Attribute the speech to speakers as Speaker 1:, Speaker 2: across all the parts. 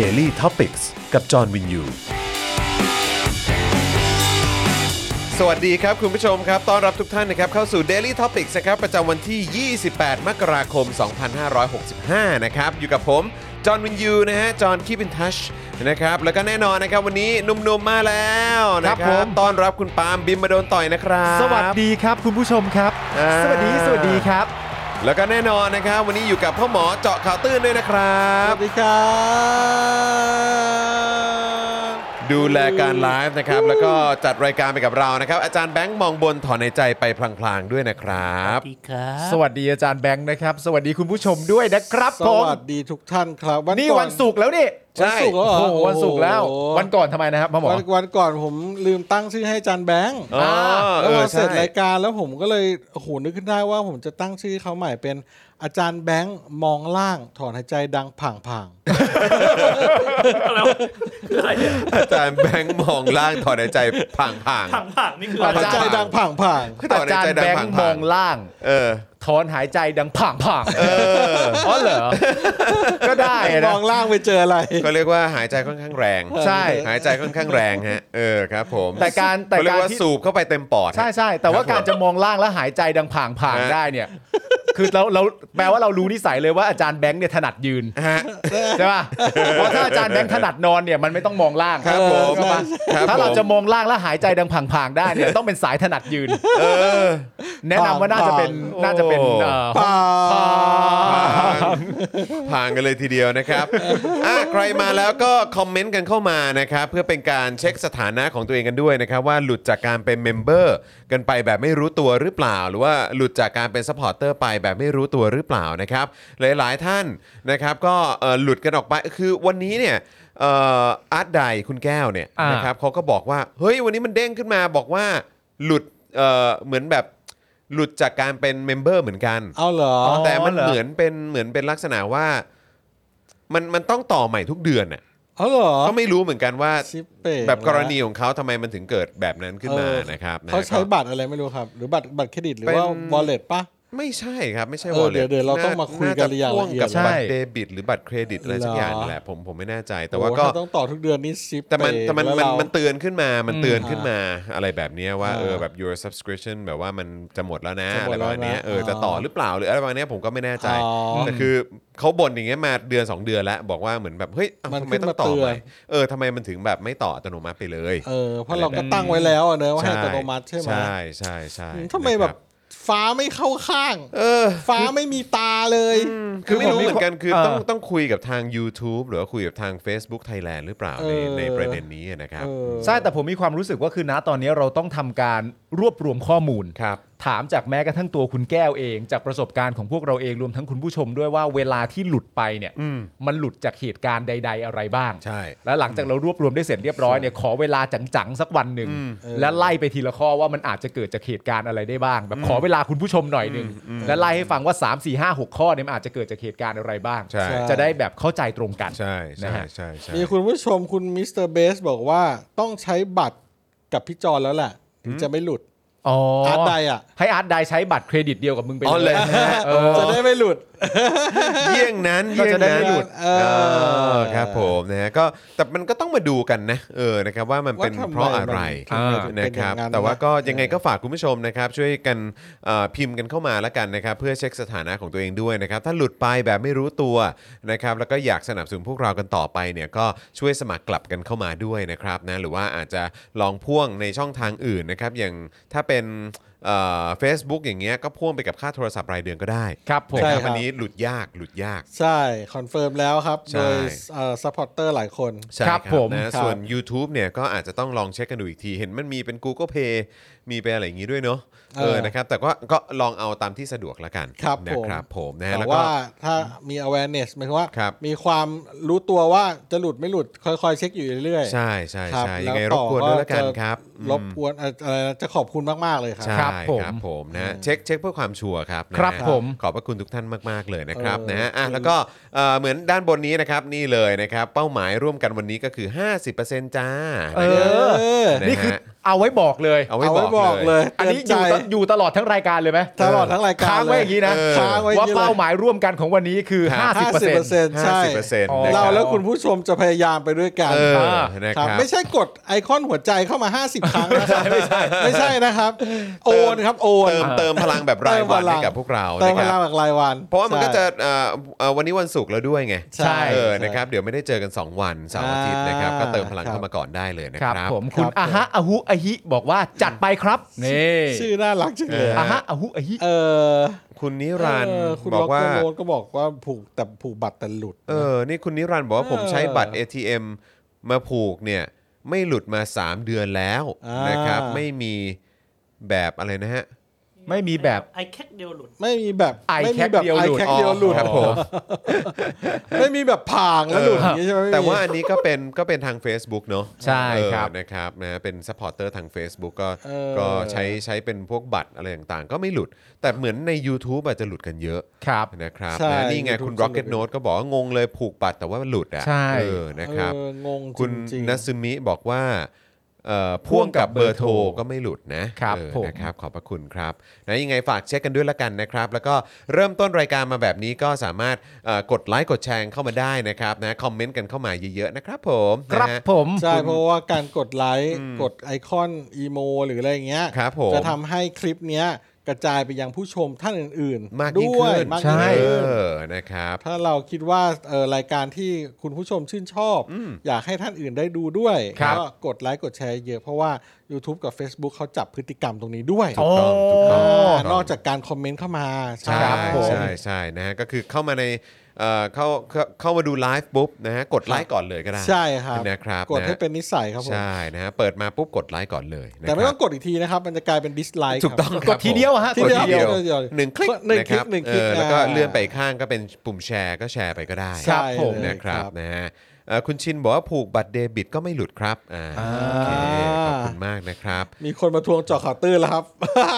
Speaker 1: Daily Topics กับจอห์นวินยู สวัสดีครับ คุณผู้ชมครับ ต้อนรับทุกท่านนะครับเข้าสู่ Daily Topics นะครับประจำวันที่ 28 มกราคม 2565 นะครับ อยู่กับผม จอห์นวินยูนะฮะ จอห์นคีบินทัชนะครับ แล้วก็แน่นอนนะครับ วันนี้หนุ่มๆมาแล้วนะค
Speaker 2: ครั
Speaker 1: รับบ
Speaker 2: ผม
Speaker 1: ต้อนรับคุณปาล์มบิมมาโดนต่อยนะครับ
Speaker 2: สวัสดีครับคุณผู้ชมครับ
Speaker 1: อ่า
Speaker 2: สวัสดีสวัสดีครับ
Speaker 1: แล้วก็แน่นอนนะครับ วันนี้อยู่กับพ่อหมอเจาะข่าวตื้นด้วยนะครับ
Speaker 3: สวัสดีครับ
Speaker 1: ดูแลการไลฟ์นะครับ แล้วก็จัดรายการไปกับเรานะครับ อาจารย์แบงค์มองบนถอนในใจไปพลางๆด้วยนะครับ
Speaker 3: สวัสดีครับ
Speaker 2: สวัสดีอาจารย์แบงค์นะครับ สวัสดีคุณผู้ชมด้วยนะครับ
Speaker 3: ส
Speaker 2: ผม
Speaker 3: วัสดีทุกท่านครับก่อ
Speaker 2: นี่วันศุกร์แล้วนี่
Speaker 1: ใช่
Speaker 3: วันศุกร์แล้วเหรอ
Speaker 2: โอ้โหวันศุกร์แล้ว
Speaker 3: โอ้โห
Speaker 2: วันก่อนทำไมนะครับพ่อหมอ
Speaker 3: วันวันก่อนผมลืมตั้งชื่อให้จานแบงค์
Speaker 1: อ๋อ
Speaker 3: แล้วพอเสร็จ
Speaker 1: ใช่
Speaker 3: รายการแล้วผมก็เลยโอ้โหนึกขึ้นได้ว่าผมจะตั้งชื่อเขาใหม่เป็นอาจารย์แบงค์มองล่างถอนหายใจดังผ่างผ่าง
Speaker 4: แล้วคืออะไรเนี่ย
Speaker 1: อาจารย์แบงค์มองล่างถอนในใจผ่าง
Speaker 4: ผังผังนี่คือ
Speaker 3: ถอ
Speaker 4: อะ
Speaker 3: น
Speaker 4: ไร
Speaker 3: หายใจดังผ่างผ่าง
Speaker 1: คือต่อใน
Speaker 2: อาจาร
Speaker 1: ใจ
Speaker 2: ย์
Speaker 1: ดัง
Speaker 2: แบง
Speaker 1: ผ่าง
Speaker 2: ค์
Speaker 1: ๆ
Speaker 2: มองล่าง
Speaker 1: ๆ เออ
Speaker 2: ถอนหายใจดังผ่างผ่างอ๋อเหร อ ก็ได้
Speaker 3: ม
Speaker 2: นะ
Speaker 3: องล่างไปเจออะไร
Speaker 1: ก็เรียกว่าหายใจค่อนข้างแรง
Speaker 2: ใช่
Speaker 1: หายใจค่อนข้างแรงฮะ เออครับผม
Speaker 2: แต่การแต่
Speaker 1: เขาเรีย
Speaker 2: การ
Speaker 1: กว่า
Speaker 2: ที่
Speaker 1: สูบเข้าไปเต็มปอดฮะ
Speaker 2: ใช่ใช่แต่ว่า
Speaker 1: ครับ
Speaker 2: กา
Speaker 1: ผม
Speaker 2: รจะมองล่างและหายใจดังผ่างผ่าง
Speaker 1: ฮะ
Speaker 2: ได้เนี่ย คือเราเราแปลว่าเรารู้นิสัยเลยว่าอาจารย์แบงค์เนี่ยถนัดยืน
Speaker 1: ฮะ
Speaker 2: ใช่ป่ะ เพราะถ้าอาจารย์แบงค์ถนัดนอนเนี่ยมันไม่ต้องมองล่าง
Speaker 1: ครับผม
Speaker 2: เข้าใจปะ
Speaker 1: ครับ
Speaker 2: ถ้าเรา
Speaker 1: ผม
Speaker 2: จะมองล่างแล้วหายใจดังผ่างๆได้เนี่ยต้องเป็นสายถนัดยืน
Speaker 1: เออ
Speaker 2: แนะนำว่าน่าจะเป็น
Speaker 1: โอ้
Speaker 2: น่าจะเป็นเอ่อ
Speaker 3: ผ่าง
Speaker 1: ผ่านผ่านกันเลยทีเดียวนะครับอ่ะใครมาแล้วก็คอมเมนต์กันเข้ามานะครับ เพื่อเป็นการเช็คสถานะของตัวเองกันด้วยนะครับ ว่าหลุดจากการเป็นเมมเบอร์กันไปแบบไม่รู้ตัวหรือเปล่า หรือว่าหลุดจากการเป็นซัพพอร์ตเตอร์ไปแบบไม่รู้ตัวหรือเปล่านะครับ หลายๆท่านนะครับก็เอ่อหลุดกันออกไปคือวันนี้เนี่ยเอ่ออาร์ตไดคุณแก้วเนี่ยนะครับเขาก็บอกว่าเฮ้ยวันนี้มันเด้งขึ้นมาบอกว่าหลุดเอ่อเหมือนแบบหลุดจากการเป็นเมมเบอร์เหมือนกัน
Speaker 3: เอาเหรอ
Speaker 1: แต่มันเหมือนเป็นเหมือนเป็นลักษณะว่า มันมันต้องต่อใหม่ทุกเดือนน่ะ
Speaker 3: เอาเหรอ
Speaker 1: ก็ไม่รู้เหมือนกันว่า
Speaker 3: ชิปเป้ง
Speaker 1: แบบกรณีของเขาทำไมมันถึงเกิดแบบนั้นขึ้นมา
Speaker 3: เออ
Speaker 1: นะครับ
Speaker 3: เขาใช้
Speaker 1: นะ
Speaker 3: บัตรอะไรไม่รู้ครับ หรือบัตรบัตรเครดิตหรือ
Speaker 1: เป็น
Speaker 3: ว่า wallet ปะ
Speaker 1: ก็ไม่ใช่ครับไม่ใช่
Speaker 3: เอ
Speaker 1: ว
Speaker 3: อ
Speaker 1: อลเล็
Speaker 3: เดี๋ยวเดี๋ยวเราต้องมาคุยกัน
Speaker 1: จะ
Speaker 3: อย่าง
Speaker 1: พ่วง
Speaker 3: ละเอียด
Speaker 1: กับ
Speaker 3: ใช่
Speaker 1: บัตรเดบิต หรือบัตรเครดิตอะไรสักอย่างนี่แหละผมผมไม่แน่ใจแต่ว่า
Speaker 3: โอ้โห
Speaker 1: ก็
Speaker 3: ถ้ต้องต่อทุกเดือนนี่ชิป
Speaker 1: แต่มัน
Speaker 3: เป้ง
Speaker 1: แต่มันมั
Speaker 3: ล้ว
Speaker 1: น
Speaker 3: เรา
Speaker 1: มันเตือนขึ้นมา มันเตือนขึ้นมาอะไรแบบเนี้ยว่า
Speaker 3: อ่า
Speaker 1: เออแบบ your subscription แบบว่ามันจะหมดแล้วนะ
Speaker 3: จะ
Speaker 1: อะ
Speaker 3: หม
Speaker 1: ไร
Speaker 3: ด
Speaker 1: ป
Speaker 3: แล้วนะ
Speaker 1: ระมาณเนี้ยเอออา จะต่อหรือเปล่าหรืออะไรประมาณเนี้ยผมก็ไม่แน่ใจ
Speaker 3: อ๋อ
Speaker 1: แต่คือเขาบ่นอย่างเงี้ยมาเดือน 2 เดือนแล้ว บอกว่าเหมือนแบบเฮ้ยเอ้า
Speaker 3: มัน
Speaker 1: ทำไมต้องต่อ
Speaker 3: ขึ้นมาเตื
Speaker 1: ให
Speaker 3: อน
Speaker 1: ม่เออทำไมมันถึงแบบไม่ต่ออัตโนมัติไปเลย
Speaker 3: เออเพราะเราก็ตั้งไว้แล้วอะเนอะว่าให้อัตโนมัติใช่ไหม
Speaker 1: ใช่ใช่ใช่
Speaker 3: อืมทำไมแบบฟ้าไม่เข้าข้าง
Speaker 1: เออ
Speaker 3: ฟ้าไม่มีตาเลย
Speaker 1: คือไม่รู้
Speaker 3: ผ
Speaker 1: เหมือนกันคือ
Speaker 2: เออ
Speaker 1: ต้องต้องคุยกับทาง YouTube หรือว่าคุยกับทาง Facebook Thailand หรือเปล่าใน
Speaker 3: เออ
Speaker 1: ในประเด็นนี้นะครับ
Speaker 3: เออ
Speaker 2: ใช่แต่ผมมีความรู้สึกว่าคือนะตอนนี้เราต้องทำการ รวบรวมข้อมูล
Speaker 1: ครับ
Speaker 2: ถามจากแม้กระทั่งตัวคุณแก้วเอง จากประสบการณ์ของพวกเราเองรวมทั้งคุณผู้ชมด้วยว่าเวลาที่หลุดไปเนี่ย
Speaker 1: อืม
Speaker 2: มันหลุดจากเหตุการณ์ใด ๆ อะไรบ้าง
Speaker 1: ใช่
Speaker 2: แล้วหลังจากเรารวบรวมได้เสร็จเรียบร้อยเนี่ยขอเวลาจังๆสักวันหนึ่ง
Speaker 1: อืม
Speaker 2: และไล่ไปทีละข้อว่ามันอาจจะเกิดจากเหตุการณ์อะไรได้บ้าง แบบขอเวลาคุณผู้ชมหน่อยหนึ่งและไล่ให้ฟังว่า 3 4 5 6 ข้อเนี่ยมันอาจจะเกิดจากเหตุการณ์อะไรบ้าง
Speaker 1: ใช่
Speaker 2: จะได้แบบเข้าใจตรงกัน
Speaker 1: ใช่ใช่
Speaker 2: นะฮะ
Speaker 1: ใช่ใช่
Speaker 3: มีคุณผู้ชมคุณมิสเตอร์เบสบอกว่าต้องใช้บัตรกับพี่จอนแล้วแหละถึงจะไม่หลุด
Speaker 2: อ๋ออ
Speaker 3: อาร์ตไดอ่ะ
Speaker 2: ให้อาร์ตได้ใช้บัตรเครดิตเดียวกับมึงไป
Speaker 1: อ๋อ
Speaker 2: เล
Speaker 1: เลย ย
Speaker 2: เออ
Speaker 3: จะได้ไม่หลุด
Speaker 1: เยี่ยงนั้น
Speaker 2: ก็
Speaker 1: เยี่ย
Speaker 2: จะ
Speaker 1: ง
Speaker 2: ได้
Speaker 1: นั้
Speaker 2: ไม่
Speaker 1: น
Speaker 2: หลุด
Speaker 1: เออครับผมนะฮะก็แต่มันก็ต้องมาดูกันนะเออนะครับว่ามันเป็น
Speaker 3: ว่าทำไม
Speaker 1: เพราะอะไร
Speaker 3: มันทำไมถึงเป็น
Speaker 1: นะครั
Speaker 3: อบ ย่างนั้น
Speaker 1: แต่ว่า
Speaker 3: นะ
Speaker 1: ก็ยังไงก็ฝากคุณผู้ชมนะครับ ช่วยกันเอ่อพิมพ์กันเข้ามาแล้วกันนะครับ เพื่อเช็คสถานะของตัวเองด้วยนะครับ ถ้าหลุดไปแบบไม่รู้ตัวนะครับแล้วก็อยากสนับสนุนพวกเรากันต่อไปเนี่ยก็ช่วยสมัครกลับกันเข้ามาด้วยนะครับนะหรือว่าอาจจะลองพ่วงในช่องทางอื่นนะครับอย่างถ้าเป็นเฟซบุ๊กอย่างเงี้ยก็พ่วงไปกับค่าโทรศัพท์รายเดือนก็ได้
Speaker 2: ครับผ
Speaker 1: นะ
Speaker 2: ม
Speaker 3: ใช่
Speaker 1: ค
Speaker 3: ค
Speaker 1: รั
Speaker 3: รั
Speaker 1: บบ อันนี้หลุดยากหลุดยาก
Speaker 3: ใช่ คอนเฟิร์มแล้วครับ
Speaker 1: ใช่
Speaker 3: โดยซัพพอร์เตอร์หลายคน
Speaker 1: ใช่
Speaker 2: ครับผม
Speaker 1: นะครับ ส่วน YouTube เนี่ยก็อาจจะต้องลองเช็คกันดูอีกที เห็นมันมีเป็น Google Pay มีเป็นอะไรอย่างนี้ด้วยเนาะเออนะครับ แต่ก็ก็ลองเอาตามที่สะดวกละกัน
Speaker 3: ครับ
Speaker 1: นะ
Speaker 3: ผม
Speaker 1: ครับผมนะฮะ
Speaker 3: แต่
Speaker 1: แล้วก็
Speaker 3: ว่าถ้ามี awareness หมายความว่า
Speaker 1: ครับ
Speaker 3: มีความรู้ตัวว่าจะหลุดไม่หลุด ค่อยๆ เช็คอยู่เรื่อยๆ
Speaker 1: ใช่ใช่
Speaker 3: ครับ
Speaker 1: ใช่ยั
Speaker 3: แล้
Speaker 1: งไงรบกวนด้วยละกัน
Speaker 3: จะ
Speaker 1: ครับ
Speaker 3: รบกวนเอ่อเอ่อจะขอบคุณมาก ๆ เลยครับ
Speaker 1: ใช่
Speaker 2: ครับผม
Speaker 1: ครับผมนะฮะเช็คเช็คเพื่อความชัวร์ครับนะฮะ
Speaker 2: ครับผม
Speaker 1: ขอบพระคุณทุกท่านมาก ๆ เลยนะครับ
Speaker 3: เออ
Speaker 1: นะฮะอ่ะแล้วก็เอ่อเหมือนด้านบนนี้นะครับนี่เลยนะครับ เป้าหมายร่วมกันวันนี้ก็คือ 50%จ้า
Speaker 2: เออ
Speaker 3: เออ
Speaker 1: นะ
Speaker 2: นี่คือ
Speaker 1: ฮะ
Speaker 2: เอาไว้บอกเลย
Speaker 1: เอา
Speaker 3: เอาไว้
Speaker 1: ไว้
Speaker 3: บบอ
Speaker 1: อก ก
Speaker 3: เล
Speaker 1: เลย ย
Speaker 2: อัน
Speaker 3: เตื
Speaker 2: นี้
Speaker 3: น
Speaker 2: อ
Speaker 3: ใจ
Speaker 2: ยู่ตอยู่ตลอดทั้งรายการเลยไหม
Speaker 3: ตลอดทั้งรายการ
Speaker 2: ค้างไว้อย่างนี้นะ
Speaker 1: เออ
Speaker 3: ค้างไว้อย่ง
Speaker 2: ว่า
Speaker 3: นี้ลย
Speaker 2: เป้าหมายร่วมกันของวันนี้คือ
Speaker 3: ห้าสิบเปอร์เซ็
Speaker 2: 50%
Speaker 3: นต์ใช่
Speaker 1: 50%
Speaker 2: อ๋อ
Speaker 1: นะค
Speaker 3: เรา
Speaker 1: รับ
Speaker 3: และคุณผู้ชมจะพยายามไปด้วยกัน
Speaker 1: เออ
Speaker 2: อ่า
Speaker 1: นะ
Speaker 3: ค
Speaker 1: ครั
Speaker 3: รับ บ ไม่ใช่กดไอคอนหัวใจเข้ามา 50 ครั้งนะครับไม่ใช่ไม่ใช่นะครับ โอนครับโอน
Speaker 1: เติมเติมพลังแบบรายวัน
Speaker 3: เติมพลั
Speaker 1: ให้
Speaker 3: ง
Speaker 1: กับพวกเรา
Speaker 3: เติม
Speaker 1: นะค
Speaker 3: พลั
Speaker 1: รั
Speaker 3: ง
Speaker 1: บ
Speaker 3: หลากหลายวัน
Speaker 1: เพราะว่ามันก็จะ
Speaker 3: ใช่
Speaker 1: เอ่อเอ่อวันนี้วันศุกร์แล้วด้วยไง
Speaker 2: ใช่
Speaker 1: เออนะครับเดี๋ยวไม่ได้เจอกัน 2 วันเสาร์อาทิตย์นะครับ
Speaker 3: อ่า
Speaker 1: ก็เติมพลังเข้ามาก่อนได้เลยนะค
Speaker 2: ครั
Speaker 1: รั
Speaker 2: บบ ผมคุณ
Speaker 3: ครับ
Speaker 2: อาฮะอาหุอาฮิบอกว่าจัดไปครับนี่
Speaker 3: ชื่อน่ารักจังเลย
Speaker 2: อาฮะอาหุอาฮิ
Speaker 3: เออ
Speaker 1: คุณนิรันดร์
Speaker 3: เออคุณ
Speaker 1: บอ
Speaker 3: ล็อก ก
Speaker 1: ว่า
Speaker 3: เกอร์โลนก็บอกว่าผูกแต่ผูกบัตรแต่หลุด
Speaker 1: เออนี่คุณนิรันดร์บอกว่าผมใช้บัตร ATM มาผูกเนี่ยไม่หลุดมา 3 เดือนแล้ว
Speaker 3: อ่าน
Speaker 1: นะครับไม่มีแบบอะไรนะฮะ
Speaker 2: ไม่มีแบบ
Speaker 4: ไอแคกเดียวหลุด
Speaker 3: ไม่มีแบบ
Speaker 2: I
Speaker 3: ไม่มีแบบ
Speaker 2: cat เดียวหลุด
Speaker 3: ไอแคเดียวหลุด
Speaker 1: ครับผม
Speaker 3: ไม่มีแบบผางแล้วหลุดอย่างนี้ใช่ไหมไม่มี
Speaker 1: แต่ว่าอันนี้ก็เป็นก็เป็นทาง Facebook เนอะ
Speaker 2: ใช่ครับ
Speaker 1: เออนะครับนะเป็นซัพพอร์เตอร์ทาง Facebook ก็
Speaker 3: เออ
Speaker 1: ก็ใช้ใช้เป็นพวกบัตรอะไรต่างๆ ก็ไม่หลุด แต่เหมือนใน YouTube อาจจะหลุดกันเยอะ
Speaker 2: ครับ
Speaker 1: นะครับ
Speaker 3: ใช่
Speaker 1: นะนี่ไง
Speaker 3: YouTube
Speaker 1: คุณ Rocket
Speaker 3: จะหลุด
Speaker 1: Note ก็บอกว่างงเลยผูกบัตรแต่ว่าหลุดอ่ะ
Speaker 2: ใช่
Speaker 1: เออนะครับ
Speaker 3: เอองงจ
Speaker 1: คุณ
Speaker 3: ริงๆ
Speaker 1: นัซึมิบอกว่าเอ่อพ่วงกับเบอร์โทรก็ไม่หลุดนะครับ เออ
Speaker 2: ผม
Speaker 1: นะครับขอบพระคุณครับนะยังไงฝากเช็คกันด้วยละกันนะครับ แล้วก็เริ่มต้นรายการมาแบบนี้ก็สามารถเอ่อกดไลค์กดแชร์เข้ามาได้นะครับนะคอมเมนต์กันเข้ามาเยอะๆนะครับผม
Speaker 2: ครับ
Speaker 1: นะฮะ
Speaker 2: ผม
Speaker 3: ใช่เพราะว่าการกดไลค์กดไอคอนอีโมหรืออะไรอย่างเงี้ย
Speaker 1: ครับผม
Speaker 3: จะทำให้คลิปเนี้ยกระจายไปยังผู้ชมท่านอื่น
Speaker 1: มากยิ่ง
Speaker 3: ด้ว
Speaker 1: ขึ้
Speaker 3: ย
Speaker 1: น
Speaker 3: มาก
Speaker 2: ใช่
Speaker 3: ยิ่ง
Speaker 1: เอ
Speaker 3: ขึ้น
Speaker 1: อนะครับ
Speaker 3: ถ้าเราคิดว่าเออรายการที่คุณผู้ชมชื่นชอบ อยากให้ท่านอื่นได้ดูด้วย
Speaker 2: ครับ
Speaker 3: ก็กดไลค์กดแชร์เยอะเพราะว่า YouTube กับ Facebook เขาจับพฤติกรรมตรงนี้ด้วย
Speaker 1: ถูกต้องถูก
Speaker 3: เอ
Speaker 1: ต้อง
Speaker 3: อ นอกจากการคอมเมนต์เข้ามา
Speaker 1: ใช่
Speaker 2: ครับผม
Speaker 1: ใช่ใช่นะฮะก็คือเข้ามาในเอ่อเข้าเข้าเข้ามาดูไลฟ์ปุ๊บนะฮะกดไลค์ก่อนเลยก็ได้
Speaker 3: ใช่ครับ
Speaker 1: นะครับ
Speaker 3: กดให้
Speaker 1: ะ
Speaker 3: เป็นนิสัยครับผม
Speaker 1: ใช่นะฮะเปิดมาปุ๊บกดไลค์ก่อนเลยนะ
Speaker 3: แต่ไม่
Speaker 1: ค
Speaker 3: ต้
Speaker 1: รั
Speaker 3: อบ งกดอีกทีนะครับ มันจะกลายเป็นดิสไลค์
Speaker 1: ถูกต้อง
Speaker 2: ก
Speaker 1: ครั
Speaker 2: ด
Speaker 1: บ
Speaker 2: ทีเดียว
Speaker 1: ผม
Speaker 2: อะฮะ
Speaker 3: ที
Speaker 1: กด
Speaker 3: เดี
Speaker 1: ที
Speaker 3: ยว
Speaker 1: เดียว
Speaker 3: ทีเดียว
Speaker 1: หนึ่งคลิก
Speaker 3: หนึ่ง
Speaker 1: นะ
Speaker 3: คลิกหนึ่งคลิก
Speaker 1: เออแล้วก็
Speaker 3: อ่า
Speaker 1: เลื่อนไปอีกข้างก็เป็นปุ่มแชร์ก็แชร์ไปก็ได้
Speaker 3: ใช่
Speaker 2: ครับผม
Speaker 3: เลย
Speaker 1: นะครับนะฮะเอ่อคุณชินบอกว่าผูกบัตรเดบิตก็ไม่หลุดครับอ่าโอเคขอบคุณมากนะครับ
Speaker 3: มีคนมาทวงเจอข่าวตื้นแล้วครับ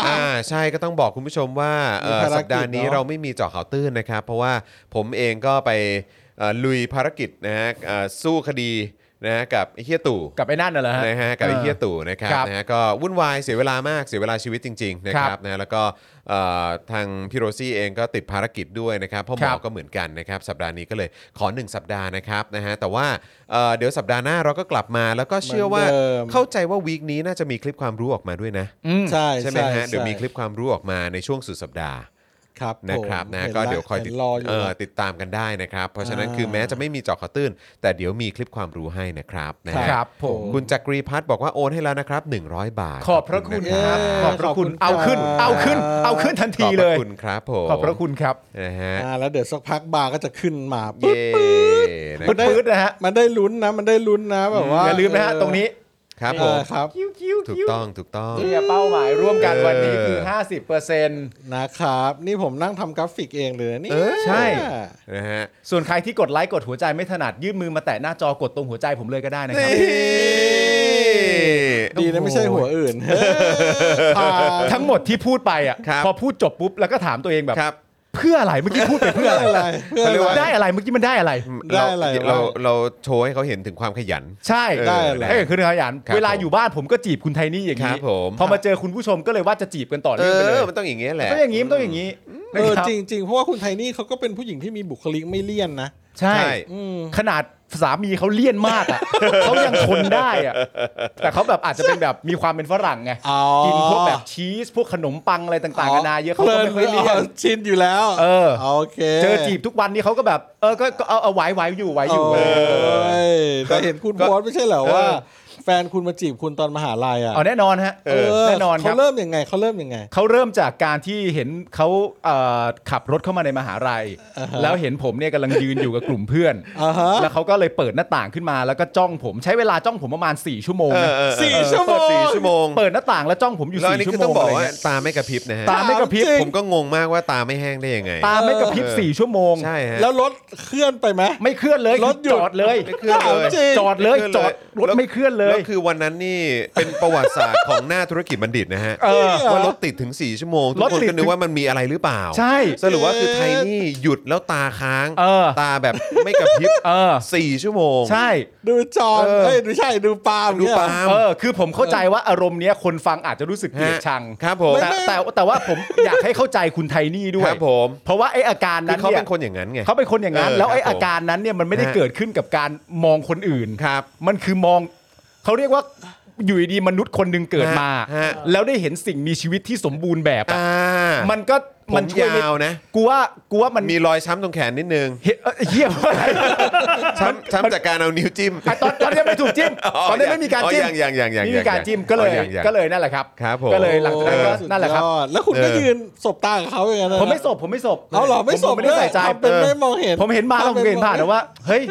Speaker 1: อ่าใช่ก็ต้องบอกคุณผู้ชมว่าเอ่อ
Speaker 3: มีภารกิจ
Speaker 1: สัปดาห์นี้
Speaker 3: เนอะ
Speaker 1: เราไม่มีเจาะข่าวตื้นนะครับ เพราะว่าผมเองก็ไปเอ่อลุยภารกิจนะฮะเอ่อสู้คดีนะฮะกับไอ้เฮียตู่
Speaker 2: กับไอ้นั่นน่ะเหรอฮะ
Speaker 1: นะฮะกับไอ้เฮียตู่นะครับ
Speaker 2: ครับ
Speaker 1: นะฮะก็วุ่นวายเสียเวลามากเสียเวลาชีวิตจริง ๆ นะค
Speaker 2: ค
Speaker 1: รั
Speaker 2: รั
Speaker 1: บบ นะแล้วก็เอ่อทางพี่โรซี่เองก็ติดภารกิจด้วยนะครับพ่อหม
Speaker 2: ครั
Speaker 1: อบ ก็เหมือนกันนะครับสัปดาห์นี้ก็เลยขอหนึ่งสัปดาห์นะครับนะฮะแต่ว่าเอ่อเดี๋ยวสัปดาห์หน้าเราก็กลับมาแล้วก็เชื่อว่า
Speaker 3: เหมือนเดิม
Speaker 1: เข้าใจว่าวีคนี้น่าจะมีคลิปความรู้ออกมาด้วยนะ
Speaker 2: อืม
Speaker 3: ใช่
Speaker 1: ใช่ไหมฮะเดี๋ยวมีคลิปความรู้ออกมาในช่วงสุดสัปดาห์
Speaker 3: ครับ
Speaker 1: นะครับ
Speaker 3: ผม
Speaker 1: นะ
Speaker 3: ห็
Speaker 1: ก็
Speaker 3: แล้
Speaker 1: เดี๋ยวคอยติด
Speaker 3: ห็นรออยู่
Speaker 1: เออ
Speaker 3: ครับ
Speaker 1: ติดตามกันได้นะครับ เพราะฉะนั้น
Speaker 3: อ่า
Speaker 1: คือแม้จะไม่มีเจาะข่าวตื้น แต่เดี๋ยวมีคลิปความรู้ให้นะครับนะฮะ
Speaker 2: ครับผม
Speaker 1: คุณจักรีพัฒน์บอกว่าโอนให้แล้วนะครับ 100 บาท
Speaker 2: ขอบพระคุ
Speaker 1: น
Speaker 2: ณครับ
Speaker 3: เย้
Speaker 2: ขอบพระคุณ
Speaker 3: ขอบคุณ
Speaker 2: เอาขึ้นเอา
Speaker 3: ครับ
Speaker 2: ขึ้น เอาขึ้นทัน
Speaker 1: ข
Speaker 2: ที
Speaker 1: อบพ
Speaker 2: เล
Speaker 1: ระ
Speaker 2: ย
Speaker 1: คุณครับผม
Speaker 2: ขอบพระคุณครับ
Speaker 1: นะฮะ
Speaker 3: อ่าแล้วเดี๋ยวสักพักบาร์ก็จะขึ้นมาปึ๊บ
Speaker 1: เย้นะค
Speaker 2: ปื๊
Speaker 1: รับ
Speaker 2: ดๆนะฮะ
Speaker 3: มันได้ลุ้นนะ มันได้ลุ้นนะแบบว่า
Speaker 2: อย่าลืมนะฮะ
Speaker 3: เออ
Speaker 2: ตรงนี้
Speaker 1: ครับ
Speaker 3: เอ
Speaker 1: ผม
Speaker 3: อครับ
Speaker 2: คิ้วคิ้ว
Speaker 1: ถูก
Speaker 2: คิ้ว
Speaker 1: ต้องถูกต้อง
Speaker 2: เนี่ยเป้าหมายร่วมกันวันนี้คือ
Speaker 1: เออ
Speaker 2: 50เปอร์เซ็นต์
Speaker 3: นะครับ นี่ผมนั่งทำกราฟิกเองเลยนะเนี่ย
Speaker 1: เออ
Speaker 2: ใช่
Speaker 1: นะฮะ
Speaker 2: ส่วนใครที่กดไลค์กดหัวใจไม่ถนัดยื่นมือมาแตะหน้าจอกดตรงหัวใจผมเลยก็ได้นะค
Speaker 1: นี่
Speaker 2: รับ
Speaker 3: ดีนะไม่ใช่หัวอื่นเฮ้ยผ่าน
Speaker 2: ทั้งหมดที่พูดไปอ่ะ
Speaker 1: ครับ
Speaker 2: พอพูดจบปุ๊บแล้วก็ถามตัวเองแบบ
Speaker 1: ครับ
Speaker 2: เพื่ออะไรเมื่อกี้พูดไปเพื่อ
Speaker 3: เพื่อ
Speaker 2: อะไร
Speaker 3: อะไรเพื่ออะไร
Speaker 2: ได้อะไรเมื่อกี้มันได้อะไร
Speaker 3: ได้อะไรวะ
Speaker 1: เราเราโชว์ให้เขาเห็นถึงความขยัน
Speaker 2: ใช่
Speaker 1: เออ
Speaker 3: ได้อะไร
Speaker 2: เออคือขยัน
Speaker 1: ครับ
Speaker 2: เวลาอยู่บ้านผมก็จีบคุณไทนี่อย่าง
Speaker 1: ครั
Speaker 2: นี้
Speaker 1: บผม
Speaker 2: พอมาเจอคุณผู้ชมก็เลยว่าจะจีบกันต่อ
Speaker 1: เอ
Speaker 2: เนื่องไปเลย
Speaker 1: อมันต้องอย่างเงี้ยแหละ
Speaker 2: ต้องอย่างนี้มันต้องอย่างนี้
Speaker 3: เออ
Speaker 2: นะคบ
Speaker 3: จริงจริงๆเพราะว่าคุณไทนี่เขาก็เป็นผู้หญิงที่มีบุคลิกไม่เลี่ยนนะ
Speaker 2: ใช่
Speaker 1: ใช่
Speaker 3: อืม
Speaker 2: ขนาดสามีเขาเลี่ยนมากอ่ะ เขายังทนได้อ่ะแต่เขาแบบอาจจะเป็นแบบมีความเป็นฝรั่งไง
Speaker 3: อ๋อ
Speaker 2: กินพวกแบบชีสพวกขนมปังอะไรต่างๆนานาเยอะเขาก็ไม่ค่อยเลี่ยน
Speaker 3: พาชินอยู่แล้ว
Speaker 2: เออ
Speaker 3: โอเค
Speaker 2: เจอจีบทุกวันนี่เขาก็แบบเออก็ก็เอาเอาไหวไหวอยู่ไหวอยู่
Speaker 3: โอ้ยแต่เห็นคุณ
Speaker 1: ก็
Speaker 3: บอสไม่ใช่เหรอว่า
Speaker 2: เออ
Speaker 3: แฟนคุณมาจีบคุณตอนมหาลัยอ่ะ
Speaker 2: เอาแน่นอนฮะ
Speaker 3: เ
Speaker 2: แน่นอนค
Speaker 3: เขา
Speaker 2: รับ
Speaker 3: เริ่มยังไงเขาเริ่มยังไง
Speaker 2: เขาเริ่มจากการที่เห็นเขาเอ่อขับรถเข้ามาในมหาลัย
Speaker 3: อ่าฮะ
Speaker 2: แล้วเห็นผมเนี่ยกำลังยืนอยู่กับกลุ่มเพื่อน
Speaker 3: อ่าฮะ
Speaker 2: แล้วเขาก็เลยเปิดหน้าต่างขึ้นมาแล้วก็จ้องผมใช้เวลาจ้องผมประมาณ 4 ชั่วโมง
Speaker 1: เออ
Speaker 2: นะ
Speaker 1: เออเออ
Speaker 3: สี่ชั่วโมง
Speaker 1: สี่ชั่วโมง
Speaker 2: เปิดหน้าต่างแล้วจ้องผมอยู่
Speaker 1: แล้วอัน
Speaker 2: 4
Speaker 1: นี้
Speaker 2: ชั่
Speaker 1: ก็
Speaker 2: ว
Speaker 1: ต้อ
Speaker 2: โม
Speaker 1: ง งบอก
Speaker 2: อะไร
Speaker 1: ว่า
Speaker 2: เงี้ย
Speaker 1: ตาไม่กระพริบนะฮะ
Speaker 2: ตาไม่กระพริบ
Speaker 3: จง
Speaker 1: ผมก็งงมากว่าตาไม่แห้งได้ยังไง
Speaker 2: ตาไม่กระพริบ 4 ชั่วโมง
Speaker 1: ใช่ฮะ
Speaker 3: แล้วรถเคลื่อนไปไหม
Speaker 2: ไม่เคลื่อนเลย
Speaker 3: รถหยุด
Speaker 2: จอดเลย
Speaker 1: ไม่เคลื่อนเลย
Speaker 3: จริง
Speaker 2: จอดเลย
Speaker 1: ไม่เคลื่อนเลย
Speaker 2: จอดรถไม่เคลื่อนเล
Speaker 1: แล้
Speaker 2: ยว
Speaker 1: คือวันนั้นนี่เป็นประวัติศาสตร์ของหน้าธุรกิจบัณฑิตนะฮะ
Speaker 2: เออ
Speaker 3: เออ
Speaker 1: ว่ารถติดถึง 4 ชั่วโมงทุก
Speaker 2: รถ
Speaker 1: คน
Speaker 2: ติด
Speaker 1: ก็นึกว่ามันมีอะไรหรือเปล่า
Speaker 2: ใช่
Speaker 1: สรุปว่าคือไทนี่หยุดแล้วตาค้าง
Speaker 2: เออ
Speaker 1: ตาแบบไม่กระพริบ
Speaker 2: เออ
Speaker 1: สี่ชั่วโมง
Speaker 2: ใช่
Speaker 3: ดูจอ
Speaker 1: เออ
Speaker 3: เอ้ยดูใช่ดูปาล์ม
Speaker 1: ดู
Speaker 3: เนี่ย
Speaker 1: ปาล์ม
Speaker 2: เออคือผมเข้าใจว่าอารมณ์เนี้ยคนฟังอาจจะรู้สึกเกลียดชัง
Speaker 1: ครับผม
Speaker 2: แต่แต่แต่ว่าผม อยากให้เข้าใจคุณไทนี่ด้ว
Speaker 1: ค
Speaker 2: ย
Speaker 1: รับผม
Speaker 2: เพราะว่าไออาการ
Speaker 1: คื
Speaker 2: นั้
Speaker 1: อน เขา
Speaker 2: เนี่
Speaker 1: เป็
Speaker 2: ย
Speaker 1: นคนอย่างนั้นไง
Speaker 2: เขาเป็นคนอย่างนั้น
Speaker 1: เออ
Speaker 2: แล้วไอ
Speaker 1: ครับผม
Speaker 2: อาการนั้นเนี่ยมันไม่ได้
Speaker 1: ฮะ
Speaker 2: เกิดขึ้นกับการมองคนอื่น
Speaker 1: ครับ
Speaker 2: มันคือมองเขาเรียกว่าอยู่ดีๆมนุษย์คนหนึ่งเกิดมา
Speaker 1: ฮะ
Speaker 2: แล้วได้เห็นสิ่งมีชีวิตที่สมบูรณ์แบบอะ
Speaker 1: อ่า
Speaker 2: มันก็
Speaker 1: ผ
Speaker 2: มัน
Speaker 1: ม
Speaker 2: ช่วยไม่
Speaker 1: ยาวนะ
Speaker 2: กูว่ากูว่ามัน
Speaker 1: มีรอยช้ำตรงแขนนิดนึง
Speaker 2: เฮ้ยเอ้ยเหียอะไร
Speaker 1: ช้ำช้ำจากการเอานิ้วจิ้ม
Speaker 2: ไอ้ตอนตอนนี้ไม่ถูกจิ้มตอนนี้ไม่มีการจิ้ม
Speaker 1: อ๋อยังยังยังยัง
Speaker 2: ไม่มีการจิ้มก็เลย
Speaker 1: อ๋อยังยัง
Speaker 2: ก็เลยนั่นแหละครับ
Speaker 1: ครับผม
Speaker 2: ก็เลยหลังจากนั้นก็
Speaker 3: โอ้
Speaker 2: นั่นแหละครับ
Speaker 3: สุดยอดแล้วคุณก็
Speaker 1: เออ
Speaker 3: ยืนสบตากับเขาอย่างนั้นนะ
Speaker 2: ผมไม่สบผมไม่สบ
Speaker 3: เอาเหรอไม่สบ
Speaker 2: ผไม่ได้
Speaker 3: ด้วย
Speaker 2: ใส่ใจ
Speaker 3: ทำเป็นไม่มองเห็น
Speaker 2: ผมเห็นมาแล้วผมก็เห็นผ่าน
Speaker 3: แล้
Speaker 2: นะว่า เฮ้ย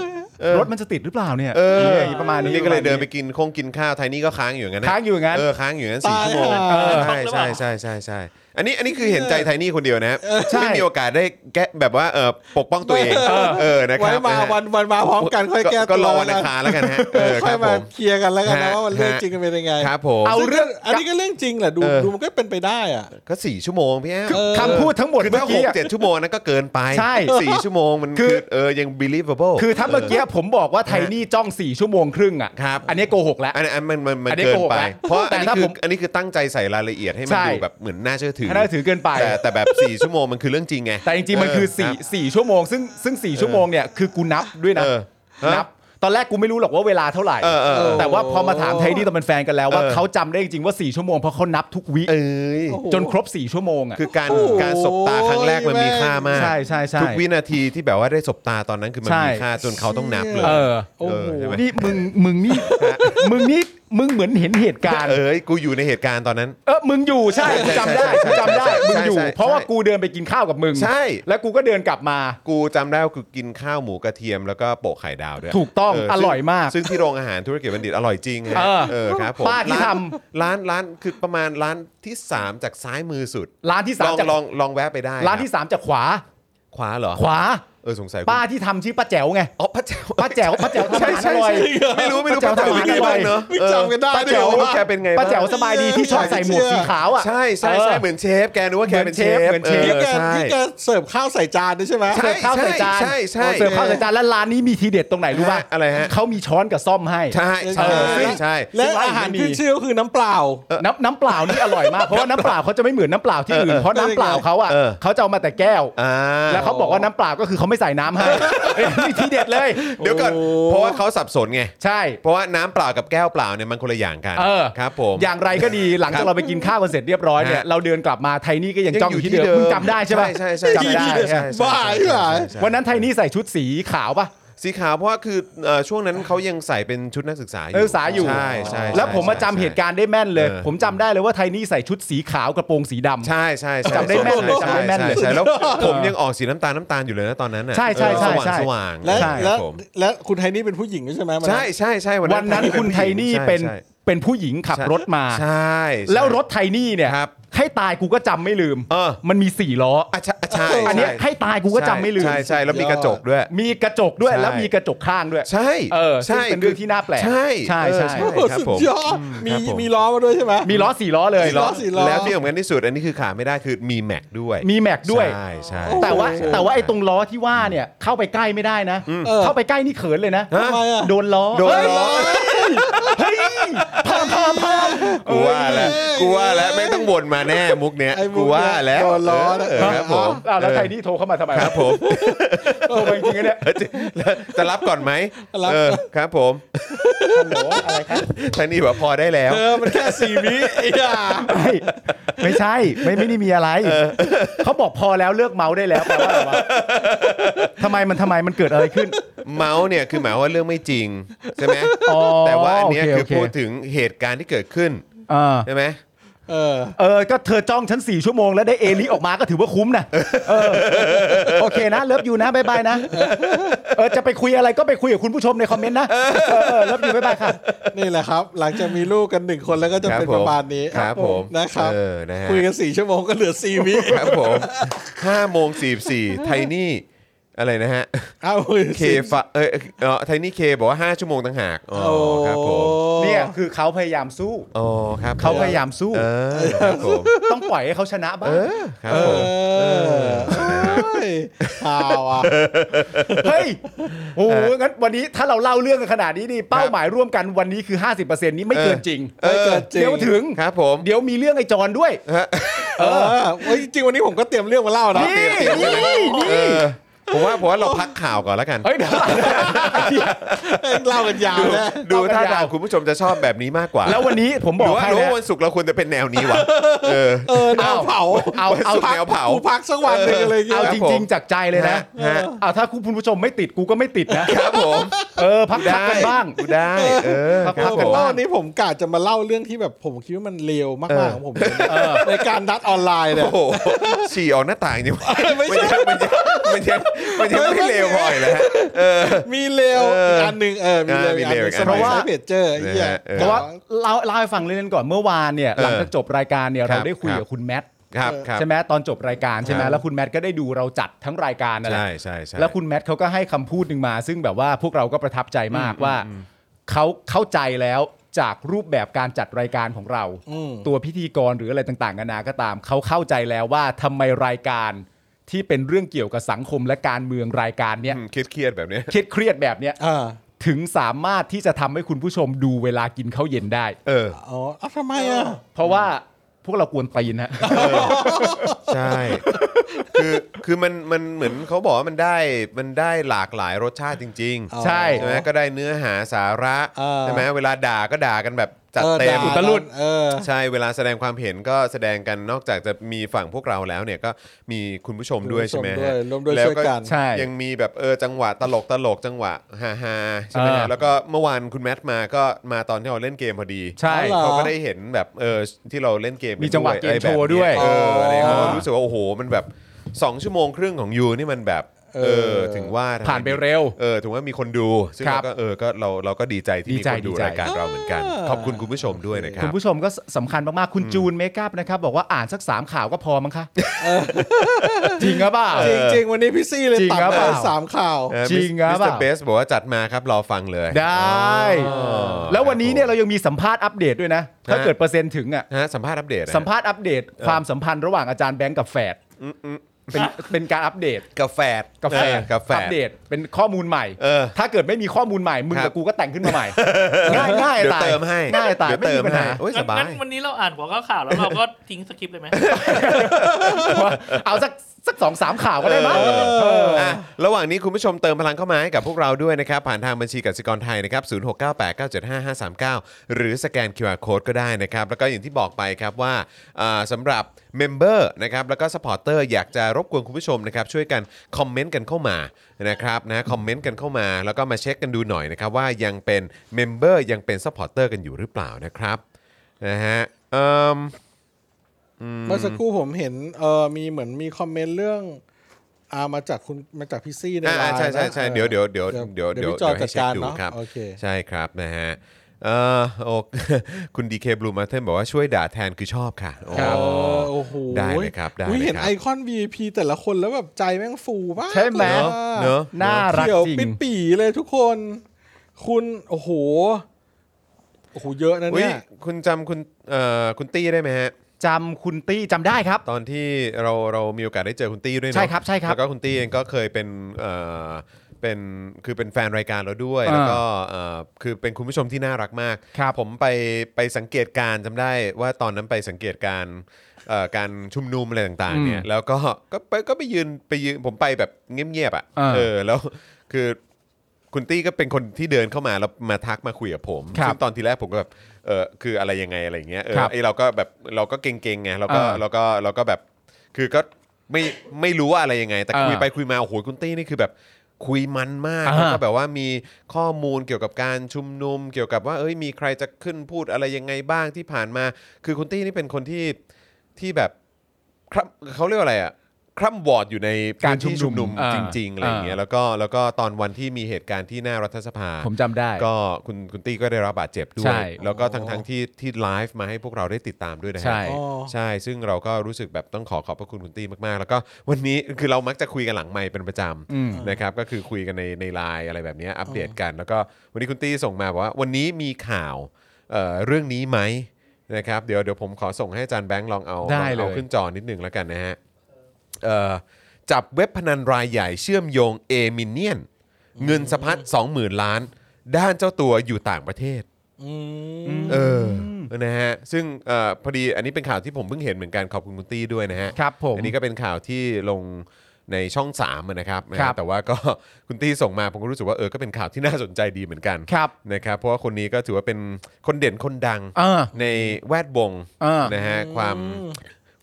Speaker 2: รถมันจะติดหรือเปล่าเนี่ย
Speaker 1: เออ
Speaker 2: เยประมาณนี้
Speaker 1: ก็เลยเดินไปกินคงกินข้าวไทยนี่ก็ค้างอยู่อย่างนั้นนะ
Speaker 2: ค้างอยู่อย่างนั้น
Speaker 1: เออค้างอยู่อย่างนั้นสี่
Speaker 3: ตาย
Speaker 1: ชั่วโมง
Speaker 3: ห่า
Speaker 2: เออ
Speaker 1: ใช่ใช่ใช่ใช่ใช่อันนี้อันนี้คือเห็นใจไทยนี่คนเดียวนะ
Speaker 2: ใช่
Speaker 1: ไม่มีโอกาสได้แก้แบบว่าเออปกป้องตัวเอง
Speaker 3: เออ
Speaker 1: เออนะครับ
Speaker 3: ไว้มา
Speaker 1: ะฮะ
Speaker 3: วันวันมาพร้อมกันค่อยแก้ตัว
Speaker 1: ก็รอวันอังคารแล้วกันฮะเออค
Speaker 3: ค่อ
Speaker 1: รับผม
Speaker 3: ยาม เคลียร์กันแล้วกันนะ
Speaker 1: ฮะ
Speaker 3: ว่ามันเรื่องจริงเป็นยังไง
Speaker 1: ครับผม
Speaker 2: เอาเรื่อง
Speaker 3: อันนี้ก็เรื่องจริงแหละดู
Speaker 1: เออ
Speaker 3: ดูมันก็เป็นไปได้อ่ะ
Speaker 1: ก็สี่ชั่วโมงพี่แอม
Speaker 3: เออ
Speaker 2: คำพูดทั้งหมด
Speaker 1: คือ
Speaker 2: เมื่
Speaker 1: ถ้า
Speaker 2: อ
Speaker 1: ห
Speaker 2: กี้
Speaker 1: ก
Speaker 2: อะ
Speaker 1: เจ็ดชั่วโมงนั้นก็เกินไป
Speaker 2: ใช่
Speaker 1: สี่ชั่วโมงมัน
Speaker 2: คื
Speaker 1: คือ อเออยัง believable
Speaker 2: คือถ้าเมื่อกี้ผมบอกว่าไทนี่จ้อง 4 ชั่วโมงครึ่งอ่ะ
Speaker 1: ครับ
Speaker 2: อันนี้โกหกแล้ว
Speaker 1: อันนี้อันมันมันมัน
Speaker 2: อันนี้
Speaker 1: เกินไป
Speaker 2: โกหกนะ
Speaker 1: เพราะ
Speaker 2: แต่
Speaker 1: อันนี้
Speaker 2: ถ้า
Speaker 1: คือ
Speaker 2: ผม
Speaker 1: อันนี้คือตั้งใจใส่รายละเอียดให้มั
Speaker 2: ใช่
Speaker 1: นดูแบบเหมือนน่าเชื่อถือ
Speaker 2: ถ้าถือเกินไป
Speaker 1: แต่แต่แบบ 4 ชั่วโมงมันคือเรื่องจริงไง
Speaker 2: แต่จริงๆมันคือ 4 4 ชั่วโมง ซึ่งซึ่ง 4 ชั่วโมงเนี่ยคือกูนับด้วย
Speaker 1: เอ
Speaker 2: นะ
Speaker 1: อฮะ
Speaker 2: นับ ตอนแรกกูไม่รู้หรอกว่าเวลาเท่าไหร่
Speaker 1: เออเออเออ
Speaker 2: แต่ว่าพอมาถามไทนี่ตอนเป็นแฟนกันแล้วว่า
Speaker 1: เออ
Speaker 2: เขาจำได้จริงๆว่า4ชั่วโมงเพราะเขานับทุกวิ
Speaker 1: เอ้ย
Speaker 3: โอ้โห
Speaker 2: จนครบ4ชั่วโมงอ่ะ
Speaker 1: คือการ
Speaker 3: โอ้โห
Speaker 1: การสบตาครั้งแรกมันมีค่ามาก
Speaker 2: ใช่ใช่ใช่
Speaker 1: ทุกวินาทีที่แบบว่าได้สบตาตอนนั้นคือมัน
Speaker 2: ใช่
Speaker 1: มีค่าจนเขาต้องนับเลย
Speaker 2: เออ
Speaker 3: โอ้
Speaker 1: เอ
Speaker 3: โห
Speaker 1: อใช่ไหม
Speaker 2: นี่มึงมึงนี่ มึงนี่มึงเหมือนเห็นเหตุการณ์
Speaker 1: เอ้ยกูอยู่ในเหตุการณ์ตอนนั้น
Speaker 2: เออมึงอยู่ใช่กูจำได้กูจำได้
Speaker 1: ใช่ใช่
Speaker 2: มึงอยู่
Speaker 1: ใช่ใช่
Speaker 2: เพราะว่ากูเดินไปกินข้าวกับมึง
Speaker 1: ใช่
Speaker 2: แล้วกูก็เดินกลับมา
Speaker 1: กูจำได้ว่ากูกินข้าวหมูกระเทียมแล้วก็โปะไข่ดาวด้วย
Speaker 2: ถูกต้อง
Speaker 1: เ
Speaker 2: อร่อยมาก
Speaker 1: ซึ่งที่โรงอาหารธุรกิจบัณฑิตอร่อยจริงฮะ
Speaker 2: เออ
Speaker 1: เออครับผม
Speaker 2: ป้าที่
Speaker 1: ร้น
Speaker 2: ท
Speaker 1: ร้านร้านคือประมาณร้านที่ 3 จากซ้ายมือสุด
Speaker 2: ร้านที่
Speaker 1: ล
Speaker 2: สาม
Speaker 1: อง
Speaker 2: จาก
Speaker 1: ลองลองแวะไปได้
Speaker 2: ร้านที่สามจากขวา
Speaker 1: ขวาเหรอ
Speaker 2: ขวา
Speaker 1: เออสงสัย
Speaker 2: ป้าที่ทำชื่อป้าแจ๋วไง
Speaker 1: อ๋อพระเจ้า
Speaker 2: ป้าแจ๋วป้าแจ๋วทำ
Speaker 1: ใช่
Speaker 2: อาหาร
Speaker 1: ใช่
Speaker 2: อร่อย
Speaker 1: ใช่ไม่รู้ไม่รู้
Speaker 2: พ
Speaker 1: พ
Speaker 2: ระ
Speaker 1: ระ
Speaker 2: เจ้า
Speaker 1: เจ้าเป็นไง
Speaker 2: ทำอาหารอร่
Speaker 1: บ้าง
Speaker 2: อย
Speaker 1: เนอะ
Speaker 3: ไม่จำกันได้
Speaker 1: ป้าแจ๋ว
Speaker 3: ด้วยเหรอวะ
Speaker 1: แกเป็นไง
Speaker 2: ป้าแจ๋ว
Speaker 1: บ้ง
Speaker 2: สบายดีที่ชอบใส่หมวกสีขาวอ่ะ
Speaker 1: ใช่ใช่ใช่เหมือนเชฟแกนึกว่าแกเป็นเชฟ
Speaker 2: เหมือนเชฟ
Speaker 1: เอ
Speaker 3: ที่
Speaker 1: อ
Speaker 3: แก
Speaker 1: ใช่
Speaker 3: ที่แกเสิร์ฟข้าวใส่จานด้วยใช่ไหม
Speaker 1: ใช่
Speaker 2: เสิร์ฟข้าวใส่จาน
Speaker 1: ใช่ใช่
Speaker 2: เสิร์ฟข้าวใส่จานแล้วร้านนี้มีทีเด็ดตรงไหนรู้ป่ะ
Speaker 1: ฮะอะไรฮะ
Speaker 2: เขามีช้อนกับซ่อมให้
Speaker 1: ใช่ใช่
Speaker 2: เออ
Speaker 1: ใช่
Speaker 3: และอาหารขึ้นชื่อก็คือน้ำเปล่า
Speaker 2: น้ำน้ำเปล่านี่อร่อยมาก เพราะว่าน้ำเปล่าเขาจะไม่เหมือนน้ำเปล่าที่อื่น
Speaker 1: เออ
Speaker 2: เพราะน้ำเปล่าเขาอ่ะ
Speaker 1: เออ
Speaker 2: เขาจะเอามาแต่แก้ว
Speaker 1: อ่า
Speaker 2: แล้วเขาบอกว่าน้ำเปล่าก็คือเขาไม่ใส่น้ำให้ นี่ทีเด็ดเลย
Speaker 1: เดี๋ยวก่อน
Speaker 3: โอ้
Speaker 1: เพราะว่าเขาสับสนไง
Speaker 2: ใช่
Speaker 1: เพราะว่าน้ำเปล่ากับแก้วเปล่าเนี่ยมันคนละอย่างกัน
Speaker 2: เออ
Speaker 1: ครับผม
Speaker 2: อย่างไรก็ดีหลังจากเราไปกินข้าวกันเสร็จเรียบร้อยเนี่ย
Speaker 1: ฮะ
Speaker 2: เราเดินกลับมาไทนี่ก็ยังจ้องอยู่ที่เดิมมึงจำได้ใช่ปะ
Speaker 1: ใช่ใช่
Speaker 2: จำได้
Speaker 1: ใช่ใช่
Speaker 3: บ้าหรือเปล่า
Speaker 1: ใช่ใช่
Speaker 2: วันนั้นไทนี่ใส่ชุดสีขาวปะ
Speaker 1: สีขาวเพราะว่าคือเอ่อช่วงนั้นเขายังใส่เป็นชุดนักศึกษาอยู่
Speaker 2: นักศึกษาอยู่
Speaker 1: ใช่ใช่ใช่
Speaker 2: แล้วผมมาจำ
Speaker 1: ใช่
Speaker 2: เหตุการณ์ได้แม่นเลย
Speaker 1: เออ
Speaker 2: ผมจำได้เลยว่าไทนี่ใส่ชุดสีขาวกระโปรงสีดำ
Speaker 1: ใช่ใช่ใช่
Speaker 2: จำได้แม่นเลย
Speaker 1: ใช่
Speaker 2: จำได้แม่นเลย
Speaker 1: ใช่ใช่แล้วผมยังออกสีน้ำตาลน้ำตาลอยู่เลยนะตอนนั้นน่ะ
Speaker 2: ใช่ใช่ใช่
Speaker 1: เออ
Speaker 2: ใช่
Speaker 1: สว่างส
Speaker 3: และ
Speaker 1: ว่าง
Speaker 3: และ
Speaker 1: ผม
Speaker 3: และคุณไทนี่เป็นผู้หญิงด้วยใช่ไหมวันนั้น
Speaker 1: ใช่ใช่ใช่
Speaker 2: วันนั้นคุณไทนี่เป็น
Speaker 1: ใช่ใช่
Speaker 2: เป็นผู้หญิงขับรถมา
Speaker 1: ใช่ใช่
Speaker 2: แล้วรถไทนี่เนี่ย
Speaker 1: ครับ
Speaker 2: ให้ตายกูก็จำไม่ลืม
Speaker 1: เออ
Speaker 2: มันมีสี่ล้อ
Speaker 1: อ่ะใช่ใช่
Speaker 2: อันเนี้ยให้ตายกูก็จำไม่ลืม
Speaker 1: ใช่ใช่แล้วมีกระจกด้วย
Speaker 2: มีกระจกด้วย
Speaker 1: ใช่
Speaker 2: แล้วมีกระจกข้างด้วย
Speaker 1: ใช่
Speaker 2: เออ
Speaker 1: ใช่
Speaker 2: ซึ่งเป็นเรื่องที่น่าแปลก
Speaker 1: ใช่
Speaker 2: ใช่ใช่
Speaker 1: เออ
Speaker 3: โอ้โห
Speaker 1: ครับ
Speaker 3: สุด
Speaker 1: ผม
Speaker 3: ยอดมี
Speaker 1: ครับผม
Speaker 3: มีล้อมาด้วยใช่ไหม
Speaker 2: มีล้อสี่ล้อเลย
Speaker 3: สี่ล้อ
Speaker 1: แล้วที่สำคัญที่สุดอันนี้คือขาดไม่ได้คือมีแม็กด้วย
Speaker 2: มีแม็กด้วย
Speaker 1: ใช่ใช่
Speaker 2: แต่ว่า
Speaker 3: โอ้โห
Speaker 2: แต่ว่าไอ้ตรงล้อที่ว่าเนี่ยเข้าไปใกล้ไม่ได้นะ
Speaker 3: เออ
Speaker 2: เข้าไปใกล้นี่เขินเลยนะ
Speaker 3: ทำไมอะ
Speaker 2: โดนล้อ
Speaker 1: โดน
Speaker 2: เฮ้ย
Speaker 1: ล้อ
Speaker 2: เฮ้ยพามพามพาม
Speaker 1: กูว่าแล้วกูว่าแล้วไม่ต้องวนมาแน่มุกเนี้ย
Speaker 3: ไอ้มุ
Speaker 1: กู
Speaker 3: ก
Speaker 1: ว่าแล้ว
Speaker 3: โดนล้อนะ
Speaker 1: เออครับผม
Speaker 2: อ้าวแล้วใครนี่โทรเข้ามาทำไม
Speaker 1: ครับผม
Speaker 2: โทรมาจริงๆนะเนี่ย
Speaker 1: แล้วจะรับก่อนไหม
Speaker 3: รับ
Speaker 1: เออครับผม
Speaker 2: ฮัลโหลอะไรครับ
Speaker 1: ท่านนี่บอกพอได้แล้ว
Speaker 3: เออมันแค่สี่วิไอ้ห่า
Speaker 2: ไม่ไม่ใช่ไม่ไม่ได้มีอะไรเขาบอกพอแล้วเลิกเมาส์ได้แล้วแปลว่าอะไรวะทำไมมันทำไมมันเกิดอะไรขึ้น
Speaker 1: เมาส์เนี่ยคือหมายว่าเรื่องไม่จริงใช่ไหม
Speaker 2: อ๋อ
Speaker 1: แต่ว่าอันเนี้ยคือ
Speaker 2: โอเคโอเค
Speaker 1: พูดถึงเหตุการณ์ที่เกิดขึ้น
Speaker 2: เออ
Speaker 1: ใช่ไหม
Speaker 3: เออ
Speaker 2: เออก็เธอจ้องฉันสี่ชั่วโมงแล้วได้เอลิออกมาก็ถือว่าคุ้มนะเออโอเคนะเลิฟยูนะบายบายนะเออจะไปคุยอะไรก็ไปคุยกับคุณผู้ชมในคอมเมนต์นะเออเลิฟยูบายบายค่ะ
Speaker 3: นี่แหละครับ หลังจากมีลูกกันหนึ่งคนแล้วก็จะ
Speaker 1: คบ
Speaker 3: เป็น
Speaker 1: ผม
Speaker 3: ประมาณนี้
Speaker 1: ครับผม
Speaker 3: นะครับ
Speaker 1: เออนะฮะ
Speaker 3: คุยกันสี่ชั่วโมงก็เหลือสี่วิ
Speaker 1: ครับผม5โมง44ไทนี่อะไรนะฮะ
Speaker 3: อ้าวคุยกัน
Speaker 1: เค
Speaker 3: สี่
Speaker 1: ฟะเออเออไทนี่เคบอกว่า 5 ชั่วโมงต่างหากอ๋อ
Speaker 3: โอ้
Speaker 1: ครับผม
Speaker 2: เนี่ยคือเขาพยายามสู้
Speaker 1: อ๋อครับผ
Speaker 2: เขาพยายามสู้
Speaker 1: เออครับผม
Speaker 2: ต้องปล่อยให้เขาชนะบ้า
Speaker 1: เอง อครับ
Speaker 3: เอ
Speaker 1: ผ
Speaker 3: อ
Speaker 1: ม
Speaker 3: โอ้ยฮาวอ่ะ
Speaker 2: เฮ้ย โอ้โห งั้นวันนี้ถ้าเราเล่าเรื่องกันขนาดนี้นี่เป้าหมายร่วมกันวันนี้คือ 50%นี้ไม่เกินจริง
Speaker 3: เออเกินจริง
Speaker 2: เดี๋ยวถึง
Speaker 1: ครับผม
Speaker 2: เดี๋ยวมีเรื่องไอ้จอนด้วย
Speaker 3: เออเฮ้ยจริงๆวันนี้ผมก็เตรียมเรื่องมาเล่านะ
Speaker 2: นี่
Speaker 1: เออผมว่าผมว่าเราพักข่าวก่อนแล้วกัน
Speaker 2: เฮ้ยเดี๋ยวก่อน
Speaker 3: เล่ากันยาวนะ
Speaker 1: ดูท่าทางคุณผู้ชมจะชอบแบบนี้มากกว่า
Speaker 2: แล้ววันนี้ผม
Speaker 1: ห
Speaker 2: บอ
Speaker 1: รือ
Speaker 2: ก
Speaker 1: ว่า
Speaker 2: ให้
Speaker 1: หรือ
Speaker 2: นะ
Speaker 1: ว่าวันศุกร์เราควรจะเป็นแนวนี้วะเออ
Speaker 3: เออแนวเผา
Speaker 2: เอาเอา
Speaker 1: แนวเผา
Speaker 3: กูพักสักวันหนึ่งอะไรอย่างเงี้
Speaker 2: เอา
Speaker 3: ย
Speaker 2: จริง ๆ จากใจเลยนะ
Speaker 1: ฮะ
Speaker 2: เอาถ้าคุณผู้ชมไม่ติดกูก็ไม่ติดนะ
Speaker 1: ครับผม
Speaker 2: เออ พักพักกันบ้าง
Speaker 1: กูได้เออ
Speaker 2: พัก
Speaker 1: ครับ
Speaker 3: โอ้
Speaker 1: ผม
Speaker 3: โหวันนี้ผมกะจะมาเล่าเรื่องที่แบบผมคิดว่ามันเลวมา
Speaker 1: เออ
Speaker 3: กๆของผมเลยนะในการนัดออนไลน์เนี่ย
Speaker 1: โอ้โหฉี่ออกหน้าต่างยัง
Speaker 3: ไม่
Speaker 1: มัน
Speaker 3: ใช่
Speaker 1: ยังมันยังมันยังมันยังไม่เลวพอเลยฮะเออ
Speaker 3: มีเลว
Speaker 1: เอออี
Speaker 3: อีกอันหนึ่งเออมีเลว
Speaker 1: อ่ามี
Speaker 3: อีกอันห
Speaker 1: เลวอีก
Speaker 3: นึ่ง
Speaker 1: อัน
Speaker 3: เพราะว่า
Speaker 2: หนึ่ง
Speaker 3: ใช้เพจเจอร์ไอ้เหี้ย
Speaker 1: นะฮะเออ
Speaker 2: เพราะว่าเล่าเล่าให้ฟังเรื่องนั้นก่อน เมื่อวานเนี่ย หลังจากจบรายการเนี่ย
Speaker 1: ครั
Speaker 2: เรา
Speaker 1: บ
Speaker 2: ได้คุย
Speaker 1: ครับ
Speaker 2: กับคุณแมท
Speaker 1: ครับครับ
Speaker 2: ใช่ไหมตอนจบรายการใช่ไห
Speaker 1: ค
Speaker 2: ม
Speaker 1: รับ
Speaker 2: แล้วคุณแมทก็ได้ดูเราจัดทั้งรายการนั่นแหละ
Speaker 1: ใช่ใช่ใช่
Speaker 2: แล้วคุณแมทเขาก็ให้คำพูดหนึ่งมา ซึ่งแบบว่าพวกเราก็ประทับใจมากว่าเขาเข้าใจแล้วจากรูปแบบการจัดรายการของเรา
Speaker 3: อืม
Speaker 2: ตัวพิธีกรหรืออะไรต่างๆกันานาก็ตาม เขาเข้าใจแล้วว่าทำไมรายการที่เป็นเรื่องเกี่ยวกับสังคมและการเมืองรายการเนี้ย
Speaker 1: เครียดเครียดๆแบบเนี้ย
Speaker 2: เครียดเครียดๆแบบเนี้ย
Speaker 3: อ่า
Speaker 2: ถึงสามารถที่จะทำให้คุณผู้ชมดูเวลากินข้าวเย็นได้
Speaker 1: เออ
Speaker 3: อ๋อเอาทำไมอ่ะ
Speaker 2: เพราะว่าพวกเรากวนตีนฮะ
Speaker 1: ใช่ คือคือมันมันเหมือนเขาบอกว่ามันได้มันได้หลากหลายรสชาติจริง
Speaker 3: อ๋อ
Speaker 1: ๆ
Speaker 2: ใช่
Speaker 1: ใช่ไหมก็ได้เนื้อหาสาระ
Speaker 3: เออ
Speaker 1: ใช่ไหมเวลาด่าก็ด่ากันแบบจัดเต็ม
Speaker 3: ออ
Speaker 2: ตะลุด
Speaker 3: เออ
Speaker 1: ใช่เวลาแสดงความเห็นก็แสดงกันนอกจากจะมีฝั่งพวกเราแล้วเนี่ยก็มีคุณผู้ชมด้วยใช่ไหม
Speaker 3: คุณผู้ชมด้
Speaker 1: ฮะ
Speaker 3: วยร่วมด้วย
Speaker 1: แล้
Speaker 3: ช่วยกัน
Speaker 2: ใช่
Speaker 1: ยังมีแบบเออจังหวะตลกตลกจังหวะฮาฮาๆใช่ไหมฮะ
Speaker 2: อ่า
Speaker 1: แล้วก็เมื่อวานคุณแมทมาก็มาตอนที่เราเล่นเกมพอดี
Speaker 2: ใช่
Speaker 3: อ๋อ
Speaker 1: เขาก็ได้เห็นแบบเออที่เราเล่นเกมกัน
Speaker 2: มีจังหวะ
Speaker 1: ด้วย
Speaker 2: เกมโชว์ด้วย
Speaker 1: เอออะไรเงี้ย
Speaker 3: อ๋อ
Speaker 1: เออรู้สึกว่าโอ้โหมันแบบ 2 ชั่วโมงครึ่งของยูนี่มันแบบเอ
Speaker 3: เอ
Speaker 1: อ
Speaker 3: อ
Speaker 1: ถึงว่า
Speaker 2: ผ่านไปเร็ว
Speaker 1: เออถึงว่ามีคนดู ซึ่ง
Speaker 2: ครับ
Speaker 1: เราก็เออก็เราเราก็ดีใจที่
Speaker 2: ดี
Speaker 1: มี
Speaker 2: ใจ
Speaker 1: คนดู
Speaker 2: ดีใจ
Speaker 1: รายการเราเหมือนกัน ขอบคุณคุณผู้ชมด้วยนะครั
Speaker 2: คุณ
Speaker 1: บ
Speaker 2: ผู้ชมก็สำคัญมากๆ คุณจูนเมคอัพนะครับ บอกว่าอ่านสักสามข่าวก็พอมั้งคะ จริงหรือเปล่า
Speaker 3: จริงๆ วันนี้พี่ซี่เลย
Speaker 2: จริง
Speaker 3: ตัด
Speaker 2: หรือเป
Speaker 3: ไป
Speaker 2: ล่า
Speaker 3: สามข่าว
Speaker 1: เออ
Speaker 2: จริงอะ
Speaker 1: มิสเต
Speaker 2: เป
Speaker 1: อ
Speaker 2: ล่า
Speaker 1: ร์เบสบอกว่าจัดมาครับ รอฟังเลย
Speaker 2: ได้
Speaker 1: อ๋อ
Speaker 2: แล้ววันนี้เนี่ยเรายังมีสัมภาษณ์อัปเดตด้วยนะ ถ้าเกิดเปอร์เซ็นต์ถึงอ่ะ
Speaker 1: ฮะสัมภาษณ์อัปเดตนะ
Speaker 2: สัมภาษณ์อัปเดตความสัมพันธ์ระหว่างอาจารย์แบงก์กับแฝดเป็นเป็นการอัปเดต
Speaker 1: กาแฟด
Speaker 2: กับแฝด
Speaker 1: เออกาแฟ
Speaker 2: อั
Speaker 1: ด
Speaker 2: ปเดตเป็นข้อมูลใหม่
Speaker 1: เออ
Speaker 2: ถ้าเกิดไม่มีข้อมูลใหม่ มึง
Speaker 1: ครั
Speaker 2: กับบ กูก็แต่งขึ้นมาใหม่ ง่ายง่าย
Speaker 1: เดี๋ยว
Speaker 2: ตาย
Speaker 1: เติมให้
Speaker 2: ง่ายตาย
Speaker 1: เดี๋ว
Speaker 2: ไม่
Speaker 1: เติ
Speaker 2: มี
Speaker 1: ม
Speaker 2: ปัญ
Speaker 1: ให้
Speaker 2: หา
Speaker 1: โอ้ยส
Speaker 4: งั้น
Speaker 1: บาย
Speaker 4: งั้นวันนี้เราอ่านหัวข้อข่าวแล้วเราก็ทิ้งสคริปต์เลยไหม
Speaker 2: เอาสักสักสองสามข่าวก็ได้มั้ง
Speaker 1: เออ อ่ะระหว่างนี้คุณผู้ชมเติมพลังเข้ามาให้กับพวกเราด้วยนะครับ ผ่านทางบัญชีกสิกรไทยนะครับ 0698975539 หรือสแกน QR Code ก็ได้นะครับ แล้วก็อย่างที่บอกไปครับว่าอ่าสำหรับเมมเบอร์นะครับแล้วก็สปอร์เตอร์อยากจะรบกวนคุณผู้ชมนะครับ ช่วยกันคอมเมนต์กันเข้ามานะครับนะคอมเมนต์กันเข้ามา แล้วก็มาเช็คกันดูหน่อยนะครับ ว่ายังเป็นเมมเบอร์ยังเป็นสปอร์เตอร์กันอยู่หรือเปล่านะครับนะฮะเอิ่ม
Speaker 3: เมื่อสักครู่ผมเห็นเออมีเหมือนมีคอมเมนต์เรื่องอามาจากคุณมาจากพี่ซี่ในไล
Speaker 1: อ่า
Speaker 3: น์
Speaker 1: ใช่ใช่
Speaker 3: นะ
Speaker 1: ใช่
Speaker 3: ออ
Speaker 1: เดี๋ยวเดี๋ยวเดี๋ยวเดี๋ยว
Speaker 3: เดี๋
Speaker 1: เดี๋
Speaker 3: ย
Speaker 1: ยวว
Speaker 3: พี่จ
Speaker 1: เดี๋ยว
Speaker 3: อจั
Speaker 1: ให้
Speaker 3: ด
Speaker 1: เช็ค
Speaker 3: การ
Speaker 1: ดู
Speaker 3: เนาะ
Speaker 1: ครับ
Speaker 3: โอเค
Speaker 1: ใช่ครับนะฮะ เออโอ้คุณ ดีเคบลูมาเทนบอกว่าช่วยด่าแทนคือชอบค่ะโอ้
Speaker 3: เออโอ้โห
Speaker 1: ได้เลยครับได้
Speaker 3: อุ๊ย
Speaker 1: เลย
Speaker 3: เห็น
Speaker 1: ครับ
Speaker 3: ไอคอน VIP แต่ละคนแล้วแบบใจแม่งฟูมาก
Speaker 2: ใช่ไหม
Speaker 3: เล
Speaker 1: เน
Speaker 3: ยอะ
Speaker 1: อะเนอะ
Speaker 2: น่ารัก
Speaker 3: เขียว
Speaker 2: จริง
Speaker 3: ปิดปีเลยทุกคน คุณโอ้โหโอ้โหเยอะนะ
Speaker 1: อุ๊ย
Speaker 3: เนี่ย
Speaker 1: คุณจำคุณเอ่อคุณตี้ได้ไหมฮะ
Speaker 2: จำคุณตี้จำได้ครับ
Speaker 1: ตอนที่เราเรามีโอกาสได้เจอคุณตี้ด้วยเนอะ
Speaker 2: ใช่ครับใช่ครับ
Speaker 1: แล้วก็คุณตี้เองก็เคยเป็นเอ่อเป็นคือเป็นแฟนรายการเราด้วย
Speaker 2: อ่า
Speaker 1: แล้วก็เอ่อคือเป็นคุณผู้ชมที่น่ารักมาก
Speaker 2: ครับ
Speaker 1: ผมไปไปสังเกตการณ์จำได้ว่าตอนนั้นไปสังเกตการณ์เอ่อการชุมนุมอะไรต่างๆเนี่ยแล้วก็ก็ไปก็ไปยืนไปยืนผมไปแบบเงียบๆอ่ะ
Speaker 2: อ่า
Speaker 1: เออแล้วคือคุณตี้ก็เป็นคนที่เดินเข้ามาแล้วมาทักมาคุยกับผม
Speaker 2: ครับ
Speaker 1: ซึ่งตอนทีแรกผมก็แบบเออคืออะไรยังไงอะไรอย่างเงี้ยเออ
Speaker 2: ครับ
Speaker 1: ไอเราก็แบบเราก็เก่งๆไงเราก็
Speaker 2: อ่า
Speaker 1: เราก็เราก็แบบ คือก็ไม่ไม่รู้ว่าอะไรยังไง แต่
Speaker 2: อ่า
Speaker 1: คุยไปคุยมาโอ้โหคุณตี้นี่คือแบบคุยมันมาก
Speaker 2: อ่า
Speaker 1: แล้วก็แบบว่ามีข้อมูลเกี่ยวกับการชุมนุม เกี่ยวกับว่าเอ้ยมีใครจะขึ้นพูดอะไรยังไงบ้างที่ผ่านมา คือคุณตี้นี่เป็นคนที่ที่แบบครับเขาเรียกว่าอะไรอ่ะคร่ำวอร์ดอยู่ใน
Speaker 2: การ
Speaker 1: พื้นที่
Speaker 2: ชุมนุมอ่า
Speaker 1: จริงๆอะไรอย่างเงี้ยแล้วก็แล้วก็ตอนวันที่มีเหตุการณ์ที่หน้ารัฐสภา
Speaker 2: ผมจำได้
Speaker 1: ก็คุณคุณตี้ก็ได้รับบาดเจ็บด้ว
Speaker 2: ใช่
Speaker 1: ย แล้วก็ทั้งทั้งๆที่ที่ไลฟ์มาให้พวกเราได้ติดตามด้วยนะฮะ
Speaker 2: ใช่
Speaker 3: อ๋อ
Speaker 1: ใช่ ซึ่งเราก็รู้สึกแบบต้องขอขอบพระคุณคุณตี้มาก ๆ แล้วก็วันนี้คือเรามักจะคุยกันหลังไมค์เป็นประจ
Speaker 2: อืม
Speaker 1: ำนะครับ ก็คือคุยกันในในไลน์อะไรแบบเนี้ยอัปเดตกัน แล้วก็วันนี้คุณตี้ส่งมาบอกว่า วันนี้มีข่าวเอ่อเรื่องนี้ไหมนะครับ เดี๋ยวเดี๋ยวผมขอส่งให้อาจารย์แบงค์ลองเอา
Speaker 2: ได้
Speaker 1: ลอง
Speaker 2: เลย
Speaker 1: เอาขึ้นจอนิดนึงแล้วกันนะฮะเอ่อจับเว็บพนันรายใหญ่เชื่อมโยงเอมินเนียนเงินสะพัด20,000 ล้าน ด้านเจ้าตัวอยู่ต่างประเทศ
Speaker 3: อืม
Speaker 1: เอออนะฮะ ซึ่งเออพอดีอันนี้เป็นข่าวที่ผมเพิ่งเห็นเหมือนกันขอบคุณคุณตี้ด้วยนะฮะ
Speaker 2: ครับผม
Speaker 1: อันนี้ก็เป็นข่าวที่ลงในช่อง3ามอะนะครับนะฮะ
Speaker 2: ครับ
Speaker 1: แต่ว่าก็ คุณตี้ส่งมาผมก็รู้สึกว่าเออก็เป็นข่าวที่น่าสนใจดีเหมือนกัน
Speaker 2: ครับ
Speaker 1: นะครับ เพราะว่าคนนี้ก็ถือว่าเป็นคนเด่นคนดัง
Speaker 2: เออ
Speaker 1: ในแวดวง
Speaker 2: เออ
Speaker 1: นะฮะความ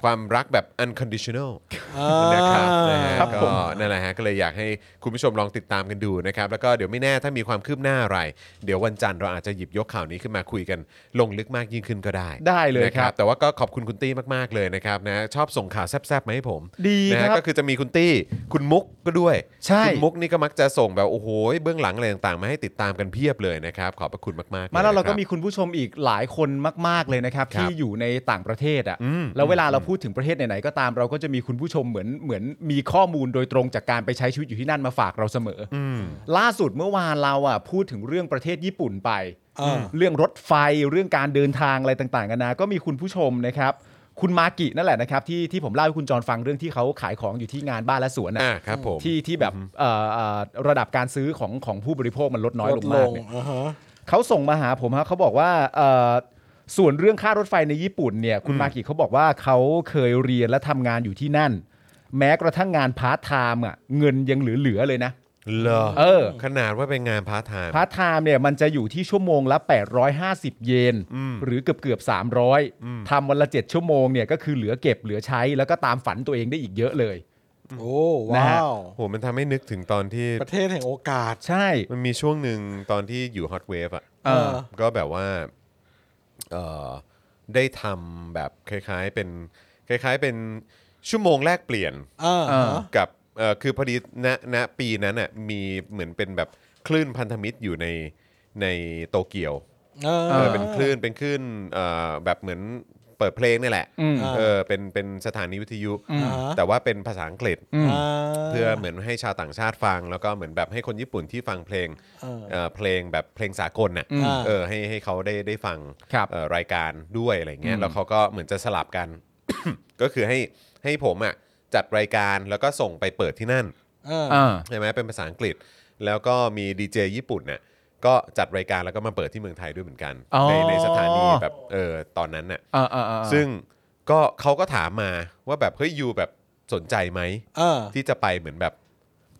Speaker 1: ความรักแบบ unconditional
Speaker 3: อ่า
Speaker 1: นะครับนะฮะ
Speaker 2: ครับผ
Speaker 1: ก็
Speaker 2: ม
Speaker 1: นั่นแหละฮะก็เลยอยากให้คุณผู้ชมลองติดตามกันดูนะครับ แล้วก็เดี๋ยวไม่แน่ถ้ามีความคืบหน้าอะไร เดี๋ยววันจันทร์เราอาจจะหยิบยกข่าวนี้ขึ้นมาคุยกัน ลงลึกมากยิ่งขึ้นก็ได้
Speaker 2: ได้เลย
Speaker 1: นะ
Speaker 2: ค
Speaker 1: ค
Speaker 2: รั
Speaker 1: รับ บ แต่ว่าก็ขอบคุณคุณตี้มากๆเลยนะครับนะชอบส่งข่าวแซ่บๆมาให้ผม
Speaker 2: ดี
Speaker 1: นะ
Speaker 2: ค
Speaker 1: ฮะ
Speaker 2: รับ
Speaker 1: ก็คือจะมีคุณตี้คุณมุกก็ด้วย
Speaker 2: ใช่
Speaker 1: คุณมุกนี่ก็มักจะส่งแบบโอ้โหเบื้องหลังอะไรต่างๆมาให้ติดตามกันเพียบเลยนะครับขอบพระคุณมากๆย
Speaker 2: มาแล้วเรา
Speaker 1: นะค
Speaker 2: ก็
Speaker 1: บ
Speaker 2: มีคุณผู้ชมอีกหลายคนมาก ๆ เลยนะครับ
Speaker 1: ครับ
Speaker 2: ที่อยู่ในต่างประเทศอ่ะ
Speaker 1: อืม
Speaker 2: แล้วเวลาเราพูดถึงประเทศไหน ๆ ก็ตามเราก็จะมีคุณผู้ชมเหมือนเหมือนมีข้อมูลโดยตรงจากการไปใช้ชีวิตอยู่ที่นั่นมาฝากเราเสมออล่าสุดเมื่อวานเราอ่ะพูดถึงเรื่องประเทศญี่ปุ่นไป
Speaker 3: อ่า
Speaker 2: เรื่องรถไฟเรื่องการเดินทางอะไรต่างๆกันานาก็มีคุณผู้ชมนะครับ คุณมากินั่นแหละนะครับที่ที่ผมเล่าให้คุณจรฟังเรื่องที่เขาขายของอยู่ที่งานบ้านและสวนน่ะ
Speaker 1: อ่าครับผม
Speaker 2: ที่ที่แบบเอ่อเอ่อระดับการซื้อของของผู้บริโภคมันลดน้อย
Speaker 3: ล
Speaker 2: ล
Speaker 3: ด
Speaker 2: ง
Speaker 3: ล
Speaker 2: มาก
Speaker 3: ง
Speaker 2: เนี่ย
Speaker 3: อ่าฮะ
Speaker 2: เขาส่งมาหาผมฮะเขาบอกว่าเอ่อส่วนเรื่องค่ารถไฟในญี่ปุ่นเนี่ยคุณมากิเขาบอกว่าเขาเคยเรียนและทำงานอยู่ที่นั่น แม้กระทั่งงานพาร์ทไทม์อ่ะเงินยังเหลือๆเลยนะ
Speaker 1: เหรอ
Speaker 2: เออ
Speaker 1: ขนาดว่าเป็นงานพาร์ทไทม์
Speaker 2: พาร์ทไทม์เนี่ยมันจะอยู่ที่ชั่วโมงละ 850 เยน หรือเกือบเกือบๆ300ทำวันละ 7 ชั่วโมงเนี่ยก็คือเหลือเก็บเหลือใช้แล้วก็ตามฝันตัวเองได้อีกเยอะเลย
Speaker 3: โอ้
Speaker 2: นะ
Speaker 3: ว้า
Speaker 2: ฮะ
Speaker 3: ว
Speaker 1: โหมันทำให้นึกถึงตอนที่
Speaker 3: ประเทศแห่งโอกาส
Speaker 2: ใช่
Speaker 1: มันมีช่วงหนึ่งตอนที่อยู่ฮอตเวฟอ่ะ
Speaker 2: เออ
Speaker 1: ก็แบบว่าเอ่อได้ทำแบบคล้ายๆเป็นคล้ายๆเป็นชั่วโมงแลกเปลี่ยน
Speaker 3: เออ
Speaker 2: เออ
Speaker 3: ฮะ
Speaker 1: กับเอ่อคือพอดีณณปีนั้นอ่ะมีเหมือนเป็นแบบคลื่นพันธมิตรอยู่ในในโตเกียว
Speaker 3: เออ
Speaker 1: เออเป็นคลื่นเป็นคลื่นเอ่อแบบเหมือนเปิดเพลงนี่แหละ
Speaker 2: อืม
Speaker 1: เออเป็นเป็นสถานีวิทยุ
Speaker 3: อ่าฮะ
Speaker 1: แต่ว่าเป็นภาษาอังกฤษ
Speaker 2: อืม
Speaker 3: อ่า
Speaker 1: เพื่อเหมือนให้ชาวต่างชาติฟัง แล้วก็เหมือนแบบให้คนญี่ปุ่นที่ฟังเพลง
Speaker 3: เออ
Speaker 1: เอ่อเพลงแบบเพลงสากลน่ะ
Speaker 3: อืม
Speaker 1: เออให้ให้เขาได้ได้ฟัง
Speaker 2: ครับ
Speaker 1: เอ่อรายการด้วยอะไรเงี้ย
Speaker 2: อืม
Speaker 1: แล้วเขาก็เหมือนจะสลับกัน ก็คือให้ให้ผมอ่ะจัดรายการแล้วก็ส่งไปเปิดที่นั่น
Speaker 3: เออ
Speaker 2: อ่า
Speaker 1: ใช่ไหมเป็นภาษาอังกฤษ แล้วก็มีดีเจญี่ปุ่นน่ะก็จัดรายการแล้วก็มาเปิดที่เมืองไทยด้วยเหมือนกัน
Speaker 2: อ๋อ
Speaker 1: ในในสถานีแบบเออตอนนั้นน่ะ
Speaker 2: อ่าอ่าอ่า
Speaker 1: ซึ่งก็เขาก็ถามมาว่าแบบเฮ้ยยูแบบสนใจไหม
Speaker 3: เออ
Speaker 1: ที่จะไปเหมือนแบบ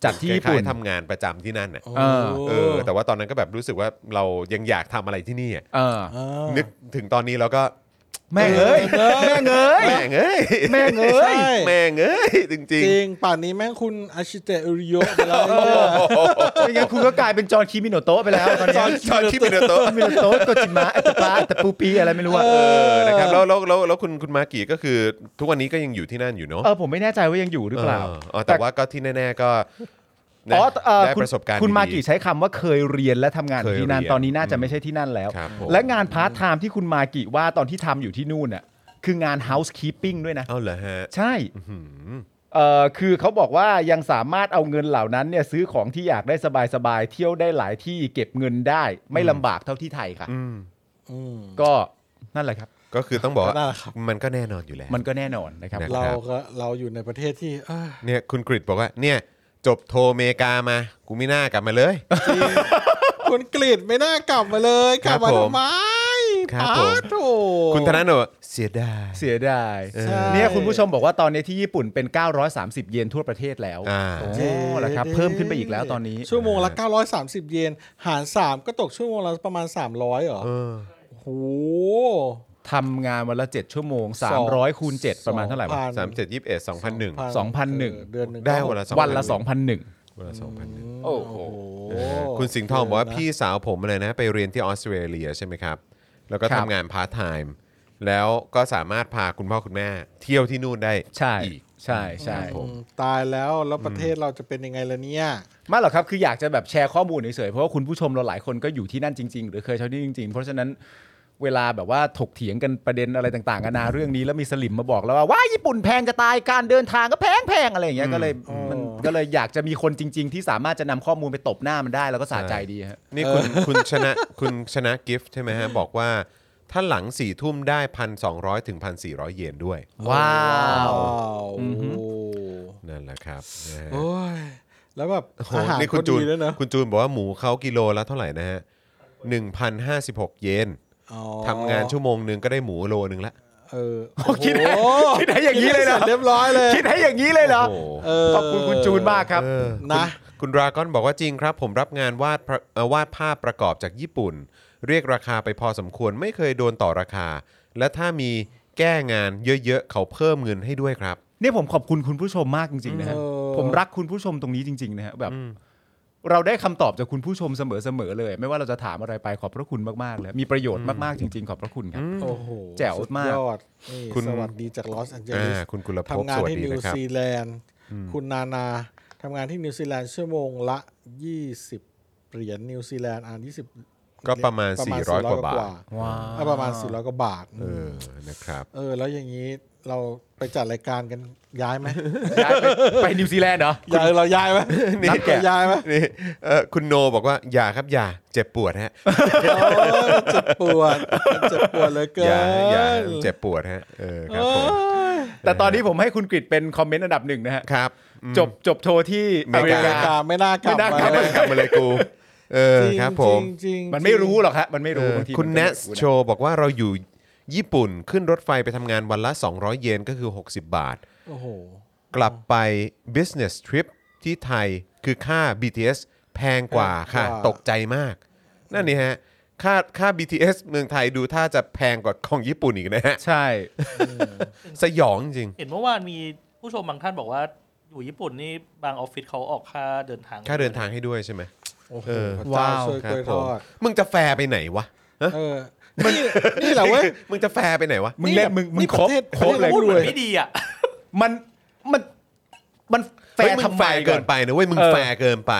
Speaker 2: จัดที่ญี่ปุ่น
Speaker 1: คล้ายๆทำงานประจำที่นั่นน่ะ
Speaker 3: โอ้
Speaker 2: เออ
Speaker 1: เออ แต่ว่าตอนนั้นก็แบบรู้สึกว่าเรายังอยากทำอะไรที่นี่อ่ะ
Speaker 2: เออ
Speaker 3: เออ
Speaker 1: นึกถึงตอนนี้เราก็
Speaker 2: แม่งเอ้ย แม่งเอ้ย
Speaker 1: แม่งเอ้ย
Speaker 2: แม่งเอ้ย
Speaker 3: ใช่
Speaker 1: แม่งเอ้ยจริง
Speaker 3: จริง ป่านนี้แม่งคุณอาชิเตะอุริโยะไปแล้ว
Speaker 1: ๆโอ้โห
Speaker 2: ไม่งั้นคุณก็กลายเป็นจอห์นคีมิโนโตะไปแล้วตอน
Speaker 1: ตอ
Speaker 2: เนี้
Speaker 1: น ตอนที่เป็นโตะ
Speaker 2: คีมิโนโตะโกจิมะอัตตะปาอัตตะปูปีอะไรไม่รู้อะ
Speaker 1: เออนะครับแล้วแล้วแล้วแล้วคุณคุณมากี่ก็คือ ทุกวันนี้ก็ยังอยู่ที่นั่นอยู่เนาะ
Speaker 2: เออผมไม่แน่ใจว่ายังอยู่หรือเปล่า
Speaker 1: เอออ๋อแต่ว่าก็ที่แน่ ๆก็ นะ
Speaker 2: อ๋อเอ่อ
Speaker 1: ได้
Speaker 2: คุณ
Speaker 1: ประสบการณ์
Speaker 2: คุณมา
Speaker 1: ดี
Speaker 2: กี่ใช้คำว่าเคยเรียนและทำงานอยู่ที่นั่น
Speaker 1: เคยเรียน
Speaker 2: ตอนนี้น่าจะไม่ใช่ที่นั่นแล้ว
Speaker 1: ครับผม
Speaker 2: และงานพาร์ทไทม์ที่คุณมากี่ว่าตอนที่ทำอยู่ที่นู่นน่ะคืองาน housekeeping ด้วยนะ
Speaker 1: เอาเหรอฮะ
Speaker 2: ใช่เอ่อคือเขาบอกว่ายังสามารถเอาเงินเหล่านั้นเนี่ยซื้อของที่อยากได้สบายๆ เที่ยวได้หลายที่เก็บเงินได้ ไม่ลำบากเท่าที่ไทยค่ะ
Speaker 1: อืม
Speaker 3: อืม
Speaker 2: ก็นั่นแหละครับ
Speaker 1: ก็คือต้องบอกว่า
Speaker 3: ก็นั่นแหละครับ
Speaker 1: มันก็แน่นอนอยู่แล้ว
Speaker 2: มันก็แน่นอนนะครับ
Speaker 1: นะ
Speaker 3: เราก็เราอยู่ในประเทศที่เอ้ย
Speaker 1: เนี่ยคุณกริดบอกว่าเนี่ยจบโทอเมริกามา กูไม่น่ากลับมาเลย
Speaker 3: คนกรีดไม่น่ากลับมาเลยกลับมา
Speaker 1: ครับผม
Speaker 3: ทำไม
Speaker 1: ครับ
Speaker 3: ปา
Speaker 1: ผม
Speaker 3: โถ
Speaker 1: คุณธนาโนบอกว่าเสียดาย
Speaker 2: เสียดาย
Speaker 1: ใช่
Speaker 2: เนี่ยคุณผู้ชมบอกว่าตอนนี้ที่ญี่ปุ่นเป็น 930 เยนทั่วประเทศแล้ว
Speaker 1: อ่า
Speaker 2: โอ้แล้ครับเพิ่มขึ้นไปอีกแล้วตอนนี้
Speaker 3: ชั่วโมงละ 930 เยน หาร 3 ก็ตกชั่วโมงละประมาณ 300เหรอ
Speaker 1: เออ
Speaker 3: โอ้โห
Speaker 2: ทำงานวันละ 7 ชั่วโมง
Speaker 3: สอง
Speaker 2: 300คูณ7ประมาณเท่าไหร่วะ
Speaker 3: พัน
Speaker 1: สามเจ็ดยี่สิบเอ็ดสองพันหนึ่ง
Speaker 2: สองพันหนึ่ง
Speaker 3: เดือนหนึ่ง
Speaker 1: ได้วันละ
Speaker 2: วัน
Speaker 1: วัน
Speaker 2: ละ 2,001
Speaker 1: ละสองพันหนึ่ง
Speaker 2: โอ้โห
Speaker 1: คุณสิงห์ทองบอกว่า
Speaker 3: เดืนนะ
Speaker 1: พี่สาวผมอะไรนะ ไปเรียนที่ออสเตรเลียใช่ไหมครับ แล้วก็
Speaker 2: ครั
Speaker 1: ทำ
Speaker 2: บ
Speaker 1: งานพาร์ทไทม์แล้วก็สามารถพาคุณพ่อคุณแม่ เที่ยวที่นู่นได้
Speaker 2: ใช่
Speaker 1: อีก
Speaker 2: ใช่ใช่
Speaker 1: ครับผม
Speaker 3: ตายแล้วแล้วประเทศเราจะเป็นยังไงล่ะเนี่ย
Speaker 2: ไม่หรอกครับ คืออยากจะแบบแชร์ข้อมูลเฉยๆ เพราะว่าคุณผู้ชมเราหลายคนก็อยู่ที่นั่นจริงๆ หรือเคยใช้ที่นี่จริงๆ เพราะฉะนั้นเวลาแบบว่าถกเถียงกันประเด็นอะไรต่างๆกันานาเรื่องนี้แล้วมีสลิมมาบอกแล้วว่าว้ายญี่ปุ่นแพงจะตายการเดินทางก็แพงแพงอะไรอย่างเงี้ยก็เลยมัน
Speaker 3: อ๋อ
Speaker 2: ก็เลยอยากจะมีคนจริง ๆ ที่สามารถจะนำข้อมูลไปตบหน้ามันได้แล้วก็สะใจดีฮะ
Speaker 1: นี่คุณคุณชนะคุณชนะกิฟต์ใช่ไหมฮะ บอกว่าถ้าหลังสี่ทุ่มได้พันสองร้อยถึงพันสี่ร้อยเยนด้วย
Speaker 2: ว้าว
Speaker 3: โอ้โห
Speaker 1: นั่นแหละครับนะฮะ
Speaker 3: โอ้ยแล้วแบบ
Speaker 1: โอ้โห
Speaker 3: อาหาร
Speaker 1: นี่คุ
Speaker 3: ก็
Speaker 1: ณจู
Speaker 3: ดี
Speaker 1: น
Speaker 3: ด้วยนะ
Speaker 1: คุณจูนบอกว่าหมูเขากิโลละเท่าไหร่นะฮะหนึ่งพันห้าสิบหกเยน
Speaker 3: อ๋อ
Speaker 1: ทำงานชั่วโมงหนึ่งก็ได้หมูโลนึงละ
Speaker 3: เออ
Speaker 2: คิดให้
Speaker 3: โอ้โ
Speaker 2: คิดให้อย่างนี้เลยนะ
Speaker 3: คิดให้สร็จเรียบร้อยเลย
Speaker 2: คิดให้อย่างนี้เลยเหรอ
Speaker 1: โอ้โห
Speaker 3: เอ
Speaker 2: ขอบคุณคุณจูนมากครับ
Speaker 1: เออ
Speaker 3: นะ
Speaker 1: คุณดราก้อนบอกว่าจริงครับ ผมรับงานวาดพระเอ่อวาดภาพประกอบจากญี่ปุ่น เรียกราคาไปพอสมควรไม่เคยโดนต่อราคา และถ้ามีแก้งานเยอะๆ เขาเพิ่มเงินให้ด้วยครับ
Speaker 2: เนี่ยผมขอบคุณคุณผู้ชมมากจริงๆนะฮะ
Speaker 3: เออ
Speaker 2: ผมรักคุณผู้ชมตรงนี้จริง ๆ นะฮะแบบ เราได้คำตอบจากคุณผู้ชมเสมอๆเลย ไม่ว่าเราจะถามอะไรไปขอบพระคุณมากๆเลยมีประโยชน์มากๆจริง ๆ ขอบพระคุณครับ
Speaker 3: โอ้โห
Speaker 2: แจ๋วมาก
Speaker 3: สุดยอดนี่
Speaker 1: คุณ
Speaker 3: สวัสดีจากลอสแอนเจลิส
Speaker 1: อ่าคุณกุลภพ
Speaker 3: ทำงาน
Speaker 1: สวัส
Speaker 3: ที่
Speaker 1: ดี
Speaker 3: นิว
Speaker 1: นะครับ
Speaker 3: ซีแลนด์คุณนานาทำงานที่นิวซีแลนด์ชั่วโมงละ 20 เหรียญนิวซีแลนด์อ่าน20
Speaker 1: ก็ประมาณ400กว่าบาท
Speaker 2: ว้า
Speaker 3: เออประมาณ 400 กว่าบาท
Speaker 1: เออนะครับ
Speaker 3: เออ แล้วอย่างนี้เราไปจัดรายการกันย้ายไหม
Speaker 2: ย้ายไปไปนิวซีแลนด์เหรอ
Speaker 3: อยากเราย้ายไหม
Speaker 2: นับแกะ
Speaker 3: เราย้ายไหม
Speaker 1: นี่เอ่อคุณโนบอกว่าอย่าครับอย่าเจ็บปวดฮะ
Speaker 3: โอ้ยมันเจ็บปวดมันเจ็บปวดเหลยเกิ
Speaker 1: อย่าน อย่าเจ็บปวดฮะเออครับผม
Speaker 2: แต่ตอนนี้ผมให้คุณกริดเป็นคอมเมนต์อันดับหนึ่งนะฮะ
Speaker 1: ครับ
Speaker 2: จบจบโทรที่
Speaker 1: อ
Speaker 2: อ
Speaker 1: เม
Speaker 2: เม
Speaker 1: ริ
Speaker 2: ริ
Speaker 1: กา
Speaker 3: อ
Speaker 2: กา
Speaker 3: เมริกาไม่น่ากลับ
Speaker 2: ไม่น่ากลับ
Speaker 3: เล
Speaker 1: กลับมาเลยกูเออครับผม
Speaker 3: จริงๆ
Speaker 2: มันไม่รู้หรอกฮะมันไม่
Speaker 1: เออบ
Speaker 2: รู้างที
Speaker 1: คุณ
Speaker 2: มั
Speaker 1: เน
Speaker 2: ก็
Speaker 1: ส
Speaker 2: ไม่รู้ะ
Speaker 1: โชว์บอกว่าเราอยู่ญี่ปุ่นขึ้นรถไฟไปทำงานวันละ 200 เยนก็คือ 60 บาท
Speaker 3: โอ้โห
Speaker 1: กลับไป business trip ที่ไทยคือค่า BTS แพงกว่าค่ะ
Speaker 3: แพงกว่า
Speaker 1: ตกใจมาก นั่นนี่ฮะ ค่าค่า BTS เมืองไทยดูถ้าจะแพงกว่าของญี่ปุ่นอีกนะฮะ
Speaker 2: ใช่
Speaker 1: สยองจริง
Speaker 4: เห็นเมื่อวานมีผู้ชมบางท่านบอกว่า อยู่ญี่ปุ่นนี่บางออฟฟิศเขาออกค่าเดินทาง
Speaker 1: ค่าเดินทางให้ด้วยใช่ไหม
Speaker 3: โอ้โห
Speaker 1: เออ
Speaker 3: พระเจ้าช่วยกล้วยทอด
Speaker 1: มึงจะแฟร์ไปไหนวะฮะ
Speaker 3: เออนี่นี่แหละเว้ย
Speaker 1: มึงจะแฟร์ไปไหนวะ
Speaker 2: มึงเล่น
Speaker 3: นี่
Speaker 2: มึงมึง
Speaker 3: นี่
Speaker 2: คร
Speaker 3: ป
Speaker 2: บ
Speaker 3: ระเทศ
Speaker 2: ครบเลย
Speaker 3: ประเทศ
Speaker 4: พูดเหมือนไม่ดีอ่ะ
Speaker 2: มันมันมันแฟ
Speaker 1: เฮ้ย
Speaker 2: ร์
Speaker 1: มึง
Speaker 2: ทำไม
Speaker 1: แฟร์
Speaker 2: ก่
Speaker 1: เกิ
Speaker 2: อน
Speaker 1: นไปนะเว้ยมึง
Speaker 2: เออ
Speaker 1: แฟร์เกินไป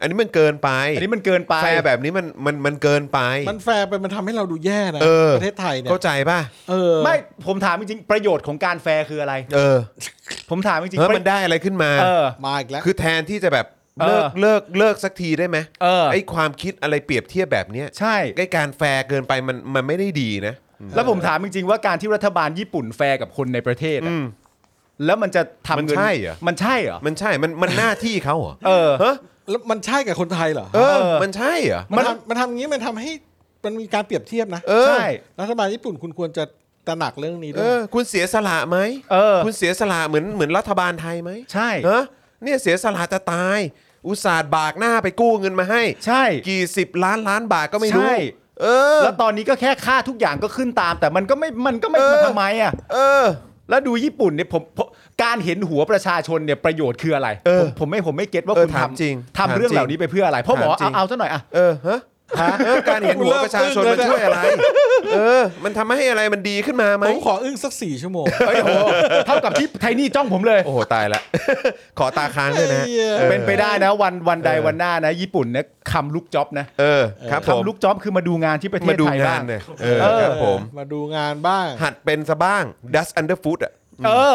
Speaker 1: อันนี้มันเกินไป
Speaker 2: อันนี้มันเกินไป
Speaker 1: แฟร์แบบนี้มันมันมันเกินไป
Speaker 3: มันแฟร์ไปมันทำให้เราดูแย่นะ
Speaker 1: เออ
Speaker 3: ประเทศไทยเนี่ย
Speaker 1: เข้าใจป่ะ
Speaker 3: เออ
Speaker 2: ไม่ผมถามจริงๆประโยชน์ของการแฟร์คืออะไร
Speaker 1: เออ
Speaker 2: ผมถามจริง
Speaker 1: เฮ้ย
Speaker 2: ๆ
Speaker 1: มันได้อะไรขึ้นมา
Speaker 2: เออ
Speaker 3: มาอีกแล้ว
Speaker 1: คือแทนที่จะแบบเลิก
Speaker 2: เออ
Speaker 1: เลิกเลิกสักทีได้ไหม
Speaker 2: เออ
Speaker 1: ไอ้ความคิดอะไรเปรียบเทียบแบบเนี้ย
Speaker 2: ใช่
Speaker 1: ไอ้การแฟร์เกินไปมันมันไม่ได้ดีนะ
Speaker 2: แล้วผมถามจริงๆว่าการที่รัฐบาลญี่ปุ่นแฟร์กับคนในประเทศอะแล้วมันจะทำ
Speaker 1: มัน
Speaker 2: เงิ
Speaker 1: ใช่เหรอ
Speaker 2: มันใช่เหรอ
Speaker 1: มันใช่มันมันหน้าที่เขาเหรอ
Speaker 2: เออ
Speaker 1: ฮะ
Speaker 3: แล้วมันใช่กับคนไทยเหรอ
Speaker 1: เออ
Speaker 2: เออ
Speaker 1: มันใช่เหรอ
Speaker 3: มันทำมันทำอย่างนี้มันทำให้มันมีการเปรียบเทียบนะ
Speaker 1: เออ
Speaker 2: ใช่
Speaker 3: รัฐบาลญี่ปุ่นคุณควรจะตระหนักเรื่องนี้ด้
Speaker 1: เอ
Speaker 3: วย
Speaker 1: อ คุณเสียสละไหม
Speaker 2: เออ
Speaker 1: คุณเสียสละเหมือนเหมือนรัฐบาลไทยไหม
Speaker 2: ใช่
Speaker 1: ฮะเนี่ยเสียสละจะตาย อุตส่าห์บากหน้าไปกู้เงินมาให้
Speaker 2: ใช่
Speaker 1: กี่สิบล้านล้านบาทก็ไม่รู้
Speaker 2: ใช่
Speaker 1: เออ
Speaker 2: แล้วตอนนี้ก็แค่ค่าทุกอย่างก็ขึ้นตาม แต่มันก็ไม่มันก็ไม่
Speaker 1: เออ
Speaker 2: มันทำไมอ่ะ
Speaker 1: เออ
Speaker 2: แล้วดูญี่ปุ่นเนี่ยผมผมการเห็นหัวประชาชนเนี่ยประโยชน์คืออะไร
Speaker 1: เออ
Speaker 2: ผมผมไม่ผมไม่เก็ตว่า
Speaker 1: เออ
Speaker 2: คุณ
Speaker 1: ถาม
Speaker 2: ทำ
Speaker 1: จริง
Speaker 2: ทำเรื่อง
Speaker 1: ถามจริง
Speaker 2: เหล่านี้ไปเพื่ออะไรพ่อหมอ
Speaker 1: ถามจริ
Speaker 2: เอา
Speaker 1: ง
Speaker 2: เอาซะหน่อยอ่ะ
Speaker 1: เออฮะ เออการเห็นหัวประชาชนมันช่วยอะไร เออ มันทำให้อะไรมันดีขึ้นมาไหม
Speaker 3: ผมขออึ้งสักสี่ชั่วโมง
Speaker 2: เฮ้ยโอ้โหเท่ากับที่ไทนี่จ้องผมเลย
Speaker 1: โอ้โห ตายละ ขอตาค้างด้วยนะ
Speaker 3: เหี้ย
Speaker 1: เออ
Speaker 2: เป็นไปได้นะวันวันใดวันหน้านะ ญี่ปุ่นนะคำลุกจ็อบนะ
Speaker 1: เออ ครับผม
Speaker 2: คำลุกจ็อบคือมาดูงานที่ประเท
Speaker 1: มา
Speaker 2: ศ
Speaker 1: ดู
Speaker 2: ไทย
Speaker 1: งา
Speaker 2: บ้าน ง
Speaker 1: เนี่ยเออ
Speaker 2: เออ
Speaker 1: ครับผม
Speaker 3: มาดูงานบ้าง
Speaker 1: หัดเป็นซะบ้าง dust under foot อ่ะ
Speaker 2: เออ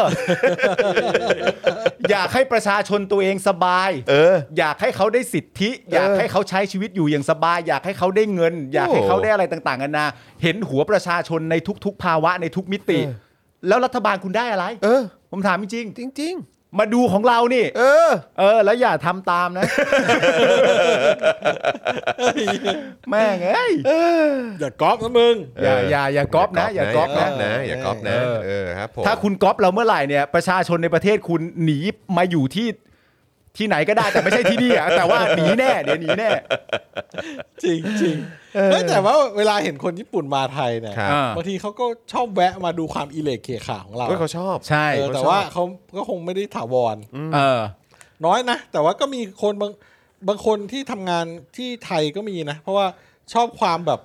Speaker 2: อยากให้ประชาชนตัวเองสบาย
Speaker 1: เออ
Speaker 2: อยากให้เขาได้สิทธิ อยากให้เขาใช้ชีวิตอยู่อย่างสบาย อยากให้เขาได้เงิน อยากให้เขาได้อะไรต่างๆนานาเห็นหัวประชาชนในทุก ๆ ภาวะในทุกมิติ
Speaker 1: เออ
Speaker 2: แล้วรัฐบาลคุณได้อะไร
Speaker 1: เออ
Speaker 2: ผมถามจริง
Speaker 1: จริง
Speaker 2: ๆมาดูของเรานี่
Speaker 1: ๆ เออ
Speaker 2: เออ แล้วอย่าทำ ตามนะ แม่งเอ้ย
Speaker 3: อย่าก๊อปนะมึง
Speaker 2: อย่าอย่าอย่าก๊อปนะ อย่าก๊อปนะ
Speaker 1: นะ อย่าก๊อปนะ
Speaker 2: เออ
Speaker 1: เออครับผม
Speaker 2: ถ้าคุณก๊อปเราเมื่อไหร่เนี่ย ประชาชนในประเทศคุณหนีมาอยู่ที่ที่ไหนก็ได้แต่ไม่ใช่ที่นี่ อะแต่ว่าหนีแน่เดี๋ยวหนีแน่
Speaker 3: จริงจริงเฮ้ยแต่ว่าเวลาเห็นคนญี่ปุ่นมาไทยเนี่ย
Speaker 1: ครับ
Speaker 2: อ่า
Speaker 3: บางทีเขาก็ชอบแวะมาดูความอิเล็กเคขาของเรา
Speaker 1: เฮ้ยเขาชอบ
Speaker 2: ใช่
Speaker 3: เออแต่ว่าเขาก็คงไม่ได้ถาวร
Speaker 2: เออ
Speaker 3: น้อยนะ แต่ว่าก็มีคนบางบางคนที่ทำงานที่ไทยก็มีนะ เพราะว่าชอบความแบบ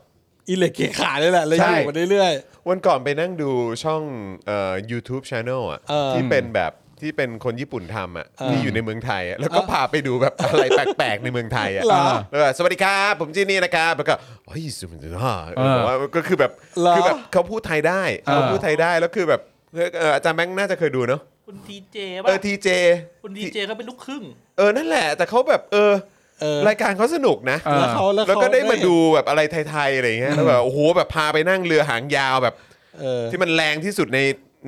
Speaker 3: อิเล็กเคขาเลยแหละเลยอ
Speaker 2: ใช่
Speaker 3: ยู่มาเรื่อย
Speaker 1: วันก่อนไปนั่งดูช่องเอ่อ YouTube Channel อ่ะ
Speaker 3: เออ
Speaker 1: ที่เป็นแบบที่เป็นคนญี่ปุ่นทำอ่ะ
Speaker 3: เออ
Speaker 1: ที่อยู่ในเมืองไทยอะแล้วก็พาไปดูแบบ อะไรแปลกๆในเมืองไทยอ่ะ
Speaker 3: เหรอ
Speaker 1: แล้วแบบสวัสดีครับผมจีนี่นะครับแล้วก็เฮ้ยสุดยอด
Speaker 2: เออ
Speaker 1: บอกว่าก็คือแบบ
Speaker 3: เหรอ
Speaker 1: คือแบบเขาพูดไทยได้
Speaker 2: เออ
Speaker 1: เขาพูดไทยได้แล้วคือแบบเอ่ออาจารย์แบงค์น่าจะเคยดูเนาะ
Speaker 4: คุณทีเจป่ะ
Speaker 1: เออทีเจ
Speaker 4: คุณทีเจเขาเป็นลูกครึ่ง
Speaker 1: เออนั่นแหละ แต่เขาแบบเออ
Speaker 3: ๆเออ
Speaker 1: รายการเขาสนุกนะ
Speaker 2: ออ
Speaker 3: แล้วเขาแล้ว
Speaker 1: แล้ว
Speaker 3: เข
Speaker 1: ก็ได้มาดูแบบอะไรไทยๆอะไรอย่างเงี้ยแล้วแบบโอ้โหแบบพาไปนั่งเรือหางยาวแบบ
Speaker 3: เออ
Speaker 1: ที่มันแรงที่สุดใน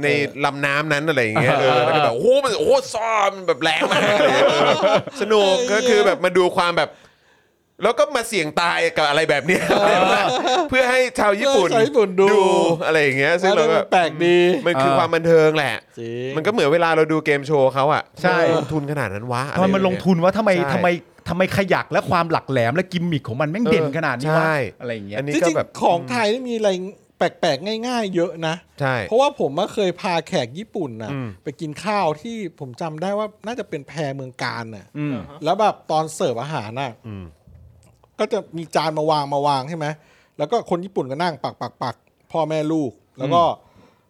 Speaker 1: ใน
Speaker 3: เออ
Speaker 1: ลำน้ำนั้นอะไรอย่างเงี้ย
Speaker 2: เอ
Speaker 1: เอ
Speaker 2: อ
Speaker 1: อแล้วก็แบบโอ้โหมันโอ้โหซ้อมนแบบแรงมากอะไรอย่างเงี้ยเออสนุกก็คือแบบมาดูความแบบ แล้วก็มาเสี่ยงตายกับอะไรแบบเนี้ยเพื่อให้ชาวญี่ปุ่น
Speaker 3: ชาวญี่ปุ่นดู
Speaker 1: อะไรอย่างเงี้ยซึ่ง
Speaker 3: แล้ว
Speaker 1: เรา
Speaker 3: นี่
Speaker 1: ก็
Speaker 3: มันแปลกดี
Speaker 1: มันคือความบันเทิงแหละ
Speaker 3: จริง
Speaker 1: มันก็เหมือนเวลาเราดูเกมโชว์เขาอะ
Speaker 2: ใช่
Speaker 1: ลงทุนขนาดนั้นวะอะ
Speaker 2: ทำ
Speaker 1: ไร
Speaker 2: ไม
Speaker 1: แบบเย
Speaker 2: มันลงทุนว่าทำไม
Speaker 1: ใช่
Speaker 2: ทำไมทำไมขยักและความหลักแหลมและกิมมิคของมันแม่งเด่นขนาดนี้วะ
Speaker 1: ใช่
Speaker 2: อะไรอย่างเงี้ย
Speaker 1: อันนี้
Speaker 3: จ
Speaker 1: ก็
Speaker 3: ริง
Speaker 1: แบบ
Speaker 3: ๆของไทยนี่มีอะไรแปลกๆ ง่ายๆ เยอะนะ
Speaker 1: ใช่
Speaker 3: เพราะว่าผมอะเคยพาแขกญี่ปุ่นนะ
Speaker 1: อืม
Speaker 3: ไปกินข้าวที่ผมจำได้ว่าน่าจะเป็นแพเมืองการน่ะ
Speaker 2: อืม
Speaker 3: แล้วแบบตอนเสิร์ฟอาหารน่ะ
Speaker 1: อืม
Speaker 3: ก็จะมีจานมาวางมาวางใช่ไหมแล้วก็คนญี่ปุ่นก็นั่งปักปักปักพ่อแม่ลูก แล้วก็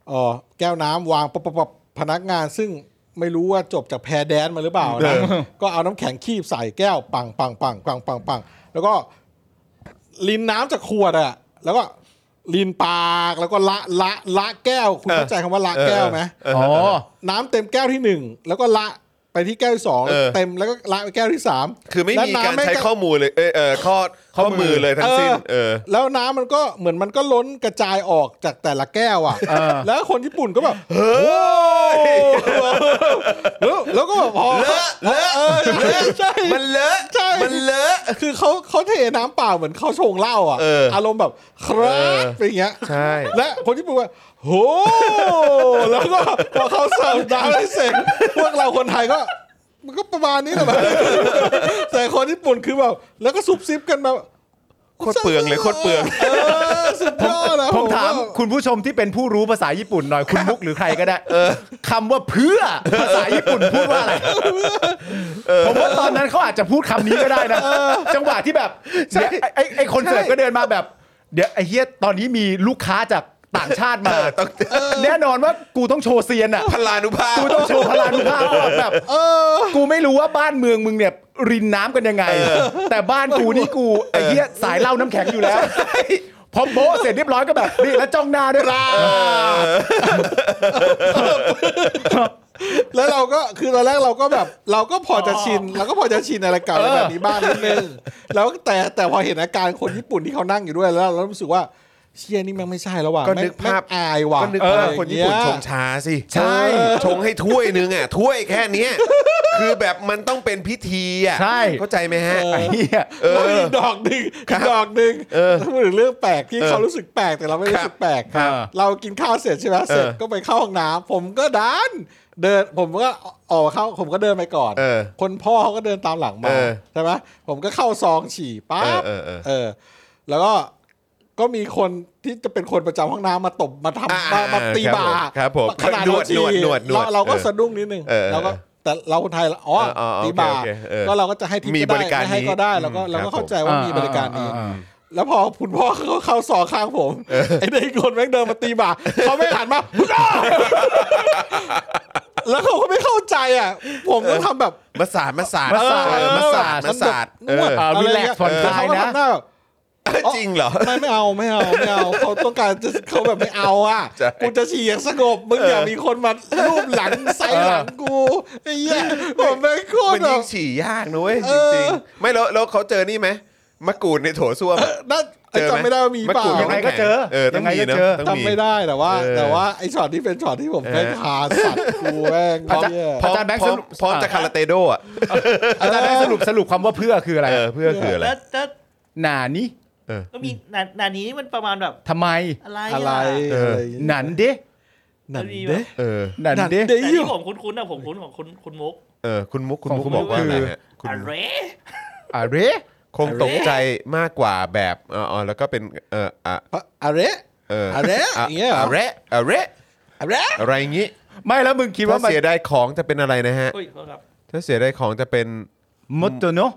Speaker 3: เออแก้วน้ำวางปับปับปับพนักงานซึ่งไม่รู้ว่าจบจากแพรแดนมาหรือเปล่านะก็เอาน้ำแข็งคีบใส่แก้วปังปังปังปังปังปังแล้วก็ ลินน้ำจากขวดอะแล้วก็ลินปากแล้วก็ละละละแก้ว คุณเข้าใจคำว่าละแก้วไหม
Speaker 1: เออ
Speaker 2: อ๋อ
Speaker 3: น้ำเต็มแก้วที่หนึ่งแล้วก็ละไปที่แก้วที่สอง
Speaker 1: เออ
Speaker 3: เต็มแล้วก็ละไปแก้วที่สาม
Speaker 1: คือไม่มี
Speaker 3: แล้ว
Speaker 1: การ
Speaker 3: น้ำแง
Speaker 1: ใช้ข้อมูลเลยเออเออข้อข้อมือเลยทั้งสิ้นเออ
Speaker 3: แล้วน้ำมันก็เหมือนมันก็ล้นกระจายออกจากแต่ละแก้วอะ
Speaker 2: เออ
Speaker 3: แล้วคนญี่ปุ่นก็แบบ
Speaker 1: เฮ้ย
Speaker 3: แล้วแล้วก็แบบพอ
Speaker 1: เลอะเลอะ
Speaker 3: เออใช่ใช่
Speaker 1: มันเลอะ
Speaker 3: ใช่
Speaker 1: มันเลอะ
Speaker 3: คือเขาเขาเทน้ำเปล่าเหมือนเขาชงเหล้าอะ
Speaker 1: เอออ
Speaker 3: รมณ์แบบครั
Speaker 1: เออ
Speaker 3: บ เป็นอย่างเงี้ย
Speaker 1: ใช่
Speaker 3: และคนญี่ปุ่นว่าโห แล้วก็พอเขาเสิร์ฟน้ำได้เสร็จพวกเราคนไทยก็ มันก็ประมาณนี้แหละมั้งแต่คนญี่ปุ่นคือแบบแล้วก็ซุบซิบกันแบบ
Speaker 1: โคตรเปลืองเลยโคตรเปลือง
Speaker 3: เออสุดยอดนะ
Speaker 2: ผมถาม
Speaker 3: ว่
Speaker 2: คุณผู้ชมที่เป็นผู้รู้ภาษาญี่ปุ่นหน่อยคุณมุกหรือใครก็ได้คำว่าเพื่อภาษาญี่ปุ่นพูดว่าอะไรผมว่าตอนนั้นเขาอาจจะพูดคำนี้ก็ได้นะจังหวะที่แบบเดี๋ยวไอ้ไอ้คนเสิร์ฟก็เดินมาแบบ เดี๋ยวไอ้เฮียตอนนี้มีลูกค้าจากต่างชาติมา
Speaker 1: เออต้อง
Speaker 2: แน่นอนว่ากูต้องโชว์เซียนอ่ะ
Speaker 1: พลานุภาพ
Speaker 2: กูต้องโชว์พลานุภาพว่าแบบกูไม่รู้ว่าบ้านเมืองมึงเนี่ยรินน้ำกันยังไง แต่บ้านกูนี่กูไอ้เหี้ยสายเหล้าน้ำแข็งอยู่แล้วพอโบะเสร็จเรียบร้อยก็แบบนี่แล้วจ้องหน้าด้วยรา
Speaker 3: แล้วเราก็คือตอนแรกเราก็แบบ เราก็พอจะชินเราก็พอจะชินอะไรเก่าอะไรแบบนี้บ้างนิดนึงแล้วแต่แต่พอเห็นอาการคนญี่ปุ่นที่เขานั่งอยู่ด้วยแล้วเรารู้สึกว่าเชี่ยนี่แมันไม่ใช่แล้วว่ะ
Speaker 1: ก็นึก
Speaker 3: แม่ง
Speaker 1: ภาพ
Speaker 3: แม่งอายว่ะ
Speaker 1: ก็นึกภาพคนญี่ปุ่น
Speaker 3: เออ
Speaker 1: ชงชาสิ
Speaker 2: ใช่
Speaker 1: ชงให้ถ้วยนึงอ่ะถ้วยแค่เนี้ยคือแบบมันต้องเป็นพิธีอ่ะ
Speaker 2: ใช่
Speaker 1: เข้าใจไหมฮะ
Speaker 2: ไอ้เหี้ย
Speaker 1: เออ
Speaker 3: แล้วมีดอกหนึ่ง
Speaker 1: ครับ
Speaker 3: ดอกหนึ่ง
Speaker 1: เออ
Speaker 3: ถ้าพูดถึงเรื่องแปลกที่
Speaker 1: เออ
Speaker 3: เขารู้สึกแปลกแต่เราไม่รู้สึกแปลก
Speaker 2: ครับ
Speaker 3: เรากินข้าวเสร็จใช่ไหมเสร็จ
Speaker 1: เออ
Speaker 3: ก็ไปเข้าห้องน้ำผมก็ดันเดินผมก็ออกมาเข้าผมก็เดินไปก่อน
Speaker 1: เออ
Speaker 3: คนพ่อเขาก็เดินตามหลังมา
Speaker 1: เออ
Speaker 3: ใช่ไหมผมก็เข้าซองฉี่ปั๊บ
Speaker 1: เออเออเออ
Speaker 3: เออ แล้วก็ก็มีคนที่จะเป็นคนประจำห้องน้ำมาตบมาทำ
Speaker 1: อ่า
Speaker 3: มามาตีบ่า
Speaker 1: ครับผม
Speaker 3: ขนาด
Speaker 1: หนวด
Speaker 3: เรา
Speaker 1: หน
Speaker 3: ฉี่
Speaker 1: วดหนวดหนวด
Speaker 3: เราเราก็
Speaker 1: เออ
Speaker 3: สะดุ้งนิดนึง
Speaker 1: เออเออ
Speaker 3: เราก็แต่เราคนไทยละอ๋อ
Speaker 1: เอออ๋อโอเค
Speaker 3: ตีบ่า
Speaker 1: โอเคเออ
Speaker 3: ก็เราก็จะให้ ที่
Speaker 1: มี
Speaker 3: ก็ได้
Speaker 1: บริการ
Speaker 3: ไม่ให้
Speaker 1: นี้
Speaker 3: ก็ได้แล้วก็
Speaker 1: อืม
Speaker 3: เรา
Speaker 1: ครั
Speaker 3: ก็
Speaker 1: บ
Speaker 3: เข้าใจ
Speaker 1: ผม
Speaker 3: ว่ามีบริการนี้
Speaker 2: อ่า
Speaker 3: แล้วพอคุณพ่อเขาเข้าสอข้างผมไอ้เด็กอีกคนแม่งเดินมาตีบ่าเขาไม่หันมา คุณอ้อแล้วเขาก็ไม่เข้าใจอ่ะ ผมก็ทำแบบ
Speaker 1: มาสาดมาสาด
Speaker 2: มาสาด
Speaker 1: เออมาสาดมาสาด
Speaker 3: นวด
Speaker 1: เออ
Speaker 2: เออ
Speaker 3: อะไรเงี้
Speaker 2: relax ผ่อนคลายนะ
Speaker 3: เขก็ทำหแบบ
Speaker 1: จริงเหรอ
Speaker 3: ไม่ไม่เอาไม่เอาไม่เอาเขาต้องการจะเขาแบบไม่เอาอ่ะ
Speaker 1: ใช่
Speaker 3: กูจะฉี่อย่างสงบมึงอย่ามีคนมารูปหลังไซส์หลังกูไอ้เหี้ยผมไม่งโคต
Speaker 1: มั
Speaker 3: ร
Speaker 1: น
Speaker 3: แบ
Speaker 1: ยิ่
Speaker 3: บ
Speaker 1: งฉี่ยากนะเว้ย
Speaker 3: เอ
Speaker 1: จ
Speaker 3: อ
Speaker 1: ริงๆ ไม่แล้วแล้วเขาเจอนี่ไหมมะกรูดในโถส้วมอะ
Speaker 3: นั่นไอ้จำไม่ได้ว่ามี
Speaker 1: ะ
Speaker 3: เปล่า
Speaker 1: รูด
Speaker 2: ยังไงก็เจอ
Speaker 1: เออต้องมี
Speaker 2: ยังไงก็
Speaker 1: นะ
Speaker 2: เจอ
Speaker 1: ต้องมี
Speaker 3: จำไม่ได้แต่ว่า
Speaker 1: เออ
Speaker 3: แต่ว่าไอ้ช็อตที่เป็นช็อตที่ผม
Speaker 1: เออ
Speaker 3: ไปหาสัตว์กูแม่ง
Speaker 2: อาจารย์
Speaker 3: เหี้ย
Speaker 1: พร้อม
Speaker 2: อาจารย์แบงค์
Speaker 1: พร้อม
Speaker 2: สรุป
Speaker 1: พร้อมจะคาราเตโด อ่ะ
Speaker 2: อาจารย์ได้สรุปสรุปคำว่าเพื่อคืออะไร
Speaker 1: เออเพื่อคืออะไร
Speaker 4: แล้วแล้ว
Speaker 2: หนานี้
Speaker 4: แล้วมีหนาหนานี้มันประมาณแบบ
Speaker 2: ทำไม
Speaker 4: อะไร
Speaker 3: อะไร
Speaker 1: เออ
Speaker 3: อะไรอย่างเงี้ย
Speaker 2: หนันเด้
Speaker 3: นั่นเด้
Speaker 1: เออ
Speaker 2: หนันเด้
Speaker 3: เด้
Speaker 4: แต่
Speaker 3: อยู่
Speaker 4: ที่ผมคุ้นๆนะผมคุ้นของคุณคุณมุก
Speaker 1: เออคุณมุกคุณ
Speaker 2: ของ
Speaker 1: มุก
Speaker 2: คุณ
Speaker 1: บ
Speaker 2: มุ
Speaker 1: อก
Speaker 2: ก
Speaker 1: ว่า
Speaker 2: คือ
Speaker 1: อะไรฮะ
Speaker 2: อ
Speaker 1: คุณ
Speaker 4: อะไร
Speaker 2: อะเร
Speaker 1: คงตกใจมากกว่าแบบเอออ๋อแล้วก็เป็นเอออะ
Speaker 3: อะไร
Speaker 1: เออ
Speaker 3: อะไร
Speaker 1: อะ
Speaker 3: อย่างเงี้ยเหรอ
Speaker 1: อะไรอะไร
Speaker 3: อะไร
Speaker 1: อะไรอย่างงี้
Speaker 2: ไม่แล้วมึงคิด
Speaker 1: ถ้า
Speaker 2: ว่ามัน
Speaker 1: เสียดายของจะเป็นอะไรนะฮะ
Speaker 4: เฮ้ยโทษครับ
Speaker 1: ถ้าเสียดายของจะเป็น
Speaker 2: มดตัวเนาะ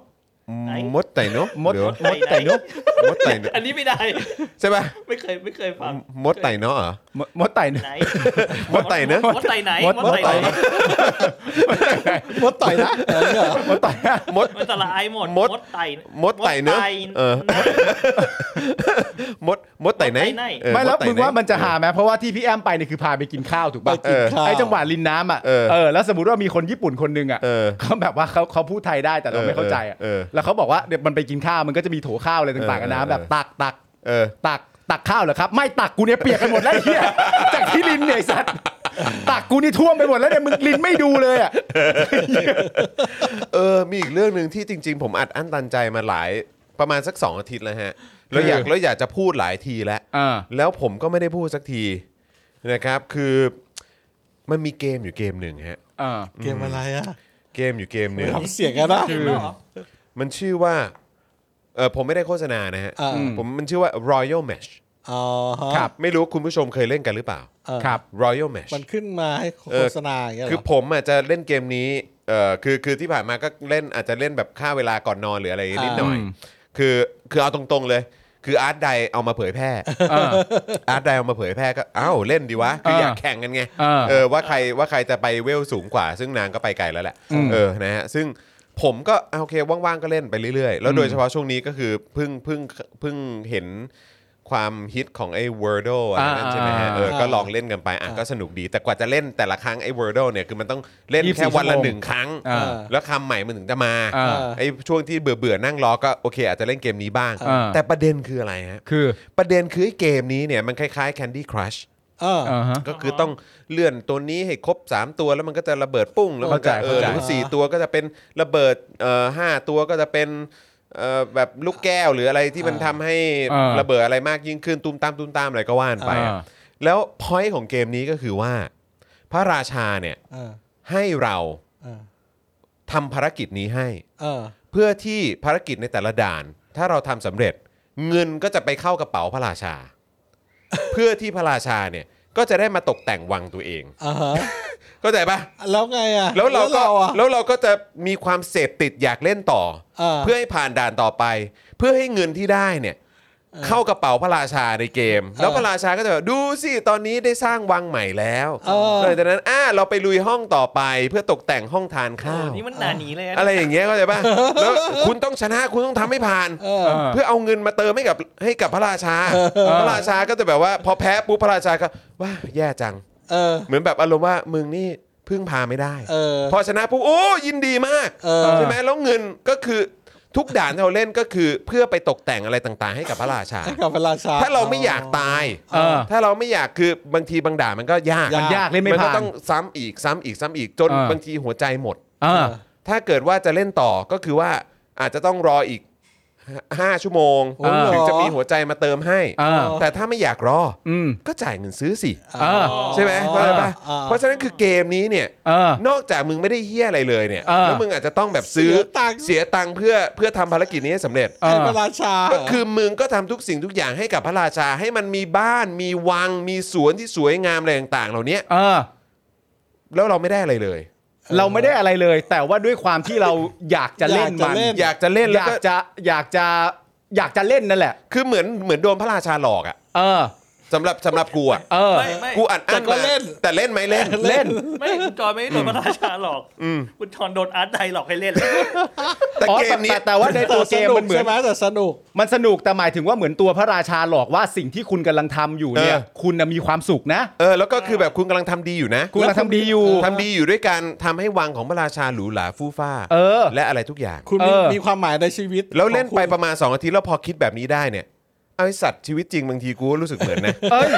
Speaker 4: ไหน
Speaker 1: มดไต่เนก
Speaker 2: มด
Speaker 1: หรือ
Speaker 2: มดไต่เนาะ
Speaker 1: มดไต่เนก
Speaker 4: อันนี้ไม่ได้
Speaker 1: ใช่ป่ะ
Speaker 4: ไม่เคยไม่เคยฟัง
Speaker 1: มดไต่เนกเหรอ
Speaker 2: มดมดไต่เนาะ
Speaker 4: ไหน
Speaker 1: มดไต่เนอะ
Speaker 4: มดไต่ไหน
Speaker 2: มด
Speaker 4: มดไต่ไหน
Speaker 3: มดต่อย นะอะไรเงี้ยเหรอ
Speaker 2: มดไต่
Speaker 1: มด
Speaker 4: มันสละไอหมด
Speaker 1: มด
Speaker 4: ไต่
Speaker 1: มดไต่เนอะเออ มดมดไต่ไหนเออ
Speaker 2: ไม่แล้
Speaker 1: ด
Speaker 2: ว
Speaker 1: ต่
Speaker 2: มึงว่า
Speaker 1: ไห
Speaker 2: มันจะหาไหมเพราะว่าที่พี่แอมไปเนี่ยคือพาไปกินข้าวถูกป่ะ
Speaker 3: ไปกินข้าว
Speaker 2: ไอจังหวะรินน้ำอ่ะ
Speaker 1: เออ
Speaker 2: เออแล้วสมมติว่ามีคนญี่ปุ่นคนหนึงอ่ะ
Speaker 1: เออ
Speaker 2: เขาแบบว่าเขาเขาพูดไทยได้แต่เราไม่เข้าใจอ่ะ
Speaker 1: เออเออ
Speaker 2: แล้วเขาบอกว่าเดี๋ยวมันไปกินข้าวมันก็จะมีโถข้าวอะไรต่างๆกันนะ
Speaker 1: เออเออ
Speaker 2: แบบตักตัก
Speaker 1: เออ
Speaker 2: ตักตักข้าวเหรอครับ ไม่ตักกูเนี่ยเปียกกันหมดแล้วไอ้เฮียจากที่ลินเนี่ยไอ้สัตว์ตักกูนี่ท่วมไปหมดแล้วเนี่ยมึงลินไม่ดูเลยอ่ะ
Speaker 1: เออ มีอีกเรื่องหนึ่งที่จริง ๆ ผมอัดอั้นตันใจมาหลายประมาณสัก 2 อาทิตย์แล้วฮะ แล้วอยาก
Speaker 2: คือ
Speaker 1: แล้วอยากจะพูดหลายทีแล้ว
Speaker 2: อ่า
Speaker 1: แล้วผมก็ไม่ได้พูดสักทีนะครับ คือมันมีเกมอยู่เกมหนึ่งฮะ
Speaker 2: อ่า
Speaker 3: เกมอะไรอ่ะ
Speaker 1: เกมอยู่เกมหนึ่ง
Speaker 3: ทำเสียงกันนะ
Speaker 4: คือเหรอ
Speaker 1: มันชื่อว่าเออผมไม่ได้โฆษณานะฮะ
Speaker 3: อ่า
Speaker 1: ผมมันชื่อว่า Royal Match
Speaker 3: อ๋อฮะ
Speaker 2: ครับ
Speaker 1: ไม่รู้คุณผู้ชมเคยเล่นกันหรือเปล่า
Speaker 3: เออ
Speaker 2: ครับ
Speaker 1: Royal Match
Speaker 3: มันขึ้นมาให้โฆษณาอย่างเงี้ยเหร
Speaker 1: คือผมอาจจะเล่นเกมนี้เอ่อคือคือที่ผ่านมาก็เล่นอาจจะเล่นแบบฆ่าเวลาก่อนนอนหรืออะไรนิดหน่อย
Speaker 2: อ่า
Speaker 1: คือคือเอาตรงๆเลย คืออาร์ตไดเอามาเผยแพร่
Speaker 2: อ่า
Speaker 1: อาร์ตไดเอามาเผยแพร่ก็อ้าวเล่นดีวะ คืออยาก
Speaker 2: อ่า
Speaker 1: แข่งกันไง
Speaker 2: อ่า
Speaker 1: เออว่าใครว่าใครจะไปเวลสูงกว่า ซึ่งนางก็ไปไกลแล้วแหละ
Speaker 2: อืม
Speaker 1: เออนะฮะซึ่งผมก็อ่ะโอเคว่างๆก็เล่นไปเรื่อยๆ แล้วโดย
Speaker 2: อืม
Speaker 1: เฉพาะช่วงนี้ก็คือเพิ่งเพิ่งเพิ่งเห็นความฮิตของไอ้ Wordle อะไรนั่นใช่ไหมฮะเออก็ลอง เล่นกันไปอ่ะก็สนุกดีแต่กว่าจะเล่นแต่ละครั้งไอ้ Wordle เนี่ยคือมันต้องเล่น
Speaker 2: 24
Speaker 1: แค่วันละ
Speaker 2: ชั่วโมง
Speaker 1: หนึ่งครั้ง
Speaker 2: อ่า
Speaker 1: แล้วคำใหม่มันถึงจะมา
Speaker 2: อ่า
Speaker 1: ไอ้ช่วงที่เบื่อเบื่อๆนั่งรอก็โอเค อาจจะเล่นเกมนี้บ้าง
Speaker 2: อ่า
Speaker 1: แต่ประเด็นคืออะไรฮะ
Speaker 2: คือ
Speaker 1: ประเด็นคือไอ้เกมนี้เนี่ยมันคล้ายๆ Candy Crush
Speaker 3: เออ
Speaker 2: อ่าฮะ
Speaker 1: ก็คือต้องเลื่อนตัวนี้ให้ครบ 3 ตัวแล้วมันก็จะระเบิดปุ้ง แล้วมันจะเอ
Speaker 2: เข้าใจ
Speaker 1: อ
Speaker 2: เข้าใจ
Speaker 1: หรือสี่ตัวก็จะเป็นระเบิดเอ่อห้าตัวก็จะเป็นเอ่อแบบลูกแก้วหรืออะไรที่มันทำให้ระเบิดอะไรมากยิ่งขึ้นตุ้มตามตุ้มตามอะไรก็ว่านไปอะ
Speaker 2: อ่า
Speaker 1: แล้วพอยต์ของเกมนี้ก็คือว่า พระราชาเนี่ย
Speaker 3: เออ
Speaker 1: ให้เรา
Speaker 3: เออ
Speaker 1: ทำภารกิจนี้ให้
Speaker 3: เออ
Speaker 1: เพื่อที่ภารกิจในแต่ละด่าน ถ้าเราทำสำเร็จ เงินก็จะไปเข้ากระเป๋าพระราชา เพื่อที่พระราชาเนี่ยก็จะได้มาตกแต่งวังตัวเอง
Speaker 3: อ่าฮะ
Speaker 1: เข้าใจปะ
Speaker 3: แล้วไงอ่ะ
Speaker 1: แล้วเราก็
Speaker 3: อ่ะ
Speaker 1: แล้วเราก็จะมีความเสพติดอยากเล่นต่อ
Speaker 3: เออ
Speaker 1: เพื่อให้ผ่านด่านต่อไป เพื่อให้เงินที่ได้เนี่ย เข้ากระเป๋าพระราชาในเกม แล้วพระราชาก็จะแบบดูสิ ตอนนี้ได้สร้างวังใหม่แล้ว
Speaker 3: เอ
Speaker 1: ห
Speaker 3: อ
Speaker 1: ลังจากนั้นอ่าเราไปลุยห้องต่อไป เพื่อตกแต่งห้องทานข้า
Speaker 4: โอ้
Speaker 1: ว
Speaker 4: นี่มันหนาหนีเลยน
Speaker 1: อะไรอย่างเงี้ยเข้าใจป่ะ แล้วคุณต้องชนะคุณต้องทำให้ผ่าน
Speaker 3: เออ
Speaker 1: เพื่อเอาเงินมาเติมให้กับให้กับพระราชา
Speaker 2: อ
Speaker 1: พระราชาก็จะแบบว่า พอแพ้ปุ๊บพระราชาก็ว่าแย่จัง
Speaker 3: เออ
Speaker 1: เหมือนแบบอารมณ์ว่ามึงนี่พึ่งพาไม่ได้
Speaker 3: เออ
Speaker 1: พอชนะปุ๊บโอ้ยินดีมาก
Speaker 3: เออ
Speaker 1: ใช่ไหมแล้วเงินก็คือทุกด่านที่เราเล่นก็คือเพื่อไปตกแต่งอะไรต่างๆ ให้กับพระราชา
Speaker 3: ให้กับพระราชา
Speaker 1: ถ้าเราไม่อยากตาย
Speaker 2: เออ
Speaker 1: ถ้าเราไม่อยากคือบางทีบางด่านมันก็ยาก
Speaker 3: ยาก
Speaker 2: มันยากเล่นไม่
Speaker 1: มันก็
Speaker 2: ผ่าน
Speaker 1: ต้องซ้ำอีกซ้ำอีกซ้ำอีกจน
Speaker 2: เออ
Speaker 1: บางทีหัวใจหมด
Speaker 2: อ่า
Speaker 1: ถ้าเกิดว่าจะเล่นต่อก็คือว่าอาจจะต้องรออีกห้าห้าชั่วโมง
Speaker 3: โอ้โห
Speaker 1: ถึงจะมีหัวใจมาเติมให้
Speaker 2: อ่า
Speaker 1: แต่ถ้าไม่อยากรออ
Speaker 2: อืม
Speaker 1: ก็จ่ายเงินซื้อสิ
Speaker 2: อ่า
Speaker 1: ใช่ไหมเข้าใจปะ
Speaker 3: อ่า
Speaker 1: เพราะฉะนั้นคือเกมนี้เนี่ย
Speaker 2: อ่า
Speaker 1: นอกจากมึงไม่ได้เฮี้ยอะไรเลยเนี่ย
Speaker 2: เออ
Speaker 1: แล้วมึงอาจจะต้องแบบซื้อ
Speaker 3: เสียตังค์
Speaker 1: เสียตังค์เพื่อเพื่อทำภารกิจนี้ให้สำเร็จ
Speaker 2: อ่า
Speaker 3: ให้พระราชา
Speaker 1: ก็คือมึงก็ทำทุกสิ่งทุกอย่างให้กับพระราชาให้มันมีบ้านมีวังมีสวนที่สวยงามอะไรต่างๆ เหล่านี้
Speaker 2: อ่า
Speaker 1: แล้วเราไม่ได้อะไรเลย
Speaker 2: เราไม่ได้อะไรเลย แต่ว่าด้วยความที่เราอยากจะเล่นมัน
Speaker 1: อยากจะเล่น
Speaker 2: อ
Speaker 1: แล้ว
Speaker 2: ยาก
Speaker 1: ก็
Speaker 2: จะอยากจะ อยากจะเล่นนั่นแหละ
Speaker 1: คือเหมือนเหมือนโดนพระราชาหลอกอะ
Speaker 2: เออ
Speaker 1: สำหรับสำหรับกูอะ
Speaker 2: เออ
Speaker 4: ไม่ไม่
Speaker 1: กูอัดอั้น
Speaker 3: แต่ก็
Speaker 1: มา
Speaker 3: เล่น
Speaker 1: แต่เล่นไหมเล่น
Speaker 2: เล่น
Speaker 4: ไม่คุณจอยไม่ได้โดนพระราชาหรอกคุณจอนโดนอาร์ตไดหลอกให้เล่น
Speaker 1: แต่
Speaker 2: อ๋อ
Speaker 1: เก
Speaker 2: แต่
Speaker 1: มนี้
Speaker 2: แต่แต่ว่าในตัวเกมมันเหมือน
Speaker 3: ใช่ไหมแต่สนุก
Speaker 2: มันสนุกแต่หมายถึงว่าเหมือนตัวพระราชาหลอกว่าสิ่งที่คุณกำลังทำอยู่เนี่ย
Speaker 1: เออ
Speaker 2: คุณน่ะมีความสุขนะ
Speaker 1: เออแล้วก็คือแบบคุณกำลังทำดีอยู่นะ
Speaker 2: คุณกำลังทำดีอยู่
Speaker 1: ทำดีอยู่ด้วยการทำให้วังของพระราชาหรูหราฟู่ฟ้า
Speaker 2: เออ
Speaker 1: และอะไรทุกอย่าง
Speaker 3: คุณมี
Speaker 2: เออ
Speaker 3: มีความหมายในชีวิต
Speaker 1: แล้วเล่น
Speaker 3: ของคุณ
Speaker 1: ไปประมาณ 2 อาทิตย์แล้วพอคิดแบบนี้ได้เนี่ยเอาไอ้สัตว์ชีวิตจริงบางทีกูก็รู้สึกเหมือนนะ
Speaker 2: เอ้ย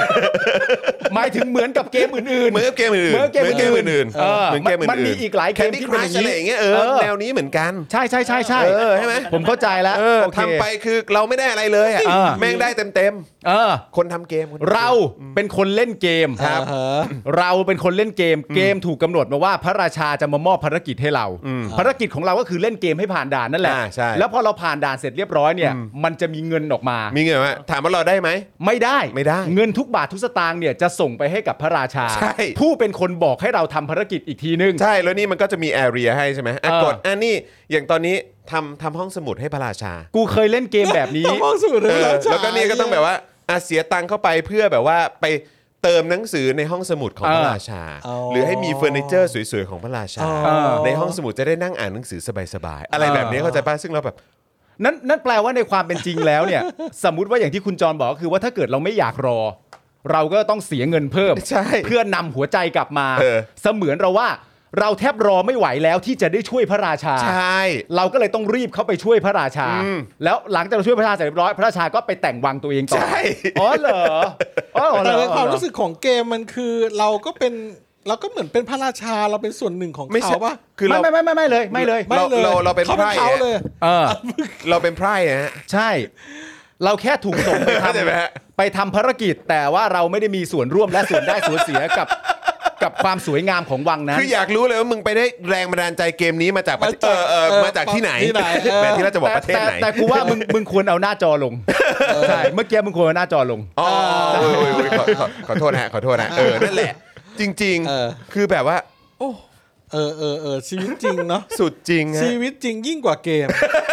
Speaker 2: หมายถึงเหมือนกับเกมอื่น
Speaker 1: เหมือนกับเกมอื่นๆ
Speaker 2: เหมือนเกมอื่น
Speaker 1: เหมือนเกมอื่นๆ
Speaker 2: มันมีอีกหลายเก
Speaker 1: แคน
Speaker 2: ม
Speaker 1: ดี้
Speaker 2: ที่
Speaker 1: ค
Speaker 2: เป็น
Speaker 1: รั
Speaker 2: อ
Speaker 1: ช
Speaker 2: ย่าง
Speaker 1: อะไร
Speaker 2: นี้
Speaker 1: อย่างเงี้ยเออ
Speaker 2: เออ
Speaker 1: แนวนี้เหมือนกัน
Speaker 2: ใช่ใช่ใช่ใช่
Speaker 1: เออใช่ไหม
Speaker 2: ผมเข้าใจแล้ว
Speaker 1: เออ
Speaker 2: โอเค
Speaker 1: ทำไปคือเราไม่ได้อะไรเลยอะ
Speaker 2: เออ
Speaker 1: แม่งได้เต็ม
Speaker 2: เออ
Speaker 1: ๆคนทำเกมคนทำกม
Speaker 2: เราเป็นคนเล่นเกม
Speaker 1: ครับ
Speaker 3: อ่าฮะ
Speaker 2: เราเป็นคนเล่นเกม เกมถูกกำหนดมาว่าพระราชาจะมามอบภารกิจให้เรา ภารกิจของเราก็คือเล่นเกมให้ผ่านด่านนั่นแหละ
Speaker 1: อ่าใช่
Speaker 2: แล้วพอเราผ่านด่านเสร็จเรียบร้อยเนี่ย มันจะมีเงินออกมา
Speaker 1: มีเงินไหมถามว่าเราได้ไหม
Speaker 2: ไม่ได้
Speaker 1: ไม่ได้
Speaker 2: เงินทุกบาททุกสตางค์เนี่ยจะส่งไปให้กับพระราชา
Speaker 1: ใช่
Speaker 2: ผู้เป็นคนบอกให้เราทำภารกิจอีกทีนึง
Speaker 1: ใช่แล้วนี่มันก็จะมีแอเรียให้ใช่ไหมอ่ะ
Speaker 2: เออ
Speaker 1: กดอันนี้อย่างตอนนี้ทำทำห้องสมุดให้พระราชา
Speaker 2: กูเคยเล่นเกมแบบนี้
Speaker 3: ต้องมองสู่เรื่
Speaker 1: เอ
Speaker 3: อง
Speaker 1: อ
Speaker 3: ราชา
Speaker 1: แล้วก็เนี่ยก็ต้องแบบว่าอ่ะเสียตังค์เข้าไปเพื่อแบบว่าไปเติมหนังสือในห้องสมุดของพระราชา หรือให้มีเฟอร์นิเจอร์สวยๆของพระราชา
Speaker 3: อ๋อ
Speaker 2: อ
Speaker 1: ในห้องสมุดจะได้นั่งอ่านหนังสือสบายๆอะไรแบบนี้เข้าใจป่ะซึ่งเราแบบ
Speaker 2: นั่นนั่นแปลว่าในความเป็นจริงแล้วเนี่ย สมมติว่าอย่างที่คุณจรบอกก็คือว่าถ้าเกิดเราไม่อยากรอ เราก็ต้องเสียเงินเพิ่ม
Speaker 1: ใช่
Speaker 2: เพื่อนำหัวใจกลับมา
Speaker 1: เออ
Speaker 2: เสมือนเราว่า เราแทบรอไม่ไหวแล้วที่จะได้ช่วยพระราชา
Speaker 1: ใช่
Speaker 2: เราก็เลยต้องรีบเข้าไปช่วยพระราชา
Speaker 1: อืม
Speaker 2: แล้วหลังจากเราช่วยพระราชาเรียบร้อยพระราชาก็ไปแต่งวังตัวเองต่อ
Speaker 1: ใช่
Speaker 2: อ๋อเหรออ๋อเหร
Speaker 3: แต่
Speaker 2: อ
Speaker 3: ในความรู้สึกของเกมมันคือเราก็เป็นเราก็เหมือนเป็นพระราชาเราเป็นส่วนหนึ่งของ
Speaker 1: ไม่ใช่
Speaker 3: เขาปะ
Speaker 1: คือเรา
Speaker 2: ไม่ไม่ไม่ไม่เลยไม่เลย
Speaker 3: ไม่เลย
Speaker 1: เราเราเป็น
Speaker 3: เขาเป็น
Speaker 1: ไพร่
Speaker 3: เขาเลย
Speaker 2: เออ
Speaker 1: เราเป็นไพร่ฮะ
Speaker 2: ใช่ เราแค่ถูกส่งไป
Speaker 1: เข้าใจไหมฮะ
Speaker 2: ทำไปทำภารกิจแต่ว่าเราไม่ได้มีส่วนร่วมและส่วนได้ส่วนเสียกับ กับความสวยงามของวังนั้น
Speaker 1: คืออยากรู้เลยว่ามึงไปได้แรงบันดาลใจเกมนี้มาจากประเทศเออเออมาจากที่ไหน
Speaker 3: ที่ไหนเออ
Speaker 1: แหมที่เราจะบอก
Speaker 2: แต่
Speaker 1: ประเทศ
Speaker 2: แต่
Speaker 1: ไหน
Speaker 2: แต่กูว่ามึงมึงควรเอาหน้าจอลงใช่เมื่อกี้มึงควรเอาหน้าจอลง
Speaker 1: อ๋อโอ้ยโอ้ยโอ้ยขอขอขอโทษนะฮะขอโทษนะเออนั่นแหละ จริง
Speaker 3: เออ
Speaker 1: ๆ คือแบบว่า
Speaker 3: เออเออเออชีวิตจริงเนาะ
Speaker 1: สุดจริงฮะ
Speaker 3: ชีวิตจริงยิ่งกว่าเกม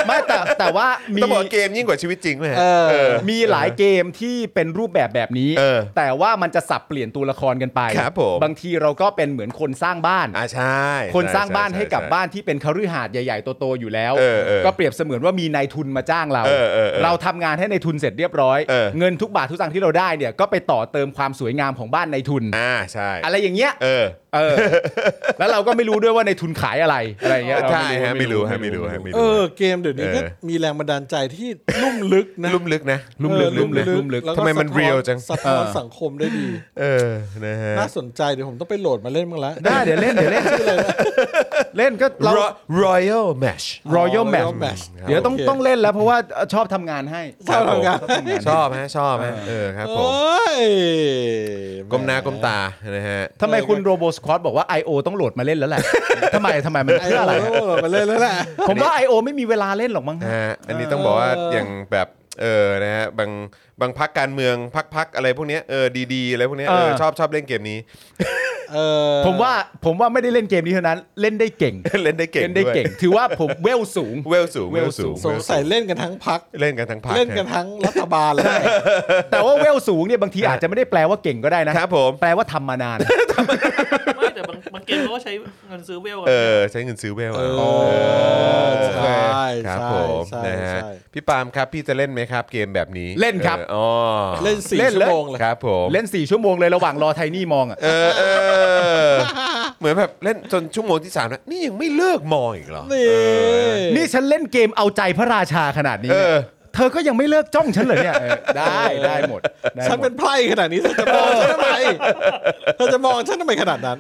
Speaker 2: ไม่แต่แต่ว่ามี
Speaker 1: ต้องบอกว่าเกมยิ่งกว่าชีวิตจริงเลยฮะ
Speaker 3: เออ
Speaker 2: มีหลายเกมที่เป็นรูปแบบแบบนี้
Speaker 1: เออ
Speaker 2: แต่ว่ามันจะสับเปลี่ยนตัวละครกันไป
Speaker 1: ครับผม
Speaker 2: บางทีเราก็เป็นเหมือนคนสร้างบ้าน
Speaker 1: อ่าใช่
Speaker 2: คนสร้างบ้านให้กับ
Speaker 1: ช่
Speaker 2: บ้านที่เป็นคฤหาสน์ใหญ่ๆโตๆอยู่แล้ว
Speaker 1: เออเออ
Speaker 2: ก็เปรียบเสมือนว่ามีนายทุนมาจ้างเรา
Speaker 1: เออเออเออ
Speaker 2: ทำงานให้ในายทุนเสร็จเรียบร้อย
Speaker 1: เออ
Speaker 2: เงินทุกบาททุกสตางค์ที่เราได้เนี่ยก็ไปต่อเติมความสวยงามของบ้านนายทุน
Speaker 1: อ่าใช่
Speaker 2: อะไรอย่างเงี้ย
Speaker 1: เออ
Speaker 2: เออ แล้วเราก็ไม่รู้ด้วยว่าในายทุนขายอะไรอะไรอย่างเงี้ยเรา
Speaker 1: ใช่ฮะไม่รู้ฮะไม่รู้ฮะไม่
Speaker 3: เอ
Speaker 1: รู้
Speaker 3: อ
Speaker 1: ฮะ
Speaker 3: เกมเดี๋ยวนี้ก็
Speaker 1: เออ
Speaker 3: มีแรงบันดาลใจที่ลุ่มลึกนะ
Speaker 1: ลุ่มลึกนะ
Speaker 2: ลุ่มลึก
Speaker 3: เออ
Speaker 2: ลุ่มลึกลุ่มลึก
Speaker 3: แล้ว
Speaker 1: ทำไมมัน
Speaker 3: สะท้อ
Speaker 1: เรียวจัง
Speaker 3: สะท้อน
Speaker 2: เออ
Speaker 3: สังคมได้ดี
Speaker 1: เออนะฮะ
Speaker 3: น่าสนใจเดี๋ยวผมต้องไปโหลดมาเล่นบ้างละ
Speaker 2: ได้เดี๋ยวเล่นเดี๋ยวเล่นเล่นก็เรา
Speaker 1: รอยัลแมช
Speaker 2: Royal
Speaker 3: Royal
Speaker 2: Match
Speaker 3: Match
Speaker 2: เดี๋ยวต้อง
Speaker 3: โอเค
Speaker 2: ต้องเล่นแล้วเพราะว่าชอบทำงานให้
Speaker 3: ชอบทำงาน
Speaker 1: ชอบฮะชอบฮะเออครับผ
Speaker 3: โอ้
Speaker 1: ม
Speaker 3: ย
Speaker 1: ก้มหน้าก้มตานะฮะ
Speaker 2: ทำไมคุณโรโบสควอตบอกว่า I.O. ต้องโหลดมาเล่นแล้วแหละทำไมทำไมมัน
Speaker 3: ไอ้
Speaker 2: เพื่ออะไร
Speaker 3: โหลดมาเล่นแล้วแหละ
Speaker 2: ผมว่า I.O. ไม่มีเวลาเล่นหรอกมั้งฮะ
Speaker 1: นะฮะอันนี้ต้องบอกว่าอย่างแบบเออนะฮะบางบางพักการเมืองพักพักอะไรพวกเนี้ยเออดีๆอะไรพวกเนี้ยเออ
Speaker 2: เออ
Speaker 1: ชอบชอบเล่นเกมนี้
Speaker 3: เออ
Speaker 2: ผมว่าผมว่าไม่ได้เล่นเกมนี้เท่านั้น เล่นได้เก่ง
Speaker 1: เล่นได้เก่ง
Speaker 2: เล่นได้
Speaker 1: วย
Speaker 2: เก่ง ถือว่าผมเวลสูง
Speaker 1: เวลสูงเวลสูง
Speaker 3: สงสัยเล่นกันทั้งพัก
Speaker 1: เล่นกันทั้งพัก
Speaker 3: เล่นกันทั้งรัฐบาลเลย
Speaker 2: แต่ว่า เวลสูงเนี่ยบางทีอาจจะไม่ได้แปลว่าเก่งก็ได้นะ
Speaker 1: ครับผม
Speaker 2: แปลว่าทำมานาน
Speaker 4: ไม่แต่บางบางเกมเขาก็ใช้เงินซื้อเวลกั
Speaker 1: เอน อใช้เงินซื้อเวล
Speaker 3: เออ
Speaker 1: เออ
Speaker 3: ใช่
Speaker 1: ครับ
Speaker 3: ใช่
Speaker 1: ผม
Speaker 3: ใช่
Speaker 1: นะฮะ
Speaker 3: ใช่
Speaker 1: พี่ปาล์มครับพี่จะเล่นไหมครับ เกมแบบนี้
Speaker 2: เล่นครับ
Speaker 1: อออ๋อ
Speaker 3: เล่นสี่
Speaker 2: เล่น
Speaker 3: ชั่
Speaker 2: เลย
Speaker 3: วโมงเลย
Speaker 1: ครับผม
Speaker 2: เล่น 4 ชั่วโมงเลยระหว่างรอไทนี่มองอ่ะ
Speaker 1: เออเออเหมือนแบบเล่นจนชั่วโมงที่สามแล้วนี่ยังไม่เลิกมองอีกเหรอ
Speaker 3: นี่
Speaker 2: นี่ฉันเล่นเกมเอาใจพระราชาขนาดนี้
Speaker 1: เออ
Speaker 2: เนี่ยเธอก็ยังไม่เลิกจ้องฉันเลยเนี่ยเออได้ได้หมดได้หมด
Speaker 3: ฉันเป็นไพร่ขนาดนี้เธอจะมองฉันทำไมเธอจะมองฉันทำไมขนาดนั้น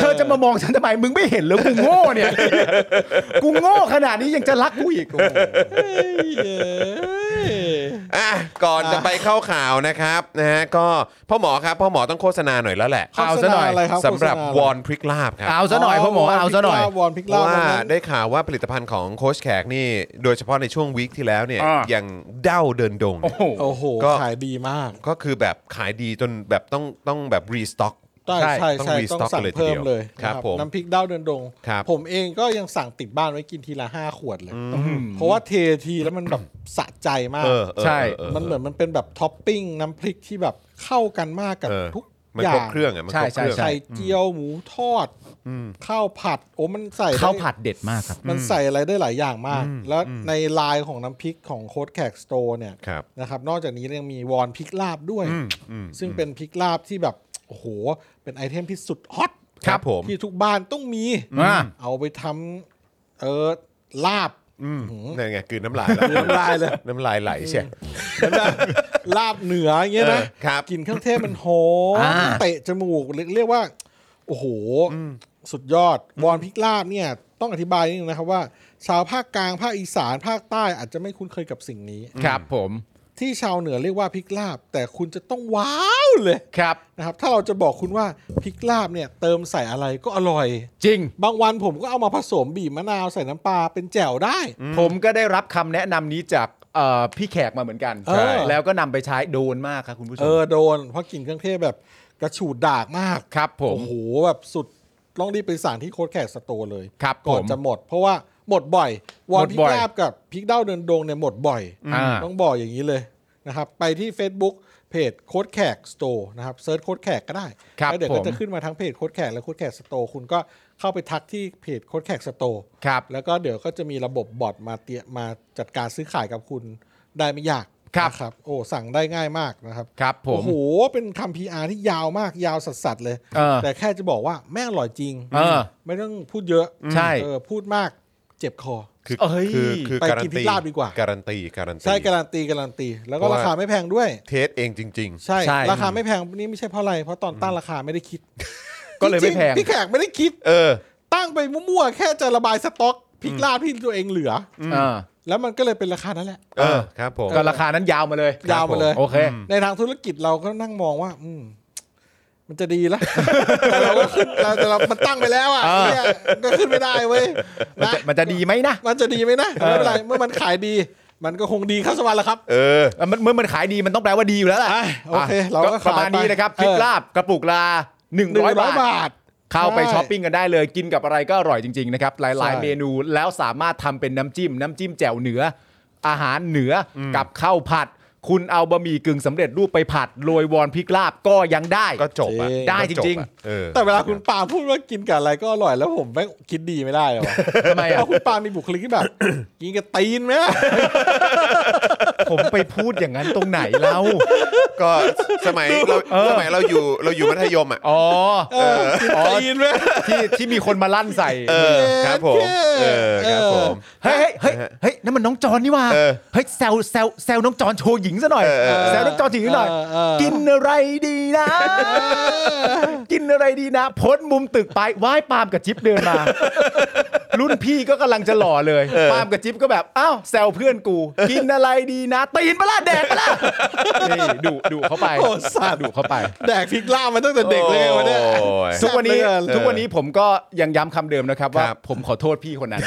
Speaker 2: เธอจะมามองฉันทำไมมึงไม่เห็นเหรือกูโง่ เนี่ยกูโง่ขนาดนี้ยังจะรักกูอีกโอ้โห
Speaker 1: อ่ะก่อนจะไปเข้าข่าวนะครับนะฮะก็พ่อหมอครับพ่อหมอต้องโฆษณาหน่อยแล้วแหละ
Speaker 2: เอาซะหน่อย
Speaker 1: สำหรับวอนพริกลาบครับ
Speaker 2: เอาซะหน่อยพ่อหมอเอาซะหน่อย
Speaker 3: วอนพิก
Speaker 1: เพ
Speaker 3: ลา
Speaker 1: ราะ
Speaker 3: บ
Speaker 1: ว่า
Speaker 3: วันนั้น
Speaker 1: ได้ข่าวว่าผลิตภัณฑ์ของโค้ชแขกนี่ โดยเฉพาะในช่วงวีคที่แล้วเนี่ย
Speaker 2: อ่า
Speaker 1: อย่างเด้าเดินดง
Speaker 2: โอ้โห
Speaker 3: โอ้โห
Speaker 1: ก็
Speaker 3: ขายดีมาก
Speaker 1: ก็คือแบบขายดีจนแบบต้องต้องแบบรีสต็อก
Speaker 3: ใช่ใช่
Speaker 1: ต้อง
Speaker 3: ใช่
Speaker 1: restock
Speaker 3: ต้องสั่
Speaker 1: กัน
Speaker 3: ง
Speaker 1: เลยทีเดียว
Speaker 3: เพิ่มเลย
Speaker 1: ครับ
Speaker 3: นะ
Speaker 1: ผม
Speaker 3: น้ำพริกด้าวเดินดง
Speaker 1: ครับ
Speaker 3: ผมเองก็ยังสั่งติดบ้านไว้กินทีละห้าขวดเลย เพราะว่าเททีแล้วมันแบบ สะใจมาก
Speaker 1: เออเออ
Speaker 2: ใช่
Speaker 1: เออ
Speaker 3: มันเหมือนมันเป็นแบบท็อปปิ้งน้ำพริกที่แบบเข้ากันมากกับ
Speaker 1: เออ
Speaker 3: ทุก
Speaker 1: มัน
Speaker 3: อ
Speaker 1: คร
Speaker 3: ย่า
Speaker 1: บ
Speaker 3: ง
Speaker 1: เครื่องอ่ะมันครบเครื่อง
Speaker 2: ใช่
Speaker 3: ไข่เจียวหมูทอดข้าวผัด โอ้มันใส่ไ
Speaker 2: ข้าวผัดเด็ดมากครับ
Speaker 3: มันใส่อะไรได้หลายอย่างมาก แล้วในลายของน้ำพริกของโค้ดแขกสโตร์เนี่ย
Speaker 1: ครับ
Speaker 3: นะครับ นอกจากนี้ยังมีวอนพริกลาบด้วย
Speaker 1: อืมอืม
Speaker 3: ซึ่งเป็นพริกลาบที่แบบโอ้โห เป็นไอเทมที่สุดฮอต
Speaker 1: ครับผม
Speaker 3: ที่ทุกบ้านต้องมี
Speaker 2: อ่า
Speaker 3: เอาไปทำเออลาบ
Speaker 1: อืมนั่นไงกลืนน้ำลายแล้ว
Speaker 3: กลืนน้ำลายเลย
Speaker 1: น้ำลายไหลใช่
Speaker 3: ลาบเหนืออย่างเงี้ยนะ
Speaker 1: เออครับ
Speaker 3: กลิ่นเครื่องเทศมันโหม
Speaker 2: อ่า
Speaker 3: เตะจมูกเรียกเรียกว่า โอ้โห สุดยอดวอนพริกลาบเนี่ยต้องอธิบายนิดนึงนะครับว่า ชาวภาคกลางภาคอีสานภาคใต้อาจจะไม่คุ้นเคยกับสิ่งนี้
Speaker 2: ครับผม
Speaker 3: ที่ชาวเหนือเรียกว่าพริกลาบ แต่คุณจะต้องว้าวเลย
Speaker 2: ครับ
Speaker 3: นะครับ ถ้าเราจะบอกคุณว่าพริกลาบเนี่ยเติมใส่อะไรก็อร่อย
Speaker 2: จริง
Speaker 3: บางวันผมก็เอามาผสมบีบมะนาวใส่น้ำปลาเป็นแจ่วได้
Speaker 2: ผมก็ได้รับคำแนะนำนี้จากเอ่อพี่แขกมาเหมือนกัน
Speaker 3: เออ
Speaker 2: แล้วก็นำไปใช้โดนมากครับคุณผู้ช
Speaker 3: เอ
Speaker 2: ม
Speaker 3: อโดน เพราะกลิ่นเครื่องเทศแบบกระฉูดดากมาก
Speaker 2: ครับผม
Speaker 3: โอ้โหแบบสุดต้องรีบไปสั่งที่โค้ดแขกสโตร์เลย
Speaker 2: ครับ
Speaker 3: ก่อน
Speaker 2: ผม
Speaker 3: จะหมด เพราะว่าหมดบ่อย วอน
Speaker 2: หมด
Speaker 3: พริ
Speaker 2: บ่
Speaker 3: ก
Speaker 2: อย
Speaker 3: ลาบกับพริกเด้าเดินดงเนี่ยหมดบ่อย
Speaker 2: อ่า
Speaker 3: ต้องบอกอย่างนี้เลยนะครับ ไปที่ Facebook เพจโค้ดแขกสโตร์นะครับเซิร์ชโค้ดแขกก็ได้
Speaker 2: ครับ
Speaker 3: แล้วเดี๋ยว
Speaker 2: ผ
Speaker 3: ก็
Speaker 2: ม
Speaker 3: จะขึ้นมาทั้งเพจโค้ดแขกและโค้ดแขกสโตร์คุณก็เข้าไปทักที่เพจโค้ดแขกสโตร์
Speaker 2: ครับ
Speaker 3: แล้วก็เดี๋ยวก็จะมีระบบบอทมาเตรียมมาจัดการซื้อขายกับคุณได้ไม่ยาก
Speaker 2: ครับ
Speaker 3: นะครับโอ้สั่งได้ง่ายมากนะครับ
Speaker 2: ครับผม
Speaker 3: โอ้โห เป็นคำพีอาที่ยาวมาก ยาวสัสๆเลย
Speaker 2: เออ
Speaker 3: แต่แค่จะบอกว่าแม่งอร่อยจริง
Speaker 2: เออ
Speaker 3: ไม่ต้องพูดเยอะ
Speaker 2: ใช่
Speaker 3: เออพูดมากเจ็บคอ
Speaker 1: คือ
Speaker 2: เอ้ย
Speaker 1: คือคือ
Speaker 3: ไป
Speaker 1: การั
Speaker 3: กิ
Speaker 1: น
Speaker 3: นพริ
Speaker 1: ตี
Speaker 3: กลาบดีกว่า
Speaker 1: การันตีการันตี
Speaker 3: ใช่ การันตี การันตี แล้วก็
Speaker 1: เพราะว่า
Speaker 3: ราคาไม่แพงด้วย
Speaker 1: เทสเองจริง
Speaker 3: ใช่
Speaker 2: ใช่
Speaker 3: ราคาไม่แพงนี่ไม่ใช่เพราะอะไร เพราะตอนตั้งราคาไม่ได้คิด
Speaker 2: ก็เลยไม่แพง
Speaker 3: จริๆพี่แขกไม่ได้คิด
Speaker 1: ๆ เออ
Speaker 3: ตั้งไปมั่วๆ แค่จะระบายสต็อกพริกลาบที่ตัวเองเหลืออ
Speaker 2: อ่า
Speaker 3: แล้วมันก็เลยเป็นราคานั้นแหละ
Speaker 1: เอ
Speaker 2: เอ
Speaker 1: อ
Speaker 2: อ
Speaker 1: ครับผม
Speaker 2: ก็ราคานั้นยาวมาเลย
Speaker 3: ยาวมาเลย
Speaker 2: โอเค
Speaker 3: ในทางธุรกิจเราก็นั่งมองว่า อืม มันจะดีแล้ว แต่เราก็ขึ้นเราแต่เรามันตั้งไปแล้วอ่ะ
Speaker 2: เออ
Speaker 3: เนี่ยก็ขึ้นไม่ได้เว้ย
Speaker 2: มัน
Speaker 3: นะ
Speaker 2: จะมันจะดีไหมนะ
Speaker 3: มันจะดีไหมนะแต่ไม่เป็นไรเมื่อมันขายดี มันก็คงดีเข้าสวรรค์แล้วครับ
Speaker 1: เออ
Speaker 2: เออมันเมื่อมันขายดีมันต้องแปลว่าดีอยู่แล้วล่ะ
Speaker 3: อ่ะโอเคเราก็
Speaker 2: ประมาณ
Speaker 3: ขายไป
Speaker 2: นี้นะครับ
Speaker 3: เออ
Speaker 2: พริกลาบกระปุกลา
Speaker 3: หนึ่ง
Speaker 2: 100
Speaker 3: ร้อย
Speaker 2: บาท
Speaker 3: บาท
Speaker 2: เข้าไป
Speaker 3: ใช่
Speaker 2: ช้อปปิ้งกันได้เลยกินกับอะไรก็อร่อยจริง ๆ นะครับ หลาย
Speaker 3: ใช่
Speaker 2: ๆ เมนูแล้วสามารถทำเป็นน้ำจิ้ม น้ำจิ้มแจ่วเหนือ อาหารเหนืออกับข้าวผัด คุณเอาบะหมี่กึ่งสำเร็จรูปไปผัดโรยวอนพริกลาบก็ยังได้
Speaker 1: ก็จบอะ
Speaker 3: จริง
Speaker 2: ได้
Speaker 1: ก็
Speaker 2: จริ
Speaker 1: บ
Speaker 2: ง
Speaker 1: อะเออ
Speaker 3: แต่เวลาคุณปาพูดว่ากินกับอะไรก็อร่อยแล้วผมไม่งคิดดีไม่ได้หรอวะ
Speaker 2: ทำไม
Speaker 3: เพ
Speaker 2: อ่ะ
Speaker 3: ราะคุณปามีบุคลิกที่แบบ กินกับตีนไหม
Speaker 2: ผมไปพูดอย่างนั้นตรงไหนเล่า
Speaker 1: ก็ สมัยเราสมัยเราอยู่เราอยู่มัธยมอ่ะ
Speaker 2: อ๋อ
Speaker 3: เออกิน
Speaker 2: อ๋อ
Speaker 3: ตีนไหม
Speaker 2: ที่ที่มีคนมาลั่นใส่
Speaker 1: เออครับผมเออครับผม
Speaker 2: เฮ้ยเฮ้ยเฮ้ยเฮ้ยนั่นมันน้องจอนนี่หว่า
Speaker 1: เออ
Speaker 2: เฮ้ยแซวแซวแซวน้องจอนโชว์หญิงซะหน่อย
Speaker 1: เออเออเออ
Speaker 2: แซวน้องจอนถึงหน่อย
Speaker 3: เเ
Speaker 2: กินอะไรดีนะ กินอะไรดีนะ พ้นมุมตึกไปไหว้ปาล์มกับจิ๊บเดินมา รุ่นพี่ก็กำลังจะหล่อเลย ปาล์มกับจิ๊บก็แบบ อ้าวแซวเพื่อนกู กินอะไรดีนะ ตีนปะล่ะแดกปะล่ะนี่ดุดุเข้าไป
Speaker 3: โอ้สัตว์
Speaker 2: ดุเข้าไป
Speaker 3: แดกพริกล่าบมาตั้งแต่เด็กเลยวันเนี้ย
Speaker 1: โอ้ย
Speaker 2: ทุกวันนี้
Speaker 3: แซ่บเหลือเกิน
Speaker 2: ทุกวันนี้ผมก็ยังย้ำคำเดิมนะครับ ว่า
Speaker 1: ครับ
Speaker 2: ผมขอโทษพี่คน นั้น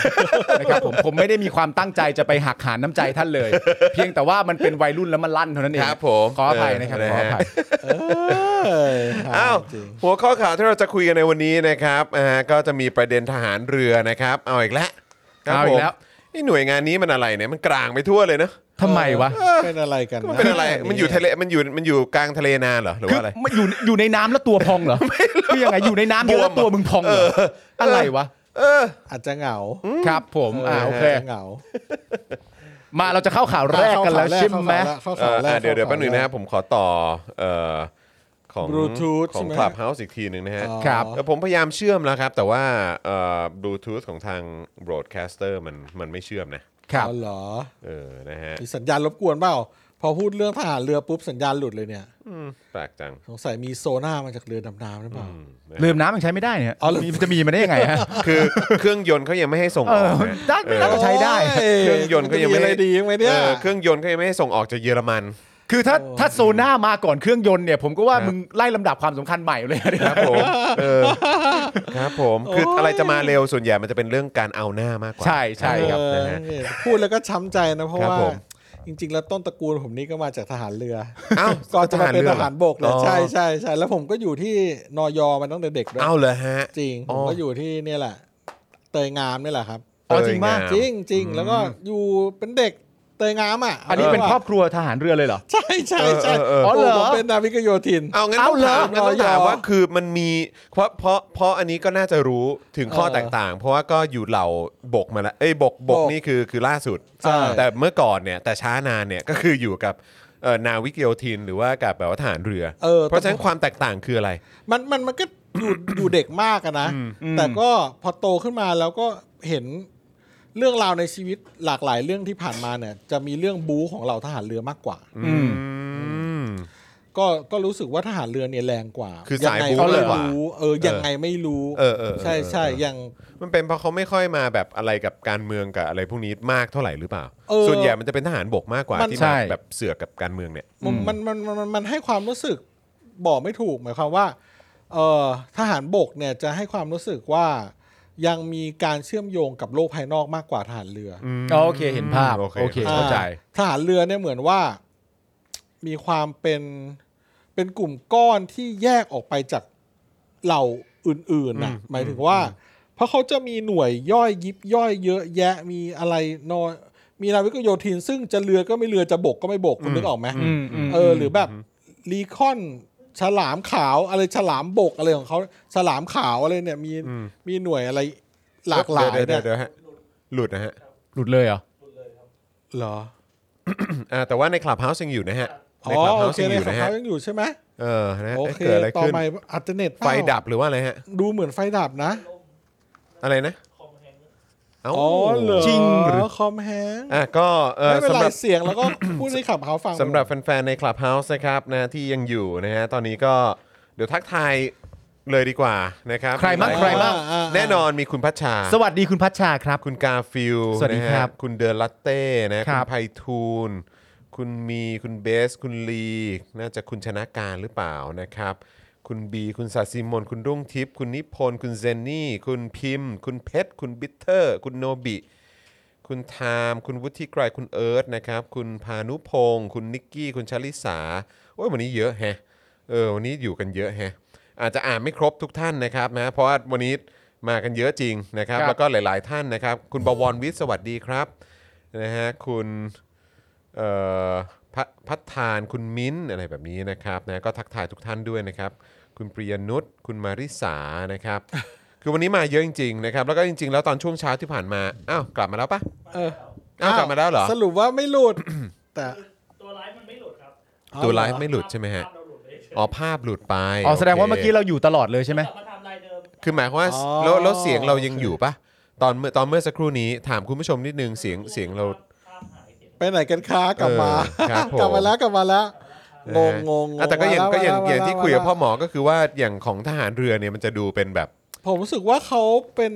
Speaker 2: นะครับผมผมไม่ได้มีความตั้งใจจะไปหักหานน้ำใจท่าน เลย เพียงแต่ว่ามันเป็นวัยรุ่นแล้วมันลั่นเท่านั้นเอง
Speaker 1: ครับผม
Speaker 2: ขออภัยนะครับ
Speaker 1: เ
Speaker 2: ขออภัย
Speaker 3: เออ
Speaker 1: อ้าว
Speaker 3: จริง
Speaker 1: หัวข้อข่าวที่เราจะคุยกันในวันนี้นะครับอ่าก็จะมีประเด็นทหารเรือนะครับ เอาอีกแล้วครับ
Speaker 2: เอาอีกแล้ว
Speaker 1: ผมไอ้หน่วยงานนี้มันอะไรเนี่ยมันกลางไปทั่วเลยนะ
Speaker 2: ทำไมวะ
Speaker 3: เป็นอะไรกัน
Speaker 1: มันเป็นอะไรมันอยู่ทะเลมันอยู่มันอยู่กลางทะเลนานเหรอหรือ
Speaker 2: คือ
Speaker 1: ว่าอะไร
Speaker 2: มันอยู่อยู่ในน้ำแล้วตัวพองเหรอคือยังไงอยู่ในน้ำเยอะแล้ว
Speaker 1: บวมอะ
Speaker 2: ตัวมึงพองเหรออะไรวะ
Speaker 1: เออ
Speaker 3: อาจจะเหงา
Speaker 2: ครับผมอ่าโอเค
Speaker 3: าจจะเหงา
Speaker 2: มาเราจะเข้าข่าวแรกกันแล้วใช่ไหม
Speaker 3: เข้า
Speaker 1: เอ
Speaker 3: ข่าว
Speaker 1: อ
Speaker 3: แร
Speaker 1: อ่ะ
Speaker 3: ก
Speaker 1: เดี๋ยวเดี๋ยวแป๊บหนึงนะครับผมขอต่อเอ่อของ
Speaker 3: Bluetooth
Speaker 1: ของ
Speaker 3: ใช่ไหม
Speaker 1: Clubhouse อีกทีหนึ่งนะฮะ
Speaker 3: อ๋อ
Speaker 2: ครับ
Speaker 1: แต่ผมพยายามเชื่อมแล้วครับ แต่ว่าเอ่อบลูทูธของทาง broadcaster มันมันไม่เชื่อมนะครับ
Speaker 3: อ๋อเหรอ
Speaker 1: เออนะฮะ
Speaker 3: มีสัญญาณรบกวนเปล่า พอพูดเรื่องทหารเรือปุ๊บสัญญาณหลุดเลยเนี่ย
Speaker 1: อืมแปลกจัง
Speaker 3: สงสัยมีโซน่ามาจากเรือดำน้ำหรือเปล่า
Speaker 1: อืมนะ
Speaker 2: เรือน้ำยังใช้ไม่ได้เนี่ย
Speaker 3: อ๋อเหรอ
Speaker 2: มีจะมีมันได้ยังไงฮะ
Speaker 1: คือเครื่องยนต์เขายังไม่ให้ส่ง
Speaker 2: เอ
Speaker 1: ออ
Speaker 2: อก
Speaker 1: นะ
Speaker 2: ได้ไม่น่าจะใช้ได้
Speaker 3: โ
Speaker 1: เครื่องยนต์เขายัง
Speaker 3: จะ
Speaker 1: ไม่
Speaker 3: อะไรดียังไหมเนี่ย
Speaker 1: ออเครื่องยนต์เขายังไม่ให้ส่งออกจากเยอรมัน
Speaker 2: คือถ้าถ้าโซน่ามาก่อนเครื่องยนต์เนี่ย ผมก็ว่า
Speaker 1: ครับ
Speaker 2: มึงไล่ลำดับความสำคัญใหม่เลย นะ
Speaker 1: ครับผมเออครับผมคือ
Speaker 3: โอ้ย
Speaker 1: อะไรจะมาเร็วส่วนใหญ่มันจะเป็นเรื่องการเอาหน้ามากกว่า
Speaker 2: ใช่ใช่ครับ
Speaker 1: นะฮะ
Speaker 3: เออพูดแล้วก็ช้ำใจนะเพราะ
Speaker 1: ครับ
Speaker 3: ว่า
Speaker 1: ผม
Speaker 3: จริง ๆ แล้วต้นตระกูลผมนี่ก็มาจากทหารเรือ
Speaker 1: อ้าว
Speaker 3: ก่อนจะมาเป็นทหารบกเนี่ย
Speaker 1: อ๋อ
Speaker 3: ใช่ใช่ใช่แล้วผมก็อยู่ที่นอยอมาตั้งแต่เด็กด้วย
Speaker 1: อ้าวเลยฮะ
Speaker 3: จริง
Speaker 1: อ๋
Speaker 3: ผ
Speaker 1: อ
Speaker 3: มก็อยู่ที่เนี่ยแหละ เตยงามนี่แหละครับ
Speaker 2: อ๋อจริงปะ
Speaker 1: เตยาม
Speaker 3: จริงจริง
Speaker 1: อืม
Speaker 3: แล้วก็อยู่เป็นเด็กเตยงามอ่ะ
Speaker 2: อันนี้เป็นครอบ
Speaker 3: า
Speaker 2: ครัวทหารเรือเลยเหรอ
Speaker 3: ใช่ใช่ใช่
Speaker 1: เออเออเออ
Speaker 2: อ๋อเหรอ
Speaker 3: ผมเป็นนาวิกโยธิน
Speaker 1: เอางั้น
Speaker 2: เอา
Speaker 1: ต้อง
Speaker 2: เหรอ
Speaker 1: ถามงั้นต้องถาม
Speaker 3: รอยอ
Speaker 1: ว่าคือมันมีเพราะเพราะเพราะอันนี้ก็น่าจะรู้ถึงข้อแตกต่าง เพราะว่าก็อยู่เหล่าบกมาแล้วเอ้ยบกบกนี่คือคือล่าสุด
Speaker 3: ใช่
Speaker 1: แต่เมื่อก่อนเนี่ยแต่ช้านานเนี่ยก็คืออยู่กับเอ่อนาวิกโยธิน หรือว่ากับแบบว่าทหารเรือ
Speaker 3: เออ
Speaker 1: เพราะฉะ
Speaker 3: แต่
Speaker 1: นั้นความแตกต่างคืออะไร
Speaker 3: มันมันมันก็อยู่ อยู่เด็กมากอะนะ แต่ก็พอโตขึ้นมาแล้วก็เห็นเรื่องราวในชีวิตหลากหลายเรื่องที่ผ่านมาเนี่ย จะมีเรื่องบู๊ของเราทหารเรือมากกว่า
Speaker 2: อืม
Speaker 1: อืม
Speaker 3: ก็ก็รู้สึกว่าทหารเรือเนี่ยแรงกว่า
Speaker 1: คือสาย
Speaker 3: งไง
Speaker 1: บู๊
Speaker 3: ก็ไม่
Speaker 1: มากกว่า
Speaker 3: รู้เออยังไงไม่รู้
Speaker 1: เออเออเออ
Speaker 3: ใช่ใช่
Speaker 1: เออเออ
Speaker 3: ยัง
Speaker 1: มันเป็นเพราะเขาไม่ค่อยมาแบบอะไรกับการเมืองกับอะไรพวกนี้มากเท่าไหร่หรือเปล่า
Speaker 3: เออ
Speaker 1: ส่วนใหญ่มันจะเป็นทหารบกมากกว่า
Speaker 3: มัน
Speaker 1: ที่
Speaker 2: ใช่
Speaker 1: มาแบบเสือกกับการเมืองเนี่ย
Speaker 3: มันมันมันมันมันมันให้ความรู้สึกบอกไม่ถูกหมายความว่าเออทหารบกเนี่ยจะให้ความรู้สึกว่ายังมีการเชื่อมโยงกับโลกภายนอกมากกว่าทหารเรืออ
Speaker 2: อ๋อโอเคเห็นภาพ
Speaker 1: โอเค
Speaker 2: โอเคเข้าใจ
Speaker 3: ทหารเรือเนี่ยเหมือนว่ามีความเป็นเป็นกลุ่มก้อนที่แยกออกไปจากเหล่าอื่นๆนะหมายถึงว่า เพราะเขาจะมีหน่วยย่อยยิบย่อยเยอะแยะมีอะไรนอยมีนาวิกโยธิน ซึ่งจะเรือก็ไม่เรือจะบกก็ไม่บกคุณนึกออกไหม
Speaker 2: อืมอืม
Speaker 3: เออหรือแบบรีคอนฉลามขาวอะไรฉลามบกอะไรของเขาฉลามขาวอะไรเนี่ยมีมีหน่วยอะไรหลากหลาย
Speaker 1: เดี๋
Speaker 3: เนี่
Speaker 1: วยเดี๋วดี๋วฮะหลุดนะฮะ
Speaker 2: หลุดเลยเหรอ
Speaker 3: เหรอ
Speaker 1: อ่าแต่ว่าในคลับเฮาส์ยังอยู่นะฮะ
Speaker 3: อ๋
Speaker 1: ใน
Speaker 3: อ
Speaker 1: คลับ
Speaker 3: โอ
Speaker 1: เฮา
Speaker 3: เค
Speaker 1: ส์ยังอ
Speaker 3: ใน
Speaker 1: ยู่
Speaker 3: ขับ
Speaker 1: นะฮะ
Speaker 3: เขายังอยู่ใช่ไหม
Speaker 1: เออนะฮะ
Speaker 3: โอ
Speaker 1: เอ๊ะ
Speaker 3: เค
Speaker 1: เกิดอะไร
Speaker 3: ต่อ
Speaker 1: ขึ้น
Speaker 3: ไปอัลเทอร์เน็ต
Speaker 1: ไฟดับหรือว่าอะไรฮะ
Speaker 3: ดูเหมือนไฟดับนะ
Speaker 1: อะไรนะเอ้า
Speaker 3: อ๋อเหรอ
Speaker 2: จริงหรือ
Speaker 3: คอมแฮง
Speaker 1: อ่ะก็เออ
Speaker 3: ไม่เป็น
Speaker 1: สำ
Speaker 3: ไร
Speaker 1: หรับ
Speaker 3: เสียงแล้วก็ พูดให้ขับเขาฟัง
Speaker 1: สำหรับแฟนๆ ใน Clubhouse นะครับนะที่ยังอยู่นะฮะตอนนี้ก็เดี๋ยวทักทายเลยดีกว่านะครับ
Speaker 2: ใครมั่ง
Speaker 1: หลย
Speaker 2: ใครมั่ง
Speaker 1: น
Speaker 3: อ่าาา
Speaker 1: แน่นอนมีคุณพัชชา
Speaker 2: สวัสดีคุณพัชชาครับ
Speaker 1: คุณกาฟิล
Speaker 2: สวัสดี
Speaker 1: นะฮะ
Speaker 2: ครับ
Speaker 1: คุณเดอลัตเต้นะ
Speaker 2: ค
Speaker 1: คุ
Speaker 2: รั
Speaker 1: ณ
Speaker 2: บ
Speaker 1: ไพฑูรย์คุณมีคุณเบส คุณลี น่าจะคุณชนะการหรือเปล่านะครับ คุณบีคุณสาซิมนคุณรุ่งทิพย์คุณนิพนธ์คุณเซนนี่ คุณพิมพ์ คุณเพชร คุณบิทเทอร์ คุณโนบิ คุณไทม์คุณวุฒิไกรคุณเอิร์ธนะครับ คุณพานุพงศ์คุณนิกกี้ คุณชลิสา โอ้ยวันนี้เยอะแฮะ เออ วันนี้อยู่กันเยอะแฮะ อาจจะอ่านไม่ครบทุกท่านนะครับนะ เพราะว่าวันนี้มากันเยอะจริงนะครับ
Speaker 2: ครับ
Speaker 1: แล้วก็หลาย ๆ ท่านนะครับ คุณบวรวิทย์สวัสดีครับ นะฮะ คุณ เอ่อพะพัฒทานคุณมิ้นท์อะไรแบบนี้นะครับนะก็ทักทายทุกท่านด้วยนะครับ คุณปริยนุชคุณมาริสานะครับ คือวันนี้มาเยอะจริงๆนะครับแล้วก็จริง ๆ แล้วตอนช่วงเช้าที่ผ่านมาอ้าวกลับมาแล้วปะ
Speaker 3: เออ
Speaker 1: อ้าวกลับมาแล้วเหรอ
Speaker 3: สรุปว่าไม่หลุดแต่
Speaker 4: ตัวไลฟ์มันไม่หลุดครับ
Speaker 1: ตัวไลฟ์ไม่หลุดใช่ไหมฮะ
Speaker 4: ภาพเราหลุดเลยเฉย
Speaker 1: อ๋อภาพหลุดไป
Speaker 2: อ๋อแสดงว่าเมื่อกี้
Speaker 1: โค
Speaker 2: เราอยู่ตลอดเลยใช่ไหม
Speaker 4: กลับมาทำลายเดิม
Speaker 1: คือหมายความว่าแล้วแล้วเสียงเรายังอยู่ปะตอนเมื่อตอนเมื่อสักครู่นี้ถามคุณผู้ชมนิดนึงเสียงเสียงเรา
Speaker 4: ภาพหายเสียง
Speaker 3: ไปไหนกันค้ากลับมา
Speaker 1: เออครับผม
Speaker 3: กลับมาแล้วกลับมาแล้วงงงง
Speaker 1: อ่ะแต่ก็ยัง
Speaker 3: ม
Speaker 1: ก็ยัง
Speaker 3: ม
Speaker 1: อย่างที่
Speaker 3: ม
Speaker 1: คุยกับ
Speaker 3: มา
Speaker 1: พ่อหมอก็คือว่าอย่างของทหารเรือเนี่ยมันจะดูเป็นแบบ
Speaker 3: ผมรู้สึกว่าเขาเป็น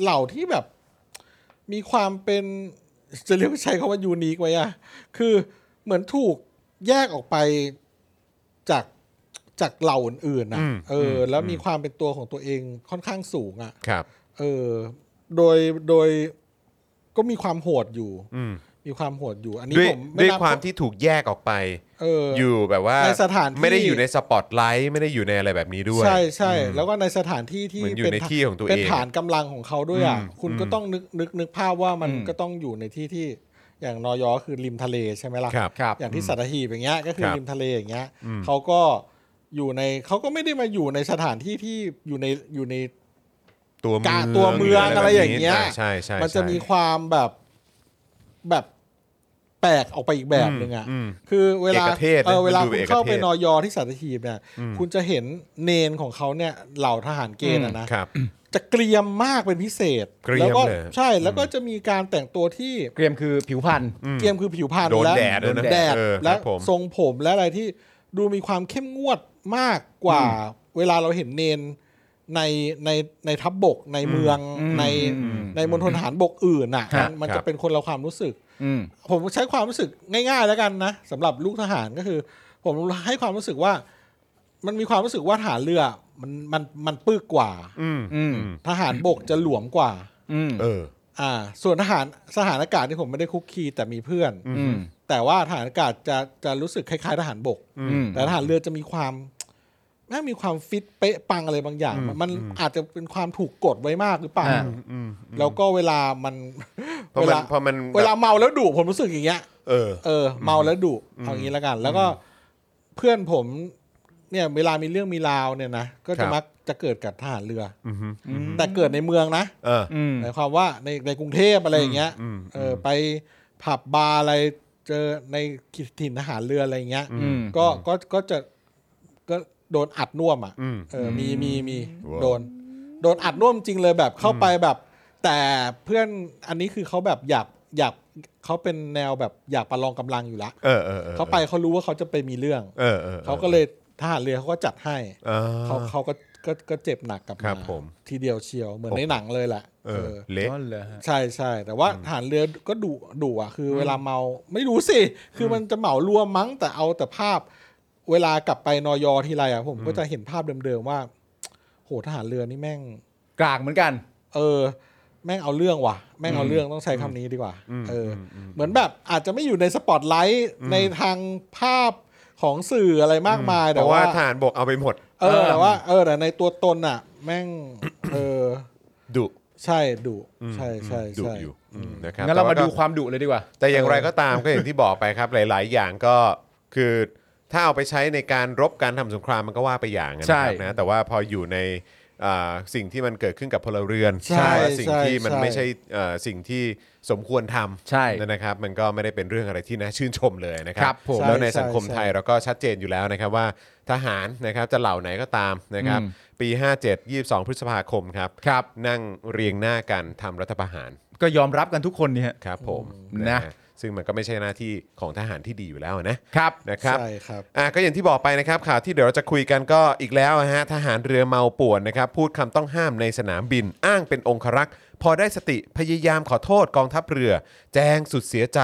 Speaker 3: เหล่าที่แบบ มีความเป็นจะเรียกว่าใช้คำว่ายูนิคไว้อะคือเหมือนถูกแยกออกไปจากจากเหล่าอื่นๆนะ
Speaker 1: อืม
Speaker 3: เอออ
Speaker 1: ม
Speaker 3: แล้วมีความเป็นตัวของตัวเองค่อนข้างสูงอะ่ะ
Speaker 1: ครับ
Speaker 3: เออ โดยโดยก็มีความโหดอยู่
Speaker 1: อืม
Speaker 3: มีความโหดอยู่ อันนี้
Speaker 1: ด้วย
Speaker 3: ผมไม่
Speaker 1: ด้วย
Speaker 3: นับ
Speaker 1: ความที่ถูกแยกออกไป
Speaker 3: เอออ
Speaker 1: อยู่แบบว่า
Speaker 3: ในสถานที่
Speaker 1: ไม่ได้อยู่ในสปอตไลท์ไม่ได้อยู่ในอะไรแบบนี้ด้วย
Speaker 3: ใช่ใช่แล้วก็ในสถานที่ที่
Speaker 1: เหมือนอยู่
Speaker 3: เป็น
Speaker 1: ในที่ของตัวเอง
Speaker 3: เป็นฐานกำลังของเขาด้วยอ่ะ
Speaker 1: อืม
Speaker 3: คุณก็ต้องนึกนึกนึกภาพว่ามันก็ต้องอยู่ในที่ที่อย่างนอยอคือริมทะเลใช่ไหม
Speaker 1: ครั
Speaker 3: ล่ะ
Speaker 1: บ
Speaker 2: ครับ
Speaker 3: อย่างที่สัตหีบอย่างเงี้ยก็คือ
Speaker 1: ครับ
Speaker 3: ริมทะเลอย่างเงี้ยเขาก็อยู่ในเขาก็ไม่ได้มาอยู่ในสถานที่ที่อยู่ในอยู่ใน
Speaker 1: ตัวเมือง
Speaker 3: กะตัวเมืองอะไรอย่างเงี้ย
Speaker 1: ะใช่ใช่
Speaker 3: มันจะ
Speaker 1: ใช่
Speaker 3: มีความแบบแบบแปลกออกไปอีกแบบหนึ่งอ่ะ
Speaker 1: อืมอืม
Speaker 3: คือเวลา
Speaker 1: เอกเทศนะ
Speaker 3: อเวลา
Speaker 1: มันดู
Speaker 3: คุณ
Speaker 1: เอก
Speaker 3: เข้าไป
Speaker 1: เทศ
Speaker 3: นอยอที่สัตหีบเนี่ย คุณจะเห็นเนนของเขาเนี่ยเหล่าทหารเกณฑ์อะนะ
Speaker 1: ครับ
Speaker 3: จะเกรียมมากเป็นพิเศษ
Speaker 1: เกรียม
Speaker 3: แล้วก็
Speaker 1: เลย
Speaker 3: ใช่ แล้วก็จะมีการแต่งตัวที่
Speaker 2: เกรียมคือผิวพรรณ
Speaker 3: เกรียมคือผิวพรรณ
Speaker 1: โดน
Speaker 3: และ
Speaker 1: แดดด้วยนะ
Speaker 3: แดด
Speaker 1: เออครับ
Speaker 3: และ
Speaker 1: ผม
Speaker 3: ทรงผมและอะไรที่ดูมีความเข้มงวดมากกว่า เวลาเราเห็นเนนในในในทัพบบกในเมืองในในมณฑลทหารบกอื่นน่ะ
Speaker 2: ครับ
Speaker 3: มันมัน
Speaker 1: ครั
Speaker 3: จะ
Speaker 1: บ
Speaker 3: เป็นคนละความรู้สึก
Speaker 2: อืม
Speaker 3: ผมใช้ความรู้สึกง่ายๆแล้วกันนะสำหรับลูกทหารก็คือ ผมให้ความรู้สึกว่า มันมีความรู้สึกว่าทหารเรือมันมันมันปึกกว่า
Speaker 1: อืม
Speaker 2: อืม
Speaker 3: ทหารบกจะหลวมกว่า
Speaker 2: อืม
Speaker 1: เออ
Speaker 3: อ่าส่วนทหารสถานอากาศที่ผมไม่ได้คุกคีแต่มีเพื่อน
Speaker 2: ม
Speaker 3: แต่ว่าทหารอากาศจะจะรู้สึกคล้ายๆทหารบก
Speaker 2: อืม
Speaker 3: แต่ทหารเรือจะมีความน่ามีความฟิตเป๊ะปังอะไรบางอย่าง มันมันอาจจะเป็นความถูกกดไว้มากหรือเปล่า
Speaker 2: อ่า
Speaker 3: แล้วก็เวลามัน
Speaker 1: เพราะมั
Speaker 3: เว
Speaker 1: น
Speaker 3: ลา
Speaker 1: เพราะมัน
Speaker 3: เวลาเมาแล้วดุผมรู้สึกอย่างเงี้ย
Speaker 1: เออ
Speaker 3: เออเมาแล้วดุเอางี้แล้วกัน แล้วก็เพื่อนผมเนี่ยเวลามีเรื่องมีราวเนี่ยนะ
Speaker 1: ค
Speaker 3: ก็
Speaker 1: รั
Speaker 3: จะ
Speaker 1: บ
Speaker 3: มักจะเกิดกับทหารเรือ
Speaker 1: อืม
Speaker 3: แต่เกิดในเมืองนะ
Speaker 1: เออ
Speaker 2: อืม
Speaker 3: หมายความว่าในในกรุงเทพอะไรอย่างเงี้ย
Speaker 1: อืม
Speaker 3: เออไปผับบาร์อะไรเจอในถิ่นทหารเรืออะไรอย่างเงี้ย
Speaker 2: อืม
Speaker 3: ก็ก็ก็จะก็โดนอัดน่วมอ่ะ
Speaker 1: อืม
Speaker 3: เออมีมีมี
Speaker 1: ว้าว
Speaker 3: โดน โดนอัดน่วมจริงเลยแบบเข้าไปแบบ แต่เพื่อนอันนี้คือเขาแบบอยากอยากเขาเป็นแนวแบบอยากประลองกำลังอยู่ละ
Speaker 1: เออเออออ
Speaker 3: เขาไปเขารู้ว่าเขาจะไปมีเรื่อง
Speaker 1: เออเออออ
Speaker 3: เขาก็เลยทหารเรือเขาก็จัดให้
Speaker 1: อ่
Speaker 3: เขาเขาก็ก็ก็เจ็บหนักกลับ
Speaker 1: ครั
Speaker 3: มา
Speaker 1: บผม
Speaker 3: ทีเดียวเชียวเหมือน
Speaker 1: โอ้
Speaker 3: ในหนังเลยแหละ
Speaker 1: เออ
Speaker 3: เออ
Speaker 1: เละ
Speaker 2: อ๋อเหรอฮะ
Speaker 3: ใช่ใช่แต่ว่าทหารเรือก็ดุดุอ่ะคือ เวลาเมาไม่รู้สิ คือมันจะเหมารวมมั้งแต่เอาแต่ภาพ เวลากลับไปนอยอทีไรอ่ะผมก็จะเห็นภาพเดิมๆว่า โหทหารเรือนี่แม่ง
Speaker 2: กลางเหมือนกัน
Speaker 3: เออแม่งเอาเรื่องว่ะ แม่งเอาเรื่องต้องใช้คำนี้ดีกว่าเอออ เหมือนแบบอาจจะไม่อยู่ในสปอตไลท์ในทางภาพของสื่ออะไรมากมาย
Speaker 1: เพ
Speaker 3: แต่
Speaker 1: ราะว่า
Speaker 3: ว่า
Speaker 1: ทหารบกเอาไปหมด
Speaker 3: เออแต่ว่า เออแต่ในตัวตนอ่ะ แม่ง เออ
Speaker 1: ดุ
Speaker 3: ใช่ดุใช่ใช่
Speaker 1: ดุ
Speaker 3: ใช่
Speaker 1: อยู่อืมนะครับ
Speaker 2: งั้นเรา
Speaker 1: แต่
Speaker 2: มา
Speaker 1: ว่ก็
Speaker 2: ดูความดุเลยดีกว่า
Speaker 1: แต่อย่างไรก็ตามก็อย่างที่ บอกไปครับ หลาย ๆ อย่างก็คือถ้าเอาไปใช้ในการรบการทำสงครามมันก็ว่าไปอย่างนะค
Speaker 2: ใช่
Speaker 1: รับนะแต่ว่าพออยู่ในอ่าสิ่งที่มันเกิดขึ้นกับพลเรือน
Speaker 2: ใช่
Speaker 1: หรือว่าสิ่งที่มัน
Speaker 3: ใช่
Speaker 1: ไม่ใช่เอ่อสิ่งที่สมควรทำ
Speaker 2: ใช่
Speaker 1: นะครับ มันก็ไม่ได้เป็นเรื่องอะไรที่น่าชื่นชมเลยนะครั
Speaker 2: ครับ บผม
Speaker 1: แล้วใน
Speaker 3: ใช่
Speaker 1: สังคม
Speaker 3: ใช่
Speaker 1: ไทยเราก็ชัดเจนอยู่แล้วนะครับว่าทหารนะครับจะเหล่าไหนก็ตามนะครับปี 57 22 พฤษภาคมครับ
Speaker 2: ครับ
Speaker 1: นั่งเรียงหน้ากันทำรัฐประหาร
Speaker 2: ก็ยอมรับกันทุกคนเนี่ย
Speaker 1: ครับผม
Speaker 2: อืม
Speaker 1: นะ
Speaker 2: นะ
Speaker 1: ฮะซึ่งมันก็ไม่ใช่หน้าที่ของทหารที่ดีอยู่แล้วนะครับ นะครับ
Speaker 3: ใช่ครับ
Speaker 1: อ่ะก็อย่างที่บอกไปนะครับข่าวที่เดี๋ยวเราจะคุยกันก็อีกแล้วนะฮะทหารเรือเมาป่วนนะครับ พูดคำต้องห้ามในสนามบิน อ้างเป็นองครักษ์ พอได้สติพยายามขอโทษกองทัพเรือ แจ้งสุดเสียใจ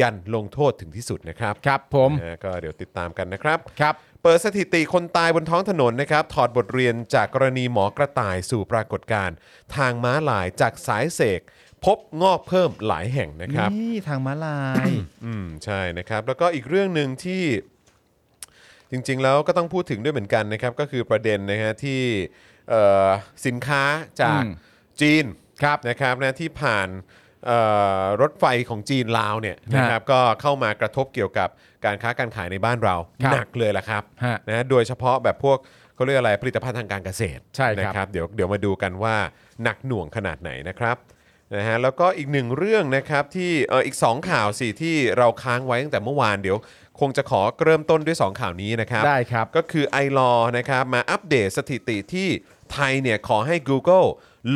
Speaker 1: ยันลงโทษถึงที่สุดนะครับ
Speaker 2: ครับผม
Speaker 1: นะฮะก็เดี๋ยวติดตามกันนะครับ
Speaker 2: ครับ
Speaker 1: เปิดสถิติคนตายบนท้องถนนนะครับ ถอดบทเรียนจากกรณีหมอกระต่ายสู่ปรากฏการณ์ทางม้าลายจากสายเสก พบงอกเพิ่มหลายแห่งนะครับ
Speaker 2: นี่ทางม้าลาย
Speaker 1: อืมใช่นะครับ แล้วก็อีกเรื่องหนึ่งที่จริงๆแล้วก็ต้องพูดถึงด้วยเหมือนกันนะครับ ก็คือประเด็นนะฮะที่เอ่อสินค้าจาก
Speaker 2: อืม
Speaker 1: จีนครับนะครับนะที่ผ่านเอ่อรถไฟของจีนลาวเนี่ยนะครับก็เข้ามากระทบเกี่ยวกับการค้าการขายในบ้านเราหนักเลยล่ะครับ
Speaker 2: ฮะ
Speaker 1: นะโดยเฉพาะแบบพวกเขาเรียกอะไรผลิตภัณฑ์ทางการเกษตร
Speaker 2: ใช่ครับ
Speaker 1: นะครับเดี๋ยวเดี๋ยวมาดูกันว่าหนักหน่วงขนาดไหนนะครับนะฮะแล้วก็อีกหนึ่งเรื่องนะครับที่เอออีก 2 ข่าวสิที่เราค้างไว้ตั้งแต่เมื่อวานเดี๋ยว คงจะขอเริ่มต้นด้วย 2 ข่าวนี้นะครับ
Speaker 2: ได้ครับ
Speaker 1: ก็คือไอรอนะครับมาอัปเดตสถิติที่ไทยเนี่ยขอให้ Google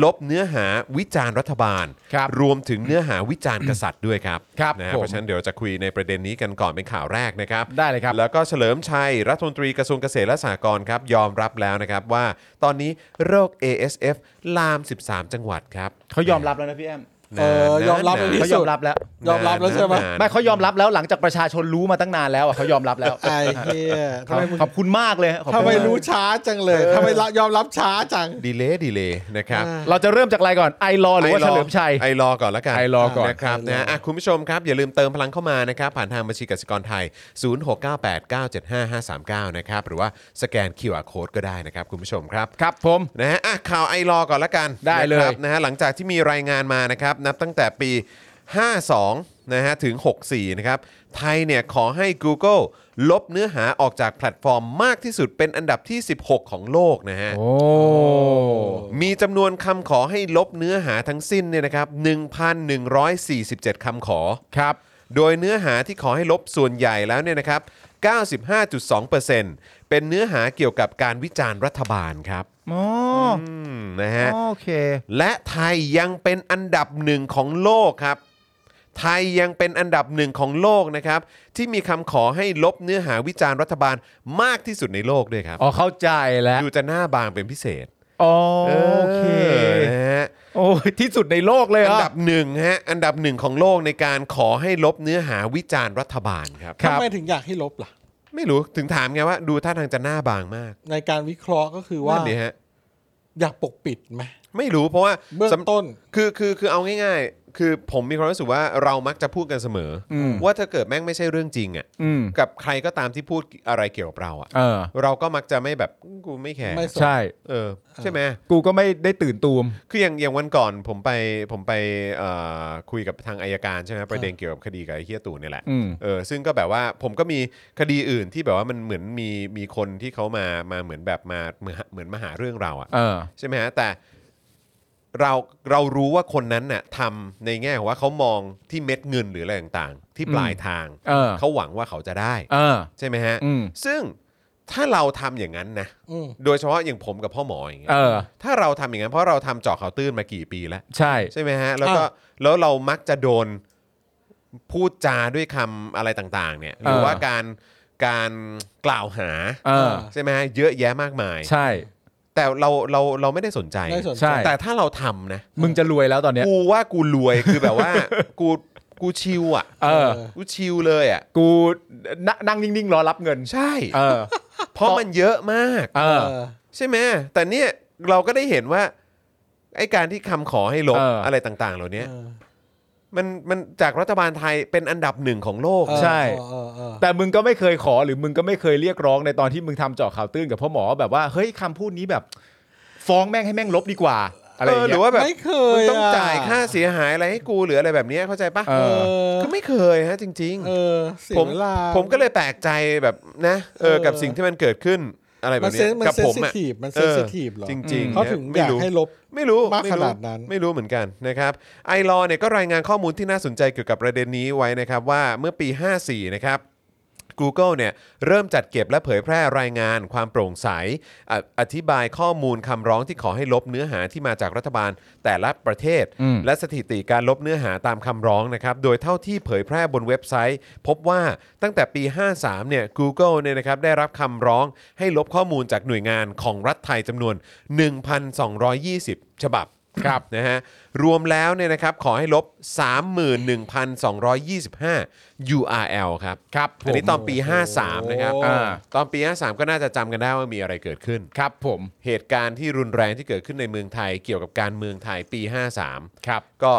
Speaker 1: ลบเนื้อหาวิจารณ์รัฐบาล
Speaker 2: ครับ
Speaker 1: วมถึงเนื้อหาวิจารณ์กษัตริย์ด้วยครับ
Speaker 2: ครับ
Speaker 1: นะฮะ
Speaker 2: ผม
Speaker 1: เพราะฉะนั้นเดี๋ยวจะคุยในประเด็นนี้กันก่อนเป็นข่าวแรกนะครับ
Speaker 2: ได้เลยครับ
Speaker 1: แล้วก็เฉลิมชัย รัฐมนตรีกระทรวงเกษตรและสหกรณ์ครับ ยอมรับแล้วนะครับว่าตอนนี้โรค ASF ลาม 13 จังหวัดครับ
Speaker 2: เขายอมรับแล้วนะพี่แอม
Speaker 3: เออยอมรับ
Speaker 1: นานๆ
Speaker 3: เลย
Speaker 2: เขายอมรับแล้ว
Speaker 3: ยอมรับแล้วใช่ไหม
Speaker 1: นานๆ
Speaker 2: ไม่เขายอมรับแล้วหลังจากประชาชนรู้มาตั้งนานแล้วอะเขายอมรับแล้ว
Speaker 3: ไอ้เหี้ยทำไมมึง
Speaker 2: ขอบคุณมากเลยฮะขอบคุณ
Speaker 3: ทำไมรู้ช้าจังเลยทำไมละยอมรับช้าจัง
Speaker 1: ดีเลย์ดีเลย์นะครับ
Speaker 3: อ่า
Speaker 2: เราจะเริ่มจากอะไรก่อนไอรอหรือว่าเฉลิมชัย
Speaker 1: ไอรอก่อนละกัน
Speaker 2: ไอรอก่อน
Speaker 1: นะครับนะอ่ะคุณผู้ชมครับ อย่าลืมเติมพลังเข้ามานะครับ ผ่านทางบัญชีกสิกรไทย 0698975539 นะครับ หรือว่าสแกน QR Code ก็ได้นะครับ คุณผู้ชมครับ
Speaker 2: ครับผม
Speaker 1: นะฮะอ่ะข่าวไอรอก่อนละกัน
Speaker 2: ได้เลย
Speaker 1: นะครับนะฮะหลังจากที่มีรายงานมานะครับ นับตั้งแต่ปี 52 นะฮะถึง 64 นะครับ ไทยเนี่ยขอให้ Google ลบเนื้อหาออกจากแพลตฟอร์มมากที่สุดเป็นอันดับที่ 16 ของโลกนะฮะ มีจำนวนคำขอให้ลบเนื้อหาทั้งสิ้นเนี่ยนะครับ 1,147 คำขอ
Speaker 2: ครับ
Speaker 1: โดยเนื้อหาที่ขอให้ลบส่วนใหญ่แล้วเนี่ยนะครับ 95.2%เป็นเนื้อหาเกี่ยวกับการวิจารณ์รัฐบาลครับ
Speaker 2: อ๋อ
Speaker 1: อืมนะฮะ
Speaker 2: โอเค
Speaker 1: และไทยยังเป็นอันดับหนึ่งของโลกครับ ไทยยังเป็นอันดับหนึ่งของโลกนะครับ ที่มีคำขอให้ลบเนื้อหาวิจารณ์รัฐบาลมากที่สุดในโลกด้วยครับ
Speaker 2: อ๋อเข้าใจแล้ว
Speaker 1: ดูจะหน้าบางเป็นพิเศษ
Speaker 2: อ๋อโอเค
Speaker 1: อนะฮะ
Speaker 2: โอ้ยที่สุดในโลกเลยเหร
Speaker 1: อัน
Speaker 2: อ่ะ
Speaker 1: ดับหนึ่งฮะอันดับหนึ่งของโลกในการขอให้ลบเนื้อหาวิจารณ์รัฐบาลครับ
Speaker 2: ครับ
Speaker 3: ทำไมถึงอยากให้ลบล่ะ
Speaker 1: ไม่รู้ถึงถามไงว่าดูท่าทางจะหน้าบางมาก
Speaker 3: ในการวิเคราะห์ก็คือว่า
Speaker 1: นั่นดิฮะ
Speaker 3: อยากปกปิดไหม
Speaker 1: ไม่รู้เพราะว่า
Speaker 3: เบื้อง
Speaker 1: สำ
Speaker 3: ต้น
Speaker 1: คือคือคือเอาง่าย ๆ คือผมมีความรู้สึกว่าเรามักจะพูดกันเสมออ
Speaker 2: ม
Speaker 1: ว่าถ้าเกิดแม่งไม่ใช่เรื่องจริงอ่ะ
Speaker 2: อืม
Speaker 1: กับใครก็ตามที่พูดอะไรเกี่ยวกับเราอ่ะ
Speaker 2: เออ
Speaker 1: เราก็มักจะไม่แบบกูไม่แคร์
Speaker 3: ไม่สน
Speaker 2: ใช่
Speaker 1: เออใช่ไหม
Speaker 2: กูก็ไม่ได้ตื่นตูม
Speaker 1: คืออย่างอย่างวันก่อนผมไปผมไปเอ่อคุยกับทางอายการใช่ไหมประเด็นเกี่ยวกับคดีกับไอ้เฮียตู่เนี่ยแหละ
Speaker 2: อืม
Speaker 1: เออซึ่งก็แบบว่าผมก็มีคดีอื่นที่แบบว่ามันเหมือนมีมีคนที่เขามามาเหมือนแบบมาเหมือนเหมือนมาหาเรื่องเราอะ
Speaker 2: เออ
Speaker 1: ใช่ไหมฮะแต่เราเรารู้ว่าคนนั้นน่ะทำในแง่ของว่าเขามองที่เม็ดเงินหรืออะไรต่างๆ ที่ปลายทาง
Speaker 2: เออ
Speaker 1: เขาหวังว่าเขาจะได้
Speaker 2: เออ
Speaker 1: ใช่ไหมฮะ
Speaker 2: อืม
Speaker 1: ซึ่งถ้าเราทำอย่างนั้นนะ
Speaker 3: อืม
Speaker 1: โดยเฉพาะอย่างผมกับพ่อหมออย่างเงี้ย
Speaker 2: เออ
Speaker 1: ถ้าเราทำอย่างนั้น เพราะเราทำเจาะข่าวตื้นมากี่ปีแล้ว
Speaker 2: ใช่
Speaker 1: ใช่ไหมฮะ แล้วก็แล้วเรามักจะโดนพูดจาด้วยคำอะไรต่าง ๆ เนี่ย หรือ
Speaker 2: เออ
Speaker 1: ว่าการการกล่าวหา
Speaker 2: เออ
Speaker 1: ใช่ไหมฮะเยอะแยะมากมาย
Speaker 2: ใช่
Speaker 1: แต่เราเราเราไม่ได้สนใจ
Speaker 3: ไม่สนใจ
Speaker 2: ใช่
Speaker 1: แต่ถ้าเราทำนะ
Speaker 2: มึงจะรวยแล้วตอนเนี้ย
Speaker 1: กูว่ากูรวยคือแบบว่า กูกูชิวอ่ะ
Speaker 2: เออ
Speaker 1: กูชิวเลยอ่ะ
Speaker 2: กูนนั่งนิ่งๆ รอรับเงิน
Speaker 1: ใช่
Speaker 2: เออ
Speaker 1: เพราะมันเยอะมาก
Speaker 2: เอ
Speaker 3: เอ
Speaker 2: อ
Speaker 3: อ
Speaker 1: ใช่ไหมแต่เนี่ยเราก็ได้เห็นว่าไอ้การที่คำขอให้ลบ
Speaker 2: เอออ
Speaker 1: อะไรต่าง ๆ เหล่านี้
Speaker 3: เออ
Speaker 1: มันมันจากรัฐบาลไทยเป็นอันดับหนึ่งของโลก
Speaker 2: ใช่
Speaker 3: เออเออเออ
Speaker 2: แต่มึงก็ไม่เคยขอหรือมึงก็ไม่เคยเรียกร้องในตอนที่มึงทำเจาะข่าวตื้นกับพ่อหมอแบบว่า เฮ้ยคำพูดนี้แบบ ฟ้องแม่งให้แม่งลบดีกว่า อะไรอ
Speaker 1: เอย่าง อหรื
Speaker 2: เงี้
Speaker 1: อย ว่าแบบ
Speaker 3: ไม่เค
Speaker 1: มึ
Speaker 3: ย
Speaker 1: งต้อง
Speaker 3: ะ
Speaker 1: จ่ายค่าเสียหายอะไรให้กูหรืออะไรแบบเนี้ยเข้าใจปะ
Speaker 2: เอ
Speaker 3: เออ
Speaker 1: ก็ไม่เคยฮะจริง
Speaker 3: เออเสีย
Speaker 1: ผม
Speaker 3: เวลา
Speaker 1: ๆ ผมก็เลยแปลกใจแบบนะเออ
Speaker 3: เออ
Speaker 1: กับสิ่งที่มันเกิดขึ้นอะไรแบ
Speaker 3: มั
Speaker 1: บ
Speaker 3: น
Speaker 1: เนี้
Speaker 3: เซ
Speaker 1: ย
Speaker 3: นมัน
Speaker 1: กั
Speaker 3: เซน
Speaker 1: ผม
Speaker 3: ซิ
Speaker 1: อะ
Speaker 3: ทีฟมันเซ
Speaker 1: เอน อ
Speaker 3: ซิทีฟเหรอ
Speaker 1: จริงๆ
Speaker 3: เขาถึงอ
Speaker 1: ไม่
Speaker 3: ยาก
Speaker 1: รู้
Speaker 3: ให้ลบ
Speaker 1: ไม่รู้
Speaker 3: มาก
Speaker 1: ไรู้
Speaker 3: ขนาดนั้น
Speaker 1: ไม่รู้เหมือนกันนะครับไอรอเนี่ยก็รายงานข้อมูลที่น่าสนใจเกี่ยวกับประเด็นนี้ไว้นะครับว่าเมื่อปี 54 นะครับ Google เนี่ยเริ่มจัดเก็บและเผยแพร่รายงานความโปร่งใสออธิบายข้อมูลคำร้องที่ขอให้ลบเนื้อหาที่มาจากรัฐบาลแต่ละประเทศ
Speaker 2: อืม
Speaker 1: และสถิติการลบเนื้อหาตามคำร้องนะครับ โดยเท่าที่เผยแพร่บนเว็บไซต์ พบว่าตั้งแต่ปี 53 เนี่ย Google เนี่ยนะครับได้รับคำร้องให้ลบข้อมูลจากหน่วยงานของรัฐไทยจำนวน 1,220 ฉบับครับนะฮะรวมแล้วเนี่ยนะครับขอให้ลบ 31,225 URL ครับครับอันนี้ตอนปี 53 นะครับ
Speaker 3: อ่า
Speaker 1: ตอนปี 53 ก็น่าจะจำกันได้ว่ามีอะไรเกิดขึ้น
Speaker 2: ครับผม
Speaker 1: เหตุการณ์ที่รุนแรงที่เกิดขึ้นในเมืองไทยเกี่ยวกับการเมืองไทยปี 53 ครับ ก็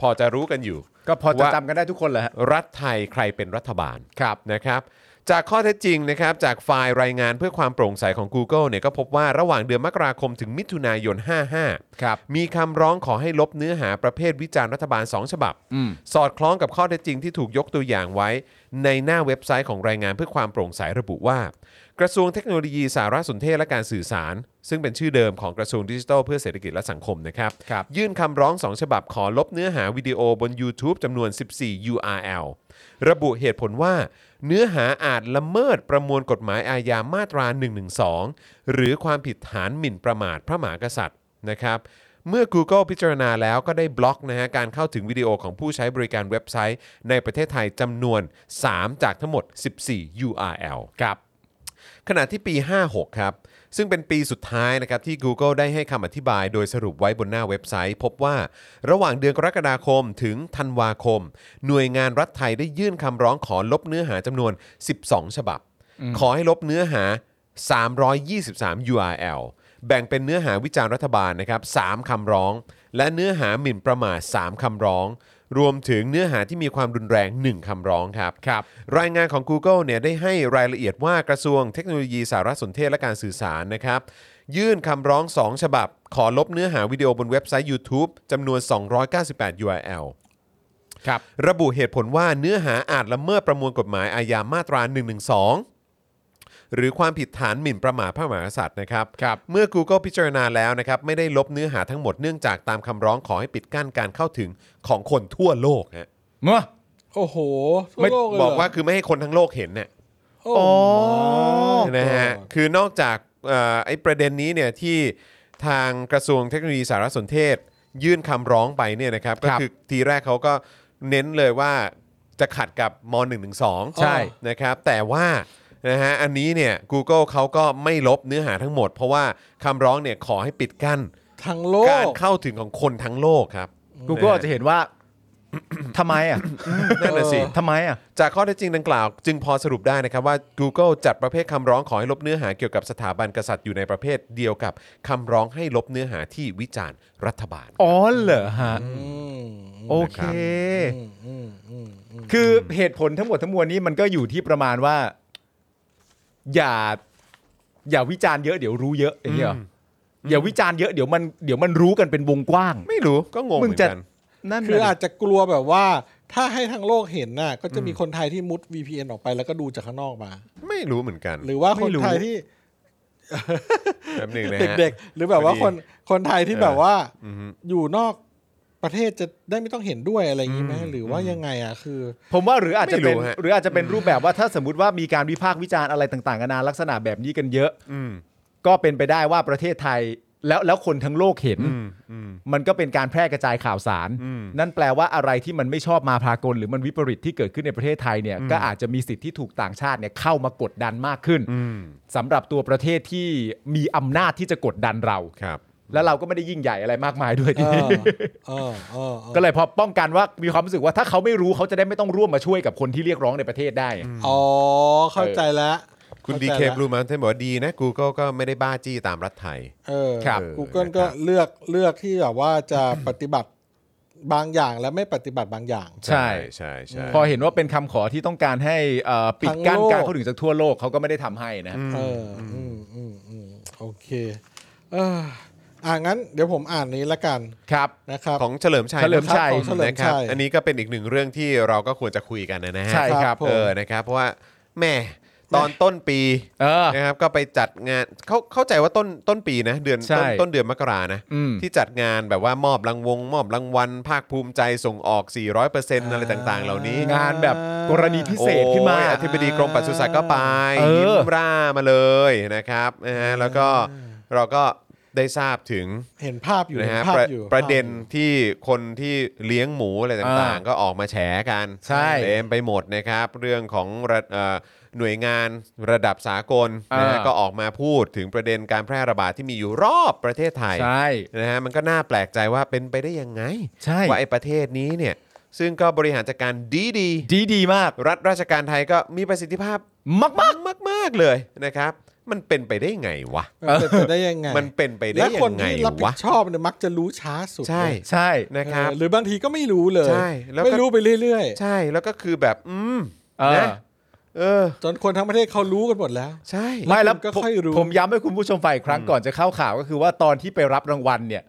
Speaker 1: พอจะรู้กันอยู่
Speaker 2: ก็พอจะ
Speaker 1: ว่า
Speaker 2: จำกันได้ทุกคนแหละฮะ
Speaker 1: รัฐไทยใครเป็นรัฐบาล
Speaker 2: ครับ
Speaker 1: นะครับ จากข้อเท็จจริงนะครับ จากไฟล์รายงานเพื่อความโปร่งใสของ Google เนี่ยก็พบว่าระหว่างเดือนมกราคมถึงมิถุนายน 55
Speaker 2: ครับ
Speaker 1: มีคำร้องขอให้ลบเนื้อหาประเภทวิจารณ์รัฐบาล 2 ฉบับ
Speaker 2: อืม
Speaker 1: สอดคล้องกับข้อเท็จจริงที่ถูกยกตัวอย่างไว้ ในหน้าเว็บไซต์ของรายงานเพื่อความโปร่งใสระบุว่า กระทรวงเทคโนโลยีสารสนเทศและการสื่อสาร ซึ่งเป็นชื่อเดิมของกระทรวงดิจิทัลเพื่อเศรษฐกิจและสังคมนะครับ
Speaker 2: ครับ
Speaker 1: ยื่นคำร้อง 2 ฉบับขอลบเนื้อหาวิดีโอบน YouTube จำนวน 14 URL ระบุเหตุผลว่า เนื้อหาอาจละเมิดประมวลกฎหมายอาญามาตรา 112 หรือความผิดฐานหมิ่นประมาทพระมหากษัตริย์นะครับ เมื่อ Google พิจารณาแล้วก็ได้บล็อกนะฮะการเข้าถึงวิดีโอของผู้ใช้บริการเว็บไซต์ ในประเทศไทยจำนวน 3 จากทั้งหมด 14 URL ครับ ขณะที่ปี 56 ครับ ซึ่งเป็นปีสุดท้ายนะครับที่ Google ได้ให้คำอธิบายโดยสรุปไว้บนหน้าเว็บไซต์ พบว่าระหว่างเดือนกรกฎาคมถึงธันวาคม หน่วยงานรัฐไทยได้ยื่นคำร้องขอลบเนื้อหาจำนวน 12 ฉบับ ขอให้ลบเนื้อหา 323 URL แบ่งเป็นเนื้อหาวิจารณ์รัฐบาลนะครับ3คำร้อง และเนื้อหาหมิ่นประมาท 3 คำร้อง รวมถึงเนื้อหาที่มีความรุนแรง 1 คำร้องครับ
Speaker 2: ครับ
Speaker 1: รายงานของ Google เนี่ยได้ให้รายละเอียดว่ากระทรวงเทคโนโลยีสารสนเทศและการสื่อสารนะครับ ยื่นคำร้อง 2 ฉบับ ขอลบเนื้อหาวิดีโอบนเว็บไซต์ YouTube จำนวน 298 URL
Speaker 2: ครับ
Speaker 1: ระบุเหตุผลว่าเนื้อหาอาจละเมิดประมวลกฎหมายอาญามาตรา 112 หรือความผิดฐานหมิ่นประมาทพระมหากษัตริย์นะครับ
Speaker 2: ครับ
Speaker 1: เมื่อ Google พิจารณาแล้วนะครับ ไม่ได้ลบเนื้อหาทั้งหมดเนื่องจากตามคำร้องขอให้ปิดกั้นการเข้าถึงของคนทั่วโลกฮะ
Speaker 2: เมื่อ
Speaker 3: โอ้โหทั่ว
Speaker 1: ไม่
Speaker 3: โลเลยเหร
Speaker 1: บอกว่าคือไม่ให้คนทั้งโลกเห็นเนี่ย
Speaker 3: โอ้
Speaker 2: อ๋อ
Speaker 3: มาย
Speaker 1: นะฮะ คือนอกจากเอ่อไอ้ประเด็นนี้เนี่ยที่ทางกระทรวงเทคโนโลยีสารสนเทศ ยื่นคำร้องไปเนี่ยนะครับ ก็
Speaker 2: ครับ
Speaker 1: คือทีแรกเขาก็เน้นเลยว่าจะขัดกับม .112
Speaker 2: ใช่
Speaker 1: นะครับ แต่ว่านะฮะอันนี้เนี่ย Google เขาก็ไม่ลบเนื้อหาทั้งหมด เพราะว่าคำร้องเนี่ยขอให้ปิดกั้น
Speaker 3: ทั้งโล
Speaker 1: การ
Speaker 3: ก
Speaker 1: เข้าถึงของคนทั้งโลกครับ
Speaker 2: กูก็อาจจะเห็นว่า ทำไมอ่ะ
Speaker 1: นั่นน่ะสิ
Speaker 2: ทำไมอ่ะ
Speaker 1: จากข้อเท็จจริงดังกล่าว จึงพอสรุปได้นะครับว่า Google จัดประเภทคำร้องขอให้ลบเนื้อหาเกี่ยวกับสถาบันกษัตริย์อยู่ในประเภทเดียวกับคำร้องให้ลบเนื้อหาที่วิจารณ์รัฐบาล
Speaker 2: อ๋อเหรอฮะ
Speaker 3: อืม
Speaker 2: โอเค
Speaker 3: อืมอืมอืมอืม
Speaker 2: คือเหตุผลทั้งหมดทั้งมวลนี้มันก็อยู่ที่ประมาณว่า อย่า อย่าวิจารณ์เยอะเดี๋ยวรู้เยอะอย่างเงี้ยเหรออย่าวิจารณ์เยอะเดี๋ยวมันเดี๋ยวมันรู้กันเป็นวงกว้าง
Speaker 1: ไม่รู้ก็งงเห
Speaker 2: มึ
Speaker 1: มื
Speaker 2: ง
Speaker 1: อน
Speaker 2: จะ
Speaker 1: กัน
Speaker 2: นั่นน่ะ
Speaker 3: คืออาจ
Speaker 2: ดิ
Speaker 3: จะกลัวแบบว่า ถ้าให้ทั้งโลกเห็นน่ะ ก็จะมีคนไทยที่มุด VPN ออกไปแล้วก็ดูจากข้างนอกมา
Speaker 1: ไม่รู้เหมือนกัน
Speaker 3: หรือว่าคนไทยที่
Speaker 1: แป๊บหนึงนะฮะ
Speaker 3: เด็กๆ หรือแบบว่าคนคนไทยที่แบบว่า
Speaker 1: อือฮึ
Speaker 3: อยู่นอกประเทศจะได้ไม่ต้องเห็นด้วยอะไรอย่างนี้ไหมหรือว่ายังไงอ่ะคือ
Speaker 2: ผมว่าหรืออาจจะเป็น
Speaker 1: ไม่รู้ฮะ
Speaker 2: หรืออาจจะเป็นรูปแบบว่าถ้าสมมติว่ามีการวิพากษ์วิจารณ์อะไรต่างๆกันานาลักษณะแบบนี้กันเยอะ
Speaker 1: อืม
Speaker 2: ก็เป็นไปได้ว่าประเทศไทยแล้วแล้วคนทั้งโลกเห็น
Speaker 1: อืมอืม
Speaker 2: มันก็เป็นการแพร่กระจายข่าวสาร
Speaker 1: อืม
Speaker 2: นั่นแปลว่าอะไรที่มันไม่ชอบมาพากลหรือมันวิปริตที่เกิดขึ้นในประเทศไทยเนี่ย
Speaker 1: อืม
Speaker 2: ก็อาจจะมีสิทธิ์ที่ถูกต่างชาติเนี่ยเข้ามากดดันมากขึ้น
Speaker 1: อืม
Speaker 2: สำหรับตัวประเทศที่มีอำนาจที่จะกดดันเรา
Speaker 1: ครับ
Speaker 2: แล้วเราก็ไม่ได้ยิ่งใหญ่อะไรมากมายด้วย
Speaker 3: เอ
Speaker 2: ทีนี้
Speaker 3: อเออเออเออ
Speaker 2: ก็เลยพอป้องกันว่ามีความรู้สึกว่าถ้าเขาไม่รู้เขาจะได้ไม่ต้องร่วมมาช่วยกับคนที่เรียกร้องในประเทศได้
Speaker 3: อ๋อเข้าใจแล้ว
Speaker 1: คุณ
Speaker 3: ข้า
Speaker 1: ดี
Speaker 3: ใจ
Speaker 1: เค
Speaker 3: แล้ว
Speaker 1: บลูมันท่านบอกว่าดีนะ Google ก็ไม่ได้บ้าจี้ตามรัฐไทย
Speaker 3: เออ
Speaker 2: ครับ
Speaker 3: Google
Speaker 1: นะครับ
Speaker 3: ก็เลือกเลือกที่แบบว่าจะปฏิบัติบางอย่างและไม่ปฏิบัติบางอย่าง
Speaker 2: ใช่
Speaker 1: ใช่ใช่
Speaker 2: พอเห็นว่าเป็นคำขอที่ต้องการให้เอ่อปิดกั้นการเข้าถึงจากทั่วโลกเขาก็ไม่ได้ทำให้นะ
Speaker 3: เอออืมอืมอืมโอเคเอออ่างั้นเดี๋ยวผมอ่านนี้ละกัน
Speaker 2: ครับ
Speaker 3: นะครับ
Speaker 1: ของเฉลิมชัย
Speaker 2: เฉลิมชัย
Speaker 1: นะ
Speaker 3: ของเฉลิม
Speaker 1: ค
Speaker 3: ชัย
Speaker 1: รับอันนี้ก็เป็นอีกหนึ่งเรื่องที่เราก็ควรจะคุยกันนะฮะ
Speaker 2: ใช่ครับ
Speaker 3: ผม
Speaker 1: เออ นะครับ เพราะว่าแหม่ตอนต้นปี
Speaker 2: เออ
Speaker 1: นะครับก็ไปจัดงานเขาเข้าใจว่าต้นต้นปีนะ เดือน
Speaker 2: ใช่
Speaker 1: ต้นต้นเดือนมกรานะ
Speaker 2: อืม
Speaker 1: ที่จัดงานแบบว่ามอบรางวง มอบรางวัล ภาคภูมิใจส่งออก 400%อะไรต่าง ๆ เหล่านี้
Speaker 2: งานแบบกรณีพิเศษขึ้นมา
Speaker 1: โอ้ยอธิบดีกรมปศุสัตว์ก็ไป
Speaker 2: เออ
Speaker 1: ยิ้มร่ามาเลยนะครับนะฮะแล้วก็เราก็ได้ทราบถึง
Speaker 3: เห็นภาพอยู่
Speaker 1: นะ
Speaker 3: เห็
Speaker 1: ฮะ
Speaker 3: นภาพ
Speaker 1: ประ
Speaker 3: อยู่
Speaker 1: ประเด็น
Speaker 3: ภาพอยู่
Speaker 1: ที่คนที่เลี้ยงหมูอะไรต่าง
Speaker 2: อ่า
Speaker 1: ๆ ก็ออกมาแฉกัน
Speaker 2: ใช่
Speaker 1: เต็มไปหมดนะครับ เรื่องของระเอ่อหน่วยงานระดับสากล
Speaker 2: อ่าน
Speaker 1: นะฮะก็ออกมาพูดถึงประเด็นการแพร่ระบาดที่มีอยู่รอบประเทศไทย
Speaker 2: ใช่
Speaker 1: นะฮะมันก็น่าแปลกใจว่าเป็นไปได้ยังไง
Speaker 2: ใช่
Speaker 1: ว่าไอ้ประเทศนี้เนี่ยซึ่งก็บริหารจัดการดีดีๆ
Speaker 2: ดีดีมาก
Speaker 1: รัฐราชการไทยก็มีประสิทธิภาพ
Speaker 2: มากมาก
Speaker 1: มากมากๆเลยนะครับ มันเป็นไปได้ไงวะ
Speaker 3: มันเป็นไปได้ยังไง
Speaker 1: มันเป็นไปได้
Speaker 3: และ
Speaker 1: ยั
Speaker 3: คน
Speaker 1: งไง
Speaker 3: ที่รับผิ
Speaker 1: วะ
Speaker 3: ดชอบเนี่ยมักจะรู้ช้าสุด
Speaker 1: ใช่
Speaker 2: ใช่
Speaker 1: นะครับ
Speaker 3: เออหรือบางทีก็ไม่รู้เลย
Speaker 1: ใช่แล้วก็
Speaker 3: ไม่รู้ไปเรื่อย
Speaker 1: ใช่แล้วก็คือแบบ อืม
Speaker 2: เออ
Speaker 1: นะเออ
Speaker 3: ๆ จนคนทั้งประเทศเขารู้กันหมดแล้ว
Speaker 1: ใช่
Speaker 2: ไม่แล้ว
Speaker 3: ก็
Speaker 2: ผม
Speaker 3: ค่อยรู้
Speaker 2: ผมย้ำให้คุณผู้ชมฝ่ายครั้งก่อนจะเข้าข่าวก็คือว่าตอนที่ไปรับรางวัลเนี่ย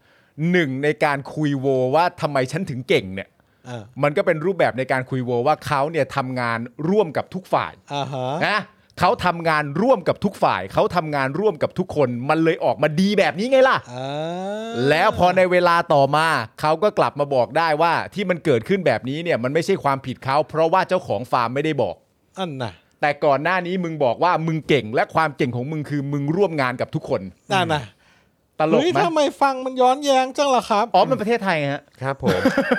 Speaker 2: หนึ่งในการคุยโวว่าทำไมฉันถึงเก่งเนี่ย
Speaker 3: อ่า
Speaker 2: มันก็เป็นรูปแบบในการคุยโวว่าเขาเนี่ยทำงานร่วมกับทุกฝ่าย
Speaker 3: อ่าฮะ
Speaker 2: นะเขาทำงานร่วมกับทุกฝ่าย เขาทำงานร่วมกับทุกคน มันเลยออกมาดีแบบนี้ไงล่ะ
Speaker 3: อ่า
Speaker 2: แล้วพอในเวลาต่อมาเขาก็กลับมาบอกได้ว่าที่มันเกิดขึ้นแบบนี้เนี่ยมันไม่ใช่ความผิดเขาเพราะว่าเจ้าของฟาร์มไม่ได้บอก
Speaker 3: อันน่ะ
Speaker 2: แต่ก่อนหน้านี้มึงบอกว่ามึงเก่งและความเก่งของมึงคือมึงร่วมงานกับทุกคน
Speaker 3: นั่นน่ะ
Speaker 2: ตลก
Speaker 3: เฮ้ย
Speaker 2: ไหม
Speaker 3: ทำไมฟังมันย้อนแย้งจังล่ะครับ
Speaker 2: อ๋อมันประเทศไทยไงฮะ
Speaker 1: ครับผม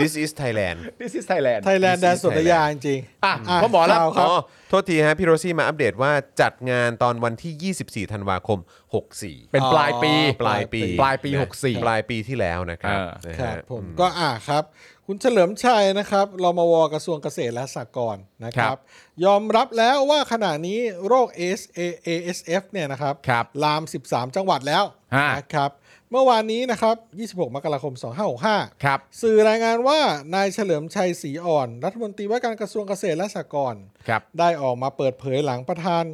Speaker 1: this is Thailand
Speaker 2: This is Thailand
Speaker 3: ไทยแลนด์แดนสนธยาจริงๆ
Speaker 2: อ่ะ
Speaker 3: อ่ะ
Speaker 2: พอหมอแล้ว
Speaker 3: ข่าว ครับ
Speaker 1: อ๋อโทษทีฮะ พี่โรซี่มาอัปเดตว่าจัดงานตอนวันที่ 24 ธันวาคม 64
Speaker 2: เป็นปลายปี
Speaker 3: อ๋อ
Speaker 1: ปลายปี
Speaker 2: ปลายปี
Speaker 1: นะ
Speaker 2: หกสี่
Speaker 1: ปลายปีที่แล้วนะครับ
Speaker 2: เออ
Speaker 1: นะ
Speaker 3: ครั
Speaker 1: ฮะ
Speaker 3: บผมก็อ่าครับ คุณเฉลิมชัยนะครับรมวกระทรวงเกษตรและสหกรณ์นะค
Speaker 2: ครั
Speaker 3: รับ
Speaker 2: บ
Speaker 3: ยอมรับแล้วว่าขณะนี้โรค SA ASF เนี่ยนะครับ
Speaker 2: ครับ
Speaker 3: ลาม 13 จังหวัดแล้ว
Speaker 2: ฮะ
Speaker 3: นะครับ เมื่อวานนี้นะครับ 26 มกราคม 2565
Speaker 2: ครับ
Speaker 3: สื่อรายงานว่านายเฉลิมชัยศรีอ่อน รัฐมนตรีว่าการกระทรวงเกษตรและสหกรณ์
Speaker 2: ครับ
Speaker 3: ได้ออกมาเปิดเผยหลังประธาน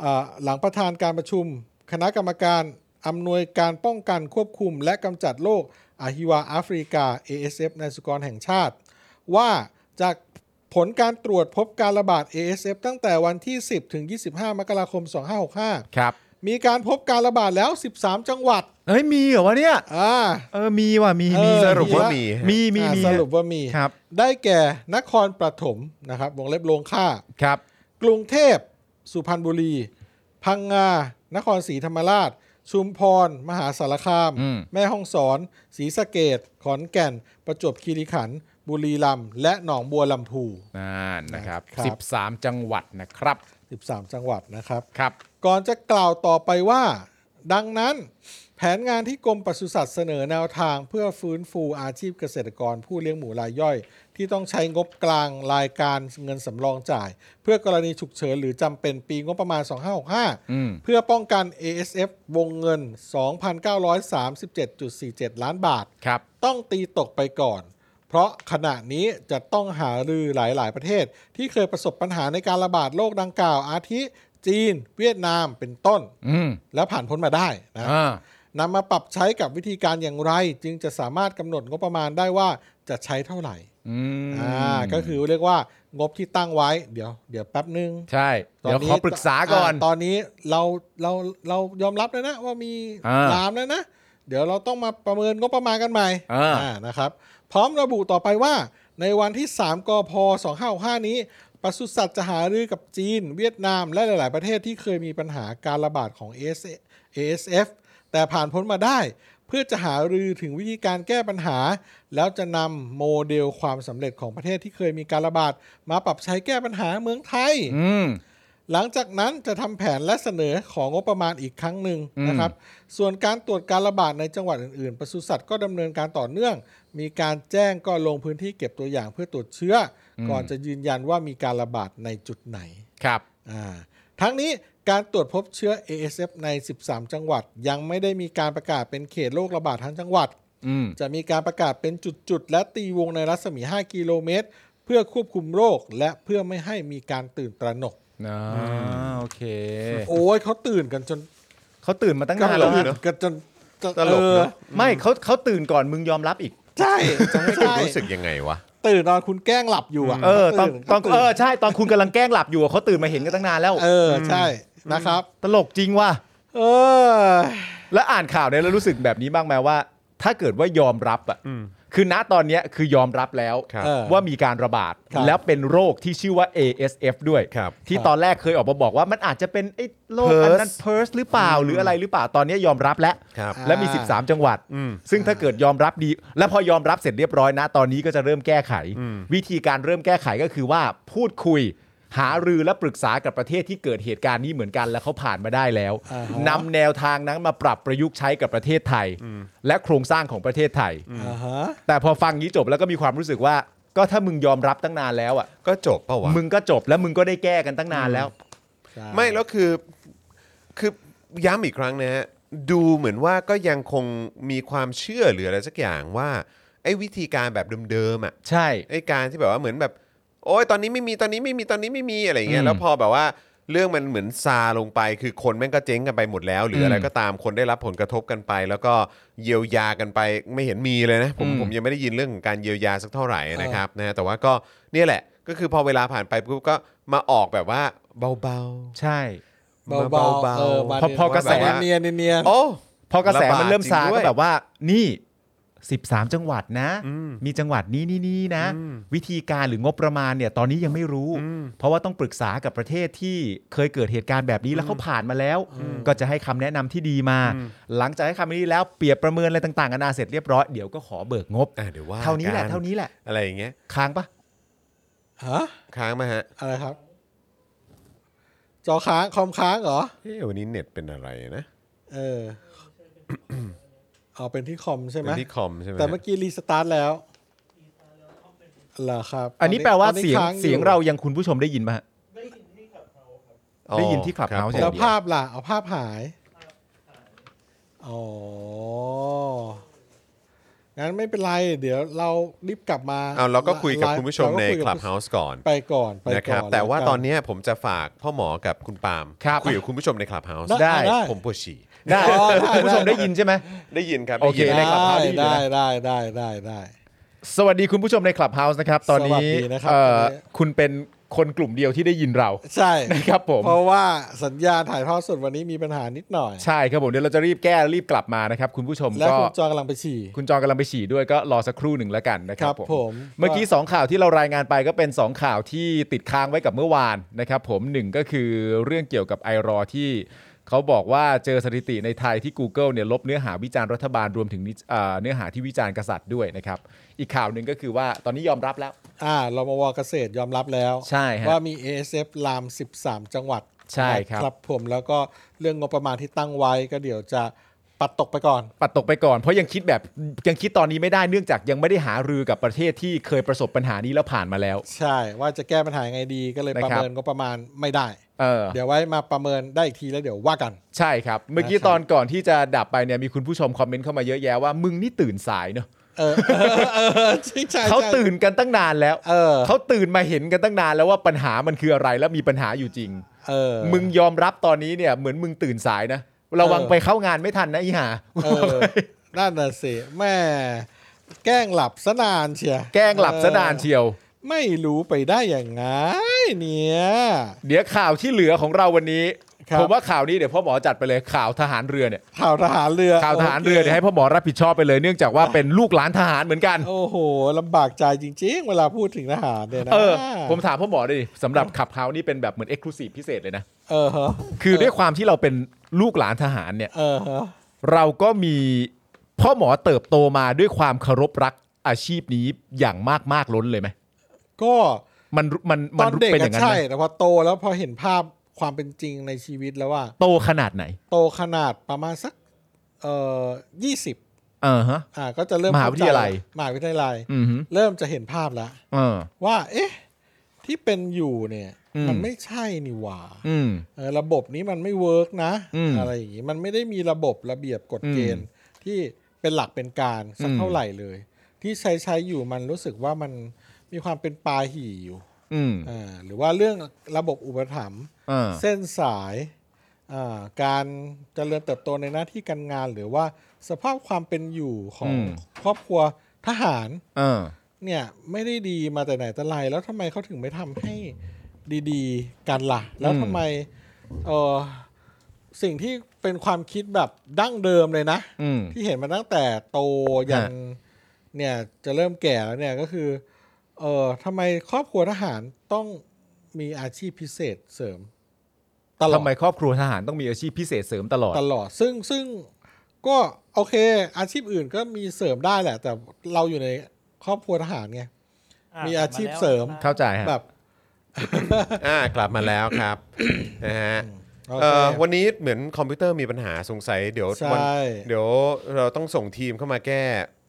Speaker 3: เอ่อหลังประธานการประชุม คณะกรรมการอำนวยการป้องกันควบคุม และกำจัดโรคอาฮิวาแอฟริกา ASF ในสุกรแห่งชาติ ว่าจากผลการตรวจพบการระบาด ASF ตั้งแต่วันที่ 10 ถึง 25 มกราคม 2565
Speaker 2: ครับ
Speaker 3: มีการพบการระบาดแล้ว 13 จังหวัด
Speaker 2: เฮ้ยมีเหรอวะเนี่ย
Speaker 3: อ่า
Speaker 2: เออมีว่ะมี
Speaker 3: เออ
Speaker 2: มี
Speaker 1: สรุปว่ามีฮะ
Speaker 2: มีมี
Speaker 3: อ่า
Speaker 2: มี
Speaker 3: สรุปว่ามี
Speaker 2: ครับ
Speaker 3: ได้แก่นครปฐมนะครับวงเล็บลงค่า
Speaker 2: ครับ
Speaker 3: กรุงเทพ สุพรรณบุรี พังงา นครศรีธรรมราช ชุมพร มหาสารคาม
Speaker 2: อืม
Speaker 3: แม่ฮ่องสอน ศรีสะเกดขอนแก่น ประจวบคีรีขันธ์บุรีรัมย์และหนองบัวลำพู
Speaker 2: นั่นนะครับ
Speaker 3: ครับ
Speaker 2: สิบสามจังหวัดนะครับ
Speaker 3: 13 จังหวัดนะครับ
Speaker 2: ครับ
Speaker 3: ก่อนจะกล่าวต่อไปว่า ดังนั้น แผนงานที่กรมปศุสัตว์เสนอแนวทางเพื่อฟื้นฟูอาชีพเกษตรกรผู้เลี้ยงหมูรายย่อย ที่ต้องใช้งบกลางรายการเงินสำรองจ่าย เพื่อกรณีฉุกเฉินหรือจำเป็นปีงบประมาณ
Speaker 2: อืม
Speaker 3: 2565 เพื่อป้องกัน ASF วงเงิน 2,937.47 ล้านบาท
Speaker 2: ครับ
Speaker 3: ต้องตีตกไปก่อน เพราะขณะนี้จะต้องหารือหลาย ๆ ประเทศ ที่เคยประสบปัญหาในการระบาดโรคดังกล่าวอาทิ จีน เวียดนามเป็นต้น
Speaker 2: อืม
Speaker 3: แล้วผ่านพ้นมาได้นะ
Speaker 2: อ่าน
Speaker 3: ำมาปรับใช้กับวิธีการอย่างไร จึงจะสามารถกำหนดงบประมาณได้ว่าจะใช้เท่าไหร่
Speaker 2: อืม
Speaker 3: อ่าก็คือเรียกว่างบที่ตั้งไว้เดี๋ยว เดี๋ยวแป๊บนึง
Speaker 2: ใช่ เดี๋ยวขอปรึกษาก่อน
Speaker 3: าตอนนี้เราเราเรายอมรับแล้วนะว่ามี
Speaker 2: อ่า
Speaker 3: ลามแล้วนะ เดี๋ยวเราต้องมาประเมินงบประมาณกันใหม่
Speaker 2: อ่า
Speaker 3: อ่านะครับ พร้อมระบุต่อไปว่า ในวันที่ 3กพ2565 นี้ปศุสัตว์จะหารือกับจีน เวียดนาม และหลาย ๆ ประเทศที่เคยมีปัญหาการระบาดของ AS- ASF แต่ผ่านพ้นมาได้ เพื่อจะหารือถึงวิธีการแก้ปัญหา แล้วจะนำโมเดลความสำเร็จของประเทศที่เคยมีการระบาด มาปรับใช้แก้ปัญหาเมืองไทย
Speaker 2: อืม
Speaker 3: หลังจากนั้นจะทำแผนและเสนอของงบประมาณอีกครั้งหนึ่ง
Speaker 2: อืม
Speaker 3: นะครับ ส่วนการตรวจการระบาดในจังหวัดอื่นๆปศุสัตว์ก็ดำเนินการต่อเนื่อง มีการแจ้งก็ลงพื้นที่เก็บตัวอย่างเพื่อตรวจเชื้ออก่อนจะยืนยันว่ามีการระบาดในจุดไหน
Speaker 2: ครับ
Speaker 3: อ่าทั้งนี้การตรวจพบเชื้อ ASF ใน 13 จังหวัด ยังไม่ได้มีการประกาศเป็นเขตโรคระบาดทั้งจังหวัด
Speaker 2: อืม
Speaker 3: จะมีการประกาศเป็นจุดๆ และตีวงในรัศมี 5 กิโลเมตร เพื่อควบคุมโรค และเพื่อไม่ให้มีการตื่นตระหนก
Speaker 2: อ่าโอเค
Speaker 3: โอ้ยเขาตื่นกันจน
Speaker 2: เขาตื่นมาตั้งนานแล้ว
Speaker 3: ตื่
Speaker 2: นะ
Speaker 3: นกันจนจน
Speaker 1: ตลก
Speaker 3: เออ
Speaker 1: เนอะ
Speaker 2: ไม่เขาเขาตื่นก่อนมึงยอมรับอีก
Speaker 3: ใช่ใช่
Speaker 1: ให้คุณรู้สึกยังไงวะ
Speaker 3: ตื่นตอนคุณแกล้งหลับอยู่อ่ะ
Speaker 2: เออตอนตอน
Speaker 3: ตื่
Speaker 2: เออใช่ตอนคุณกำลังแกล้งหลับอยู่อะเขาตื่นมาเห็นกันตั้งนานแล้ว
Speaker 3: เออใช่นะครับ
Speaker 2: ตลกจริงว่ะ
Speaker 3: เออ
Speaker 2: แล้วอ่านข่าวเนี่ยแล้วรู้สึกแบบนี้บ้างไหมว่า ถ้าเกิดว่ายอมรับอ่ะคือณตอนเนี้ยคือยอมรับแล้ว
Speaker 1: ครับ
Speaker 3: เออ
Speaker 2: ว่ามีการระบาด
Speaker 3: ครับ
Speaker 2: แล้วเป็นโรคที่ชื่อว่า ASF ด้วย
Speaker 1: ครับ
Speaker 2: ที่
Speaker 3: ครับ
Speaker 2: ตอนแรกเคยออกมาบอกว่ามันอาจจะเป็นไอ้โรคอันนั้น
Speaker 1: Purse
Speaker 2: เพิร์สหรือเปล่าหรืออะไรหรือเปล่าตอนเนี้ยยอมรับแล้ว
Speaker 1: ครับ
Speaker 3: อ่า
Speaker 2: และมี 13 จังหวัด
Speaker 1: อืม
Speaker 2: ซึ่งถ้าเกิดยอมรับดี และพอยอมรับเสร็จเรียบร้อยนะ ตอนนี้ก็จะเริ่มแก้ไข
Speaker 1: อืม
Speaker 2: วิธีการเริ่มแก้ไขก็คือว่าพูดคุย หารือและปรึกษากับประเทศที่เกิดเหตุการณ์นี้เหมือนกันแล้วเขาผ่านมาได้แล้ว
Speaker 3: อ่าฮะ
Speaker 2: นำแนวทางนั้นมาปรับประยุกต์ใช้กับประเทศไทย และโครงสร้างของประเทศไทย
Speaker 3: อ่าฮะ
Speaker 2: แต่พอฟังนี้จบแล้วก็มีความรู้สึกว่า ก็ถ้ามึงยอมรับตั้งนานแล้วอ่ะ
Speaker 1: ก็จบเปล่าวะ
Speaker 2: มึงก็จบแล้วมึงก็ได้แก้กันตั้งนานแล้ว
Speaker 3: ใช่
Speaker 1: ไม่แล้วคือคือย้ำอีกครั้งนะฮะดูเหมือนว่าก็ยังคงมีความเชื่อหรืออะไรสักอย่างว่าไอ้วิธีการแบบเดิมๆอ่ะ
Speaker 2: ใช่
Speaker 1: ไอ้การที่แบบว่าเหมือนแบบ โอ้ยตอนนี้ไม่มีตอนนี้ไม่มีตอนนี้ไม่มีอะไรอย่างเงี้
Speaker 2: อื
Speaker 1: ย
Speaker 2: ม
Speaker 1: แล้วพอแบบว่าเรื่องมันเหมือนซาลงไป คือคนแม่งก็เจ๊งกันไปหมดแล้ว หรืออะไร
Speaker 2: อืม
Speaker 1: ก็ตามคนได้รับผลกระทบกันไป แล้วก็เยียวยากันไปไม่เห็นมีเลยนะผม
Speaker 2: อืม
Speaker 1: ผมยังไม่ได้ยินเรื่องของการเยียวยาสักเท่าไหร่นะครับนะแต่ว่าก็เนี่ยแหละก็คือพอเวลาผ่านไปปุ๊บก็มาออกแบบว่าเบาๆ
Speaker 2: ใช่
Speaker 3: เบาๆเออมา
Speaker 2: พอๆกระแส
Speaker 3: เนียนๆเนียนๆ
Speaker 1: โอ้
Speaker 2: พอกระแสมันเริ่มซา
Speaker 1: ระบาดจริงด้ว
Speaker 2: ก็
Speaker 1: ย
Speaker 2: แบบว่า นี่ 13 จังหวัดนะ
Speaker 1: อืม
Speaker 2: มีจังหวัดนี้นี่นี่นะ
Speaker 1: อืม
Speaker 2: วิธีการหรืองบประมาณเนี่ย ตอนนี้ยังไม่รู้
Speaker 1: อืม
Speaker 2: เพราะว่าต้องปรึกษากับประเทศที่เคยเกิดเหตุการณ์แบบนี้แล้วเขาผ่านมาแล้ว ก็จะให้คำแนะนำที่ดีมา
Speaker 1: อืม
Speaker 2: หลังจากให้คำนี้แล้วเปรียบประเมินอะไรต่างๆกันาเสร็จเรียบร้อยเดี๋ยวก็ขอเบิกงบ
Speaker 1: อ่ะเดี๋ยวว่า
Speaker 2: เท่านี้แหละ
Speaker 1: กั
Speaker 2: เท่านี้แหละ
Speaker 1: อะไรอย่างเงี้ย
Speaker 2: ค้างปะ
Speaker 3: ฮะ
Speaker 1: ค้างไหมาฮะ
Speaker 3: อะไรครับ จอค้างคอมค้างเหรอ
Speaker 1: เฮ้ยวันนี้เน็ตเป็นอะไรนะ
Speaker 3: เออ เอาเป็นที่คอมใช่ไหม
Speaker 1: เป็นที่คอมใช่ไหม
Speaker 3: แต่เมื่อกี้รีสตาร์ทแล้วเหรอครับ
Speaker 2: อันนี้แปลว่าเสียง
Speaker 3: ตอนนี้ค้อ
Speaker 2: เสียงเรายังคุณผู้ชมได้ยินปะฮะ
Speaker 1: อ๋อ
Speaker 2: ได้ยินที่ Clubhouse
Speaker 1: ค
Speaker 2: อ
Speaker 1: รัผ
Speaker 2: ย่ง
Speaker 3: แล้
Speaker 2: เดี
Speaker 3: วย
Speaker 1: ม
Speaker 3: ภาพล่ะ เอาภาพหาย อ๋อ งั้นไม่เป็นไร เดี๋ยวเรารีบกลับมา
Speaker 1: เอาเราก็คุยกับ
Speaker 3: ไลฟ์
Speaker 1: คุณผู้ชมใน
Speaker 3: เราก็ยกับ
Speaker 1: Clubhouse ก่อน
Speaker 3: ไปก่อนไปก่อน
Speaker 1: นะครับ แต่ว่า
Speaker 3: ล้วกั
Speaker 1: ตอนเนี้ยผมจะฝากพ่อหมอกับคุณปาล์ม
Speaker 2: ครับ
Speaker 1: คุยกับคุณผู้ชมใน Clubhouse
Speaker 2: ได้
Speaker 3: ได้
Speaker 1: ผมปวดฉี่
Speaker 2: ได้
Speaker 3: อ๋อ
Speaker 2: คุณผู้ชมได้ยินใช่ไหม
Speaker 1: ได้ยินครับ
Speaker 2: โอเค
Speaker 1: ได้ยินใน
Speaker 2: ใน
Speaker 1: Clubhouse
Speaker 2: ได้ยินนะ
Speaker 3: ได้ได้ได้ได้ได้
Speaker 2: สวัสดีคุณผู้ชมในคลับเฮาส์นะครับ ตอน
Speaker 3: สวั
Speaker 2: นี้
Speaker 3: สดีนะครับ
Speaker 2: เอ่อ
Speaker 3: ตอนนี้
Speaker 2: คุณเป็นคนกลุ่มเดียวที่ได้ยินเรา
Speaker 3: ใช่
Speaker 2: นะครับผม
Speaker 3: เพราะว่าสัญญาณถ่ายทอดสดวันนี้มีปัญหานิดหน่อย
Speaker 2: ใช่ครับผม เดี๋ยวเราจะรีบแก้รีบกลับมานะครับ คุณผู้ชม
Speaker 3: และ
Speaker 2: ก็
Speaker 3: คุณจองกำลังไปฉี่
Speaker 2: คุณจองกำลังไปฉี่ด้วยก็รอสักครู่หนึ่งแล้วกันนะครับ
Speaker 3: ครับผม
Speaker 2: เมื่อกี้ 2 ข่าวที่เรารายงานไปก็เป็น 2 ข่าวที่ติดค้างไว้กับเมื่อวานนะครับผมหนึ่งก็คือเรื่องเกี่ยวกับไอรอที่เขาบอกว่าเจอสถิติในไทยที่ Google เนี่ยลบเนื้อหาวิจารณ์รัฐบาลรวมถึงนิเอ่อเนื้อหาที่วิจารณ์กษัตริย์ด้วยนะครับอีกข่าวหนึ่งก็คือว่าตอนนี้ยอมรับแล้ว
Speaker 3: อ่ารมวเกษตรยอมรับแล้ว
Speaker 2: ใช่ฮะ
Speaker 3: ว่ามี ASF ลาม 13 จังหวัด
Speaker 2: ใช่ครับ
Speaker 3: ครับผมแล้วก็เรื่องงบประมาณที่ตั้งไว้ก็เดี๋ยวจะไป ปัดตกไปก่อน
Speaker 2: ปัดตกไปก่อนเพราะยังคิดแบบยังคิดตอนนี้ไม่ได้เนื่องจากยังไม่ได้หารือกับประเทศที่เคยประสบปัญหานี้แล้วผ่านมาแล้ว
Speaker 3: ใช่ว่าจะแก้ปัญหายังไงดีก็เลย
Speaker 2: นะ
Speaker 3: ประ
Speaker 2: ครับ
Speaker 3: เมินก็ประมาณไม่ได้
Speaker 2: เออ
Speaker 3: เดี๋ยวไว้มาประเมินได้อีกทีแล้วเดี๋ยวว่ากัน
Speaker 2: ใช่ครับ เมื่อกี้
Speaker 3: นะครับ
Speaker 2: ตอนก่อนที่จะดับไปเนี่ยมีคุณผู้ชมคอมเมนต์เข้ามาเยอะแยะว่ามึงนี่ตื่นสายเนอะ
Speaker 3: เอ อเออเออใช่ใช่ใช่
Speaker 2: เขาตื่นกันตั้งนานแล้ว
Speaker 3: เออ
Speaker 2: เขาตื่นมาเห็นกันตั้งนานแล้วว่าปัญหามันคืออะไรแล้วมีปัญหาอยู่จริง
Speaker 3: เออ
Speaker 2: มึงยอมรับตอนนี้เนี่ยเหมือนมึงตื่นสายนะระวัง
Speaker 3: เออ
Speaker 2: ไปเข้างานไม่ทันนะอีห่า
Speaker 3: เออนั่นน่ะสิแม่แกล้งหลับซะนานเชีย
Speaker 2: แกล้งหลับซะนานเชียว
Speaker 3: ไม่รู้ไปได้อย่างไงเนี่ย
Speaker 2: เดี๋ยวข่าวที่เหลือของเราวันนี้
Speaker 3: ครับ
Speaker 2: ผมว่าข่าวนี้เดี๋ยวพ่อหมอจัดไปเลยข่าวทหารเรือเนี่ย
Speaker 3: ข่าวทหารเรือ
Speaker 2: ข่าวทหารเรือ
Speaker 3: โค
Speaker 2: เดี๋ยวให้พ่อหมอรับผิดชอบไปเลยเนื่องจากว่าเป็นลูกหลานทหารเหมือนกัน
Speaker 3: โอ้โหลำบากใจจริง ๆ เวลาพูดถึงทหารเนี่ยนะ
Speaker 2: เออ ผมถามพ่อหมอดิสำหรับขับเฮานี่เป็นแบบเหมือนเอ็กซ์คลูซีฟพิเศษเลยนะ
Speaker 3: เออฮะ
Speaker 2: คือด้วยความที่เราเป็นลูกหลานทหารเนี่ย
Speaker 3: เออฮะ
Speaker 2: เราก็มีพ่อหมอเติบโตมาด้วยความเคารพรักอาชีพนี้อย่างมากมากๆล้นเลยไหม
Speaker 3: ก็
Speaker 2: มันมัน
Speaker 3: ต
Speaker 2: มัน
Speaker 3: อนเด็ก
Speaker 2: เป็นอ
Speaker 3: ก็
Speaker 2: ย่างนั้น
Speaker 3: ใช่
Speaker 2: ไหม
Speaker 3: แต่พอโตแล้วพอเห็นภาพความเป็นจริงในชีวิตแล้วว่า
Speaker 2: โตขนาดไหน
Speaker 3: โตขนาดประมาณสักเอ่อยี่สิบ
Speaker 2: อ่าฮะ
Speaker 3: อ่าก็จะเริ่ม
Speaker 2: มหาวิทยาลัย
Speaker 3: เข้ใจมหาวิทยาลัย
Speaker 2: อืมฮึ
Speaker 3: เริ่มจะเห็นภาพแล้ว
Speaker 2: เออ
Speaker 3: ว่า เอ๊ะ ที่เป็นอยู่เนี่ย
Speaker 2: อืม
Speaker 3: มันไม่ใช่นี่หว่า
Speaker 2: อืม
Speaker 3: เออระบบนี้มันไม่เวิร์กนะ
Speaker 2: อืม
Speaker 3: ไรอย่างงี้มันไม่ได้มีระบบระเบียบกฎเกณฑ์ที่เป็นหลักเป็นการสัก
Speaker 2: อืม
Speaker 3: เท่าไหร่เลย ที่ใช้ใช้อยู่มันรู้สึกว่ามันมีความเป็นปลาหี่อยู่
Speaker 2: อืม
Speaker 3: อ่าหรือว่าเรื่องระบบอุปถัมภ์
Speaker 2: เออ
Speaker 3: เส้นสายอ่าการเจริญเติบโตในหน้าที่การงานหรือว่าสภาพความเป็นอยู่ของครอบครัวทหาร
Speaker 2: เออ
Speaker 3: เนี่ยไม่ได้ดีมาแต่ไหนแต่ไรแล้วทำไมเขาถึงไม่ทำให้ดีๆกันละ่ะ แล้ว
Speaker 2: อืม
Speaker 3: ทำไมเออสิ่งที่เป็นความคิดแบบดั้งเดิมเลยนะ
Speaker 2: อืม
Speaker 3: ที่เห็นมาตั้งแต่โตยัน
Speaker 2: ฮะ
Speaker 3: เนี่ยจะเริ่มแก่แล้วเนี่ยก็คือเออทำไมครอบครัวทหารต้องมีอาชีพพิเศษเสริมตลอ
Speaker 2: ทำ
Speaker 3: ด
Speaker 2: ไมครอบครัวทหารต้องมีอาชีพพิเศษเสริมตลอด
Speaker 3: ตลอดซึ่งซึ่งก็โอเค อาชีพอื่นก็มีเสริมได้แหละ แต่เราอยู่ในครอบครัวทหารไง
Speaker 4: อ่ะ
Speaker 3: มีอาชีพเสริม
Speaker 4: ครั
Speaker 2: เข้า
Speaker 4: บ
Speaker 2: ใจฮะ
Speaker 3: แบบ
Speaker 1: อ่ากลับมาแล้วครับนะฮะ
Speaker 3: โอ
Speaker 1: เอ่
Speaker 3: เค
Speaker 1: อวันนี้เหมือนคอมพิวเตอร์มีปัญหาสงสัยเดี๋ยว
Speaker 3: ใช่
Speaker 1: วันเดี๋ยวเราต้องส่งทีมเข้ามาแก้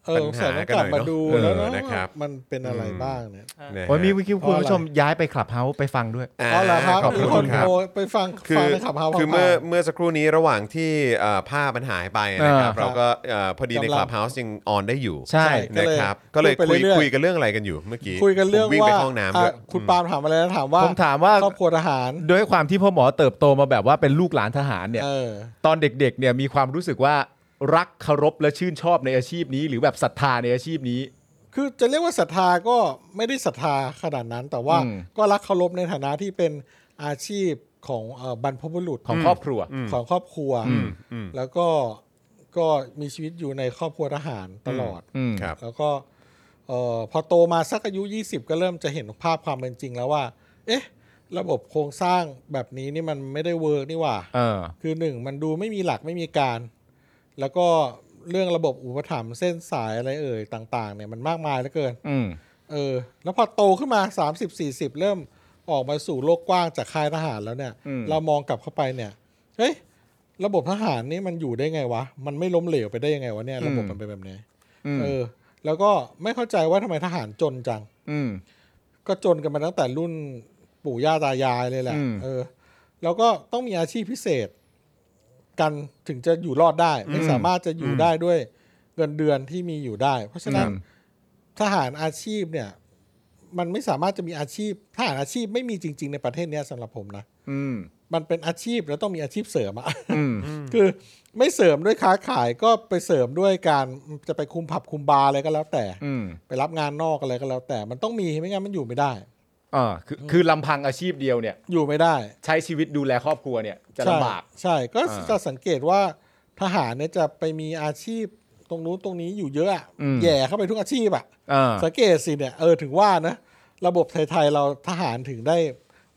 Speaker 3: เออ
Speaker 1: ปัญ
Speaker 3: ใส่
Speaker 1: หา
Speaker 3: ต้อง
Speaker 1: กัน
Speaker 3: ก
Speaker 1: ห
Speaker 3: ลั
Speaker 1: น่อ
Speaker 3: บ
Speaker 1: ย
Speaker 3: มา
Speaker 1: เนาะ
Speaker 3: ดู
Speaker 1: เอ
Speaker 3: แล้
Speaker 1: อ
Speaker 3: วเนาะ
Speaker 1: นะครับ
Speaker 3: มันเป็นอะไรบ้างเนี่ย
Speaker 1: นะฮะ
Speaker 2: โอ้ยมีวิคิคุณผู้ชมย้ายไปคลับเฮาส์ไปฟังด้วย
Speaker 1: อ่า
Speaker 3: เอาละครับ
Speaker 1: ขอบ
Speaker 3: มี
Speaker 1: คุณ
Speaker 3: คน
Speaker 1: ครับ
Speaker 3: โทรไปฟัง
Speaker 1: คื
Speaker 3: ฟั
Speaker 1: อง
Speaker 3: นะครับเฮา
Speaker 1: คือเมื่อเมื่อสักครู่นี้ระหว่างที่เอ่อภาพมันหายไปนะครับ
Speaker 2: อ่า
Speaker 1: เราก็เอ่อพอดีใน
Speaker 3: กำลั
Speaker 1: ค
Speaker 3: ง
Speaker 1: ลับเฮาส์ยังออนได้อยู่
Speaker 2: ใช่
Speaker 3: ใช่ ก็
Speaker 1: นะ
Speaker 3: เลย
Speaker 1: ครับ ก็เลย
Speaker 3: พูดไป
Speaker 1: คุย
Speaker 3: เรื่อยๆ
Speaker 1: คุยกันเรื่องอะไรกันอยู่เมื่อกี้
Speaker 3: คุยกันเรื่อง
Speaker 1: ผมวิ่ง
Speaker 3: ว่า
Speaker 1: ไปห้องน้ำด้วย
Speaker 3: อ่ะคุณปาล์มถามอะไรนะถามว่า
Speaker 2: ผมถามว่า
Speaker 3: ครอบครัวทหาร
Speaker 2: ด้วยความที่พ่อหมอเติบโตมาแบบว่าเป็นลูกหลานทหารเนี่ย
Speaker 3: เออ
Speaker 2: ตอนเด็กๆเนี่ยมีความรู้สึกว่ารักเคารพและชื่นชอบในอาชีพนี้ หรือแบบศรัทธาในอาชีพนี้
Speaker 3: คือจะเรียกว่าศรัทธาก็ไม่ได้ศรัทธาขนาดนั้น แต่ว่า
Speaker 2: อืม
Speaker 3: ก็รักเคารพในฐานะที่เป็นอาชีพของเอ่อบรรพบุรุษ
Speaker 2: ของครอบครัว
Speaker 3: ของครอบครัว
Speaker 1: อืมอืม
Speaker 3: แล้วก็ก็มีชีวิตอยู่ในครอบครัวทหารตลอด
Speaker 2: อืม
Speaker 1: ครับ
Speaker 3: แล้วก็เอ่อพอโตมาสักอายุ 20 ก็เริ่มจะเห็นภาพความเป็นจริงแล้วว่า เอ๊ะ ระบบโครงสร้างแบบนี้นี่มันไม่ได้เวิร์กนี่หว่า
Speaker 2: เออ
Speaker 3: คือหนึ่งมันดูไม่มีหลักไม่มีการ แล้วก็เรื่องระบบอุปถัมภ์เส้นสายอะไรเอ่ยต่าง ๆ เนี่ยมันมากมายเหลือเกิน
Speaker 2: อืม
Speaker 3: เออ แล้วพอโตขึ้นมา 30 40 เริ่มออกมาสู่โลกกว้างจากค่ายทหารแล้วเนี่ย เรามองกลับเข้าไปเนี่ย เฮ้ย ระบบทหารนี่มันอยู่ได้ไงวะ มันไม่ล้มเหลวไปได้ยังไงวะเนี่ยระบบมันเป็นแบบนี้
Speaker 2: อืม
Speaker 3: เออ แล้วก็ไม่เข้าใจว่าทำไมทหารจนจัง
Speaker 2: อืม
Speaker 3: ก็จนกันมาตั้งแต่รุ่นปู่ย่าตายายเลยแหละ
Speaker 2: อืม
Speaker 3: เออ แล้วก็ต้องมีอาชีพพิเศษ กันถึงจะอยู่รอดได้ ไม่สามารถจะอยู่ได้ด้วยเงินเดือนที่มีอยู่ได้ เพราะฉะนั้นทหารอาชีพเนี่ย มันไม่สามารถจะมีอาชีพทหารอาชีพไม่มีจริง ๆ ในประเทศเนี้ยสำหรับผมนะ
Speaker 2: อืม
Speaker 3: มันเป็นอาชีพแล้วต้องมีอาชีพเสริมอะ
Speaker 2: อืม
Speaker 3: คือไม่เสริมด้วยค้าขายก็ไปเสริมด้วยการจะไปคุมผับคุมบาร์อะไรก็แล้วแต่
Speaker 2: อืม
Speaker 3: ไปรับงานนอกอะไรก็แล้ว แต่มันต้องมีไม่งั้นมันอยู่ไม่ได้
Speaker 2: อ่าคือคือลำพังอาชีพเดียวเนี่ย
Speaker 3: อยู่ไม่ได้
Speaker 2: ใช้ชีวิตดูแลครอบครัวเนี่ยจะ
Speaker 3: ใช่
Speaker 2: ลำบาก
Speaker 3: ใช่ก็
Speaker 2: อ่า
Speaker 3: จะสังเกตว่าทหารเนี่ยจะไปมีอาชีพตรงนู้นตรงนี้อยู่เยอะอะ
Speaker 2: อืม
Speaker 3: แย่เข้าไปทุกอาชีพอะ
Speaker 2: อ่า
Speaker 3: สังเกตสิเนี่ยเออถึงว่านะระบบไทยๆเราทหารถึงได้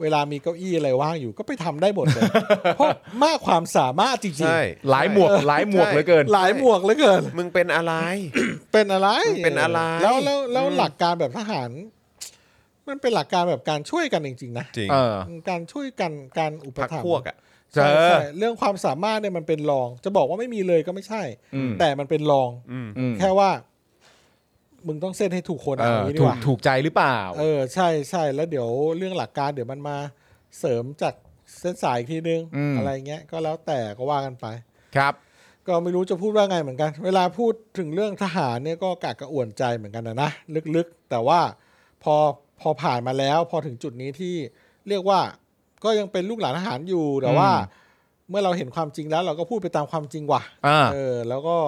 Speaker 3: เวลามีเก้าอี้อะไรว่างอยู่ก็ไปทำได้หมดเลย เพราะมากความสามารถจริง
Speaker 1: ใช่
Speaker 2: หลายหมวกหลายหมวกเหลือเกิน
Speaker 3: ๆหลายหมวกเหลือเกิน
Speaker 1: มึงเป็นอะไร
Speaker 3: เป็นอะไร
Speaker 1: มันเป็นอะไร
Speaker 3: แล้วแล้วแล้วหลักการแบบทหาร มันเป็นหลักการแบบการช่วยกันจริงๆนะ
Speaker 1: จริง
Speaker 2: เออ
Speaker 3: การช่วยกันการอุป
Speaker 1: พัก
Speaker 3: ถัมภ์
Speaker 1: พวกอ่ะ ใช่
Speaker 3: ใช่ใช่เรื่องความสามารถเนี่ยมันเป็นรอง จะบอกว่าไม่มีเลยก็ไม่ใช่
Speaker 2: อืม
Speaker 3: แต่มันเป็นรอง
Speaker 1: อืม
Speaker 2: อืม
Speaker 3: แค่ว่า มึงต้องเส้นให้ถูกคน
Speaker 2: เอ
Speaker 3: เอา
Speaker 2: อ
Speaker 3: อย่างนี้ดี
Speaker 2: ถูก
Speaker 3: กว่า
Speaker 2: ถูกใจหรือเปล่า
Speaker 3: เออใช่ใช่แล้วเดี๋ยวเรื่องหลักการเดี๋ยวมันมาเสริมจากเส้นสายอีกทีนึง
Speaker 2: อืม
Speaker 3: ไรเงี้ยก็แล้วแต่ก็ว่ากันไป
Speaker 2: ครับ
Speaker 3: ก็ไม่รู้จะพูดว่าไงเหมือนกัน เวลาพูดถึงเรื่องทหารเนี่ยก็กากกระอ่วนใจเหมือนกันนะนะลึกๆ แต่ว่าพอพอผ่านมาแล้ว พอถึงจุดนี้ที่เรียกว่าก็ยังเป็นลูกหลานทหารอยู่แต่ว่า
Speaker 2: อืม
Speaker 3: เมื่อเราเห็นความจริงแล้ว เราก็พูดไปตามความจริงว่ะ
Speaker 2: อ่า
Speaker 3: เออ แล้วก็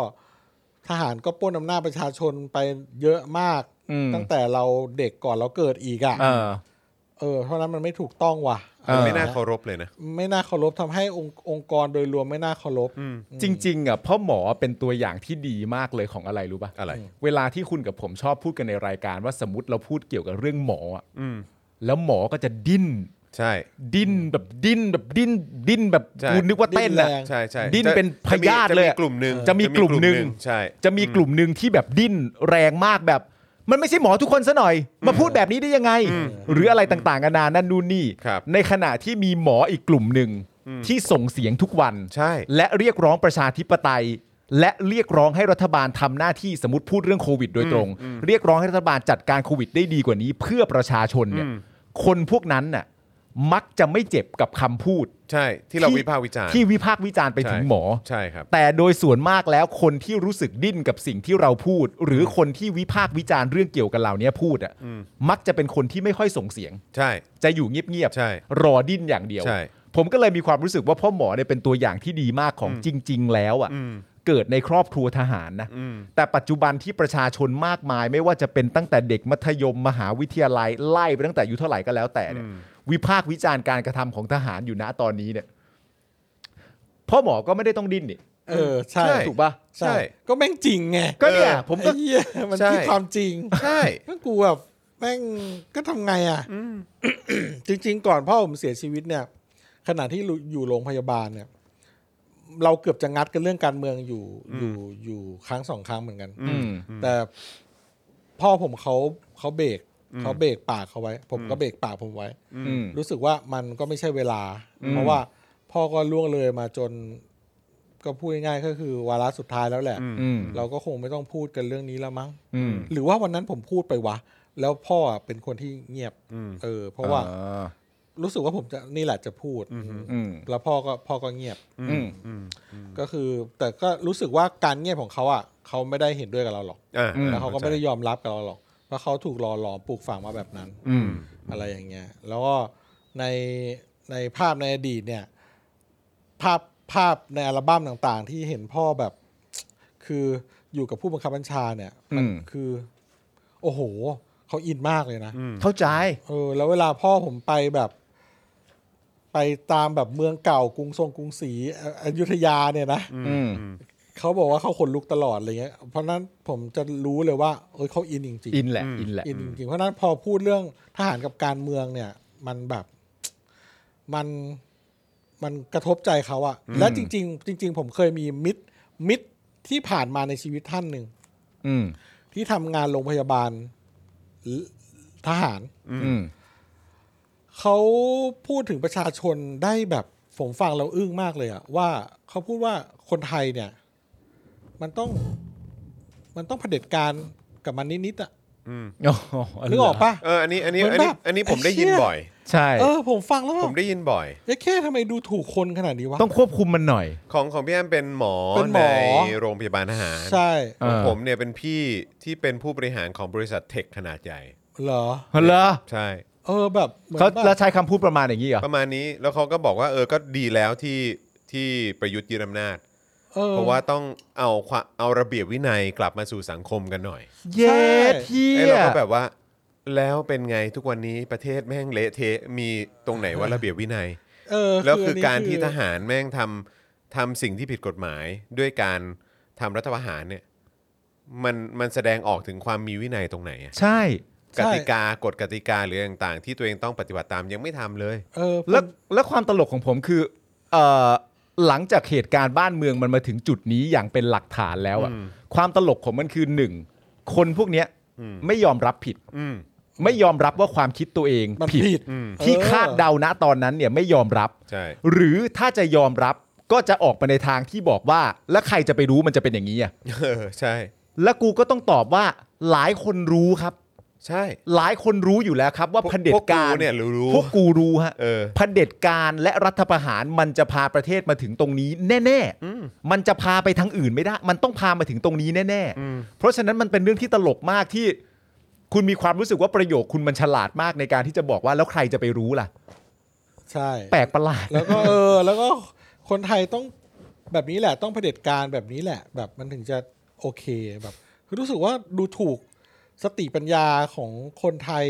Speaker 3: ทหารก็ปล้นอำนาจประชาชนไปเยอะมาก
Speaker 2: อืม
Speaker 3: ตั้งแต่เราเด็กก่อนเราเกิดอีก
Speaker 2: เออ
Speaker 3: อะ่ะเออเพราะนั้นมันไม่ถูกต้องว่ะ
Speaker 2: เออ
Speaker 1: ไม่น่าเคารพเลยนะ
Speaker 3: ไม่น่าเคารพทำให้องค์องค์กรโดยรวมไม่น่าเคารพ
Speaker 1: อืม
Speaker 2: จริงๆอ่ะพ่อหมอเป็นตัวอย่างที่ดีมากเลยของอะไรรู้ป่ะ
Speaker 1: อะไร
Speaker 2: เวลาที่คุณกับผมชอบพูดกันในรายการว่าสมมติเราพูดเกี่ยวกับเรื่องหมออะ
Speaker 1: อืม
Speaker 2: แล้วหมอก็จะดิ้น
Speaker 1: ใช่
Speaker 2: ดิ้นแบบดิ้นแบบดิ้น ดิ้นแบบ
Speaker 1: ใช่
Speaker 2: กูนึกว่าเต้นนะ
Speaker 3: ดิ้นแรง
Speaker 1: ใช่ใช่
Speaker 2: ดิ้น
Speaker 1: จะ
Speaker 2: เป็นพยาธิ
Speaker 1: จะมีจะ
Speaker 2: เลย
Speaker 1: มีกลุ่มหนึ่ง
Speaker 2: จะมีกลุ่มหนึ่ง
Speaker 1: ใช่
Speaker 2: จะมีกลุ่มหนึ่งที่แบบดิ้นแรงมากแบบ มันไม่ใช่หมอทุกคนซะหน่อย มาพูดแบบนี้ได้ยังไง หรืออะไรต่างๆกันานานั่นนู่นนี่
Speaker 1: ครับ
Speaker 2: ในขณะที่มีหมออีกกลุ่มหนึ่งที่ส่งเสียงทุกวัน
Speaker 1: ใช่
Speaker 2: และเรียกร้องประชาธิปไตย และเรียกร้องให้รัฐบาลทำหน้าที่สมมติพูดเรื่องโควิด โดยตรง เรียกร้องให้รัฐบาลจัดการโควิดได้ดีกว่านี้ เพื่อประชาชนเนี่ยคนพวกนั้นน่ะมักจะไม่เจ็บกับคำพูด
Speaker 1: ใช่ที่เราวิพากษ์วิจารณ์
Speaker 2: ที่วิพากษ์วิจารณ์ไปถึงหมอ
Speaker 1: ใช่ครับ
Speaker 2: แต่โดยส่วนมากแล้วคนที่รู้สึกดิ้นกับสิ่งที่เราพูด หรือคนที่วิพากษ์วิจารณ์เรื่องเกี่ยวกับเหล่านี้พูดอ่ะมักจะเป็นคนที่ไม่ค่อยส่งเสียง
Speaker 1: ใช่
Speaker 2: จะอยู่เงียบ
Speaker 1: ใช่
Speaker 2: ๆรอดิ้นอย่างเดียว
Speaker 1: ใช่
Speaker 2: ผมก็เลยมีความรู้สึกว่าพ่อหมอเนี่ยเป็นตัวอย่างที่ดีมากของจริง ๆ แล้วอ่ะ
Speaker 1: อืม
Speaker 2: เกิดในครอบครัวทหารนะ
Speaker 1: อืม
Speaker 2: แต่ปัจจุบันที่ประชาชนมากมาย ไม่ว่าจะเป็นตั้งแต่เด็กมัธยมมหาวิทยาลัยไล่ไปตั้งแต่อายุเท่าไหร่ก็แล้วแต่เนี่ย
Speaker 1: อืม
Speaker 2: วิพากษ์วิจารณ์การกระทำของทหารอยู่นะตอนนี้เนี่ยพ่อหมอก็ไม่ได้ต้องดิ้นนี่
Speaker 3: เออใช่
Speaker 1: ใช่
Speaker 2: ถูกปะ
Speaker 1: ใช่
Speaker 3: ใช่ ก็แม่งจริงไง
Speaker 2: ก็เนี่ยผมก็
Speaker 3: ไอ้เหี้ยมัน
Speaker 1: ใช่
Speaker 3: ที่ความจริง
Speaker 1: ใช่
Speaker 3: ก็กูแบบแม่งก็ทำไงอ่ะ จริง ๆ ก่อนพ่อผมเสียชีวิตเนี่ย ขณะที่อยู่โรงพยาบาลเนี่ย เราเกือบจะงัดกันเรื่องการเมืองอยู่อยู่อยู่ครั้งสองครั้งเหมือนกัน
Speaker 2: อืม
Speaker 3: แต่พ่อผมเขาเขาเบรกเขาเบรกปากเขาไว้ ผมก็เบรกปากผมไว้
Speaker 2: อืม
Speaker 3: รู้สึกว่ามันก็ไม่ใช่เวลา
Speaker 2: อืม
Speaker 3: เพราะว่าพ่อก็ล่วงเลยมาจน ก็พูดง่ายๆก็คือ วาระสุดท้ายแล้วแหละ
Speaker 1: อืม
Speaker 2: อืม
Speaker 3: เราก็คงไม่ต้องพูดกันเรื่องนี้แล้วมั้ง
Speaker 2: อืม
Speaker 3: หรือว่าวันนั้นผมพูดไปวะ แล้วพ่อเป็นคนที่เงียบ
Speaker 1: อืม
Speaker 3: เออ เพราะว่า
Speaker 2: อ่า
Speaker 3: รู้สึกว่าผมจะนี่แหละจะพูด
Speaker 2: อืม
Speaker 3: แล้วพ่อก็พ่อก็เงียบ
Speaker 2: อืม
Speaker 1: อืม
Speaker 3: ก็คือ แต่ก็รู้สึกว่าการเงียบของเขาอ่ะเขาไม่ได้เห็นด้วยกับเราหรอก
Speaker 1: อ่า
Speaker 3: แล้วเขาก็ไม่ได้ยอมรับกับเราหรอก เพราะเขาถูกหล่อหลอมปลูกฝังมาแบบนั้น
Speaker 2: อืม
Speaker 3: อะไรอย่างเงี้ย แล้วก็ในในภาพในอดีตเนี่ย ภาพภาพในอัลบั้มต่างๆ ที่เห็นพ่อแบบ คืออยู่กับผู้บังคับบัญชาเนี่ย
Speaker 2: อืม
Speaker 3: คือ โอ้โห เขาอินมากเลยนะ
Speaker 2: เข้าใจ
Speaker 3: เออ แล้วเวลาพ่อผมไปแบบ ไปตามแบบเมืองเก่ากรุงทรงกรุงศรีเอ่ออยุธยาเนี่ยนะ
Speaker 2: อืม
Speaker 3: เขาบอกว่าเขาขนลุกตลอดอะไรเงี้ย เพราะฉะนั้นผมจะรู้เลยว่า เอยเขาอินจริงๆ
Speaker 2: อินแหละอินแหละ
Speaker 3: อินจริงๆเพราะฉะนั้นพอพูดเรื่องทหารกับการเมืองเนี่ย มันแบบ มันมันกระทบใจเขาอะและจริง ๆ จริง ๆ ผมเคยมีมิตรมิตรที่ผ่านมาในชีวิตท่านหนึ่ง
Speaker 2: อืม
Speaker 3: ที่ทำงานโรงพยาบาลทหาร
Speaker 2: อืม
Speaker 3: เขาพูดถึงประชาชนได้แบบผมฟังเราอึ้งมากเลยอะว่าเขาพูดว่าคนไทยเนี่ย มันต้อง มันต้องเผด็จการกับมันนิดๆอะ
Speaker 2: อ๋อ
Speaker 3: นึกออกปะ
Speaker 1: เอออันนี้อันนี้
Speaker 3: เหมื
Speaker 1: อั
Speaker 3: อน นแบ
Speaker 1: นี้
Speaker 3: บ
Speaker 1: อันนี้
Speaker 3: ไอ้
Speaker 1: ผมได้ยิน
Speaker 3: เชี่ย
Speaker 1: บ่อย
Speaker 2: ใช่
Speaker 3: เออ ผมฟังแล้วแบ
Speaker 1: ผ
Speaker 3: บ
Speaker 1: มได้ยินบ่อย
Speaker 3: ยะแค่ทำไมดูถูกคนขนาดนี้วะ
Speaker 2: ต้องควบคุมมันหน่อย
Speaker 1: ของของพี่แอมเป็นหมอ
Speaker 3: เป็นหม
Speaker 1: ใน
Speaker 3: อ
Speaker 1: โรงพยาบาลทหาร
Speaker 3: ใช่
Speaker 2: เอ
Speaker 1: ของ
Speaker 2: อ
Speaker 1: ผมเนี่ยเป็นพี่ที่เป็นผู้บริหารของบริษัทเทคขนาดใหญ่
Speaker 3: เหรอ
Speaker 2: เหรอ
Speaker 1: ใช่
Speaker 3: เออแบบเหมือน
Speaker 2: เขา
Speaker 3: แบ
Speaker 2: แล้ว
Speaker 3: บ
Speaker 2: ใช้คำพูดประมาณอย่างนี้เหรอ
Speaker 1: ประมาณนี้แล้วเขาก็บอกว่าเออก็ดีแล้วที่ที่ประยุทธ์ยึดอำนาจ
Speaker 3: ออ
Speaker 1: เพราะว่าต้องเอาความเอาระเบียบวินัยกลับมาสู่สังคมกันหน่อย
Speaker 2: เย็ด
Speaker 3: ใช่
Speaker 2: เฮี
Speaker 1: ไอ้
Speaker 2: ย
Speaker 1: เราก็แบบว่า แล้วเป็นไงทุกวันนี้ประเทศแม่งเละเทะมีตรงไหนว่าระเบียบวินัย
Speaker 3: เออ
Speaker 1: แล้วคือการที่ท
Speaker 3: อันนี้คือ
Speaker 1: หารแม่งทำทำสิ่งที่ผิดกฎหมายด้วยการทำรัฐประหารเนี่ยมันมันแสดงออกถึงความมีวินัยตรงไหนอะ
Speaker 2: ใช่
Speaker 1: กติกากฎกติกาหรือต่างๆ ที่ตัวเองต้องปฏิบัติตามยังไม่ทำเลย
Speaker 3: เออผม
Speaker 2: แล้วแล้วความตลกของผมคือเอ่อหลังจากเหตุการณ์บ้านเมืองมันมาถึงจุดนี้อย่างเป็นหลักฐานแล้วอะ
Speaker 1: อืม
Speaker 2: ความตลกของมันคือหนึ่งคนพวกเนี้ยไม่ยอมรับผิด
Speaker 1: อืม
Speaker 2: ไม่ยอมรับว่าความคิดตัวเอง
Speaker 3: มัน
Speaker 2: ผิ
Speaker 3: ผิ
Speaker 2: ด
Speaker 3: ด
Speaker 2: ที่
Speaker 3: เออ
Speaker 2: คาดเดาณตอนนั้นเนี่ยไม่ยอมรับ
Speaker 1: ใช่
Speaker 2: หรือถ้าจะยอมรับก็จะออกไปในทางที่บอกว่า แล้วใครจะไปรู้มันจะเป็นอย่างนี้อ่ะ
Speaker 1: เออ ใช่
Speaker 2: แล้วกูก็ต้องตอบว่าหลายคนรู้ครับ
Speaker 1: ใช่
Speaker 2: หลายคนรู้อยู่แล้วครับ ว่า
Speaker 1: พวก
Speaker 2: เผด็จการ
Speaker 1: พวเนี่ยรู้รู้
Speaker 2: พวกกูรู้ฮะ
Speaker 1: เออ
Speaker 2: เผด็จการและรัฐประหารมันจะพาประเทศมาถึงตรงนี้แน่
Speaker 1: อืม
Speaker 2: ๆ มันจะพาไปทางอื่นไม่ได้ มันต้องพามาถึงตรงนี้แน่
Speaker 1: อืม
Speaker 2: ๆ เพราะฉะนั้นมันเป็นเรื่องที่ตลกมากที่ คุณมีความรู้สึกว่าประโยคคุณมันฉลาดมากในการที่จะบอกว่าแล้วใครจะไปรู้ล่ะ
Speaker 3: ใช่
Speaker 2: แปลกประหลาด
Speaker 3: แล้วก็เออ แล้วก็คนไทยต้องแบบนี้แหละต้องเผด็จการแบบนี้แหละ แบบมันถึงจะโอเคแบบคือรู้สึกว่าดูถูกสติปัญญาของคนไทย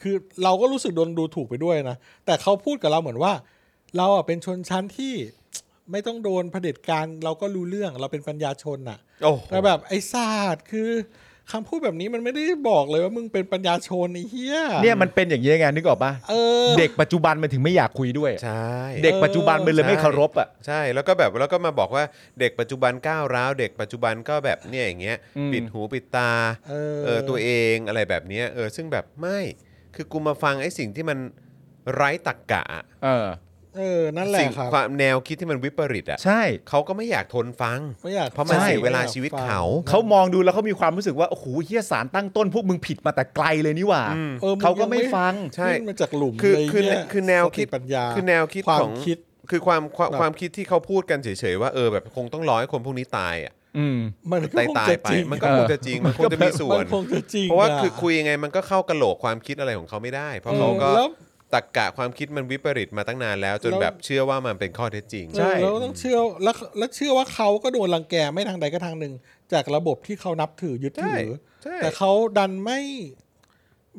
Speaker 3: คือเราก็รู้สึกโดนดูถูกไปด้วยนะ แต่เขาพูดกับเราเหมือนว่า เราอ่ะเป็นชนชั้นที่ ไม่ต้องโดนเผด็จการเราก็รู้เรื่องเราเป็นปัญญาชนน่ะ
Speaker 1: โอ้โห
Speaker 3: แต่แบบไอ้ศาสตร์คือคำพูดแบบนี้มันไม่ได้บอกเลยว่ามึงเป็นปัญญาชนไอ้เหี้ย
Speaker 2: เนี่ยมันเป็นอย่างนี้ยไงนึกออกปะ
Speaker 3: เออ
Speaker 2: เด็กปัจจุบันมันถึงไม่อยากคุยด้วย
Speaker 1: ใช่
Speaker 2: เด็กปัจจุบันมันเลยไม่เคารพอ่ะ
Speaker 1: ใช่ แล้วก็แบบแล้วก็มาบอกว่าเด็กปัจจุบันก้าวร้าว เด็กปัจจุบันก็แบบเนี่ยอย่างเงี้ย
Speaker 2: อืม
Speaker 1: ปิดหูปิดตา
Speaker 3: เออ
Speaker 1: เออตัวเองอะไรแบบเนี้ยเออ ซึ่งแบบไม่ คือกูมาฟังไอ้สิ่งที่มันไร้ตรรกกะ
Speaker 2: เออ
Speaker 3: เออนั่นแหละ
Speaker 1: สิ่ง
Speaker 3: ครับ
Speaker 1: ความแนวคิดที่มันวิปริตอ่ะ
Speaker 2: ใช่
Speaker 1: เขาก็ไม่อยากทนฟัง
Speaker 3: ไม่อยาก
Speaker 1: เพราะมัน
Speaker 3: ใช่
Speaker 1: เสียเวลา
Speaker 3: ไม่อยก
Speaker 1: ชีวิต
Speaker 3: ฟัง
Speaker 1: เขา
Speaker 2: เขามองดูแล้วเขามีความรู้สึกว่า โอ้โหเฮียสารตั้งต้นพวกมึงผิดมาแต่ไกลเลยนี่หว่า
Speaker 3: ออน
Speaker 2: เขาก็
Speaker 3: ยัง
Speaker 2: ไม่ฟัง
Speaker 1: ใช่
Speaker 3: ขึ้นมาจากหลุม
Speaker 1: คือ
Speaker 3: เลย
Speaker 1: คือ
Speaker 3: เนี่ย
Speaker 1: คือแนวคิด
Speaker 3: สติปัญญา
Speaker 1: คือแนวคิด
Speaker 3: ความ
Speaker 1: ของ
Speaker 3: คิด
Speaker 1: คือความความ
Speaker 3: แบบ
Speaker 1: ความคิดที่เขาพูดกันเฉยๆว่าเออแบบคงต้องร้อยคนพวกนี้ตายอ่ะ
Speaker 2: อืม
Speaker 3: มันก็
Speaker 1: ตาย
Speaker 3: คง
Speaker 1: ตาย
Speaker 3: จะ
Speaker 1: ๆไป
Speaker 3: จริง
Speaker 1: มันก็
Speaker 2: เออ
Speaker 1: คงจะจริงมันคงจะมีส่วน
Speaker 3: มันคงจะจริง
Speaker 1: เพราะว่าคือคุยยังไงมันก็เข้ากระโหลกความคิดอะไรของเขาไม่ได้ เพราะเขาก็
Speaker 3: ออแล้ว
Speaker 1: ตรกกะความคิดมันวิปริตมาตั้งนานแล้ว จนแบบเชื่อว่ามันเป็นข้อเท็จจริง
Speaker 2: ใช่
Speaker 3: เออแล้วต้องเชื่อแล้วแล้วเชื่อว่าเขาก็โดนรังแกไม่ทางใดก็ทางหนึ่ง จากระบบที่เขานับถือยึดถือ
Speaker 1: ใช่
Speaker 3: แต่เขาดันไม่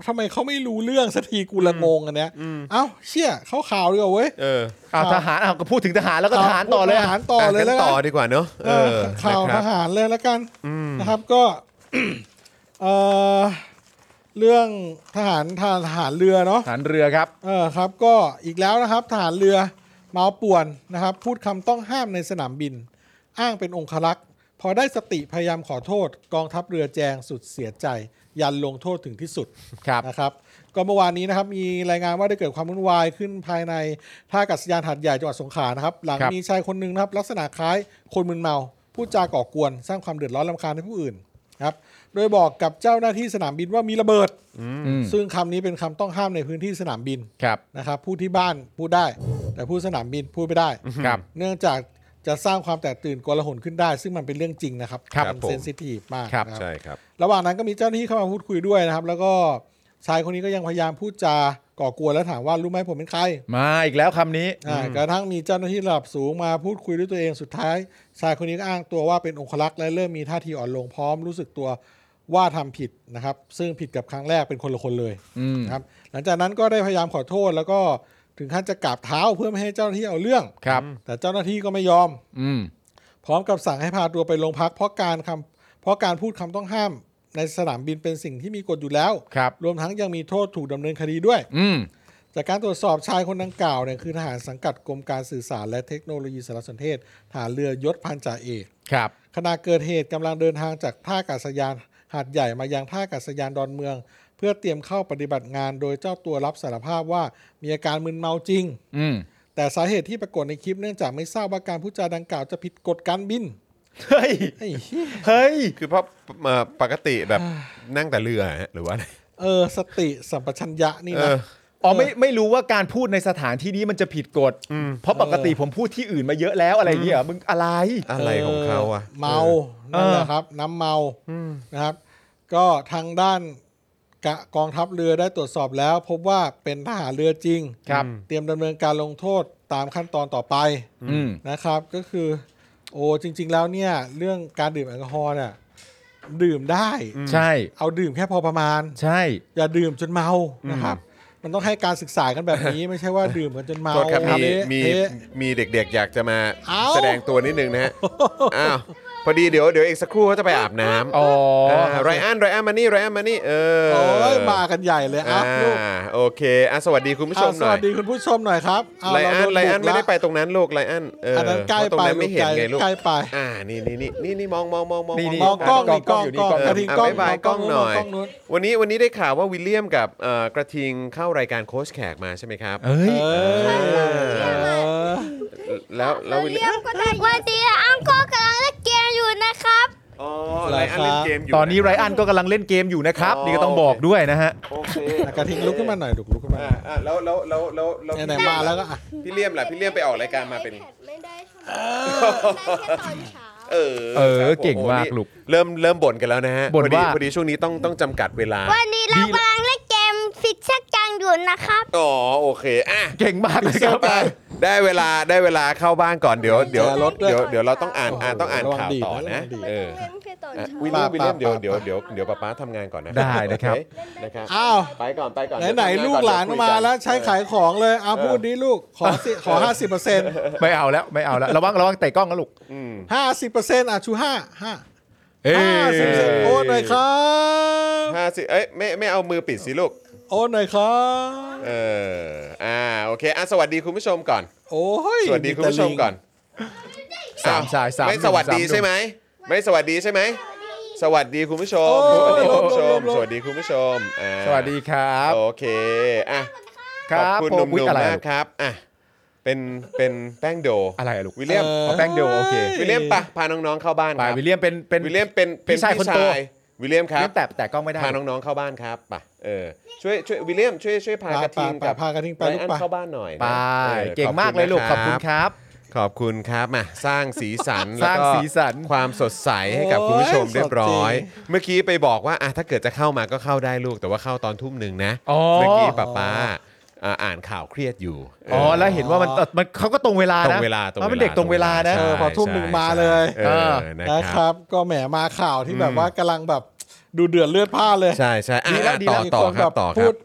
Speaker 3: ทำไมเขาไม่รู้เรื่องสักทีกูละงงอันเนี้ยเอ้าเชี่ยเขาข่าวดีกว่าเว้ย
Speaker 1: เออ
Speaker 2: อ้าวทหารอ้าวก็พูดถึงทหารแล้วก็ทหารต่อเลย
Speaker 3: ท
Speaker 2: อะ
Speaker 3: หารต่อเลย
Speaker 1: ะ
Speaker 3: แล้ว
Speaker 1: งั้น
Speaker 3: กัน
Speaker 1: ต่อดีกว่าเนอะเออ
Speaker 3: ข่าว
Speaker 1: นะค
Speaker 3: ท
Speaker 1: รับ
Speaker 3: หารเลยแล้วกันนะครับก็ เอ่อเรื่องทหารทหารเรือเนาะ
Speaker 2: ทหารเรือครับ
Speaker 3: เออครับ ก็อีกแล้วนะครับทหารเรือเมาป่วนนะครับ พูดคำต้องห้ามในสนามบิน อ้างเป็นองครักษ์พอได้สติพยายามขอโทษ กองทัพเรือแจงสุดเสียใจ ยันลงโทษถึงที่สุด
Speaker 2: ครับ
Speaker 3: นะครับก็เมื่อวานนี้นะครับมีรายงานว่าได้เกิดความวุ่นวายขึ้นภายในท่าอากาศยานหาดใหญ่จังหวัดสงขลานะครับ หลัง
Speaker 2: ครับ
Speaker 3: มีชายคนหนึ่งนะครับ ลักษณะคล้ายคนมึนเมาพูดจาก่อกวน สร้างความเดือดร้อนรำคาญให้ผู้อื่นนะครับโดยบอกกับเจ้าหน้าที่สนามบินว่ามีระเบิด
Speaker 2: อืม
Speaker 3: ซึ่งคำนี้เป็นคำต้องห้ามในพื้นที่สนามบิน
Speaker 2: ครับ
Speaker 3: นะครับพูดที่บ้านพูดได้ แต่พูดสนามบินพูดไม่ได้
Speaker 2: ครับ
Speaker 3: เนื่องจากจะสร้างความแตกตื่นโกลาหลขึ้นได้ ซึ่งมันเป็นเรื่องจริงนะครับ
Speaker 2: ครับ
Speaker 3: มัน
Speaker 1: ผม
Speaker 3: เซนซิทีฟมาก
Speaker 2: ครับ
Speaker 3: นะ
Speaker 1: ใช่ครับ
Speaker 3: ระหว่างนั้นก็มีเจ้าหน้าที่เข้ามาพูดคุยด้วยนะครับ แล้วก็ชายคนนี้ก็ยังพยายามพูดจาก่อกวนและถามว่ารู้ไหมผมเป็นใคร
Speaker 2: มาอีกแล้วคำนี้
Speaker 3: อ่ากระทั่งมีเจ้าหน้าที่ระดับสูงมาพูดคุยด้วยตัวเองสุดท้าย ชายคนนี้ก็อ้างตัวว่าเป็นองครักษ์และเริ่มมีท่าทีอ่อนลงพร้อมรู้สึกตัวว่าทำผิดนะครับ ซึ่งผิดกับครั้งแรกเป็นคนละคนเลย
Speaker 2: อืม
Speaker 3: นะครับ หลังจากนั้นก็ได้พยายามขอโทษ แล้วก็ถึงขั้นจะกราบเท้าเพื่อไม่ให้เจ้าหน้าที่เอาเรื่อง
Speaker 2: ครับ
Speaker 3: แต่เจ้าหน้าที่ก็ไม่ยอม
Speaker 2: อืม
Speaker 3: พร้อมกับสั่งให้พาตัวไปโรงพักเพราะการคำเพราะการพูดคำต้องห้ามในสนามบินเป็นสิ่งที่มีกฎอยู่แล้ว
Speaker 2: ครับ
Speaker 3: รวมทั้งยังมีโทษถูกดำเนินคดีด้วย
Speaker 2: อืม
Speaker 3: จากการตรวจสอบชายคนดังกล่าวเนี่ยคือทหารสังกัดกรมการสื่อสารและเทคโนโลยีสารสนเทศฐานเรือยศพันจ่าเอก
Speaker 2: ครับ
Speaker 3: ขณะเกิดเหตุกำลังเดินทางจากท่าอากาศยานหาดใหญ่มายังท่าอากาศยานดอนเมือง เพื่อเตรียมเข้าปฏิบัติงาน โดยเจ้าตัวรับสารภาพว่ามีอาการมึนเมาจริง
Speaker 2: อืม
Speaker 3: แต่สาเหตุที่ปรากฏในคลิปเนื่องจากไม่ทราบว่าการพูดจาดังกล่าวจะผิดกฎการบิน
Speaker 2: เฮ้ย
Speaker 3: ไอ้เหี้ย
Speaker 2: เฮ้ย
Speaker 1: คือเพราะเอ่อปกติแบบนั่งแต่เรือฮะหรือว่าอะไร
Speaker 3: เออสติสัมปชัญญะนี่
Speaker 1: เอ
Speaker 3: นะ
Speaker 1: อ
Speaker 2: อ๋อไม่ไม่รู้ว่าการพูดในสถานที่นี้มันจะผิดกฎ เพราะปกติผมพูดที่อื่นมาเยอะแล้วอะไรอย่างเงี้ยเหรอมึงอะไร
Speaker 1: อะไรของเขาอ่ะ
Speaker 3: เมา
Speaker 2: เออ
Speaker 3: นั่นแหละครับ น้ำเมานะครับ ก็ทางด้านกะกองทัพเรือได้ตรวจสอบแล้ว พบว่าเป็นทหารเรือจริง
Speaker 2: ครับ
Speaker 3: เตรียมดำเนินการลงโทษตามขั้นตอนต่อไป
Speaker 2: อืม
Speaker 3: นะครับ ก็คือ โอ้จริง ๆ แล้วเนี่ย เรื่องการดื่มแอลกอฮอล์เนี่ยดื่มได้
Speaker 2: ใช่
Speaker 3: เอาดื่มแค่พอประมาณ
Speaker 2: ใช่
Speaker 3: อย่าดื่มจนเมานะครับ มันต้องให้การศึกษากันแบบนี้ ไม่ใช่ว่าดื่มกันจนเมา
Speaker 1: โทษครับมี
Speaker 3: เละ
Speaker 1: มี
Speaker 3: เทะ
Speaker 1: มีเด็กๆ อยากจะมา
Speaker 3: เอ้า
Speaker 1: แสดงตัวนิดนึงนะฮะอ้าว พอดีเดี๋ยวเดี๋ยวอีกสักครู่เขาจะไปอาบน้ำ
Speaker 2: อ๋อ
Speaker 1: อ่าไรอันไรอันมานี่ไรอันมานี่เออ
Speaker 3: โอ้ยมากันใหญ่เลยอัพลูก
Speaker 1: อ่าโอเคอ่ะสวัสดีคุณผู้ชม
Speaker 3: อ่ะ
Speaker 1: ห
Speaker 3: ส
Speaker 1: น่อ
Speaker 3: วั
Speaker 1: ย
Speaker 3: สดีคุณผู้ชมหน่อยครับเา
Speaker 1: ไร
Speaker 3: เรา
Speaker 1: อัน
Speaker 3: โด
Speaker 1: ไรอัน
Speaker 3: บุก
Speaker 1: ไม่
Speaker 3: ละ
Speaker 1: ได้ไปตรงนั้นลูกไรอันเอออน
Speaker 3: นั้นใกล้
Speaker 1: เพราะตรงนั้น
Speaker 3: ไป
Speaker 1: ไม่เห็นไงลูก
Speaker 3: ใกล้ไป
Speaker 1: อ่านี่นี่นี่นี่นี่มองมองมองมอง
Speaker 2: นี่นี่
Speaker 3: มองกล้อง
Speaker 2: กล้อ
Speaker 3: ดิ
Speaker 2: ง
Speaker 3: กล้อง
Speaker 2: อยู่นี่กล้อง
Speaker 3: กล้องกระทิงกล้อง
Speaker 1: ะบ๊ายบายกล้องหน่อย
Speaker 3: กล้องนู้น
Speaker 1: วันนี้วันนี้ได้ข่าวว่าวิลเลียมกับเอ่อกระทิงเข้ารายการโค้ชแขกมาใช่ไหมครับ
Speaker 2: เอ้ย
Speaker 3: เออ
Speaker 1: เอ แล้วแล้ววิลเลียม
Speaker 5: วันนี้อังโกกำลังเล่นเกมอยู่นะครับ
Speaker 1: อ๋อไรอันเล่นเกมอยู่
Speaker 2: ตอนนี้ไรอันก็กำลังเล่นเกมอยู่นะครับ
Speaker 1: อ๋อ
Speaker 2: นี่ก็ต้องบอกด้วยนะฮะ
Speaker 1: โอเค
Speaker 3: กระทิงลุกขึ้นมาหน่อยดุกลุกขึ้นมา
Speaker 1: อ่ะอ่ะแล้วแล้วแล้วแล้วแล้ว
Speaker 3: ไหนๆมาแล้วก็อ่ะ
Speaker 1: พี่เลียมล่ะพี่เลียมไปออกรายการมาเป็น
Speaker 5: ไม่ได้ค่ะได้แค่ตอนเช้า
Speaker 1: เออ
Speaker 2: เออ
Speaker 1: ครับผม
Speaker 2: เก่งมา
Speaker 1: โอ้
Speaker 2: ก
Speaker 1: นี่
Speaker 2: ลูก
Speaker 1: เริ่มเริ่มบ่นกันแล้วนะฮะ
Speaker 2: บ่น
Speaker 1: พอดี
Speaker 2: ว่า
Speaker 1: พอดีช่วงนี้ต้องต้องจำกัดเวลา
Speaker 5: วันนี้เรากำลังเล่นเกมฟิชเชอร์กังอยู่นะครับ
Speaker 1: อ๋อโอเคอ่ะ
Speaker 2: เก่งมากเลยครับ
Speaker 1: ไปได้เวลาได้เวลาเข้าบ้านก่อนเดี๋ยวเดี๋ยวเดี๋ยวเดี๋ยวเราต้องอ่านอ่านต้องอ่านข่าวต่อนะเออ
Speaker 5: เล่นแค่ตอน
Speaker 1: อ่ะ
Speaker 5: เช้า
Speaker 1: วิลเลียมวิลเลียมเดี๋ยวเดี๋ยวเดี๋ยวเดี๋ยวป๊าป๊าทำงานก่อนนะ
Speaker 2: ได้นะครับ
Speaker 1: โอเนะครับ
Speaker 3: อ้าว
Speaker 1: ไปก่อนไปก่อน
Speaker 3: ไหนๆลูกหลานมาแล้วใช้ขายของเลยอ่ะพูดดิลูกขอ สิขอห้าสิบเปอร์เซ็นต์
Speaker 2: ไม่เอาแล้วไม่เอาแล้วระวังระวังเตะกล้องนะลูก
Speaker 3: ห้าสิบเปอร์เซ็นต์อ่ะชูห้าห้า
Speaker 2: เอ้ย
Speaker 3: ห้าสิบเปอร์เซ็นต์โอนหน่อยครับ
Speaker 1: ห้าสิเอ้ยไม่ไม่เอามือปิดสิลูก
Speaker 3: โอนหน่อยครับ
Speaker 1: เอออ่าโอเคอ่ะสวัสดีคุณผู้ชมก่อน
Speaker 3: โอ้ย
Speaker 1: สวัสดีคุณผู้ชมก่อน
Speaker 2: สามชายสาม
Speaker 1: ไม่สวัสดี
Speaker 2: หนุ่มสามหนุ่ม
Speaker 1: ใช่ไหม ไม่สวัสดีใช่ไหม สวัสดีคุณผู้ชม สวัสดีคุณผู้ชม สวัสดีคุณผู้ชมอ่า
Speaker 2: สวัสดีครับ
Speaker 1: โอเค อ่ะ
Speaker 2: ค
Speaker 1: ขอบ
Speaker 2: รับ
Speaker 1: คุณห
Speaker 2: ผม
Speaker 1: นุ่ม
Speaker 2: อุ๊ย
Speaker 1: ๆ
Speaker 2: อะไร
Speaker 1: มากครับ อ่ะ เป็น เป็นแป้งโด
Speaker 2: อะไรอะลูก
Speaker 1: วิลเลียม
Speaker 2: เอาแป้งเดียวโอเค
Speaker 1: วิลเลียมปะพาน้องๆเข้าบ้าน
Speaker 2: ไป
Speaker 1: ครับ
Speaker 2: วิลเลียมเป็นเป็น
Speaker 1: วิลเลียมเป็น เป็น
Speaker 2: พี่ชายคนโต
Speaker 1: วิลเลียมค
Speaker 2: วิล
Speaker 1: รั
Speaker 2: เลี
Speaker 1: บ
Speaker 2: ยมแต่แต่กล้องไม่ได้
Speaker 1: พาน้องๆเข้าบ้านครับไปะเออ ช่วย ช่วย วิลเลียม ช่วย ช่วยพากระทิงกับ
Speaker 3: พากระทิงไป
Speaker 1: ไร
Speaker 3: ลูก
Speaker 1: อัน
Speaker 3: ไป
Speaker 1: เข้าบ้านหน่อยนะ
Speaker 2: ไป
Speaker 1: ออ
Speaker 2: เก่ง
Speaker 1: ขอบ
Speaker 2: มากเลยลูก
Speaker 1: นะ
Speaker 2: ขอบคุณครับ
Speaker 1: ขอบคุณครับมาสร้างสีสัน
Speaker 2: สร้าง
Speaker 1: แล้วก็
Speaker 2: สีสัน
Speaker 1: ความสดใสให้กับคุณ
Speaker 3: โอ้ย
Speaker 1: ผู้ชมเรียบร้อย
Speaker 3: สดจริ
Speaker 1: เมื่อกี้ไปบอกว่าอ่ะถ้าเกิดจะเข้ามาก็เข้าได้ลูก แต่ว่าเข้าตอนทุ่มหนึ่งนะ
Speaker 2: อ๋อ
Speaker 1: เมื่อกี้ป้าป้าอ่าอ่านข่าวเครียดอยู่เ
Speaker 2: อ๋อแล้วเห็นว่ามันเอ่อมันเขาก็ตรงเวลา
Speaker 1: ตรง
Speaker 2: นะ
Speaker 1: เวลาตรง
Speaker 2: มันเป็นเด็กตรงเวลานะ
Speaker 1: ใช่
Speaker 3: เออพอทุ่มหนึ่ง
Speaker 1: ใช่
Speaker 3: มาเลย
Speaker 1: ใช่เออ
Speaker 3: นะ
Speaker 1: นะ
Speaker 3: ค
Speaker 1: ครับ
Speaker 3: รับก็แหมมาข่าวที่แบบว่ากำลังแบบดูเดือดเลือดพล่านเลย
Speaker 1: ใช่ใช่อ่ะ
Speaker 3: ดีแล้ว
Speaker 1: อ่ะ
Speaker 3: ดี
Speaker 1: ต่อ
Speaker 3: แล้วมี
Speaker 1: ต่อค
Speaker 3: คน
Speaker 1: รั
Speaker 3: แบบ บ
Speaker 1: ต่อค
Speaker 3: พู
Speaker 1: รั
Speaker 3: ด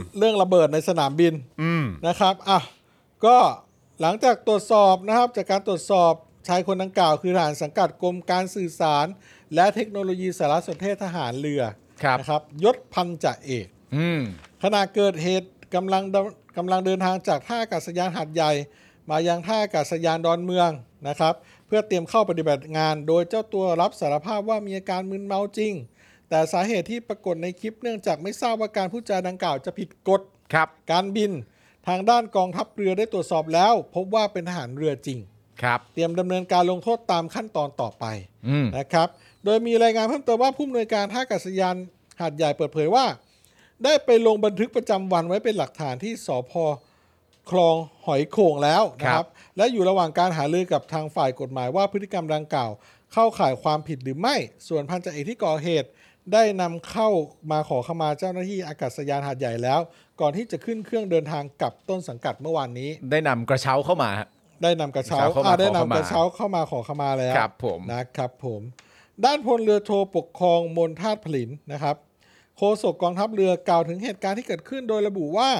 Speaker 1: บ
Speaker 3: เรื่องระเบิดในสนามบิน
Speaker 1: อืม
Speaker 3: นะครับอ่ะก็หลังจากตรวจสอบนะครับ จากการตรวจสอบชายคนดังกล่าว คือทหารสังกัดกรมการสื่อสาร และเทคโนโลยีสารสนเทศทหารเรือ
Speaker 2: ครับ
Speaker 3: นะครับยศพันจ่าเอก
Speaker 2: อืม
Speaker 3: ขณะเกิดเหตุกำลังดำกำลังเดินทางจากท่าอากาศยานหาดใหญ่ มายังท่าอากาศยานดอนเมืองนะครับ เพื่อเตรียมเข้าปฏิบัติงาน โดยเจ้าตัวรับสารภาพว่ามีอาการมึนเมาจริง แต่สาเหตุที่ปรากฏในคลิปเนื่องจากไม่ทราบว่าการพูดจาดังกล่าวจะผิดกฎ
Speaker 2: ครับ
Speaker 3: การบิน ทางด้านกองทัพเรือได้ตรวจสอบแล้ว พบว่าเป็นทหารเรือจริง
Speaker 2: ครับ
Speaker 3: เตรียมดำเนินการลงโทษตามขั้นตอนต่อไป
Speaker 2: อืม
Speaker 3: นะครับ โดยมีรายงานเพิ่มเติมว่าผู้อำนวยการท่าอากาศยานหาดใหญ่เปิดเผยว่า ได้ไปลงบันทึกประจำวันไว้เป็นหลักฐานที่สพคลองหอยโข่งแล้วนะค
Speaker 2: ครั
Speaker 3: รับ บ และอยู่ระหว่างการหารือกับทางฝ่ายกฎหมายว่าพฤติกรรมดังกล่าว เข้าข่ายความผิดหรือไม่ ส่วนพันจ่าเอกที่ก่อเหตุ ได้นำเข้ามาขอขมาเจ้าหน้าที่อากาศยานหาดใหญ่แล้ว ก่อนที่จะขึ้นเครื่องเดินทางกลับต้นสังกัดเมื่อวานนี้
Speaker 2: ได้นำกระเช้าเข้ามาฮะ
Speaker 3: ได้นำกระเช้า
Speaker 2: เช้าเข้ามา
Speaker 3: อ่าได้
Speaker 2: ขอข
Speaker 3: นำ
Speaker 2: มาก
Speaker 3: ระเช้าเข้ามาขอขมาแล้ว
Speaker 2: ครับผม
Speaker 3: นะครับผม ด้านพลเรือโทปกครองมนทาตผลินนะครับ โฆษกกองทัพเรือกล่าวถึงเหตุการณ์ที่เกิดขึ้นโดยระบุว่า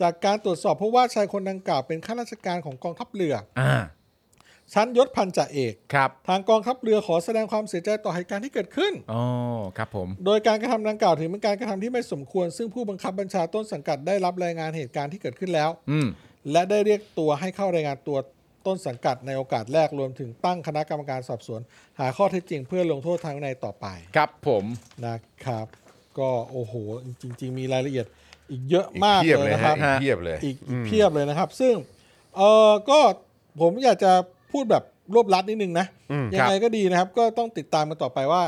Speaker 3: จากการตรวจสอบเพราะว่าชายคนดังกล่าวเป็นข้าราชการของกองทัพเรือ
Speaker 2: ่า
Speaker 3: ชั้นยศพันจ่าเอก
Speaker 2: ครับ
Speaker 3: ทางกองทัพเรือขอแสดงความเสียใจต่อเหตุการณ์ที่เกิดขึ้น
Speaker 2: อ๋อครับผม
Speaker 3: โดยการกระทำดังกล่าวถือเป็นการกระทำที่ไม่สมควร ซึ่งผู้บังคับบัญชาต้นสังกัดได้รับรายงานเหตุการณ์ที่เกิดขึ้นแล้ว
Speaker 2: อืม
Speaker 3: และได้เรียกตัวให้เข้ารายงานตัวต้นสังกัดในโอกาสแรกรวมถึงตั้งคณะกรรมการสอบสวน หาข้อเท็จจริงเพื่อลงโทษทางวินัยต่อไป
Speaker 2: ครับผม
Speaker 3: นะครับ ก็โอ้โห จริง ๆ มีรายละเอียดอีกเยอะ
Speaker 1: อีก
Speaker 3: มาก
Speaker 1: เพียบ
Speaker 3: เล
Speaker 1: เล
Speaker 3: ย
Speaker 1: ย
Speaker 3: นะค
Speaker 1: ฮะ
Speaker 3: รับ
Speaker 1: อีกเพียบเลย
Speaker 3: อีกอีกเพียบเลยนะครับ ซึ่งเออก็ผมอยากจะพูดแบบรวบลัดนิดนึงนะ
Speaker 1: อืม
Speaker 3: ยังไงก็ดีนะครับ ก็ต้องติดตามกันต่อไปว่า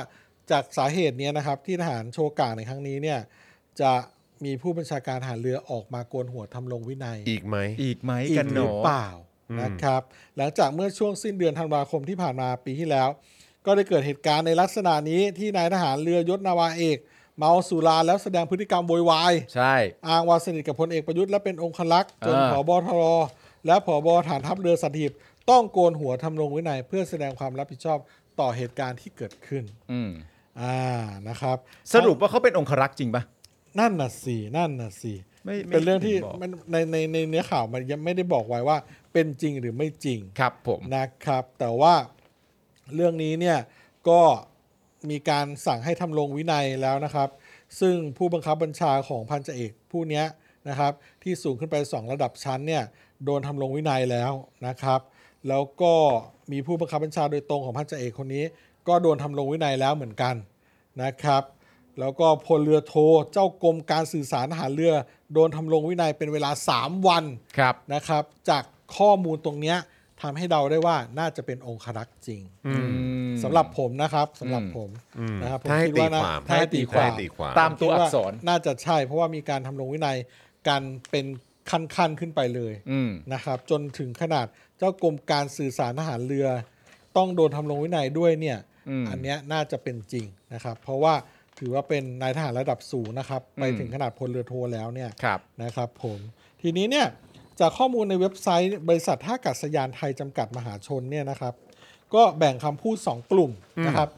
Speaker 3: จากสาเหตุเนี้ยนะครับ ที่ทหารโชกาในครั้งนี้เนี่ยจะมีผู้บัญชาการทหารเรือออกมาโกนหัวทำลงวินัย
Speaker 1: อีกไหม
Speaker 2: อีกไหม
Speaker 3: อี
Speaker 2: กัน
Speaker 3: ก
Speaker 2: ห
Speaker 3: ห
Speaker 2: น
Speaker 3: รือ
Speaker 2: อ
Speaker 3: เปล่า
Speaker 1: อืม
Speaker 3: นะครับ หลังจากเมื่อช่วงสิ้นเดือนธันวาคมที่ผ่านมาปีที่แล้ว ก็ได้เกิดเหตุการณ์ในลักษณะนี้ที่นายทหารเรือยศนาวาเอก เมาสุราแล้วแสดงพฤติกรรมโวยวาย
Speaker 2: ใช่
Speaker 3: อ้างว่าสนิทกับพลเอกประยุทธ์และเป็นองคลักษ์จน
Speaker 2: อ่า
Speaker 3: ผบทรและผบฐานทัพเรือสัตหีบต้องโกนหัวทำลงวินัยเพื่อแสดงความรับผิดชอบต่อเหตุการณ์ที่เกิดขึ้น
Speaker 2: อืม
Speaker 3: อ่านะครับ
Speaker 2: สรุปว่าเขาเป็นองครักษ์จริงปะ
Speaker 3: นั่นน่ะสินั่นน่ะสิ
Speaker 2: ไม่ไม่
Speaker 3: เป็นเรื่องที่
Speaker 2: บอก
Speaker 3: มันในในในเนื้อข่าวมันยังไม่ได้บอกไว้ว่าเป็นจริงหรือไม่จริง
Speaker 2: ครับผม
Speaker 3: นะครับแต่ว่า เรื่องนี้เนี่ยก็มีการสั่งให้ทำลงวินัยแล้วนะครับ ซึ่งผู้บังคับบัญชาของพันจ่าเอกผู้เนี้ยนะครับ ที่สูงขึ้นไป 2 ระดับชั้นเนี่ยโดนทำลงวินัยแล้วนะครับ แล้วก็มีผู้บังคับบัญชาโดยตรงของพันจ่าเอกคนนี้ ก็โดนทำลงวินัยแล้วเหมือนกันนะครับ แล้วก็พลเรือโทเจ้ากรมการสื่อสารทหารเรือโดนทำลงวินัยเป็นเวลา 3 วัน
Speaker 2: ครับ
Speaker 3: นะครับจากข้อมูลตรงเนี้ยทำให้เดาได้ว่าน่าจะเป็นองครักษ์จริงสำหรับผมนะครับสำหรับผมนะครับผม
Speaker 1: ถ้าให้
Speaker 3: คิด
Speaker 1: ตี
Speaker 3: ว่าน่า
Speaker 1: ความ
Speaker 3: ถ้าให้ตีควา
Speaker 1: ให้
Speaker 3: ม
Speaker 1: ตีความ
Speaker 2: ตามตัวอักษร
Speaker 3: น่าจะใช่ เพราะว่ามีการทำลงวินัยกันเป็นขั้นๆขึ้นไปเลย
Speaker 2: อืม
Speaker 3: นะครับ จนถึงขนาดเจ้ากรมการสื่อสารทหารเรือ ต้องโดนทำลงวินัยด้วยเนี่ย
Speaker 2: อืม
Speaker 3: อันเนี้ยน่าจะเป็นจริงนะครับ เพราะว่าถือว่าเป็นนายทหารระดับสูงนะครับ ไปถึงขนาดพลเรือโทแล้วเนี่ย
Speaker 2: ครับ
Speaker 3: นะครับผมทีนี้เนี่ยจากข้อมูลในเว็บไซต์ บริษัทท่าอากาศยานไทยจำกัดมหาชนเนี่ยนะครับ ก็แบ่งคำพูด 2 กลุ่มนะครับ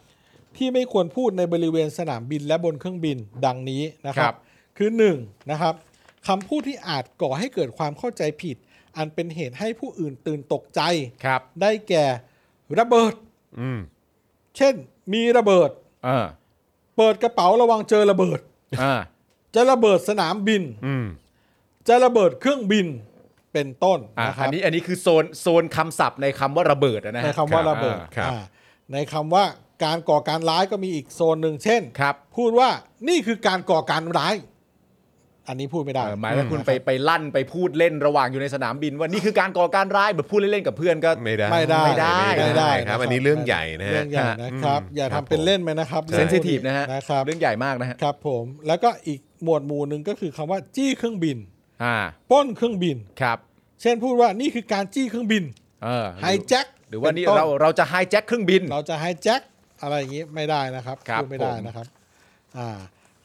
Speaker 3: ที่ไม่ควรพูดในบริเวณสนามบินและบนเครื่องบินดังนี้นะค
Speaker 2: ครั
Speaker 3: รับ
Speaker 2: บ
Speaker 3: คือ1นะครับคำพูดที่อาจก่อให้เกิดความเข้าใจผิด อันเป็นเหตุให้ผู้อื่นตื่นตกใจ
Speaker 2: ครับ
Speaker 3: ได้แก่ระเบิด
Speaker 1: อืม
Speaker 3: เช่น มีระเบิด
Speaker 2: เออ
Speaker 3: เปิดกระเป๋าระวังเจอระเบิด
Speaker 2: เออ
Speaker 3: จะระเบิดสนามบิน
Speaker 1: อืม
Speaker 3: จะระเบิดเครื่องบินเป็นต้น
Speaker 2: อ่ะ
Speaker 3: นะค
Speaker 2: อั
Speaker 3: รั
Speaker 2: น
Speaker 3: บ
Speaker 2: นี้อันนี้คือโซนโซนคำศัพท์ในคำว่าระเบิดอะนะ
Speaker 3: ใน
Speaker 2: ฮะ
Speaker 3: คำว่าระเบิด
Speaker 2: อ่
Speaker 3: อ่าในคำว่าการก่อการร้ายก็มีอีกโซนหนึ่งเช่น
Speaker 2: ครับ
Speaker 3: พูดว่านี่คือการก่อการร้าย อันนี้พูดไม่ได้
Speaker 2: เออหมายว่าคุณไปไปลั่นไปพูดเล่นระหว่างอยู่ในสนามบิน ว่านี่คือการก่อการร้ายแบบพูดเล่นๆกับเพื่อนก็
Speaker 1: ไม่ได้
Speaker 3: ไม่ได้
Speaker 2: ไม่ได้
Speaker 3: ไม่ได้
Speaker 1: ครับ
Speaker 3: ะ
Speaker 1: อันนี้เรื่องใหญ่นะฮะ
Speaker 3: เรื่องใหญ่นะครับ
Speaker 1: อืม
Speaker 3: อย่า
Speaker 1: ครั
Speaker 3: ทำ
Speaker 1: บ
Speaker 3: เป็นเล่นไปนะครับ
Speaker 2: เซนซิทีฟนะฮะ
Speaker 3: นะครับ
Speaker 2: เรื่องใหญ่มากนะฮะ
Speaker 3: ครับผมแล้วก็อีกหมวดหมู่หนึ่งก็คือคำว่าจี้เครื่องบิน
Speaker 2: อ่า
Speaker 3: ปล้นเครื่องบิน
Speaker 2: ครับ
Speaker 3: เช่นพูดว่านี่คือการจี้เครื่องบิน
Speaker 2: เออ
Speaker 3: ไฮแจ็ค
Speaker 2: หรือว่านี่
Speaker 3: ป็ต้
Speaker 2: เราเราจะไฮแจ็คเครื่องบิน
Speaker 3: เราจะไฮแจ็คอะไรอย่างนี้ไม่ได้นะครับ
Speaker 2: ครับ
Speaker 3: พูดไม่ได้
Speaker 2: ผม
Speaker 3: นะครับอ่า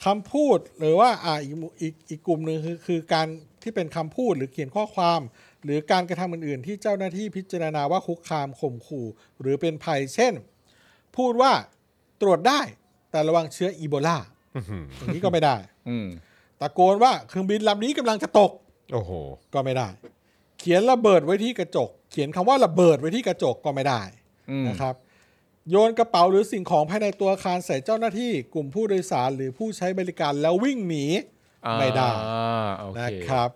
Speaker 3: คำพูดหรือว่าอ่าอีกหมู่อีกอีกกลุ่มหนึ่งคือคือการที่เป็นคำพูดหรือเขียนข้อความ หรือการกระทำอื่นๆ ที่เจ้าหน้าที่พิจารณาว่าคุกคามข่มขู่ หรือเป็นภัยเช่น พูดว่าตรวจได้แต่ระวังเชื้ออีโบลา
Speaker 1: อื้อหือ
Speaker 3: อย่างนี้ก็ไม่ ได้
Speaker 2: อืม
Speaker 3: ตะโกนว่าเครื่องบินลำนี้กำลังจะตก
Speaker 1: โอ้โห
Speaker 3: ก็ไม่ได้ เขียนระเบิดไว้ที่กระจก เขียนคำว่าระเบิดไว้ที่กระจกก็ไม่ได้
Speaker 2: อืม
Speaker 3: นะครับโยนกระเป๋าหรือสิ่งของภายในตัวอาคารใส่เจ้าหน้าที่กลุ่มผู้โดยสารหรือผู้ใช้บริการแล้ววิ่งหนี
Speaker 2: อ่า
Speaker 3: ไม่ได้
Speaker 2: โอ
Speaker 3: นะ
Speaker 2: เค
Speaker 3: ครับ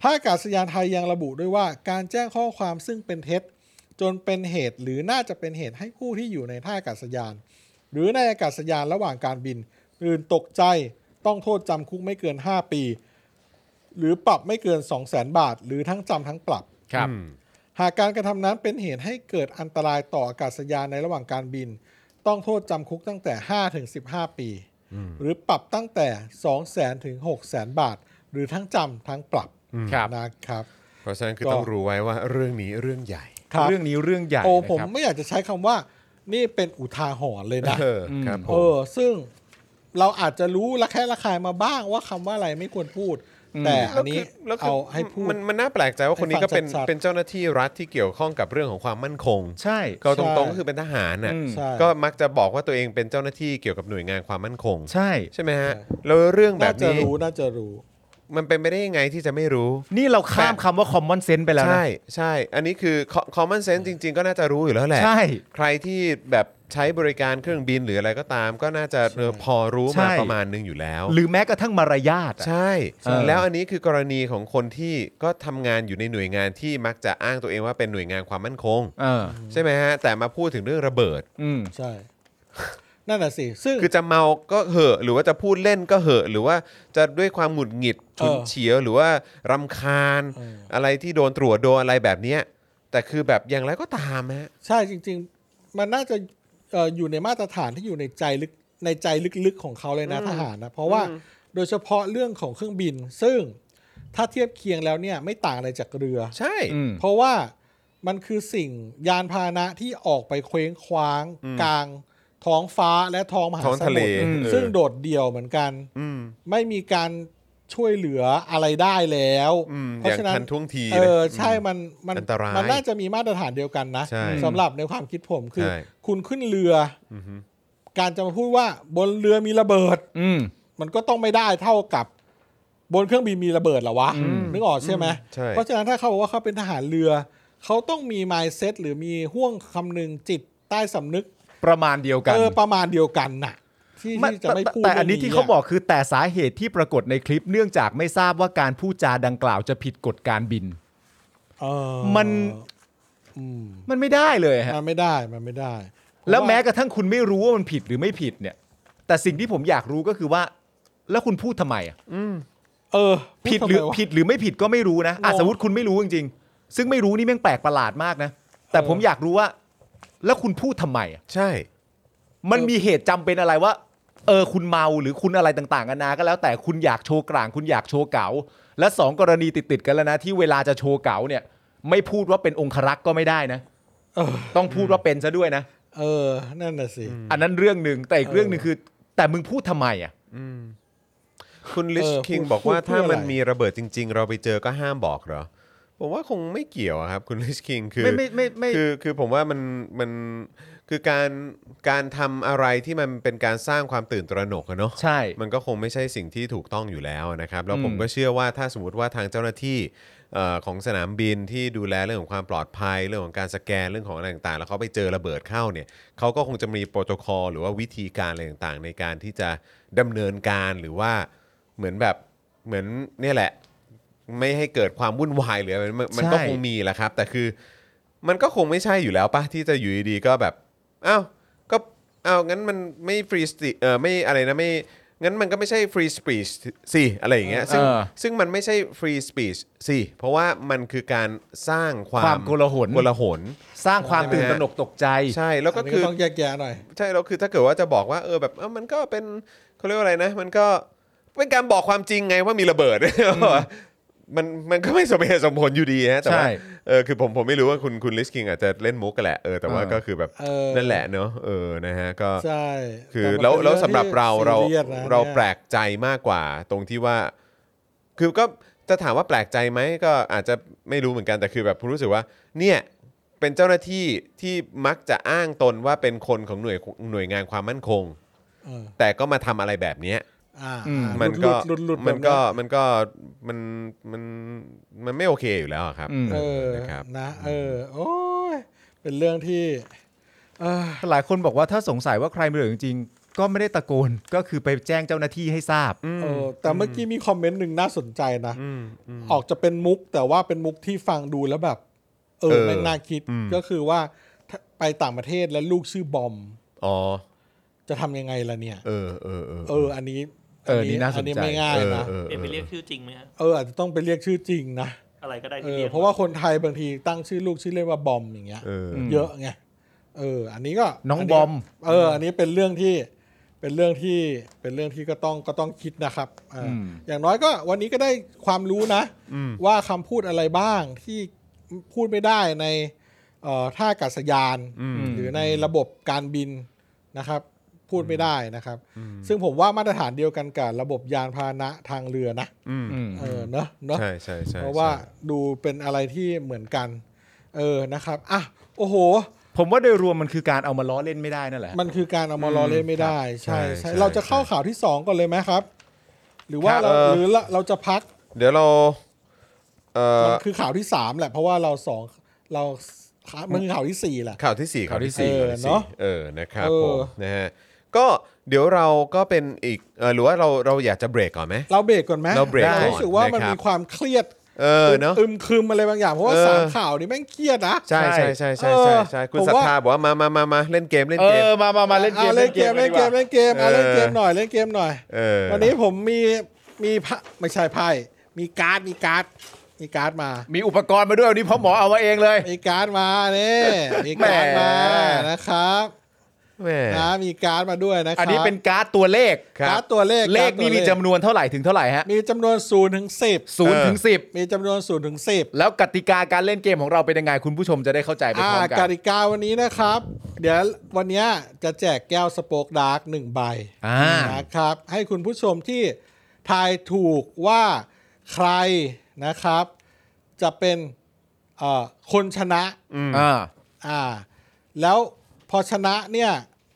Speaker 3: ท่าอากาศยานไทยยังระบุด้วยว่าการแจ้งข้อความซึ่งเป็นเท็จ จนเป็นเหตุหรือน่าจะเป็นเหตุให้ผู้ที่อยู่ในท่าอากาศยาน หรือในอากาศยานระหว่างการบินอื่นตกใจต้องโทษจำคุกไม่เกิน 5 ปี หรือปรับไม่เกิน 2 0 0แสนบาท หรือทั้งจำทั้งปรับ
Speaker 2: ครับ
Speaker 3: หากการกระทำนั้นเป็นเหตุให้เกิดอันตรายต่ออากาศยานในระหว่างการบิน ต้องโทษจำคุกตั้งแต่ 5 ถึง 15 ปี หรือปรับตั้งแต่ 2 0 0 0 0 0 ถึง 6 0 0 0 0 บาท หรือทั้งจำทั้งปรับ
Speaker 2: ครับ
Speaker 3: นะครับ
Speaker 1: เพราะฉะนั้นคือ
Speaker 3: ก็
Speaker 1: ต้องรู้ไว้ว่าเรื่องนี้เรื่องใหญ่
Speaker 3: ครับ
Speaker 2: เรื่องนี้เรื่องใหญ่
Speaker 3: โอ้ผม
Speaker 2: นะครับ
Speaker 3: ไม่อยากจะใช้คำว่า นี่เป็นอุทาหรณ์เลยนะ
Speaker 1: เออครับผ
Speaker 3: เอ
Speaker 1: ม
Speaker 3: อซึ่งเราอาจจะรู้ละแค่ละคายมาบ้างว่าคำว่าอะไรไม่ควรพูด แต่อันนี้
Speaker 1: แล้วคื
Speaker 3: เอาให้พูด
Speaker 1: มันมันน่าแปลกใจว่าคนนี้ก็เป็น
Speaker 3: ให้ฟังชัดๆ
Speaker 1: เป็นเจ้าหน้าที่รัฐที่เกี่ยวข้องกับเรื่องของความมั่นคง
Speaker 2: ใช่
Speaker 1: ก็ตรง
Speaker 3: ใช่
Speaker 1: ๆก็คือเป็นทหารน่ะ
Speaker 2: อืม
Speaker 3: ใช่
Speaker 1: ก็มักจะบอกว่าตัวเองเป็นเจ้าหน้าที่เกี่ยวกับหน่วยงานความมั่นคง
Speaker 2: ใช่
Speaker 1: ใช่ไหมฮะแล้วเรื่องแบ
Speaker 3: น่า
Speaker 1: บ
Speaker 3: จะ
Speaker 1: นี้
Speaker 3: รู้น่าจะรู้
Speaker 1: มันเป็นไปได้ยังไงที่จะไม่รู้
Speaker 2: นี่เราข้ามคำว่า common sense ไปแล้วนะ
Speaker 1: ใช่ใช่ อันนี้คือ co- common sense จริง ๆ ก็น่าจะรู้อยู่แล้วแหละ
Speaker 2: ใช่
Speaker 1: ใครที่แบบใช้บริการเครื่องบินหรืออะไรก็ตาม ก็น่าจะเออพอรู้
Speaker 2: ใช่
Speaker 1: มาประมาณนึงอยู่แล้ว
Speaker 2: หรือแม้กระทั่งมารยาทอะ
Speaker 1: ใช่
Speaker 2: เออ
Speaker 1: แล้วอันนี้คือกรณีของคนที่ก็ทำงานอยู่ในหน่วยงานที่มักจะอ้างตัวเองว่าเป็นหน่วยงานความมั่นคง
Speaker 2: เออ
Speaker 1: ใช่ไหมฮะ แต่มาพูดถึงเรื่องระเบิด
Speaker 2: อืม
Speaker 3: ใช่ นั่นแหะสิ ซึ่ง
Speaker 1: คือจะเมาก็เหอะ หรือว่าจะพูดเล่นก็เหอะ หรือว่าจะด้วยความหงุดหงิดฉุนเฉียว หรือว่ารำคาญ
Speaker 3: เอออ
Speaker 1: อะไรที่โดนตรวจโดนอะไรแบบเนี้ยแต่คือแบบอย่างไรก็ตามฮะ
Speaker 3: ใช่จริง ๆ มันน่าจะเอ่ออยู่ในมาตรฐานที่อยู่ในใจลึกในใจลึกๆของเขาเลยนะทหารนะ เพราะว่าโดยเฉพาะเรื่องของเครื่องบิน ซึ่งถ้าเทียบเคียงแล้วเนี่ยไม่ต่างอะไรจากเรือ
Speaker 1: ใช่
Speaker 2: อืม
Speaker 3: เพราะว่ามันคือสิ่งยานพาหนะที่ออกไปเคว้งคว้าง กลางท้องฟ้าและท้องมหา
Speaker 1: ท้อง
Speaker 3: ส
Speaker 1: ทะเล
Speaker 3: มุทร
Speaker 1: เออ
Speaker 3: ซึ่งโดดเดี่ยวเหมือนกัน
Speaker 1: อืม
Speaker 3: ไม่มีการช่วยเหลืออะไรได้แล้ว
Speaker 1: อืม
Speaker 3: เพ
Speaker 1: อย่า
Speaker 3: ราะ
Speaker 1: ง
Speaker 3: ฉะนั้น
Speaker 1: ทันท่วงที
Speaker 3: เอ
Speaker 1: นะ
Speaker 3: อใช่มันมัน
Speaker 1: อันตราย
Speaker 3: มันน่าจะมีมาตรฐานเดียวกันนะ
Speaker 1: ใช่
Speaker 3: สำหรับในความคิดผมคือ
Speaker 1: ใช่
Speaker 3: คุณขึ้นเรือ
Speaker 1: อืมฮึ
Speaker 3: การจะมาพูดว่าบนเรือมีระเบิด
Speaker 2: อืม
Speaker 3: มันก็ต้องไม่ได้เท่ากับบนเครื่องบินมีระเบิดเหรอวะนึกออกใช่ไหม
Speaker 1: ใช่
Speaker 3: เพราะฉะนั้นถ้าเขาบอกว่าเขาเป็นทหารเรือ เขาต้องมี mindset หรือมีห่วงคำนึงจิต ใต้สำนึก
Speaker 2: ประมาณเดียวกัน
Speaker 3: เออประมาณเดียวกันน่ะ ที่
Speaker 2: ไม่
Speaker 3: ที่จะไม่พูด
Speaker 2: แต่อันนี้
Speaker 3: รื่ง
Speaker 2: ที่เขา
Speaker 3: ะ
Speaker 2: บอกคือแต่สาเหตุที่ปรากฏในคลิปเนื่องจากไม่ทราบว่าการพูดจาดังกล่าวจะผิดกฎการบิน
Speaker 3: เออ
Speaker 2: มัน
Speaker 3: อืม
Speaker 2: มันไม่ได้เลยฮะ
Speaker 3: มันไม่ได้มันไม่ได้
Speaker 2: แล้วแม้
Speaker 3: เพ
Speaker 2: กระ
Speaker 3: ราะา
Speaker 2: ทั่งคุณไม่รู้ว่ามันผิดหรือไม่ผิดเนี่ย แต่สิ่งที่ผมอยากรู้ก็คือว่า แล้วคุณพูดทำไมอ่ะ
Speaker 3: เออ
Speaker 2: ผิดหรือผิดหรือไม่ผิดก็ไม่รู้นะอ่ะ
Speaker 3: งง
Speaker 2: สมมติคุณไม่รู้จริงๆซึ่งไม่รู้นี่แม่งแปลกประหลาดมากนะ แต่
Speaker 3: เออ
Speaker 2: ผมอยากรู้ว่า แล้วคุณพูดทำไมอ่ะ
Speaker 1: ใช่
Speaker 2: มันมีเหตุจำเป็นอะไรว่า เออคุณเมาหรือคุณอะไรต่างๆกันานาก็แล้วแต่คุณอยากโชว์กลาง คุณอยากโชว์เก๋าและสองกรณีติดๆกันแล้วนะที่เวลาจะโชว์เก๋าเนี่ย ไม่พูดว่าเป็นองครักษ์ก็ไม่ได้นะ
Speaker 3: เออ
Speaker 2: ต้องพูดว่าเป็นซะด้วยนะ
Speaker 3: เออนั่นน่ะสิ
Speaker 2: อันนั้นเรื่องหนึ่งแต่อีก
Speaker 3: เออ
Speaker 2: เรื่องหนึ่งคือ แต่มึงพูดทำไมอ่ะ
Speaker 1: คุณลิช
Speaker 3: เออ
Speaker 1: คิง
Speaker 3: พูด
Speaker 1: บอกว่า
Speaker 3: พูดเพื่อ
Speaker 1: ถ้ามัน
Speaker 3: อะไร
Speaker 1: มีระเบิดจริง ๆ เราไปเจอก็ห้ามบอกเหรอผมว่าคงไม่เกี่ยวอะครับ คุณลิชคิงคือ
Speaker 2: ไม่ไม่ไม่ไม่
Speaker 1: คือคือผมว่ามันมันคือการการทำอะไรที่มันเป็นการสร้างความตื่นตระหนกอะเนาะ
Speaker 2: ใช่
Speaker 1: มันก็คงไม่ใช่สิ่งที่ถูกต้องอยู่แล้วนะครับ แล้วผม
Speaker 2: อืม
Speaker 1: ก็เชื่อว่าถ้าสมมติว่าทางเจ้าหน้าที่เอ่อของสนามบินที่ดูแลเรื่องของความปลอดภัย เรื่องของการสแกนเรื่องของอะไรต่างๆ แล้วเขาไปเจอระเบิดเข้าเนี่ยเขาก็คงจะมีโปรโตคอลหรือว่าวิธีการอะไรต่างๆ ในการที่จะดำเนินการหรือว่าเหมือนแบบเหมือนเนี่ยแหละ ไม่ให้เกิดความวุ่นวายหรืออะไรมันมันก็
Speaker 2: ใช่
Speaker 1: คงมีแหละครับ แต่คือ มันก็คงไม่ใช่อยู่แล้วปะที่จะอยู่ดีๆก็แบบอ้าวก็อ้าวงั้นมันไม่ฟรีสติเออไม่อะไรนะไม่งั้นมันก็ไม่ใช่ฟรีสปีชสิอะไรอย่างเงี้ยซึ่ง
Speaker 2: เออ
Speaker 1: ซึ่งมันไม่ใช่ฟรีสปีชสิเพราะว่ามันคือการสร้างความ
Speaker 2: ความโกลาหล
Speaker 1: โกลาหล
Speaker 2: สร้างความ
Speaker 1: ใช่ไหม
Speaker 2: ตื่นตระหนกตกใจ
Speaker 1: ใช่แล้วก็
Speaker 3: นนี้
Speaker 1: คือ
Speaker 3: ต้องแยกแยะหน่อย
Speaker 1: ใช่แล้วคือถ้าเกิดว่าจะบอกว่าเออแบบเอ้ามันก็เป็นเขาเรียกว่าอะไรนะ มันก็เป็นการบอกความจริงไงว่ามีระเบิด มันมันก็ไม่สมเหตุสมผลอยู่ดีฮะแต่ว่า
Speaker 2: ใช่
Speaker 1: เออคือผมผมไม่รู้ว่าคุณคุณลิสคิงอาจจะเล่นมุกกันแหละเออแต่ว่า
Speaker 2: เออ
Speaker 1: ก็คือแบบ
Speaker 3: เออ
Speaker 1: นั่นแหละเนอะเออนะฮะก็
Speaker 3: ใช่
Speaker 1: คือ
Speaker 3: ต่มัน
Speaker 1: แล้ว
Speaker 3: เป็น
Speaker 1: แล้ว
Speaker 3: อง
Speaker 1: สำหรับเรา
Speaker 3: ที่
Speaker 1: เรา
Speaker 3: ซียสนะ
Speaker 1: เรา
Speaker 3: นี่ย
Speaker 1: แปลกใจมากกว่า ตรงที่ว่า คือก็จะถามว่าแปลกใจไหมก็อาจจะไม่รู้เหมือนกันแต่คือแบบผมรู้สึกว่า เนี่ยเป็นเจ้าหน้าที่ที่มักจะอ้างตนว่าเป็นคนของหน่วยหน่วยงานความมั่นคง
Speaker 3: เออ
Speaker 1: แต่ก็มาทำอะไรแบบเนี้ย
Speaker 3: อ่า
Speaker 2: อืม
Speaker 1: มันก็
Speaker 3: หลุดหลุดหลุด
Speaker 1: มัน
Speaker 3: แบบ
Speaker 1: ก็มันก็มันมันมันไม่โอเคอยู่แล้วอะครับ
Speaker 2: อืม
Speaker 3: เออ
Speaker 1: นะครับ
Speaker 3: นะเออ โอ้ยเป็นเรื่องที่ เออ
Speaker 2: หลายคนบอกว่าถ้าสงสัยว่าใครไม่เหลือจริงๆก็ไม่ได้ตะโกนก็คือไปแจ้งเจ้าหน้าที่ให้ทราบ
Speaker 3: เออแต่เมื่อกี้มีคอมเมนต์หนึ่งน่าสนใจนะออกจะเป็นมุกแต่ว่าเป็นมุกที่ฟังดูแล้วแบบ เอ
Speaker 1: เอ
Speaker 3: อ
Speaker 1: อ
Speaker 3: แม่งน่าคิด
Speaker 1: อืม
Speaker 3: ก็คือว่าถ้าไปต่างประเทศแล้วลูกชื่อบอม
Speaker 1: อ๋อ
Speaker 3: จะทำยังไงล่ะเนี่ย
Speaker 1: เออเออเออ
Speaker 3: เออ อันนี้
Speaker 2: เออนี่น่าสนใจ
Speaker 3: อันนี้ไม่ง่ายนะ
Speaker 1: เออ
Speaker 4: เปลี่ย
Speaker 1: เอ
Speaker 4: นไป
Speaker 1: อ
Speaker 4: เรียกชื่อจริงไหมฮะ
Speaker 3: เอออาจจะต้องไปเรียกชื่อจริงนะ
Speaker 4: อะไรก็ได้
Speaker 3: เอ
Speaker 4: ที่
Speaker 3: อ
Speaker 4: เรียก
Speaker 3: เพราะว่าคนไทยบางทีตั้งชื่อลูกชื่อเล่นว่าบอมอย่างเงี้ย
Speaker 1: เออ
Speaker 2: ม
Speaker 3: เยอะไงเออ อันนี้ก็
Speaker 2: น้องบอม
Speaker 3: เออ อันนี้เป็นเรื่องที่เป็นเรื่องที่เป็นเรื่องที่ก็ต้องก็ต้องคิดนะครับเอออ
Speaker 2: ม
Speaker 3: อย่างน้อยก็วันนี้ก็ได้ความรู้นะ
Speaker 1: อืม
Speaker 3: ว่าคำพูดอะไรบ้างที่พูดไม่ได้ในเอ่อท่าอากาศยาน หรือในระบบการบินนะครับ พูดไม่ได้นะครับ ซึ่งผมว่ามาตรฐานเดียวกันกับระบบยานพาหนะทางเรือนะ
Speaker 1: อืม
Speaker 2: อืม
Speaker 3: เออเนอะเนอะ
Speaker 1: ใช่ใช่ใช่
Speaker 3: เพราะว่าดูเป็นอะไรที่เหมือนกัน เออนะครับอ่ะโอ้โห
Speaker 2: ผมว่าโดยรวมมันคือการเอามาล้อเล่นไม่ได้นั่นแหละ
Speaker 3: มันคือการเอามาล้อเล่นไม่ได้ ใช่ใช่เราจะเข้าข่าวที่ 2ก่อนเลยไหมครับ หรือว่าเราหรือเราเราจะพัก
Speaker 1: เดี๋ยวเราเอ่อ
Speaker 3: มันคือข่าวที่ 3 แหละ เพราะว่าเราสองเรามันคือข่าวที่ 4 แหละ
Speaker 1: ข่าวที่สี่ข่าวที่สี่
Speaker 3: เออ
Speaker 1: ข่าวที่สี่
Speaker 3: เนอะ
Speaker 1: เออนะครับ
Speaker 3: เออ
Speaker 1: ผมนะฮะก็เดี๋ยวเราก็เป็นอีกเออหรือว่าเราเราอยากจะเบรกก่อนไหม
Speaker 3: เราเบรกก่อนไหม
Speaker 1: เราเบรกก่อน
Speaker 3: รู้สึกว่ามัน
Speaker 1: นะครับ
Speaker 3: มีความเครียด
Speaker 1: เออเนาะ
Speaker 3: อึมครึมอะไรบางอย่าง เพราะว่า
Speaker 1: เออ
Speaker 3: สามข่าวนี้แม่งเครียดนะ
Speaker 1: ใช่ใช่ใช่ใช่ใช่ใช่คุณ
Speaker 3: เออ
Speaker 1: ศรัทธาบอกว่ามามามามาเล่นเกมเล่น
Speaker 2: เอ
Speaker 1: เกม
Speaker 2: อมามามาเล่นเกม
Speaker 3: อ่ะเล่นเกมเล่นเก
Speaker 2: ดี
Speaker 3: ม
Speaker 2: ว่า
Speaker 3: เล่นเกมอ่ะ
Speaker 1: เออ
Speaker 3: เล่นเกมหน่อยเล่นเกมหน่อย
Speaker 1: เออ
Speaker 3: วันนี้ผมมีมีพระไม่ใช่ไพ่มีการ์ดมีการ์ดมีการ์ดมา
Speaker 2: มีอุปกรณ์มาด้วยวันนี้พ่อหมอเอามาเองเลย
Speaker 3: มีการ์ดมาเนี่ยมีการ์ดมา
Speaker 2: แหม
Speaker 3: นะครับ
Speaker 1: แหม
Speaker 3: นะมีการ์ดมาด้วยนะครับ
Speaker 2: อันนี้เป็นการ์ดตัวเลข
Speaker 1: ครับ
Speaker 3: การ์ดตัวเลข
Speaker 2: เลขนี่มีจำ
Speaker 3: การ์ดตัวน
Speaker 2: วนเท่าไหร่ถึงเท่าไหร่ฮะ
Speaker 3: มีจำนวน0ูนถึงสิ
Speaker 2: ศูนย์ถึงสิบ
Speaker 3: มีจำนวน0ูนถึงสิ
Speaker 2: แล้วกติกาการเล่นเกมของเราเป็นยังไง คุณผู้ชมจะได้เข้าใจไปพ
Speaker 3: อ่า
Speaker 2: ร้อมกั
Speaker 3: ก
Speaker 2: น
Speaker 3: ติกาวันนี้นะครับ เดี๋ยววันเนี้ยจะแจกแก้วสโป๊กดาร์กหนึ่งใบ
Speaker 2: อ่า
Speaker 3: นะครับ ให้คุณผู้ชมที่ทายถูกว่าใครนะครับ จะเป็นเอ่อคนชนะ
Speaker 2: อ่า
Speaker 3: อ่าแล้วพอชนะเนี่ย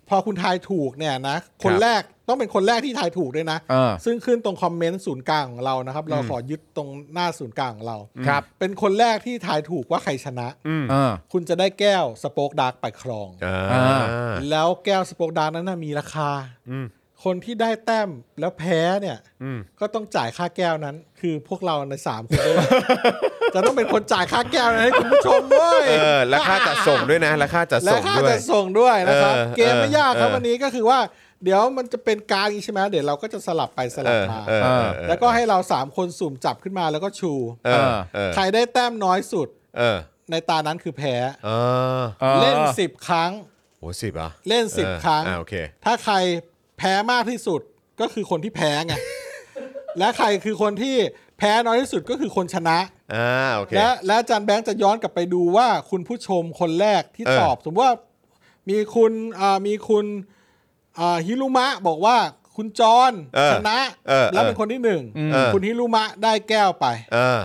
Speaker 3: พอคุณทายถูกเนี่ยนะ คน
Speaker 1: ครับ
Speaker 3: แรก ต้องเป็นคนแรกที่ทายถูกด้วยนะ
Speaker 2: เออ
Speaker 3: ซึ่งขึ้นตรงคอมเมนต์ศูนย์กลางของเรานะครับ เรา
Speaker 2: อืม
Speaker 3: ขอยึดตรงหน้าศูนย์กลางของเรา
Speaker 2: ครับ
Speaker 3: เป็นคนแรกที่ทายถูกว่าใครชนะ
Speaker 2: เออ
Speaker 3: คุณจะได้แก้วสโป๊กดาร์กไปครอง
Speaker 1: อ่า
Speaker 2: อ่า
Speaker 3: แล้วแก้วสโป๊กดาร์กนั้นนะมีราคา
Speaker 1: อืม
Speaker 3: คนที่ได้แต้มแล้วแพ้เนี่ย
Speaker 1: อืม
Speaker 3: ก็ต้องจ่ายค่าแก้วนั้น คือพวกเราในสามคนด้วย จะต้องเป็นคนจ่ายค่าแก้วนั้นให้คุณผู้ชมด้วย
Speaker 1: เออและค่าจัดส่งด้วยนะและค่าจัด
Speaker 3: และ
Speaker 1: ส่ง
Speaker 3: ค่า
Speaker 1: ด้ว
Speaker 3: จะ
Speaker 1: ย
Speaker 3: ส่งด้วยนะครับ
Speaker 1: เออ
Speaker 3: เกมไม่ยากครับ
Speaker 1: เออ
Speaker 3: วันนี้ก็คือว่า เดี๋ยวมันจะเป็นกลางอย่างนี้ใช่ไหมเดี๋ยวเราก็จะสลับไปส
Speaker 1: เอ
Speaker 3: ลับ
Speaker 1: อ
Speaker 3: มา
Speaker 1: เออเออเออ
Speaker 3: แล้วก็ให้เราสามคนสุ่มจับขึ้นมาแล้วก็ชู
Speaker 1: เออเออ
Speaker 3: ใครได้แต้มน้อยสุด
Speaker 1: เออ
Speaker 3: ในตานั้นคือแพ้
Speaker 1: เออ
Speaker 2: ออ
Speaker 3: เล่นสิบครั้ง
Speaker 1: โหสิบเหรอ่ะ
Speaker 3: เล่นสิบครั้ง
Speaker 1: อ่าโอเค
Speaker 3: ถ้าใครแพ้มากที่สุดก็คือคนที่แพ้ไง และใครคือคนที่แพ้น้อยที่สุดก็คือคนชนะ
Speaker 1: อ่าโอเค
Speaker 3: และและอาจารย์แบงค์จะย้อนกลับไปดูว่าคุณผู้ชมคนแรกที่
Speaker 1: เออ
Speaker 3: ตอบ สมมติว่ามีคุณอ่ามีคุณอ่าฮิรุมะบอกว่าคุณจอน
Speaker 1: เออ
Speaker 3: ชนะ
Speaker 1: เออ
Speaker 3: แล้วเป็นคนที่หนึ่ง
Speaker 1: เออ
Speaker 3: คุณฮิรุมะได้แก้วไป
Speaker 1: เออ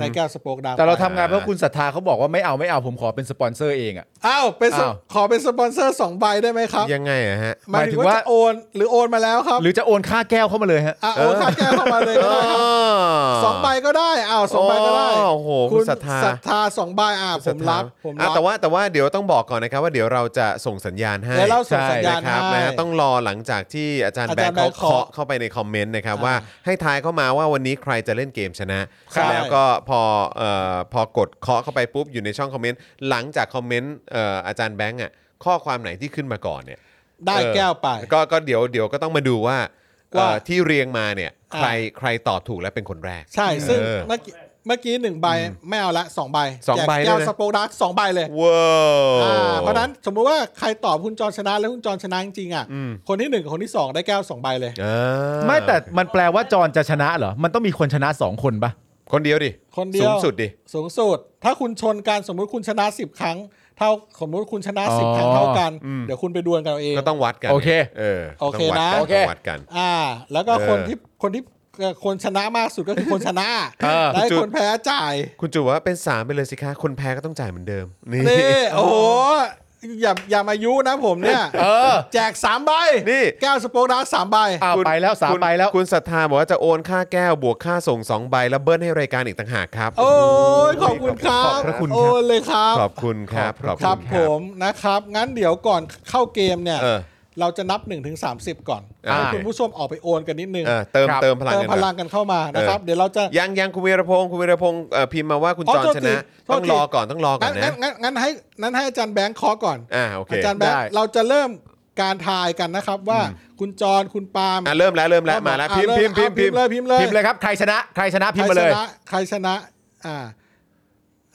Speaker 3: ได้แก้วสโปกดาร์ก
Speaker 2: แต่เราทำงา
Speaker 1: อ่า
Speaker 2: นเพราะคุณศรัทธาเขาบอกว่าไม่เอาไม่เอาผมขอเป็นสปอนเซอร์เองอ่ะ
Speaker 3: อ้าวเป็นสป
Speaker 2: อ้าว
Speaker 3: ขอเป็นสปอนเซอร์สองใบได้ไหมครับ
Speaker 1: ยังไงอะฮะ
Speaker 3: หมายถึงว่า
Speaker 2: หมายถึงว่า
Speaker 3: จะโอนหรือโอนมาแล้วครับ
Speaker 2: หรือจะโอนค่าแก้วเข้ามาเลยฮะ
Speaker 3: อ่ะโอนค่าแก้วเข้ามาเลยก็ได้ครับ สองใบก็ได้อ้าวสองใบก็ได้
Speaker 1: โอ้โหคุณศรัทธา
Speaker 3: ศรัทธาสองใบอ่าผมรับ ผม
Speaker 1: อ่ะ
Speaker 3: รับ
Speaker 1: แต่ว่าแต่ว่าเดี๋ยวต้องบอกก่อนนะครับว่าเดี๋ยวเราจะส่งสัญญาณให้
Speaker 3: เดี๋ยวเราส่งสัญญาณ
Speaker 1: นะครับ
Speaker 3: ให้
Speaker 1: นะฮะต้องรอหลังจากที่อาจารย์
Speaker 3: อา
Speaker 1: แบ
Speaker 3: จาง รย์
Speaker 1: ค์เขา
Speaker 3: แบงค์ขอ
Speaker 1: เคาะเข้าไปในคอมเมนต์นะครับ
Speaker 3: อ่า
Speaker 1: ว่าให้ทายเข้ามาว่าวันนี้ใครจะเล่นเกมชนะ
Speaker 3: ครับ
Speaker 1: แล้วก็พอเอ่อพอกดเคาะเข้าไปปุ๊บอยู่ในช่องคอมเมนต์หลังจากคอมเมนต์เอ่ออาจารย์แบงค์อ่ะข้อความไหนที่ขึ้นมาก่อนเนี่ย
Speaker 3: ได้แก้วไป
Speaker 1: เออก็ก็เดี๋ยวเดี๋ยวก็ต้องมาดูว่าเอ่
Speaker 3: ว่า
Speaker 1: อที่เรียงมาเนี่ยใค
Speaker 3: อ่า
Speaker 1: รใครตอบถูกและเป็นคนแรก
Speaker 3: ใช่ซึ่ง
Speaker 1: เออ
Speaker 3: เมื่อกี้เมื่อกี้หนึ่งใบไม่เอาละสองใบ
Speaker 1: สองใบ
Speaker 3: แจกแก้ว
Speaker 1: เลยนะ
Speaker 3: สโปกดาร์กสองใบเลย
Speaker 1: ว้า
Speaker 3: อ่าว เพราะฉะนั้นสมมุติว่าใครตอบคุณจรชนะแล้วคุณจรชนะจริงๆอ่ะ
Speaker 1: อืม
Speaker 3: คนที่หนึ่งกับคนที่สองได้แก้วสองใบเลย
Speaker 1: อ่า
Speaker 2: ไม่แต่มันแปลว่าจอนจะชนะเหรอ มันต้องมีคนชนะสองคนปะ
Speaker 1: คนเดียวดิ
Speaker 3: คนเดียว
Speaker 1: สูงสุดดิ
Speaker 3: สูงสุดถ้าคุณชนกันสมมุติคุณชนะสิบครั้ง เท่าสมมุติคุณชนะสิบ
Speaker 2: อ๋อ
Speaker 3: ครั้งเท่ากัน
Speaker 1: อืม
Speaker 3: เดี๋ยวคุณไปดวลกันเอาเอง
Speaker 1: ก็ต้องวัดกัน
Speaker 2: โอเค
Speaker 1: เออ
Speaker 3: โอเค
Speaker 1: ต้งวัดกั
Speaker 3: นะ
Speaker 1: ต้องวัดกัน
Speaker 3: อ่า แล้วก็
Speaker 1: เออ
Speaker 3: คนที่คนที่เอ่อคนชนะมากสุดก็คือคนชนะ
Speaker 2: เออ
Speaker 3: และให้คนแพ้จ่าย
Speaker 1: คุณจูว่าเป็นสามไปเลยสิคะ คนแพ้ก็ต้องจ่ายเหมือนเดิม นี่
Speaker 3: นี่โอ้โหอย่าอย่ามายุนะผมเนี่ย
Speaker 2: เออ
Speaker 3: แจกสามใบ
Speaker 1: นี่
Speaker 3: แก้วสโปกดาร์กสามใบ
Speaker 2: อ้าว
Speaker 1: คุณ
Speaker 2: ไปแล้วสาม
Speaker 1: คุณ
Speaker 2: ไปแล้ว
Speaker 1: คุณศรัทธาบอกว่าจะโอนค่าแก้วบวกค่าส่งสองใบแล้วเบิ้ลให้รายการอีกต่างหากครับ
Speaker 3: โอ้ยขอบคุณครั
Speaker 1: ขอ
Speaker 3: บ
Speaker 1: บพระคุณครับ
Speaker 3: โอ้เลยครับ
Speaker 1: ขอบคุณครับขอบ
Speaker 3: ค
Speaker 1: คุ
Speaker 3: รับ
Speaker 1: ณ
Speaker 3: ผ
Speaker 1: ครับ
Speaker 3: มนะครับ งั้นเดี๋ยวก่อนเข้าเกมเนี่ย
Speaker 1: เออ
Speaker 3: เราจะนับ1นถึงสาก่อน
Speaker 1: อ่า
Speaker 3: ให้คุณผู้ชมออกไปโอนกันนิดนึง
Speaker 1: เออเติม
Speaker 2: ครับ
Speaker 1: เติมพลัง
Speaker 3: เติม
Speaker 1: กัน
Speaker 3: พ
Speaker 1: หน่
Speaker 3: ลั
Speaker 1: อง ย
Speaker 3: กันเข้ามานะครับ เดี๋ยวเราจะ
Speaker 1: ยังยังคุณวีรพงศ์คุณวีรพงศ์เอ่อพิมพ์มาว่าคุณ
Speaker 3: อ๋อ
Speaker 1: จอน
Speaker 3: โทษ
Speaker 1: ช
Speaker 3: ที
Speaker 1: นะ
Speaker 3: โทษ
Speaker 1: ต้อง
Speaker 3: ที
Speaker 1: รอก่อนต้องรอก่อ
Speaker 3: งั้
Speaker 1: น
Speaker 3: น
Speaker 1: นะ
Speaker 3: งั้นงั้นงั้นให้งั้นให้อาจารย์แบงค์เคอก่อน
Speaker 1: อ่าโอเค
Speaker 3: อาจารย์แบง
Speaker 2: ได้
Speaker 3: ค์เราจะเริ่มการทายกันนะครับว่าคุณจรคุณปาล์ม
Speaker 1: อ่ะเริ่มแล้วเริ่มแล้วมาแล้วพิมพ์
Speaker 3: อ่ะ
Speaker 1: พิ
Speaker 3: เริ่
Speaker 1: มพ์พิมพ์พิมพ์
Speaker 3: อ่ะพิมพ์เลย
Speaker 2: พิ
Speaker 3: พิ
Speaker 2: มพ์
Speaker 3: มพ์
Speaker 2: เล
Speaker 3: เลย
Speaker 2: ยครับ ใครชนะ ใครชนะพิมพ์มาเลย
Speaker 3: ใครชนะใครชนะ อ่า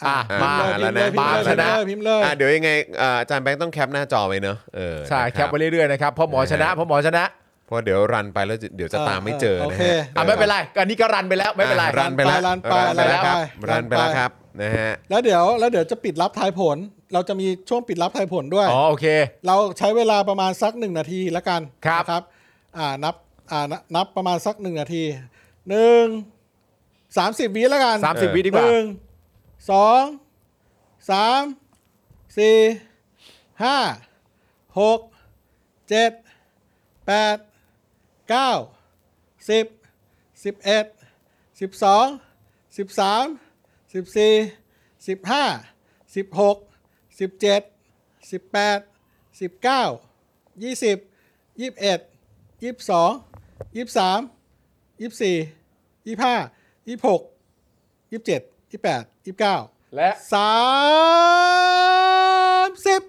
Speaker 2: อ่ะ
Speaker 1: มา
Speaker 3: พิพ
Speaker 2: แล้ว
Speaker 3: ์เย
Speaker 2: นะปาล์ม
Speaker 3: พิ
Speaker 2: ช
Speaker 3: พ์เย
Speaker 2: นะ
Speaker 3: พิมพ์เลย
Speaker 1: อ่ะเดี๋ยวยังไงอ่าอาจารย์แบงค์ต้องแคปหน้าจอไว้เนอะเออ
Speaker 2: ใช่
Speaker 1: นะ
Speaker 2: แค
Speaker 1: รั
Speaker 2: ป
Speaker 1: บ
Speaker 2: ไว้เรื่อยๆนะครับพอหมอชนะพอหมอชนะ
Speaker 1: เพราะเดี๋ยวรันไปแล้วจะเดี๋ยวจะตามไม่เจอนะฮะ
Speaker 2: อ่ะไม่เป็นไรอันนี้ก็รันไปแล้วไม่เป็นไร
Speaker 1: รันไปแล้วรันไปแล้วครับรันไปแล้วครับนะฮะ
Speaker 3: แล้วเดี๋ยวแล้วเดี๋ยวจะปิดรับทายผล เราจะมีช่วงปิดรับทายผลด้วย
Speaker 2: อ๋อโอเค
Speaker 3: เราใช้เวลาประมาณสักหนึ่งนาทีละกัน
Speaker 2: ครับ
Speaker 3: นะครับ อ่านับอ่านับประมาณสักหนึ่งนาทีหนึ่งสามสิบวิละกัน
Speaker 1: เออ
Speaker 2: 30วิดีกว่า
Speaker 3: หนึ่งสองสามสี่ห้าหกเจ็ดแปดเก้าสิบสิบเอ็ดสิบสองสิบสามสิบสี่สิบห้าสิบหกสิบเจ็ดสิบแปดสิบเก้ายี่สิบยี่สิบเอ็ดยี่สิบสองยี่สิบสามยี่สิบสี่ยี่สิบห้ายี่สิบหก ยี่สิบเจ็ดยี่สิบแปดยี่สิบเก้า
Speaker 2: และ
Speaker 3: สามสิบ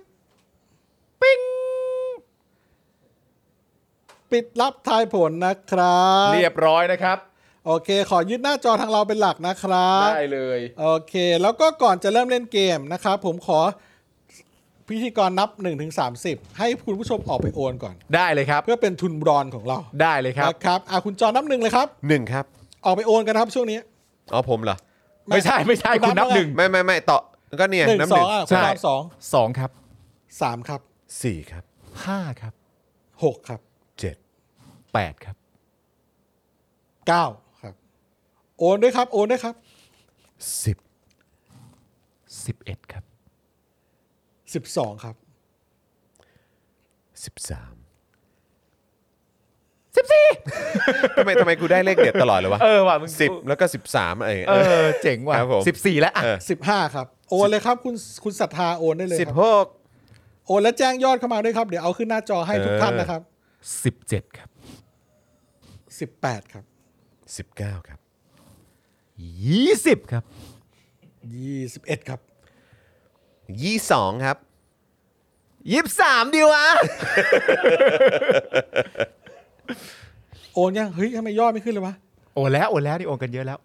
Speaker 3: ปิ้งปิดรับทายผลนะครับ
Speaker 2: เรียบร้อยนะครับ
Speaker 3: โอเค ขอยึดหน้าจอทางเราเป็นหลักนะครับ
Speaker 2: ได้เลย
Speaker 3: โอเค แล้วก็ก่อนจะเริ่มเล่นเกมนะครับ ผมขอพิธีกรนับ 1-30 ให้คุณผู้ชมออกไปโอนก่อน
Speaker 2: ได้เลยครับ
Speaker 3: เพื่อเป็นทุนบรอนของเรา
Speaker 2: ได้เลยครับ
Speaker 3: นะครับอ่ะคุณจอนับหนึ่งเลยครับ
Speaker 1: หนึ่งครับ
Speaker 3: ออกไปโอนกันครับช่วงนี้
Speaker 1: อ๋อผมเหรอ
Speaker 2: ไม่ใช่ไม่ใช่คุณนับหนึ่ง
Speaker 1: ไม่ไม่ไม่ต่อก็เนี่ย
Speaker 3: หนึ่ง
Speaker 1: น้ำห
Speaker 3: สอ
Speaker 1: นึ่
Speaker 3: ง
Speaker 1: ง
Speaker 3: อ่ะคุณนับสอง
Speaker 2: สองครับ
Speaker 3: สามครับ
Speaker 1: สี่ครับ
Speaker 2: ห้าครับ
Speaker 3: หกครับ
Speaker 1: เจ็ด
Speaker 2: แปดครับ
Speaker 3: 9ครับ โอนด้วยครับ โอนด้วยครับ
Speaker 1: สิบ
Speaker 2: สิบเอ็ดครับ
Speaker 3: 12 ครับ
Speaker 1: สิบสาม ทำไมทำไมกูได้เลขเด็ดตลอดเลยวะ
Speaker 2: เออว่ะมึง
Speaker 1: สิบแล้วก็สิบสามอะไรอย่างเงี้ย
Speaker 2: เออเจ๋งว่ะ
Speaker 1: ครับผม
Speaker 2: สิบสี่แล้วอ่ะ
Speaker 1: เออ
Speaker 3: สิบห้าครับ โอนเลยครับคุณคุณศรัทธาโอนได้เลย
Speaker 1: สิบ
Speaker 3: ครับ
Speaker 1: หก
Speaker 3: โอนและแจ้งยอดเข้ามาด้วยครับ เดี๋ยวเอาขึ้นหน้าจอให้ทุกท่านนะครับ
Speaker 2: สิบเจ็ดครับ
Speaker 3: สิบแปดครับ
Speaker 1: สิบเก้าครับ
Speaker 2: ยี่สิบครับ
Speaker 3: ยี่สิบเอ็ดครับ
Speaker 1: ยี่สองครับ
Speaker 2: ยี่สามดีวะ
Speaker 3: โอนยังเฮ้ยทำไมยอดไม่ขึ้นเลยวะ
Speaker 2: โอนแล้วโอนแล้วนี่โอนกันเยอะแล้ว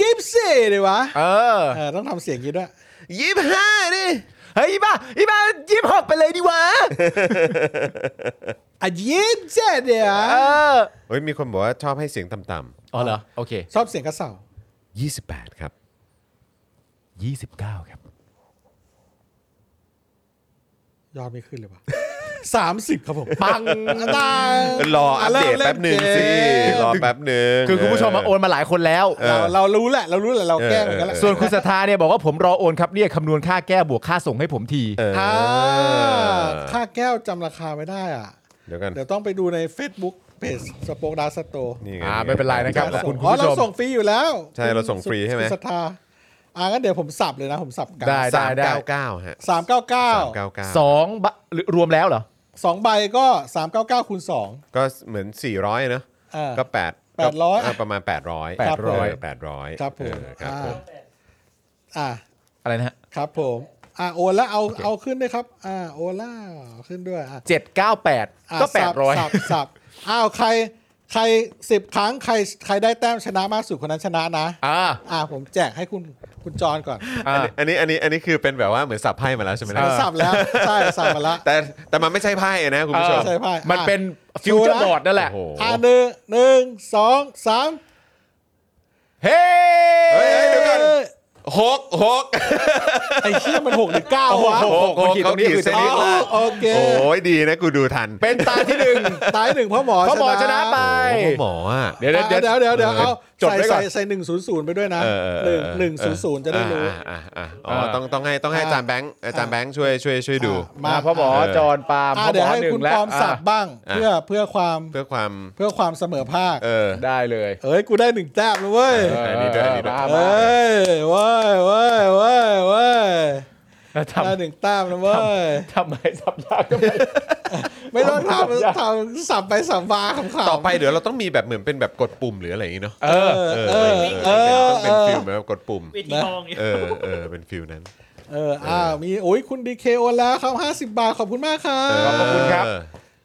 Speaker 3: ยี่สิบสี่เลยวะ
Speaker 2: เออ
Speaker 3: เออต้องทำเสียงอย่างนี้ด้วย
Speaker 1: ยี่ห้าดิ
Speaker 2: เฮ้ยอีบ้าอีบ้ายี่หกไปเลยดีวะ
Speaker 3: อ่ะยี่สิบเจ็ดเดี๋ยว
Speaker 2: เออ
Speaker 1: เฮ้ยมีคนบอกว่าชอบให้เสียงต่ำ
Speaker 2: อ๋อเหรอโอเค
Speaker 3: ชอบเสียงกระเสา
Speaker 1: ๆยี่สิบแปดครับ
Speaker 2: ยี่สิบเก้าครับ
Speaker 3: ยอดไม่ขึ้นเลยวะ สามสิบครับผม
Speaker 2: ปัง
Speaker 3: ตาย
Speaker 1: รออัปเดตแป๊บหนึ่งสิ รอแป๊บหนึ่ง
Speaker 2: คือคุณผู้ชมมาโอนมาหลายคนแล้ว
Speaker 3: เราเรารู้แหละ เรารู้แหละ เราแกล้งเหมือนกันแหละ
Speaker 1: เออ
Speaker 2: ส่วนคุณสทธาเนี่ยบอกว่าผมรอโอนครับเนี่ยคำนวณค่าแก้บวกค่าส่งให้ผมที
Speaker 1: เออ
Speaker 3: อ่าค่าแก้วจำราคาไม่ได้อ่ะ
Speaker 1: เดี๋ยวกัน
Speaker 3: เดี๋ยวต้องไปดูใน Facebook เพจสปอคดาสโต
Speaker 1: นี่ไง
Speaker 2: อ่าไม่เป็นไรนะครับ
Speaker 1: จำแล้ว
Speaker 2: ขอณคุณ
Speaker 3: อ๋อ
Speaker 2: ผู้ชม
Speaker 3: เราส่งฟรีอยู่แล้ว
Speaker 1: ใช่เราส่งฟรีใช่ไหม
Speaker 3: คุณศรัทธาอ่างั้นเดี๋ยวผมสับเลยนะ ผมสับกัน
Speaker 2: ได้
Speaker 1: สามเก้าเก้าฮะ
Speaker 3: สามเก้าเก้า
Speaker 1: สามเก้าเก้า
Speaker 2: สองบะหรือรวมแล้วเหรอ
Speaker 3: สองใบก็สามเก้าเก้าคูณสอง
Speaker 1: ก็เหมือนสี่ร้อยเนอะ
Speaker 3: อ่า
Speaker 1: ก็แปด
Speaker 3: แปดร้อย
Speaker 1: าประมาณแปดร้อย
Speaker 2: ครับผม
Speaker 1: แปดร้อย
Speaker 3: ครับผม
Speaker 1: เออครับผม
Speaker 3: อ่า
Speaker 2: อะไรนะฮะ
Speaker 3: ครับผมอ่าโอนแล้วเอาเอาขึ้นด้วยครับ อ่าโอนแล้วขึ้นด้วยอ่ะ
Speaker 2: เจ็ดเก้าแปด
Speaker 3: อ่ะ
Speaker 2: ก็แปดร้อย
Speaker 3: สับสับสับอ้าวใครใครสิบครั้งใครใครได้แต้มชนะมากสุดคนนั้นชนะนะ
Speaker 2: อ่า
Speaker 3: อ่าผมแจกให้คุณคุณจรก่อน
Speaker 2: อ่า
Speaker 1: อันนี้อันนี้อันนี้คือเป็นแบบว่าเหมือนสับไพ่มาแล้วใช่ไหมนะ
Speaker 3: เราสับแล้ว ใช่สับมาละ
Speaker 1: แต่แต่มันไม่ใช่ไพ่นะคุณผู้ชม
Speaker 3: ใช่พ่าย
Speaker 2: มันเป็นฟิวเจอร์บอร์ดนั่นแหละ
Speaker 1: โอ้โห
Speaker 3: อ่าหนึ่งหนึ่งสองสาม
Speaker 2: เฮ้
Speaker 1: เฮ้ยเฮ้ยเดี๋ยวก่อน
Speaker 3: อ้
Speaker 1: หกหก
Speaker 3: ไอ้เชี่ยมันหกหรือเก้า
Speaker 2: โอ้
Speaker 3: วะ
Speaker 2: โหคนขีดตรงนี้คือ
Speaker 1: เขาขีดเส้นนี้
Speaker 2: อ๋อ
Speaker 3: อ๋อโอเค
Speaker 1: โอ้ยดีนะกูดูทัน
Speaker 2: เป็นตาที่หนึ่ง
Speaker 3: ตายหนึ่งเพราะหมอ
Speaker 2: เพราะหมอชนะไป
Speaker 1: โอ้โหหมออ่ะ
Speaker 2: เดี๋ยว
Speaker 3: อ่ะ
Speaker 2: เดี๋
Speaker 3: เดี๋
Speaker 2: ย
Speaker 3: ยว วเดี๋ยวเดี๋ยวเดี๋ยวเอา
Speaker 2: จดไว้ก่อน
Speaker 3: ใส่ใส่หนึ่งศูนย์ศูนย์ไปด้วยนะ
Speaker 1: เออเออ
Speaker 3: ห
Speaker 1: เอ
Speaker 3: นึ่ง
Speaker 1: อเออ
Speaker 3: หนึ่งศูนย์ศูนย์จะได้รู้
Speaker 1: อ่าอ่าอ่าอ๋อ
Speaker 2: เออ
Speaker 1: ต้องต้องให้ต้องให้อาจารย์แบงค์อาจารย์แบงค์ช่วยช่วยช่วยดู
Speaker 3: มา
Speaker 2: อ่ะพ่อหมอจอนปาล์ม
Speaker 3: อ่า
Speaker 2: พ่อห
Speaker 3: เดี๋
Speaker 2: ม
Speaker 3: ยว
Speaker 2: อ
Speaker 3: ให้
Speaker 2: หนึ่
Speaker 3: คุณ
Speaker 2: งแล้
Speaker 3: คว วามสับบ้าง
Speaker 1: อ่ะ
Speaker 3: เพื่อเพื่อความ
Speaker 1: เพื่อความ
Speaker 3: เพื่อความเสมอภาค
Speaker 1: เออ
Speaker 2: ได้เลย
Speaker 3: เอ้ย กูได้หนึ่งแต้มแล้วเว้ย
Speaker 1: อันนี้ด้วยอันนี้ด้วย
Speaker 2: มามา
Speaker 3: เอ้ยเว้ยเว้ยเว้ยเว้ย
Speaker 2: แล้วท
Speaker 3: ได้หนึ่งแต้มแล้วเว้ย
Speaker 2: ำทำไมสับยากก็ไม่
Speaker 3: ไม่ต้องทำทำสับไปสับมาขำๆ
Speaker 1: ต่อไปเดี๋ยวเราต้องมีแบบเหมือนเป็นแบบกดปุ่มหรืออะไรอย่างงี้เนาะ
Speaker 2: เออ
Speaker 3: เออเออ
Speaker 1: เออต้อง
Speaker 3: เออเอ
Speaker 1: เป็น
Speaker 3: อ
Speaker 1: ฟิลแบบกดปุ่ม
Speaker 4: เวทีทองเนี่ย
Speaker 1: เออเออเป็นฟิลนั้น
Speaker 3: เอออ่ามีโอ้ยคุณดีเคโอนแล้วครับห้าสิบาท ขอบคุณมากครั
Speaker 1: เ
Speaker 2: ขอบ บคุณครับ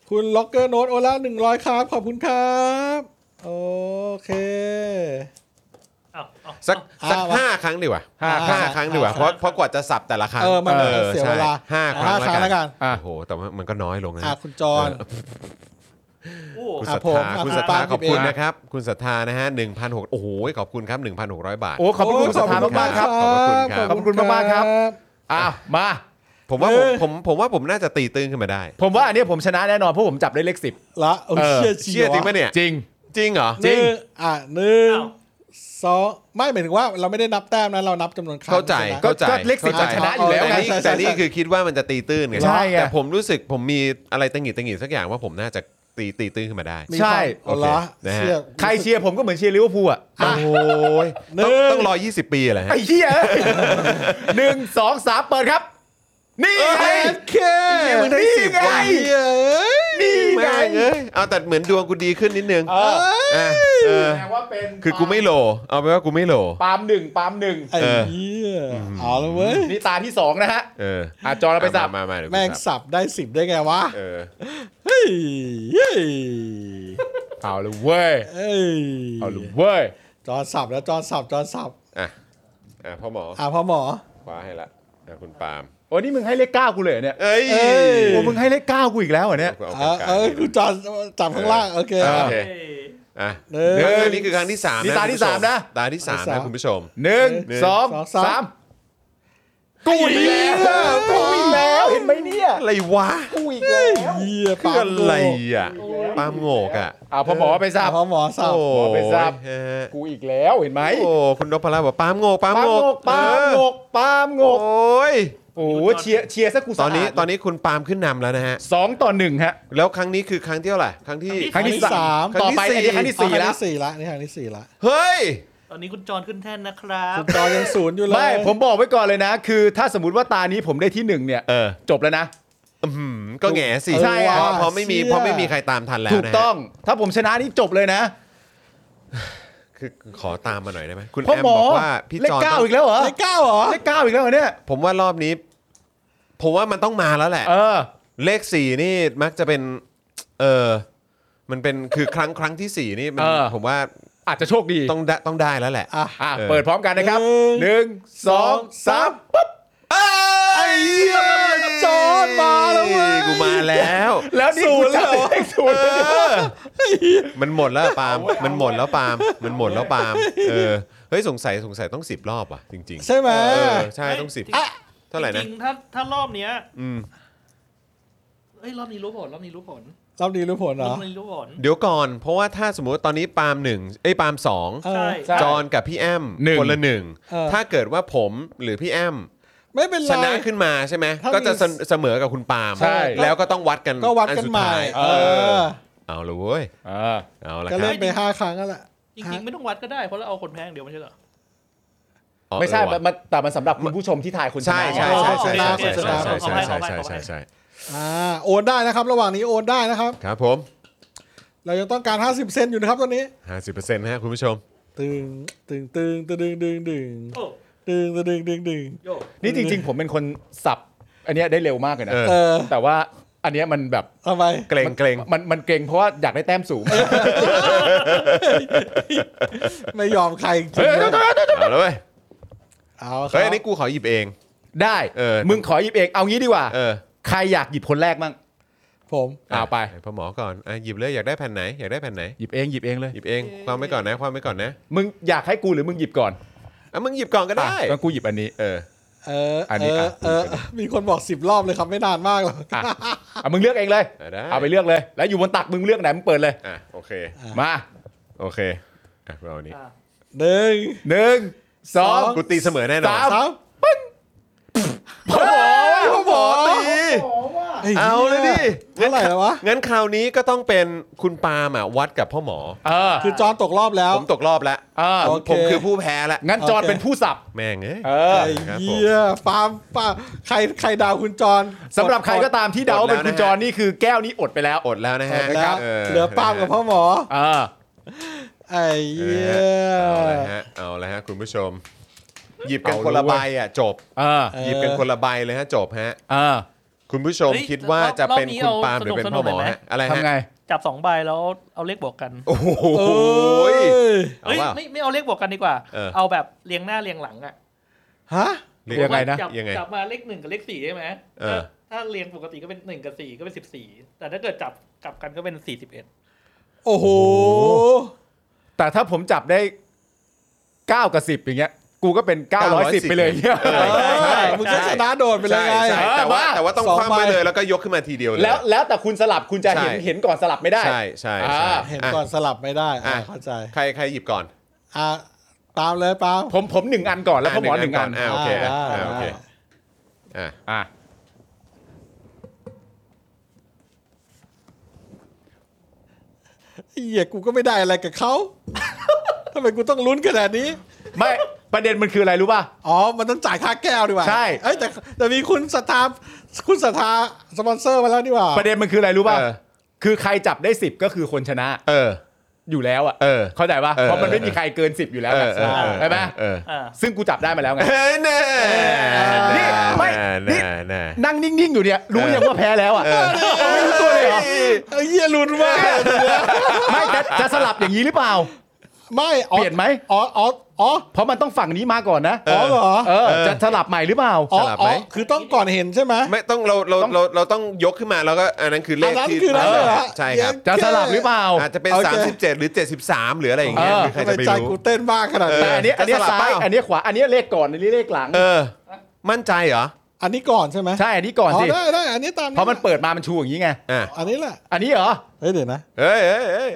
Speaker 3: คุณล็อกเกอร์โน้ตโอนแล้วหนึ่งร้อยครับ ขอบคุณครับ โอเค
Speaker 4: อ้าวอ้าว
Speaker 1: สักสัก
Speaker 3: อ่าวะ
Speaker 1: ห้าครั้งดีกว่า
Speaker 2: ห้า
Speaker 1: ห้าครั้งดีกว่า
Speaker 3: ห้า
Speaker 1: เพราะเพราะกว่าจะสับแต่ละครั้ง
Speaker 3: เออมันเสียเวลา
Speaker 1: ใช่ห้าครั้ง
Speaker 3: ห้าครั้ง
Speaker 1: แล้วกัน
Speaker 3: แล้วกัน
Speaker 1: โอ้โหแต่ว่ามันก็น้อยลงนะ
Speaker 3: อ่าคุณจร
Speaker 4: โอ้โห
Speaker 1: คุณศรั
Speaker 3: อ่ะ
Speaker 1: ท
Speaker 3: ผม
Speaker 1: ธา
Speaker 3: อ่ะ
Speaker 1: คุณศรัทธาข
Speaker 3: คุณปาล์ม
Speaker 1: อบคุณ
Speaker 3: 11
Speaker 1: นะครับคุณศรัทธานะฮะหนึ่งพันหกโอ้โหขอบคุณครับหนึ่งพันหกร้อยบาท
Speaker 2: โอ้ขอบคุณคุณสถานมากๆครับ
Speaker 1: ขอบคุณครับ
Speaker 2: ขอบคุณมากๆครับ อ้าวมา
Speaker 1: ผมว่าผม
Speaker 3: เออ
Speaker 1: ผมผมว่าผมน่าจะตีตื้นขึ้นมาได้
Speaker 2: ผมว่าอันเนี้ยผมชนะแน่นอนเพราะผมจับได้เลขสิบ
Speaker 3: ละโอ้ย
Speaker 2: เออ
Speaker 3: เชี่ย
Speaker 1: เชื่อจริง
Speaker 3: วะ
Speaker 1: ปะเนี่ย
Speaker 2: จริง
Speaker 1: จริงเหรอ
Speaker 2: จริง
Speaker 3: หนึ่อ่ะหนึ่ง
Speaker 4: อ้าว
Speaker 3: สองไม่หมายถึงว่าเราไม่ได้นับแต้มนะเรานับจำนวนครั้ง
Speaker 1: เข้าใจ
Speaker 3: ช่ไหม
Speaker 2: ก็
Speaker 1: เข้าใจ
Speaker 2: ก็เลขสิบ
Speaker 1: ข้า
Speaker 2: มัน
Speaker 1: ใจ
Speaker 2: ชนะอยู่แล้ว
Speaker 1: แต่
Speaker 2: ไง
Speaker 1: นี่
Speaker 3: ใช่ใช่
Speaker 1: แต่นี่
Speaker 3: ใช่
Speaker 1: คือคิดว่ามันจะตีตื้นไง
Speaker 2: ใช่ไง
Speaker 1: แต่ผมรู้สึกผมมีอะไรตังหงิดตังหงิดสักอย่างว่าผมน่าจะตีตีตื้นขึ้นมาได้
Speaker 3: มี
Speaker 2: ใช่
Speaker 3: ความเอาละ
Speaker 1: โอเคนะฮะ
Speaker 3: เชี่ย
Speaker 2: ใครเชียร์ผมก็เหมือนเชียร์ลิเวอร์พูลอ่ะ
Speaker 1: โอ้ย
Speaker 3: หนึ่
Speaker 1: ต้อง งต้องรอ 20 ปีเหรอฮะ
Speaker 2: ไอ้เหี้ยหนึ่งสองสามเปิดครับ นี่ไง
Speaker 3: โอเค
Speaker 2: มึงได้สิบ
Speaker 3: นี่ไง
Speaker 2: ว่ะ
Speaker 3: เอ้ย
Speaker 2: นี่ไง
Speaker 1: แม่งเอ้ยเอาแต่เหมือนดวงกูดีขึ้นนิดนึง
Speaker 2: เออ
Speaker 1: อ่ะเออ
Speaker 2: แปลว่าเป็น
Speaker 1: คือกูไม่โหล เอาไปนว่ากูไม่โหล
Speaker 2: ปาล์มหนึ่งปาล์มหนึ่ง
Speaker 3: ไอ้เหี้ยเอาละเว้ย
Speaker 2: นี่ตาที่สองนะฮะ
Speaker 1: เออ
Speaker 2: อ่ะจอเราไปสับ
Speaker 1: มามามาเดี๋ยวกู
Speaker 3: แม่ง
Speaker 1: สับ
Speaker 3: สับได้สิบได้ไงวะ
Speaker 1: เออ
Speaker 3: เฮ้ยเฮ้ย
Speaker 2: เอาเลยเว้ย
Speaker 3: เอ้ย
Speaker 2: เอาเลยเว้ย
Speaker 3: จอนสับแล้วจอนสับจอนสับ
Speaker 1: อ่ะอ่ะพ่อหมอ
Speaker 3: อ่ะพ่อหมอ
Speaker 1: คว้าให้ละอ่ะคุณปาล์ม
Speaker 2: โอ้นี่มึงให้เลขเก้ากูเลยเหรอเนี่ย
Speaker 1: เอ้ย
Speaker 3: เอ้ย
Speaker 2: โอ้มึงให้เลขเก้ากูอีกแล้วเหรอเนี่ย
Speaker 1: กูเอา
Speaker 3: เอ
Speaker 1: ปา
Speaker 3: อก
Speaker 1: กา
Speaker 3: เออ
Speaker 1: ให้ดู
Speaker 3: คุณจอนจับข้างล่างโอเค
Speaker 1: โอเค
Speaker 4: เอ้ย
Speaker 1: อ่ะ
Speaker 3: หนึ่ง
Speaker 1: เรื่องนี้คือครั้งที่สาม
Speaker 2: นี่
Speaker 1: นะ
Speaker 2: ตาที่
Speaker 1: คุณผู้ช
Speaker 2: สามนะ
Speaker 1: ตาที่สาม
Speaker 3: ตาที่
Speaker 1: นะ
Speaker 3: สาม
Speaker 1: คุณผู้ชม
Speaker 2: หนึ่ง
Speaker 1: หนึ่ง
Speaker 2: สอง
Speaker 3: สองสาม
Speaker 2: สามกูอีกแล้วกูอีกแล้วเห็นไหมเนี่ย
Speaker 1: อะไรวะ
Speaker 2: กูอีกแล้ว
Speaker 3: เหี้ย
Speaker 1: คือ
Speaker 3: ปา
Speaker 1: อะ
Speaker 3: ล์ม
Speaker 1: ไรอ่ะปาล์มโงกอ่ะ
Speaker 2: เอาพอหมอไปทราบ
Speaker 3: อ่ะพ่อหมอสับ
Speaker 1: โอ้
Speaker 2: หมอไปทราบ
Speaker 1: ฮะ
Speaker 2: กูอีกแล้วเห็นไหม
Speaker 1: โอ้คุณนพพลาบอกปาล์มโงกปาล์ม
Speaker 2: ปาล์ม
Speaker 1: โง
Speaker 2: โง
Speaker 1: ก
Speaker 2: กปาล์มโงกปาล์ม
Speaker 1: เออ
Speaker 2: โงก
Speaker 1: โอ้ย
Speaker 2: โ โอ้โหเชียร์เชียร์ซะกู
Speaker 1: ต
Speaker 2: สะาด
Speaker 1: อนนี้ตอนนี้คุณปาล์มขึ้นนำแล้วนะฮะ
Speaker 2: สองต่อหนึ่งฮะ
Speaker 1: แล้วครั้งนี้คือครั้งที่เท่าไหร่ครั้งที่
Speaker 2: ครั้งที่สาม
Speaker 1: ครั้งที่
Speaker 2: ต่อไป
Speaker 1: สี่
Speaker 2: อันนี้ครั้งที่สี่
Speaker 3: เอาครั้ง
Speaker 2: แล้ว
Speaker 3: ที่สี่ละนี่ครั้งที่สี่ละ
Speaker 1: เฮ้ย
Speaker 4: ตอนนี้คุณจอนขึ้นแท่นนะครับ
Speaker 3: คุณจอยังศูนย์อยู่เลย
Speaker 2: ไม่ผมบอกไว้ก่อนเลยนะ คือถ้าสมมติว่าตานี้ผมได้ที่หนึ่งเนี่ย
Speaker 1: เออ
Speaker 2: จบแล้วนะ
Speaker 1: อื้อหือก็แหง่สิ
Speaker 2: ใช่อะ
Speaker 1: เพราะเพราะไม่มีเพราะไม่มีใครตามทันแล้วนะ
Speaker 2: ถูกต้องถ้าผมชนะนี่จบเลยนะ
Speaker 1: คือขอตามมาหน่อยได้ไหมคุณ
Speaker 2: พ่อ
Speaker 1: แอม
Speaker 2: หมอ
Speaker 1: บอกว่าพี่
Speaker 2: เลข
Speaker 1: จอน
Speaker 2: เก้า
Speaker 1: ต้อง
Speaker 2: อีกแล้วเหรอ
Speaker 3: ได้เก้าเหรอ
Speaker 2: เลขเก้าอีกแล้วเหรอเนี่ย
Speaker 1: ผมว่ารอบนี้ ผมว่ามันต้องมาแล้วแหละ
Speaker 2: เออ
Speaker 1: เลขสี่นี่มักจะเป็น เออมันเป็นคือครั้งครั้งที่สี่นี่มัน
Speaker 2: เออ
Speaker 1: ผมว่า
Speaker 2: อาจจะโชคดี
Speaker 1: ต้องได้ต้องได้แล้วแหละ
Speaker 3: อ่ะ
Speaker 2: อ่ะ
Speaker 1: เออ
Speaker 2: เปิดพร้อมกันนะครับ
Speaker 3: ห
Speaker 2: ห
Speaker 3: นึ่
Speaker 2: นึ่
Speaker 3: ง
Speaker 2: งสองสามปุ๊บ
Speaker 1: เอ้ย
Speaker 2: จอร์จมาแล้วเว้ย
Speaker 1: กูมาแล้ว
Speaker 2: แล้วนี่กูจับเลขศูนย์
Speaker 1: เออมันหมดแล้วปาล์มมันหมดแล้วปาล์มมันหมดแล้วปาล์มเออเฮ้ยสงสัยสงสัยต้องสิบรอบว่ะจริงๆ
Speaker 3: ใช่ไหม
Speaker 1: เออใช่ต้องสิบเท่าไหร่
Speaker 4: จ
Speaker 1: นะ
Speaker 4: ริงๆถ้าถ้ารอบเนี้ย
Speaker 1: อืม
Speaker 4: เอ้ยรอบนี้รู้ผลรอบนี้รู้ผล
Speaker 3: รอบนี้รู้ผลเหร
Speaker 4: ร
Speaker 3: อ
Speaker 4: อบนี้รู้ผล
Speaker 1: เดี๋ยวก่อน เพราะว่าถ้าสมมติว่าตอนนี้ปาล์มหนึ่งเอ้ยปาล์มสอง
Speaker 3: เออ
Speaker 4: ใช่
Speaker 2: ใช่
Speaker 1: จอนกับพี่แอม
Speaker 2: หนึ่ง
Speaker 1: คนละหนึ่ง
Speaker 3: เออ
Speaker 1: ถ้าเกิดว่าผมหรือพี่แอม
Speaker 3: ไม่เป็น
Speaker 1: ช
Speaker 3: ไร
Speaker 1: นะขึ้นมาใช่ไหม
Speaker 3: ถ้ามี
Speaker 1: ก็จะเสมอเสมอกับคุณปาล์ม
Speaker 2: ใช่
Speaker 1: แล้วก็ต้องวัดกัน
Speaker 3: ก็วัด
Speaker 1: อั
Speaker 3: กัน
Speaker 1: สุ
Speaker 3: ใหม่
Speaker 1: ท้าย
Speaker 3: เอ
Speaker 1: เอ
Speaker 3: อ
Speaker 1: อเอาละเว้ย
Speaker 2: เออ
Speaker 1: เอาละค
Speaker 3: ก็
Speaker 1: รั
Speaker 3: เล่
Speaker 1: บ
Speaker 3: นไปห้าครั้งแล้วแหละ
Speaker 4: จริงๆ ไม่ต้องวัดก็ได้ เพราะเราเอาคนแพงเดียวไม่ใช่เหรอ
Speaker 1: อ๋อ
Speaker 2: ไม่ใช่
Speaker 1: เออ
Speaker 2: มัน
Speaker 1: ว่ะ
Speaker 2: มันแต่มันสำหรับคุณผู้ชมที่ทายคน
Speaker 1: ใช่ใช่
Speaker 2: นะ
Speaker 1: ใช่ใช่
Speaker 4: อ๋อ
Speaker 1: ใช่ใช่ใช่
Speaker 4: โอ
Speaker 1: ใช่ใช่ใช่
Speaker 4: เคโอเคโอเค
Speaker 1: ใช่ใช่
Speaker 3: อ่าโอนได้นะครับ ระหว่างนี้โอนได้นะครับ
Speaker 1: ครับผม
Speaker 3: เรายังต้องการ 50 เซนอยู่นะครับตอนนี้
Speaker 1: 50%นะฮะคุณผู้ชม
Speaker 3: ตึงตึงตึงตึงตึงตึง
Speaker 4: โอ้
Speaker 3: ตึงตึงตึงตึงตึง
Speaker 4: โย
Speaker 2: นี่จริง ๆ ผมเป็นคนสับ อันเนี้ยได้เร็วมากเลยนะ
Speaker 1: เออ
Speaker 3: เออ
Speaker 2: แต่ว่าอันเนี้ยมันแบบ
Speaker 3: ทำไม
Speaker 1: เกรงเกรง
Speaker 2: มันมันเกรงเพราะว่าอยากได้แต้มสูง
Speaker 3: ไม่ยอมใครจริง
Speaker 2: เฮ้ย
Speaker 3: ๆนะ
Speaker 1: เอาละเว้ย
Speaker 3: เอาค
Speaker 1: เฮ้ย
Speaker 3: รั
Speaker 1: อั
Speaker 3: บ
Speaker 1: นนี้กูขอหยิบเอง
Speaker 2: ได้
Speaker 1: เออ
Speaker 2: มึงขอหยิบเองเอางี้ดีกว่า
Speaker 1: เออ
Speaker 2: ใครอยากหยิบคนแรกมั่ง
Speaker 3: ผม
Speaker 2: เอาไป
Speaker 1: ให้พ่อหมอก่อนอ่ะหยิบเลยอยากได้แผ่นไหนอยากได้แผ่นไหน
Speaker 2: หยิบเองหยิบเองเลย
Speaker 1: หยิบเองความไว้ก่อนนะความไว้ก่อนนะ
Speaker 2: มึงอยากให้กูหรือมึงหยิบก่อน
Speaker 1: อ่ะมึงหยิบก่อนก็ได้
Speaker 2: อ่ะงั้นกูหยิบอันนี้
Speaker 1: เออ
Speaker 3: เออ
Speaker 2: อัน
Speaker 3: เอ
Speaker 2: นี้
Speaker 3: อ
Speaker 2: อ่ะ
Speaker 3: เออมีคนบอกสิบรอบเลยครับไม่นานมากหรอก
Speaker 2: อ่ะอ่ะมึงเลือกเองเลย
Speaker 1: อ่ะได้
Speaker 2: เอาไปเลือกเลย แล้วอยู่บนตักมึงเลือกไหนมึงเปิดเลย
Speaker 1: อ่ะโอเค
Speaker 2: มา
Speaker 1: โอเคอ่ะเราอันนี้
Speaker 4: อ่ะ
Speaker 3: หนึ่ง
Speaker 2: หนึ่งสอง
Speaker 1: กูตีเสมอแน่นอน
Speaker 2: สาม
Speaker 3: สาม
Speaker 2: พ่อหมอ
Speaker 3: พ่อหมอตี
Speaker 1: เอาเลยดิ
Speaker 3: เท่าไหร่แล้ววะ
Speaker 1: งั้นคราวนี้ก็ต้องเป็นคุณปาล์มอ่ะวัดกับพ่อหมอ
Speaker 2: เออ
Speaker 3: คือจอนตกรอบแล้ว
Speaker 1: ผมตกรอบแล้ว
Speaker 2: เออ
Speaker 3: โเค
Speaker 1: ผมคือผู้แพ้ละ
Speaker 2: งั้นจอร์ด
Speaker 3: โอเค
Speaker 2: เป็นผู้สับ
Speaker 1: แม่งเอ้ย
Speaker 2: เออ
Speaker 3: ไอ้
Speaker 1: ครับผม
Speaker 3: เหี้ยฟาร์มฟาร์มใครใครดาวคุณจอน
Speaker 2: สำหรับใครก็ตามที่เดาว่าเป็
Speaker 1: กด
Speaker 2: น
Speaker 1: แล้วนะ
Speaker 2: คุณจอร์ดนี่คือแก้วนี้อดไปแล้ว
Speaker 1: อดแล้วนะ
Speaker 3: หม
Speaker 1: ฮะ
Speaker 3: ดแล้ว
Speaker 1: เอ
Speaker 3: เหลือปาล์มกับพ่อหมอ
Speaker 2: เออ
Speaker 3: ไอ้เหี้ย
Speaker 1: เอาละฮะเอาละฮะคุณผู้ชม หยิบกันคนละใบอ่ะจบ
Speaker 2: เออ
Speaker 1: หยิบกันคนละใบเลยฮะจบฮะ
Speaker 2: เออ
Speaker 1: คุณผู้ชมคิดว่าจะเป็นคุณปาล์มหรือเป็นพ่อหมอฮะอะไรฮะ
Speaker 2: ทำไง
Speaker 4: จับสองใบแล้วเอาเลขบวกกัน
Speaker 1: โอ้โห
Speaker 3: โอ้ย
Speaker 1: เอา
Speaker 4: เอ้ย
Speaker 1: ว่า
Speaker 4: ไม่ไม่เอาเลขบวกกันดีกว่า
Speaker 1: เออ
Speaker 4: เอาแบบเรียงหน้าเรียงหลังอะ
Speaker 3: ฮะ
Speaker 1: เรีย
Speaker 2: ยั
Speaker 1: ก
Speaker 2: งไงนะ
Speaker 4: จับ
Speaker 1: ยังไง
Speaker 4: จับมาเลขหนึ่งกับเลขสี่ใช่ไหม
Speaker 1: เออ
Speaker 4: ถ้าถ้าเรียงปกติก็เป็นหนึ่งกับสี่ก็เป็นสิบสี่แต่ถ้าเกิดจับกลับกันก็เป็นสี่สิบเอ็ด
Speaker 3: โอ้โห
Speaker 2: แต่ถ้าผมจับได้ 9 กับ 10 อย่างเงี้ย กูก็เป็น 910 ไปเลยเนี่ย
Speaker 1: เออ
Speaker 3: เออมึงก็ชนะโดดไปเลยไง
Speaker 1: ใช่ใช่แต่ว่า
Speaker 2: เออมา
Speaker 1: แต่ว่าต้อง
Speaker 3: สอง
Speaker 1: คว้ำไป
Speaker 3: ใบ
Speaker 1: เลยแล้วก็ยกขึ้นมาทีเดียวเลย
Speaker 2: แล้วแล้วแต่คุณสลับคุณจะเห็น
Speaker 1: ใช่
Speaker 2: เห็นก่อนสลับไม่ได้
Speaker 1: ใช่ใช่ใช่
Speaker 2: อ่า
Speaker 3: เห็นก่อนสลับไม่ได้อ่ะ
Speaker 1: อ่ะ
Speaker 3: เข้าใจ
Speaker 1: ใครใครหยิบก่อน
Speaker 3: อ่ะปาล์มเลยปาล์ม
Speaker 2: ผมผมหนึ่งอันก่อนแล้วพ่อหมอหนึ่งอัน
Speaker 1: อ่ะโอเค
Speaker 3: ได้
Speaker 1: อ่ะโอเค
Speaker 3: ได้
Speaker 1: อ่ะ
Speaker 2: อ่ะ
Speaker 3: เหี้ยกูก็ไม่ได้อะไรกับเขา ทำไมกูต้องลุ้นขนาดนี้
Speaker 2: ไม่ประเด็นมันคืออะไรรู้ป่ะ
Speaker 3: อ๋อ มันต้องจ่ายค่าแก้วดีกว่า
Speaker 2: ใช่
Speaker 3: เอ้ยแต่แต่มีคุณสตาฟคุณสตาสปอนเซอร์มาแล้วดีกว่า
Speaker 2: ประเด็นมันคืออะไรรู้ป่ะ
Speaker 1: เออ
Speaker 2: คือใครจับได้ 10 ก็คือคนชนะ
Speaker 1: เออ
Speaker 2: อยู่แล้วอ่ะ
Speaker 1: เออ
Speaker 2: เข้าใจป่ะ
Speaker 1: เออ
Speaker 2: เพราะมันไม่มีใครเกิน 10 อยู่แล้ว
Speaker 1: เอ
Speaker 2: ไง
Speaker 1: อเออเออ
Speaker 2: ใช่ไหม
Speaker 1: เออ
Speaker 4: อ่า
Speaker 2: ซึ่งกูจับได้มาแล้วไง
Speaker 1: เฮ้ยแน่
Speaker 2: นี่ไม่นี่
Speaker 1: แน่แน่
Speaker 2: นั่งนิ่งๆอยู่เนี่ยรู้ยังว่าแพ้แล้วอ่ะ
Speaker 1: ไม่รู้ตัวเลยเหรอ
Speaker 3: เอ้ยเหี้ยลุ้นมาก
Speaker 2: ไม่จะจะสลับอย่างนี้หรือเปล่า
Speaker 3: ไม่
Speaker 2: เปลี่ยนไหม
Speaker 3: อ๋ออ๋ออ๋อ
Speaker 2: เพราะมันต้องฝั่งนี้มาก่อนนะ
Speaker 3: อ๋อเหรอ
Speaker 2: เออ
Speaker 1: เออ
Speaker 2: จะสลับใหม่หรือเปล่า
Speaker 3: อ๋อ
Speaker 1: สลับไหม
Speaker 3: อ๋อคือต้องก่อนเห็นใช่ไหม
Speaker 1: ไม่ต้องเราเราเราเราต้องยกขึ้นมาแล้วก็อันนั้นคือเลข
Speaker 3: อันนั้น
Speaker 1: ที่
Speaker 3: คือนั่นเหรอ
Speaker 1: เออใช่ครับ
Speaker 2: จะสลับหรือเปล่า
Speaker 1: อาจจะเป็น
Speaker 3: โอเค
Speaker 1: 37 หรือ 73 หรืออะไรอย่างเงี้ย
Speaker 2: เออ
Speaker 1: คือใคร
Speaker 3: ทำ
Speaker 1: จะ
Speaker 3: ไม
Speaker 1: ไป
Speaker 3: ใจ
Speaker 1: รู้
Speaker 3: กูเต้นมากขนาด
Speaker 1: เอ
Speaker 2: แต่
Speaker 3: นั้น
Speaker 2: อันนี้อันนี้
Speaker 1: จะสลับ
Speaker 2: ซ้าย
Speaker 1: เปล่า
Speaker 2: อันนี้ขวาอันนี้เลขก่อนอันนี้เลขหลัง
Speaker 1: เออ มั่นใจเหรอ
Speaker 3: อันนี้ก่อนใช่ไหม
Speaker 2: ใช่อันนี้ก่อน
Speaker 3: อ๋อ
Speaker 2: สิ
Speaker 3: ได้ได้อันนี้ตาม
Speaker 2: เพราะมันเปิดมามันชูอย่างนี้ไง
Speaker 1: อ่ะ
Speaker 3: อันนี้แหละ
Speaker 2: อันนี้เหรอ
Speaker 3: เฮ้ยเดี๋ยวนะ
Speaker 1: เอ้ยเอ้ยเอ้ย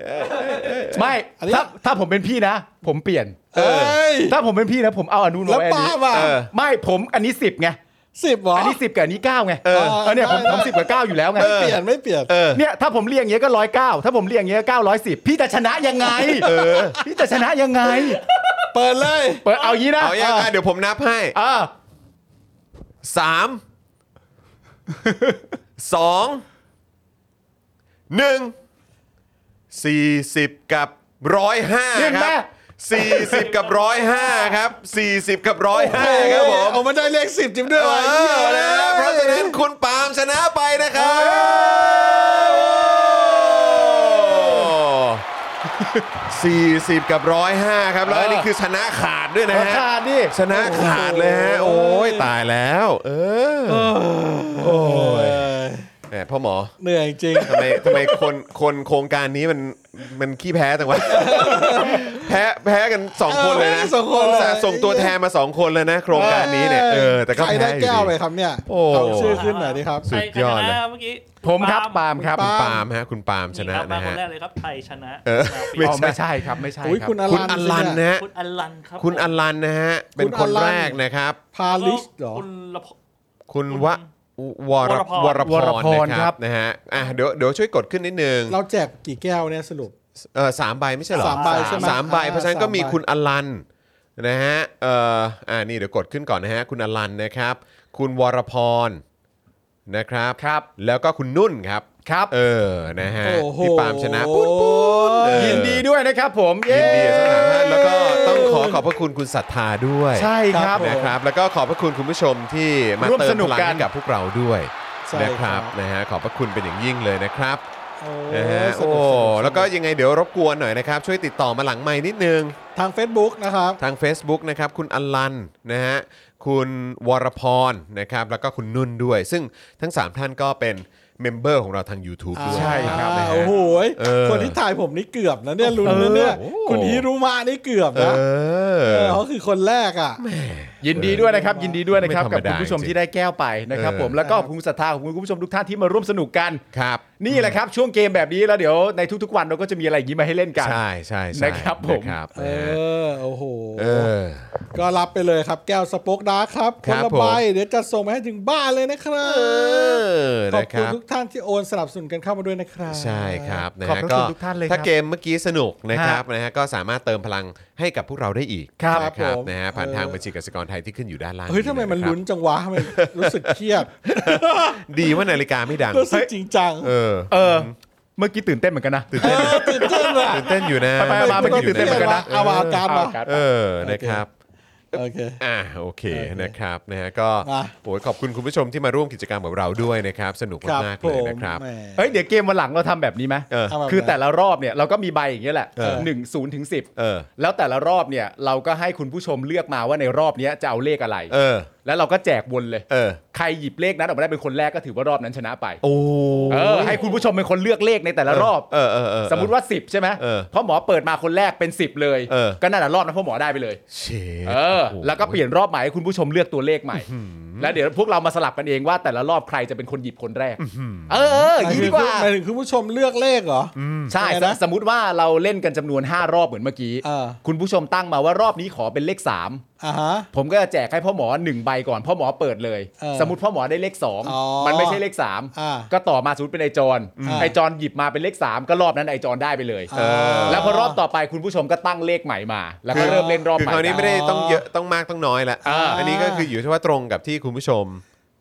Speaker 1: เอ้ย
Speaker 2: ไม่
Speaker 3: อันนี้
Speaker 2: ถ้าถ้าผมเป็นพี่นะ ผมเปลี่ยน
Speaker 1: เออ
Speaker 3: เอ้ย
Speaker 2: ถ้าผมเป็นพี่นะผมเอาอันนู้น
Speaker 3: แล้ว
Speaker 2: ไว้อัน
Speaker 3: ปา
Speaker 2: นี้
Speaker 3: ล์มอ่ะ
Speaker 1: เออ
Speaker 2: ไม่ผมอันนี้สิบไง
Speaker 3: สิบเหรอ
Speaker 2: อัน
Speaker 3: อ
Speaker 2: นี้สิบกับอันนี้เก้าไงเออเนี่ยผม
Speaker 3: ได้
Speaker 2: ผมสิบกับเก้าอยู่แล้วไง
Speaker 3: ไม่เปลี่ยนไม่เปลี่ยน
Speaker 1: เออ
Speaker 2: เนี่ยถ้าผมเรียงอย่างเงี้ยก็ร้อยเก้าถ้าผมเรียงอย่างเงี้ยเก้าร้อยสิบพี่จะชนะยังไงเออพี่จะชนะยังไง
Speaker 3: เปิดเลย
Speaker 2: เปิดเอางี้นะ
Speaker 1: เอาอย่างอ่ะเดี๋ยวผมนับให้
Speaker 2: เออ
Speaker 1: สามสองหนึ่งสี่สิบกับร้อยห้าครับสี่สิบกับร้อยห้าครับสี่สิบกับร้อยห้าครับผม
Speaker 3: เอามันได้เลขสิบจิ้มด้วย
Speaker 1: เอ
Speaker 3: วะเหี้ย
Speaker 1: อนะเพราะฉะนั้นคุณปาล์มชนะไปนะครับสี่สิบกับร้อยห้าครับ แล้วอันนี้คือชนะขาดด้วยนะฮะ
Speaker 2: ขาดดิ
Speaker 1: ชนะขาดเลยฮะ โอ้ยตายแล้ว เออโอ้
Speaker 3: เอย อ
Speaker 1: แหมพ่อหมอ
Speaker 3: เหนื่อยจริง
Speaker 1: ทำไมทำไมคนคนโครงการนี้มันมันขี้แพ้จังวะ แพ้แพ้กันสองคนเลยนะ
Speaker 3: เออแพ้สองคนเลย
Speaker 1: สะส่งตัวแทนมาสองคนเลยนะ โครงการนี้เนี่ยเออแต่ก็
Speaker 3: ใคร
Speaker 1: แพ้
Speaker 3: ได้
Speaker 1: อยู่
Speaker 3: แก้วเล
Speaker 1: ดี
Speaker 3: ยครับเนี่ย
Speaker 1: โอ้
Speaker 3: เอาชื่อขึ้นหน่อยดีครับ
Speaker 1: สุดยอดเลย
Speaker 4: ใครชนะเมื่อกี้
Speaker 2: ผมครับปาล์มครับ
Speaker 1: คุณ
Speaker 3: ปา
Speaker 1: ปา
Speaker 3: ล์
Speaker 1: ล์ม
Speaker 3: ม
Speaker 1: ฮะคุณปาล์มชนะ
Speaker 4: ครับ
Speaker 1: นะ
Speaker 4: มาค
Speaker 1: ฮะ
Speaker 4: นแรกเลยครับไทยชนะ
Speaker 1: เออ
Speaker 2: อ๋อไม่ใช่ครับไม่ใช่
Speaker 3: อุ้ย
Speaker 2: ครับ
Speaker 3: คุณอลัน
Speaker 1: คุณอลันนะ
Speaker 3: สิเย
Speaker 1: ฮะ
Speaker 4: คุณอลันครับ
Speaker 1: คุณอลันนะฮะเป็นค
Speaker 3: คุณ
Speaker 1: น
Speaker 3: อลัน
Speaker 1: แรกนะครับ
Speaker 3: พาลิสเหรอ
Speaker 4: คุณละพ
Speaker 1: คุณวะวรว
Speaker 4: ว
Speaker 1: ร
Speaker 4: ร
Speaker 1: พ
Speaker 4: พ
Speaker 1: รนะครับนะฮะอ่ะเดี๋ยวเดี๋ยวช่วยกดขึ้นนิดนึง
Speaker 3: เราแจกกี่แก้วเนี่ยสรุป
Speaker 1: เออสามใบไม่ใช่เหรอ
Speaker 3: สามใบใช่ไหม
Speaker 1: สามใบ
Speaker 3: อ่า
Speaker 1: เพราะฉะนั้นก็มี
Speaker 3: สามใบ
Speaker 1: คุณอลันนะฮะเอ่ออ่านี่เดี๋ยวกดขึ้นก่อนนะฮะคุณอลันนะครับ คุณวรพรนะครับครับ แล้วก็คุณนุ่นครับ
Speaker 2: ครับ
Speaker 1: เออนะฮะ
Speaker 3: โอ้โห
Speaker 1: ที่ปาล์มชนะปุ๊บปุ๊บ เออ
Speaker 2: ยินดีด้วยนะครับผมเย้
Speaker 1: ยินดีกับทั้งสามท่านแล้วก็ต้องขอขอบพระคุณคุณศรัทธาด้วย
Speaker 2: ใช่ครับ
Speaker 3: ผม
Speaker 1: นะครับแล้วก็ขอบพระคุณคุณผู้ชมที่มา
Speaker 2: ร่วม
Speaker 1: เติ
Speaker 2: ส
Speaker 1: ม
Speaker 2: นุ
Speaker 1: พ
Speaker 2: ก
Speaker 1: ลัง
Speaker 2: กัน
Speaker 1: ให้กับพวกเราด้วย
Speaker 3: ใช่
Speaker 1: นะครับนะฮะขอบพระคุณเป็นอย่างยิ่งเลยนะครับ
Speaker 3: โอ้
Speaker 1: นะฮะ
Speaker 3: ส
Speaker 1: โอ้
Speaker 3: นุกสนุสนุ
Speaker 1: แล้วก็ยังไงเดี๋ยวรบกวนหน่อยนะครับ ช่วยติดต่อมาหลังใหม่นิดนึง
Speaker 3: ทาง Facebook นะครับ
Speaker 1: ทาง Facebook นะครับคุณอลันนะฮะคุณวรพรนะครับแล้วก็คุณนุ่นด้วย ซึ่งทั้ง 3 ท่านก็เป็นเมมเบอร์ของเราทาง YouTube ด้วย
Speaker 2: ใช่ครับ
Speaker 1: นะ
Speaker 3: อ่า
Speaker 1: ฮะ
Speaker 3: โอ้โหย
Speaker 1: เออ
Speaker 3: คนที่ถ่ายผมนี่เกือบนะเนี่ยลุ้นนะเนี่ย
Speaker 1: โอ้
Speaker 3: คุณฮิรุมะนี่เกือบ
Speaker 1: เออ
Speaker 3: นะเออเขาคือคนแรกอ่ะ
Speaker 2: ยินดีด้วยนะครับยินดีด้วยนะครับ
Speaker 1: ไม่ธร
Speaker 2: กับ
Speaker 1: รมดา
Speaker 2: คุณผู้ชม
Speaker 1: จริง
Speaker 2: ที่ได้แก้วไปนะครับ
Speaker 1: เออ
Speaker 2: ผมแล้วก็ขอบคุณศรัทธาของคุณผู้ชมทุกท่านที่มาร่วมสนุกกัน
Speaker 1: ครับ
Speaker 2: นี่แหละครับ ช่วงเกมแบบนี้แล้วเดี๋ยวในทุกๆวันเราก็จะมีอะไรอย่างนี้มาให้เล่นกัน
Speaker 1: ใช่ใช่ใช่
Speaker 2: นะครับผม
Speaker 1: นะครับ
Speaker 3: เอ
Speaker 1: นะฮะ
Speaker 3: อโอ้โห
Speaker 1: เออ
Speaker 3: ก็รับไปเลยครับแก้วสป็อกดาร์กครับ
Speaker 1: ค
Speaker 3: ค
Speaker 1: รั
Speaker 3: น
Speaker 1: บ
Speaker 3: ละใบ
Speaker 1: ผม
Speaker 3: เดี๋ยวจะส่งไปให้ถึงบ้านเลยนะครั
Speaker 1: เอบ อ
Speaker 3: ขอบ
Speaker 1: นะค
Speaker 3: คุณ
Speaker 1: รับ
Speaker 3: ทุกท่านที่โอนสนับสนุนกันเข้ามาด้วยนะครับ
Speaker 1: ใช่ครับนะ
Speaker 2: ขอบ
Speaker 1: ฮะ
Speaker 2: พระ
Speaker 1: ก็
Speaker 2: คุณทุกท่านเลย
Speaker 1: ถ้า
Speaker 2: ครับ
Speaker 1: เกมเมื่อกี้สนุกนะครับ
Speaker 2: ฮะ
Speaker 1: นะฮะก็สามารถเติมพลังให้กับพวกเราได้อีก
Speaker 2: ครับ
Speaker 1: นะ
Speaker 2: ผม
Speaker 1: นะฮะผ่านทางบัญชีกสิกรไทยที่ขึ้นอยู่ด้านล่าง
Speaker 3: เฮ้ยทำไมมัน
Speaker 1: ะครับ
Speaker 3: ลุ้นจังวะทำไมรู้สึกเครี ยด
Speaker 1: ดีว่านาฬิกาไม่ดัง
Speaker 3: รู้สึกจริงจัง
Speaker 1: เออ
Speaker 2: เออเมื่อกี้ตื่นเต้นเหมือนกันนะ
Speaker 3: เออตื่นเต้นว่ะ
Speaker 1: ตื่นเต้นอยู่นะ
Speaker 2: ไปๆมาๆเมื่อกี้ตื่นเต้นเหมือนกันนะ
Speaker 3: เอามาเอาการดมา
Speaker 1: เออนะครับ
Speaker 3: โอเค
Speaker 1: อ่าโอเค
Speaker 3: โอเค
Speaker 1: นะครับนะฮะก็
Speaker 3: มา
Speaker 1: โอ้ยขอบคุณคุณผู้ชมที่มาร่วมกิจกรรมกับเราด้วยนะครับ สนุก
Speaker 3: ครับ
Speaker 1: มากๆ
Speaker 3: ผ
Speaker 1: เลย
Speaker 3: ม
Speaker 1: นะครับ
Speaker 3: แหม
Speaker 2: เฮ้ยเดี๋ยวเกมวันหลังเราทำแบบนี้ไหม
Speaker 1: เออ
Speaker 3: ทำแบบไหน
Speaker 2: คือแต่ละรอบเนี่ยเราก็มีใบอย่างเงี้ยแหละ
Speaker 3: เออ
Speaker 2: หนึ่งศูนย์ถึงสิบ
Speaker 1: เออ
Speaker 2: แล้วแต่ละรอบเนี่ยเราก็ให้คุณผู้ชมเลือกมาว่าในรอบเนี้ยจะเอาเลขอะไร
Speaker 1: เออ
Speaker 2: แล้วเราก็แจกวนเลย
Speaker 1: เออ
Speaker 2: ใครหยิบเลขนั้นออกมาได้เป็นคนแรกก็ถือว่ารอบนั้นชนะไป
Speaker 1: โอ้
Speaker 2: เออให้คุณผู้ชมเป็นคนเลือกเลขในแต่ละรอบ
Speaker 1: เออเออเออ
Speaker 2: สมมติว่า 10 ใช่ไหม
Speaker 1: เออ
Speaker 2: พ่อหมอเปิดมาคนแรกเป็น 10 เลย
Speaker 1: เออ
Speaker 2: ก็นั่นแหละรอบนั้นพ่อหมอได้ไปเลย
Speaker 1: เชฟ
Speaker 2: เออ
Speaker 1: โโห
Speaker 2: แล้วก็เปลี่ยนรอบใหม่ให้คุณผู้ชมเลือกตัวเลขใหม่ แล้วเดี๋ยวพวกเรามาสลับกันเองว่าแต่ละรอบใครจะเป็นคนหยิบคนแรก เออเอออย่างนี้ดีกว่า
Speaker 3: หมายถึงคุณผู้ชมเลือกเลขเหรอ
Speaker 2: ใช่
Speaker 3: ยังไง
Speaker 2: ส
Speaker 3: นะ
Speaker 2: สมมติว่าเราเล่นกันจำนวน 5 รอบเหมือนเมื่อกี้
Speaker 3: เออ
Speaker 2: คุณผู้ชมตั้งมาว่ารอบนี้ขอเป็นเลข 3
Speaker 3: อ่าฮะ
Speaker 2: ผมก็จะแจกให้พ่อหมอหนึ่งใบก่อน พ่อหมอเปิดเลย
Speaker 3: เออ
Speaker 2: สมมติพ่อหมอได้เลขสอง
Speaker 3: อ๋อ
Speaker 2: มันไม่ใช่เลขสาม
Speaker 3: อ่า
Speaker 2: ก็ต่อมาสมมติเป็นไอจอน
Speaker 3: อ่า
Speaker 2: ไอจอนหยิบมาเป็นเลขสามก็รอบนั้นไอจอนได้ไปเลย
Speaker 3: อ่า
Speaker 2: แล้วพอรอบต่อไปคุณผู้ชมก็ตั้งเลขใหม่มา แล้วก็เริ่มเล่นรอบ
Speaker 1: คือ
Speaker 2: ใหม่
Speaker 1: คราวนี้
Speaker 2: กั
Speaker 1: ไม่ได้ต้องเยอะต้องมากต้องน้อยละ
Speaker 2: อ่า
Speaker 1: อันนี้ก็คืออยู่ที่ว่าตรงกับที่คุณผู้ชม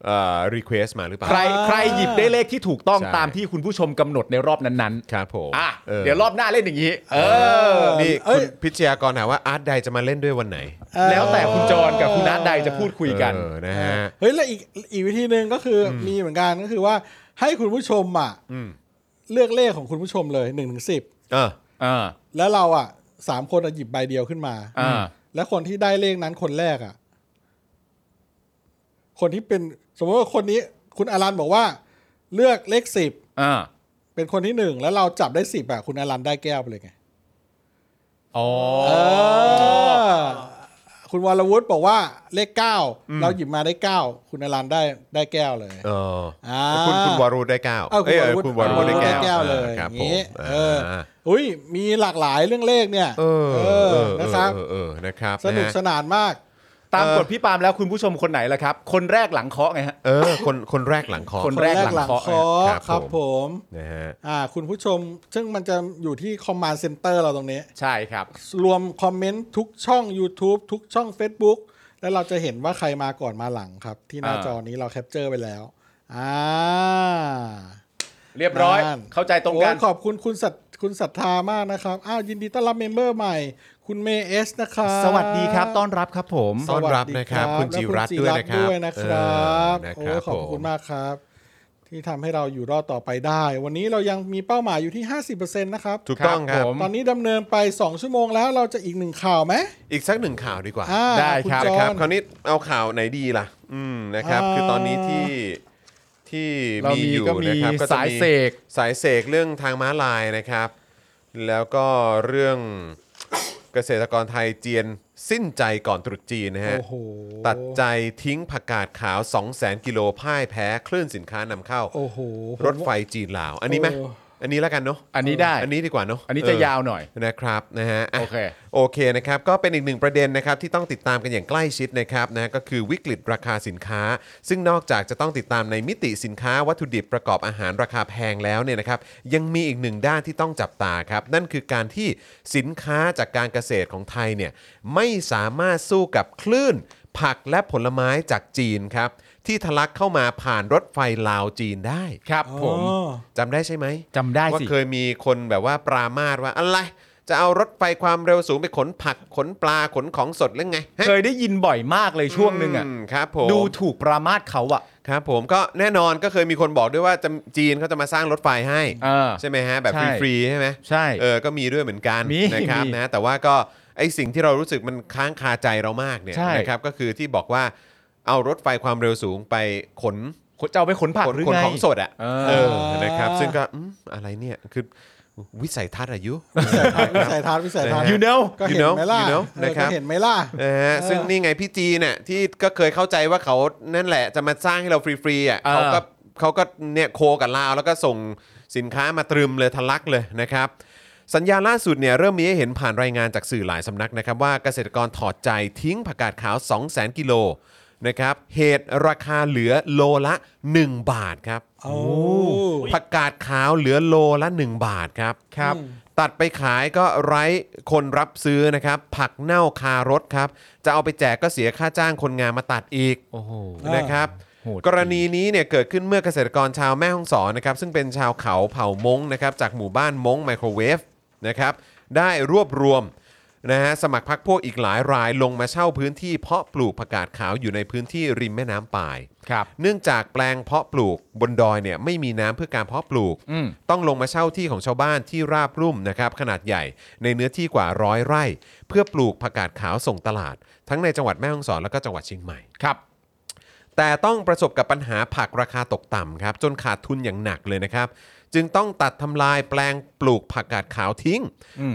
Speaker 1: เอ่อรีเควสมาหรือเปล่า
Speaker 2: ใครใครหยิบได้เลขที่ถูกต้อง
Speaker 1: ใช่
Speaker 2: ตามที่คุณผู้ชมกำหนดในรอบนั้น
Speaker 1: ครับผม
Speaker 2: ๆอ่ะ
Speaker 1: ออ
Speaker 2: เดี๋ยวรอบหน้าเล่นอย่างนี้ เออ
Speaker 1: นี่
Speaker 3: เอ้
Speaker 1: คุ
Speaker 3: ย
Speaker 1: ณพิชยากรถามว่าอาร์ตใดจะมาเล่นด้วยวันไหน
Speaker 2: แล้วแต่คุณจรกับคุณนัทใดจะพูดคุยกัน
Speaker 1: เออนะฮะ
Speaker 3: เฮ้ยแล้วอีกอีกวิธีหนึ่งก็คืออมีเหมือนกันก็คือว่าให้คุณผู้ชมอ่ะ
Speaker 1: อืม
Speaker 3: เลือกเลขของคุณผู้ชมเลยหนึ่งถึงสิบ
Speaker 1: เออ
Speaker 2: เออ
Speaker 3: แล้วเราอ่ะสามคนอะหยิบใบเดียวขึ้นมา
Speaker 2: อ่า
Speaker 3: แล้วคนที่ได้เลขนั้นคนแรกอ่ะ คนที่เป็นสมมติว่าคนนี้ คุณอารันบอกว่า เลือกเลขสิบ
Speaker 2: เออ
Speaker 3: เป็นคนที่หนึ่งแล้วเราจับได้สิบอ่ะคุณอารันได้แก้วไปเลยไง
Speaker 2: อ๋อ
Speaker 3: เออ คุณวรวุฒิบอกว่าเลขเก้าเราหยิบมาได้เก้าคุณอารันได้ได้แก้วเลย
Speaker 1: เออ
Speaker 3: อ่า
Speaker 1: คุณคุณวารุธได้เก้า
Speaker 3: เออคุณวรวุฒิ
Speaker 1: คุณวารุธได้
Speaker 3: คุณวรวุฒิได้แก้
Speaker 1: แก้ว
Speaker 3: วเลย
Speaker 1: ออครับ
Speaker 3: อ
Speaker 1: ผ
Speaker 3: ย่าง
Speaker 1: ม
Speaker 3: งี้เออ
Speaker 1: า
Speaker 3: อุ้ยมีหลากหลายเรื่องเลขเนี่ย
Speaker 1: เออเออ
Speaker 3: นะครับ
Speaker 1: เออเออนะครับ
Speaker 3: สนุก
Speaker 1: ะฮะ
Speaker 3: สนานมาก
Speaker 2: ตาม
Speaker 1: เออ
Speaker 2: กฎพี่ปาล์มแล้วคุณผู้ชมคนไหนล่ะครับ คนแรกหลังเคาะไงฮะ
Speaker 1: เออ คนคนแรกหลังคอ
Speaker 2: คนแรก หลังเคาะ
Speaker 1: เนี่ยค
Speaker 3: ค
Speaker 1: รั
Speaker 3: รับ บผม
Speaker 1: นะฮะ
Speaker 3: อ่า คุณผู้ชม ซึ่งมันจะอยู่ที่ Command Center เราตรงนี้
Speaker 2: ใช่ครับ
Speaker 3: รวมคอมเมนต์ทุกช่อง YouTube ทุกช่อง Facebook แล้วเราจะเห็นว่าใครมาก่อนมาหลังครับ ที่หน้า
Speaker 2: อ่า
Speaker 3: จอนี้เราแคปเจอร์ไปแล้วอ่า
Speaker 2: เรียบร้อย
Speaker 3: นั่น
Speaker 2: เข้าใจตรงกัน
Speaker 3: โอ้ขอบคุณคุณศรัทคุณศรัทธามากนะครับ อ้าวยินดีต้อนรับเมมเบอร์ใหม่ คุณเมเอสนะครับ
Speaker 2: สวัสดีครับ ต้อนรับครับผม
Speaker 1: ต้อนรับนะครับ
Speaker 3: สวัสดี
Speaker 1: คุณจิรัตน์
Speaker 3: และ
Speaker 1: ด้วย
Speaker 3: ณจิต
Speaker 1: นะค
Speaker 3: นะค
Speaker 1: รั
Speaker 3: ร
Speaker 1: บั
Speaker 3: บ
Speaker 1: เออนะ
Speaker 3: โอ้
Speaker 1: ครับ
Speaker 3: ขอบคุณ
Speaker 1: ผม
Speaker 3: มากครับ ที่ทำให้เราอยู่รอดต่อไปได้ วันนี้เรายังมีเป้าหมายอยู่ที่ 50%นะครับ
Speaker 1: ถูกต้องค
Speaker 2: ครั
Speaker 1: รับบ
Speaker 2: ผม
Speaker 3: ตอนนี้ดำเนินไป 2 ชั่วโมงแล้วเราจะอีกหนึ่งข่าวไหม
Speaker 1: อีกสักหนึ่งข่าวดีกว่า
Speaker 3: อ่า
Speaker 2: ได้
Speaker 3: คุณ
Speaker 2: ครับ
Speaker 3: จอห์
Speaker 1: นะ
Speaker 3: น
Speaker 1: ครับ คราวนี้เอาข่าวไหนดีล่ะ อืมนะครับ
Speaker 3: อ่า
Speaker 1: คือตอนนี้ที่ที่
Speaker 2: เรา
Speaker 1: มี
Speaker 2: มี
Speaker 1: อยู่
Speaker 2: ก็มี
Speaker 1: นะครับก็จะ
Speaker 2: สาย
Speaker 1: มี
Speaker 2: เสก
Speaker 1: สายเสกเรื่องทางม้าลายนะครับ แล้วก็เรื่อง เกษตรกรไทยเจียนสิ้นใจก่อนตรุษจีนนะฮะ
Speaker 3: โอ้โห
Speaker 1: ตัดใจทิ้งผักกาดขาว 200,000กิโลพ่ายแพ้คลื่นสินค้านำเข้า
Speaker 3: โอ้โห
Speaker 1: รถไฟจีนลาว อันนี้ไหม
Speaker 3: โอ้
Speaker 1: อันนี้แล้วกันเนาะ
Speaker 2: อันนี้ได้
Speaker 1: อันนี้ดีกว่าเนาะ
Speaker 2: อันนี้จะ
Speaker 1: เ
Speaker 2: ยาวหน่อย
Speaker 1: นะครับนะฮะะ
Speaker 2: โอเค
Speaker 1: โอเคนะครับ ก็เป็นอีกหนึ่งประเด็นนะครับที่ต้องติดตามกันอย่างใกล้ชิดนะครับนะก็คือวิกฤตราคาสินค้า ซึ่งนอกจากจะต้องติดตามในมิติสินค้าวัตถุดิบประกอบอาหารราคาแพงแล้วเนี่ยนะครับยังมีอีกหนึ่งด้านที่ต้องจับตาครับ นั่นคือการที่สินค้าจากการเกษตรของไทยเนี่ยไม่สามารถสู้กับคลื่น ผักและผลไม้จากจีนครับที่ทะลักเข้ามาผ่านรถไฟลาวจีนได้
Speaker 2: ครับผม
Speaker 3: อ๋อ
Speaker 1: จำได้ใช่ไหม
Speaker 2: จำได้
Speaker 1: ว่า
Speaker 2: สิ
Speaker 1: เคยมีคนแบบว่าปรามาสว่าอะไร จะเอารถไฟความเร็วสูงไปขนผักขนปลาขนของสดหรือไงฮะ
Speaker 2: เคยได้ยินบ่อยมากเลยช่วงหนึ่งอ่ะ
Speaker 1: มครับผม
Speaker 2: ดูถูกประมาทเขาอ่ะ
Speaker 1: ครับผมก็แน่นอนก็เคยมีคนบอกด้วยว่าจะจีนเขาจะมาสร้างรถไฟให้
Speaker 2: เออ
Speaker 1: ใช่ไหมฮะ แบบ
Speaker 2: ใช่
Speaker 1: ฟรีๆใช่ไหม
Speaker 2: ใช่
Speaker 1: เออก็มีด้วยเหมือนกัน
Speaker 2: มี
Speaker 1: นะครับ
Speaker 2: มี
Speaker 1: นะแต่ว่าก็ไอสิ่งที่เรารู้สึกมันค้างคาใจเรามากเนี่ย
Speaker 2: ใช่
Speaker 1: นะครับก็คือที่บอกว่าเอารถไฟความเร็วสูงไปขน
Speaker 2: จะเอาไปขนผัก
Speaker 1: คน
Speaker 2: หรือ
Speaker 1: คน
Speaker 2: ไง
Speaker 1: ของสดอ่ะ
Speaker 2: เออ
Speaker 1: เออนะครับ ซึ่งก็อืมอะไรเนี่ย คือวิสัยทัศน์อายุ
Speaker 3: วิสัยทัศน์วิสัยทัศน์
Speaker 2: you know
Speaker 3: ก็เห็นไหม
Speaker 1: You know,
Speaker 3: ล่ะ
Speaker 1: you know
Speaker 3: เออ
Speaker 1: นะครับ
Speaker 3: ก็เห็นไหมล่ะ
Speaker 1: นะฮะซึ่งนี่ไงพี่จีเนี่ยที่ก็เคยเข้าใจว่าเขานั่นแหละจะมาสร้างให้เราฟรีๆอ่ะ
Speaker 2: เออ
Speaker 1: เขาก็เขาก็เนี่ยโคกับลาว แล้วก็ส่งสินค้ามาตรึมเลยทะลักเลยนะครับ สัญญาณล่าสุดเนี่ยเริ่มมีให้เห็นผ่านรายงานจากสื่อหลายสำนักนะครับ ว่าเกษตรกรถอดใจทิ้งผักกาดขาว 200,000 กิโลนะครับเหตุราคาเหลือโลละ 1 บาทครับ
Speaker 3: โอ้
Speaker 1: ผักกาดขาวเหลือโลละ 1 บาทครับครับ ตัดไปขายก็ไร้คนรับซื้อนะครับ ผักเน่าคารถครับ จะเอาไปแจกก็เสียค่าจ้างคนงานมาตัดอีก
Speaker 2: โอ้โห
Speaker 1: นะครับ
Speaker 2: โหด
Speaker 1: กรณีนี้เนี่ยเกิดขึ้นเมื่อเกษตรกรชาวแม่ฮ่องสอนนะครับ ซึ่งเป็นชาวเขาเผ่ามงนะครับจากหมู่บ้านมงไมโครเวฟนะครับได้รวบรวมนะฮะสมัครพรรคพวกอีกหลายรายลงมาเช่าพื้นที่เพาะปลูกผักกาดขาวอยู่ในพื้นที่ริมแม่น้ำป่าย
Speaker 2: ครับ
Speaker 1: เนื่องจากแปลงเพาะปลูกบนดอยเนี่ยไม่มีน้ำเพื่อการเพาะปลูก
Speaker 2: อืม
Speaker 1: ต้องลงมาเช่าที่ของชาวบ้านที่ราบรุ่มนะครับขนาดใหญ่ในเนื้อที่กว่าร้อยไร่ เพื่อปลูกผักกาดขาวส่งตลาด ทั้งในจังหวัดแม่ฮ่องสอนแล้วก็จังหวัดเชียงใหม่
Speaker 2: ครับ
Speaker 1: แต่ต้องประสบกับปัญหาผักราคาตกต่ำครับจนขาดทุนอย่างหนักเลยนะครับ จึงต้องตัดทำลายแปลงปลูกผักกาดขาวทิ้ง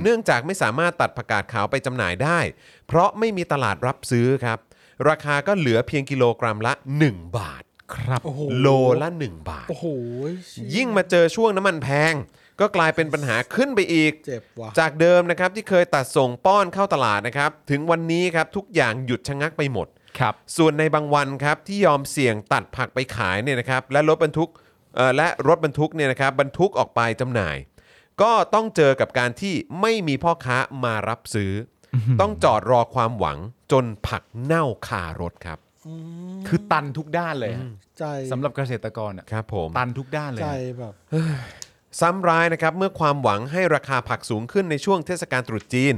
Speaker 1: เนื่องจากไม่สามารถตัดผักกาดขาวไปจำหน่ายได้ เพราะไม่มีตลาดรับซื้อครับ ราคาก็เหลือเพียงกิโลกรัมละ 1 บาท ครับโลละ 1 บาท
Speaker 3: โอ้โหเชี่
Speaker 1: ยิ่งมาเจอช่วงน้ำมันแพง ก็กลายเป็นปัญหาขึ้นไปอีก
Speaker 3: เจ็บว่ะ
Speaker 1: จากเดิมนะครับที่เคยตัดส่งป้อนเข้าตลาดนะครับ ถึงวันนี้ครับทุกอย่างหยุดชะงักไปหมด
Speaker 2: ครับ
Speaker 1: ส่วนในบางวันครับที่ยอมเสี่ยงตัดผักไปขายเนี่ยนะครับและรถบรรทุกเอ่อและรถบรรทุกเนี่ยนะครับบรรทุกออกไปจำหน่าย ก็ต้องเจอกับการที่ไม่มีพ่อค้ามารับซื้ออต้องจอดรอความหวังจนผักเน่าคารถครับ
Speaker 2: คือตันทุกด้านเลยฮะ
Speaker 3: ใจ
Speaker 2: สำหรับเกษตรกรอ่ะ
Speaker 1: ครับผม
Speaker 2: ตันทุกด้านเลย
Speaker 3: ใจ
Speaker 2: ฮะ
Speaker 3: แบบ
Speaker 1: ซ้ำร้ายนะครับเมื่อความหวังให้ราคาผักสูงขึ้นในช่วงเทศกาลตรุษจีน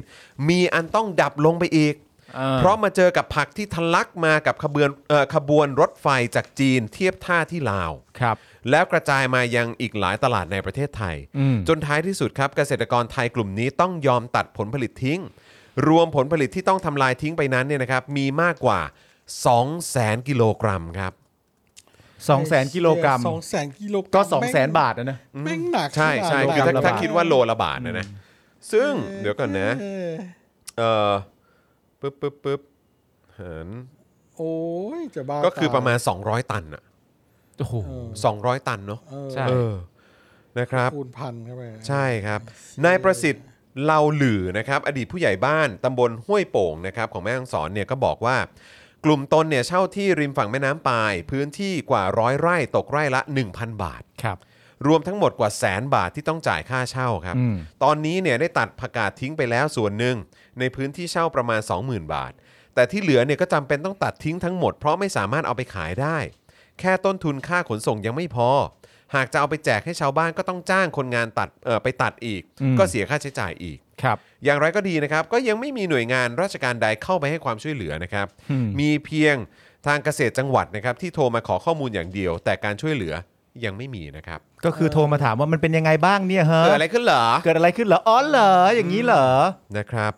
Speaker 1: มีอันต้องดับลงไปอีก
Speaker 2: อ่า
Speaker 1: เพราะมาเจอกับผักที่ทะลักมากับขบวนเอ่อขบวนรถไฟจากจีนเทียบท่าที่ลาว
Speaker 2: ครับ
Speaker 1: แล้วกระจายมายังอีกหลายตลาดในประเทศไทย
Speaker 2: อืม
Speaker 1: จนท้ายที่สุดครับเกษตรกรไทยกลุ่มนี้ต้องยอมตัดผลผลิตทิ้ง รวมผลผลิตที่ต้องทำลายทิ้งไปนั้นเนี่ยนะครับมีมากกว่า 200,000กิโลกรัมครับ
Speaker 2: สองแสนกิโลกรัม
Speaker 3: สองแสนกิโลรัม
Speaker 2: ก็สองแสนบาทนะนะ
Speaker 3: แม่งหนัก
Speaker 1: ใช่ใช่
Speaker 3: ข
Speaker 1: คือ
Speaker 3: นา
Speaker 1: ถ้า
Speaker 3: นั้น
Speaker 1: ถ้าคิดว่าโลละบาทนะนะซึ่งเดี๋ยวก่อนนะ
Speaker 3: เออ
Speaker 1: เออปึ๊บปึ๊บปึ๊บหาร
Speaker 3: โอ้ยจะบ้า
Speaker 1: ก็คือ
Speaker 3: ตย
Speaker 1: ประมาณ 200 ตันอะ
Speaker 2: โอ้โห
Speaker 1: 200 ตันเนาะ
Speaker 3: เออ
Speaker 2: ใช่
Speaker 1: เออนะครับ
Speaker 3: คูณพันเข้าไป
Speaker 1: ใช่ครับ นายประสิทธิ์เล่าหลือนะครับ อดีตผู้ใหญ่บ้านตำบลห้วยโป่งนะครับของแม่ฮ่องสอนเนี่ยก็บอกว่า กลุ่มตนเนี่ยเช่าที่ริมฝั่งแม่น้ำปาย พื้นที่กว่าร้อยไร่ตกไร่ละ 1,000 บาท
Speaker 2: ครับ
Speaker 1: รวมทั้งหมดกว่าแสนบาทที่ต้องจ่ายค่าเช่าครับ
Speaker 2: อืม
Speaker 1: ตอนนี้เนี่ยได้ตัดผักกาดทิ้งไปแล้วส่วนหนึ่ง ในพื้นที่เช่าประมาณ 20,000 บาท แต่ที่เหลือเนี่ยก็จำเป็นต้องตัดทิ้งทั้งหมดเพราะไม่สามารถเอาไปขายได้ แค่ต้นทุนค่าขนส่งยังไม่พอ หากจะเอาไปแจกให้ชาวบ้านก็ต้องจ้างคนงานตัดเอ่อไปตัดอีก
Speaker 2: อืม
Speaker 1: ก็เสียค่าใช้จ่ายอีก
Speaker 2: ครับ
Speaker 1: อย่างไรก็ดีนะครับ ก็ยังไม่มีหน่วยงานราชการใดเข้าไปให้ความช่วยเหลือนะครับ
Speaker 2: อืม
Speaker 1: มีเพียงทางเกษตรจังหวัดนะครับ ที่โทรมาขอข้อมูลอย่างเดียว แต่การช่วยเหลือยังไม่มีนะครับ
Speaker 2: ก็คือโทรมาถามว่ามันเป็นยังไงบ้างเนี่ยเฮ้
Speaker 1: เกิดอะไรขึ้นเหรอ
Speaker 2: เกิดอะไรขึ้นเหรออ๋อเหรออย่างนี้เหรอ
Speaker 1: นะครับ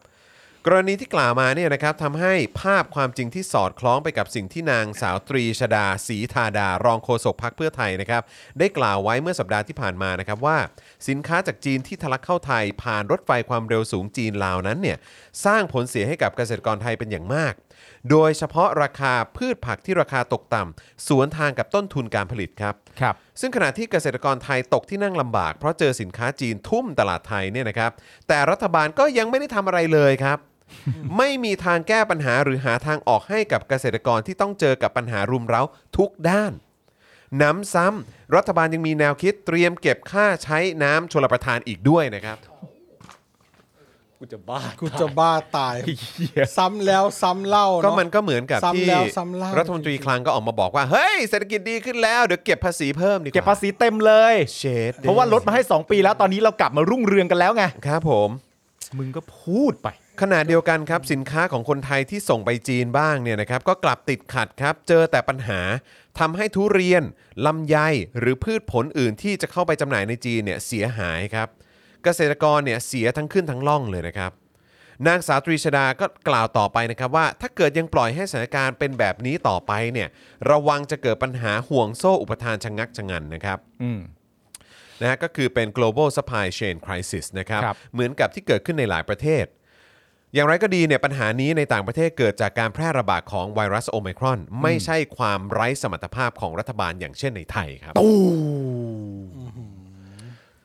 Speaker 1: กรณีที่กล่าวมาเนี่ยนะครับทำให้ภาพความจริงที่สอดคล้องไปกับสิ่งที่นางสาวตรีชดาศรีธาดา รองโฆษกพักเพื่อไทยนะครับ ได้กล่าวไว้เมื่อสัปดาห์ที่ผ่านมานะครับว่า สินค้าจากจีนที่ทะลักเข้าไทย ผ่านรถไฟความเร็วสูงจีนลาวนั้นเนี่ยสร้างผลเสียให้กับเกษตรกรไทยเป็นอย่างมาก โดยเฉพาะราคาพืชผักที่ราคาตกต่ำสวนทางกับต้นทุนการผลิตครับ
Speaker 2: ครับ
Speaker 1: ซึ่งขณะที่เกษตรกรไทยตกที่นั่งลำบาก เพราะเจอสินค้าจีนทุ่มตลาดไทยเนี่ยนะครับ แต่รัฐบาลก็ยังไม่ได้ทำอะไรเลยครับ ไม่มีทางแก้ปัญหาหรือหาทางออกให้กับเกษตรกรที่ต้องเจอกับปัญหารุมเร้าทุกด้านหน้ำซ้ำรัฐบาลยังมีแนวคิดเตรียมเก็บค่าใช้น้ำชลประทานอีกด้วยนะครับ
Speaker 2: กูจะบ้า
Speaker 3: กูจะบ้าตาย ซ้ำแล้วซ้ำเล่า
Speaker 1: ก็
Speaker 3: เนาะ
Speaker 1: มันก็เหมือนกับ
Speaker 3: ซ้ำ
Speaker 1: ที่
Speaker 3: แล้วซ้ำเล่า
Speaker 1: รัฐมนตรีคลังก็ออกมาบอกว่าเฮ้ยเศรษฐกิจดีขึ้นแล้วเดี๋ยวเก็บภาษีเพิ่มดีกว่า
Speaker 2: เก็บภาษีเต็มเลย
Speaker 1: เชด
Speaker 2: เพราะว่าลดมาให้ 2 ปีแล้วตอนนี้เรากลับมารุ่งเรืองกันแล้วไง
Speaker 1: ครับผม
Speaker 2: มึงก็พูดไป
Speaker 1: ขณะเดียวกันครับสินค้าของคนไทยที่ส่งไปจีนบ้างเนี่ยนะครับก็กลับติดขัดครับ เจอแต่ปัญหาทำให้ทุเรียนลำไยหรือพืชผลอื่นที่จะเข้าไปจำหน่ายในจีนเนี่ยเสียหายครับ เกษตรกรเนี่ยเสียทั้งขึ้นทั้งล่องเลยนะครับ นางสาวตรีชดาก็กล่าวต่อไปนะครับว่า ถ้าเกิดยังปล่อยให้สถานการณ์เป็นแบบนี้ต่อไปเนี่ยระวังจะเกิดปัญหาห่วงโซ่อุปทานชะงงักชะงันนะครับ
Speaker 2: อืม
Speaker 1: นะฮะก็คือเป็น global supply chain crisis นะครับ
Speaker 2: ครับ
Speaker 1: เหมือนกับที่เกิดขึ้นในหลายประเทศ อย่างไรก็ดีเนี่ยปัญหานี้ในต่างประเทศเกิดจากการแพร่ระบาดของไวรัสโอไมครอน ไม่ใช่ความไร้สมรรถภาพของรัฐบาลอย่างเช่นในไทยครับ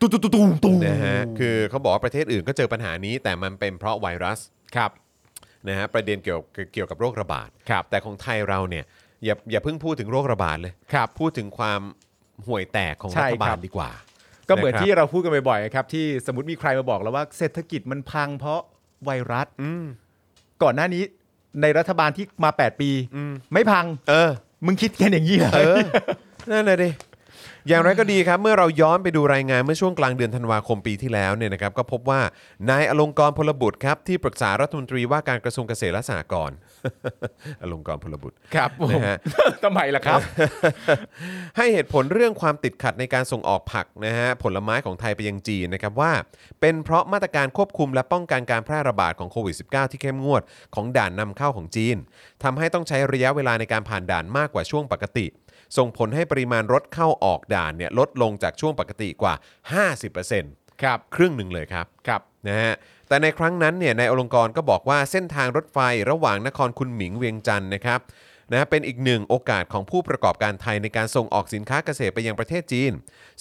Speaker 2: ตูตูตูตูตู
Speaker 1: นะฮะ คือเขาบอกว่าประเทศอื่นก็เจอปัญหานี้ แต่มันเป็นเพราะไวรัส
Speaker 2: ครับ
Speaker 1: นะฮะประเด็นเกี่ยวเกี่ยวกับโรคระบาด
Speaker 2: ครับ
Speaker 1: แต่ของไทยเราเนี่ยอย่าอย่าเพิ่งพูดถึงโรคระบาดเลย
Speaker 2: ครับ
Speaker 1: พูดถึงความห่วยแตกของ
Speaker 2: ใช่
Speaker 1: รัฐบา
Speaker 2: ครั
Speaker 1: ล
Speaker 2: บ
Speaker 1: ดีกว่า
Speaker 2: ก็เหมือน
Speaker 1: นะครับ
Speaker 2: ที่เราพูดกันบ่อยๆครับ ที่สมมติมีใครมาบอกแล้วว่าเศรษฐกิจมันพังเพราะไวรัส
Speaker 1: อืม
Speaker 2: ก่อนหน้านี้ในรัฐบาลที่มา 8 ปี ไม่พัง
Speaker 1: เออ
Speaker 2: มึงคิดกันอย่างนี้เหรอ
Speaker 1: เออ นั่นแหละดิ อย่างไรก็ดีครับ เมื่อเราย้อนไปดูรายงานเมื่อช่วงกลางเดือนธันวาคมปีที่แล้วเนี่ยนะครับ ก็พบว่านายอลงกรณ์พลบุตรครับ ที่ปรึกษารัฐมนตรีว่าการกระทรวงเกษตรและสหกรณ์ อลงกรณ์พลบุตร
Speaker 2: ครับผม
Speaker 1: นะฮะ
Speaker 2: ทำไมล่ะครับ
Speaker 1: ให้เหตุผลเรื่องความติดขัดในการส่งออกผักนะฮะผลไม้ของไทยไปยังจีนนะครับว่า เป็นเพราะมาตรการควบคุมและป้องกันการแพร่ระบาดของโควิด -19 ที่เข้มงวดของด่านนำเข้าของจีนทำให้ต้องใช้ระยะเวลาในการผ่านด่านมากกว่าช่วงปกติ ส่งผลให้ปริมาณรถเข้าออกด่านเนี่ยลดลงจากช่วงปกติกว่า 50%
Speaker 2: ครับ
Speaker 1: ครึ่งหนึ่งเลยครับ
Speaker 2: ครับ
Speaker 1: นะฮะแต่ในครั้งนั้นเนี่ยนายอลงกรณ์ก็บอกว่าเส้นทางรถไฟระหว่างนครคุณหมิงเวียงจันทร์นะครับนะฮะเป็นอีกหนึ่งโอกาสของผู้ประกอบการไทยในการส่งออกสินค้าเกษตรไปยังประเทศจีน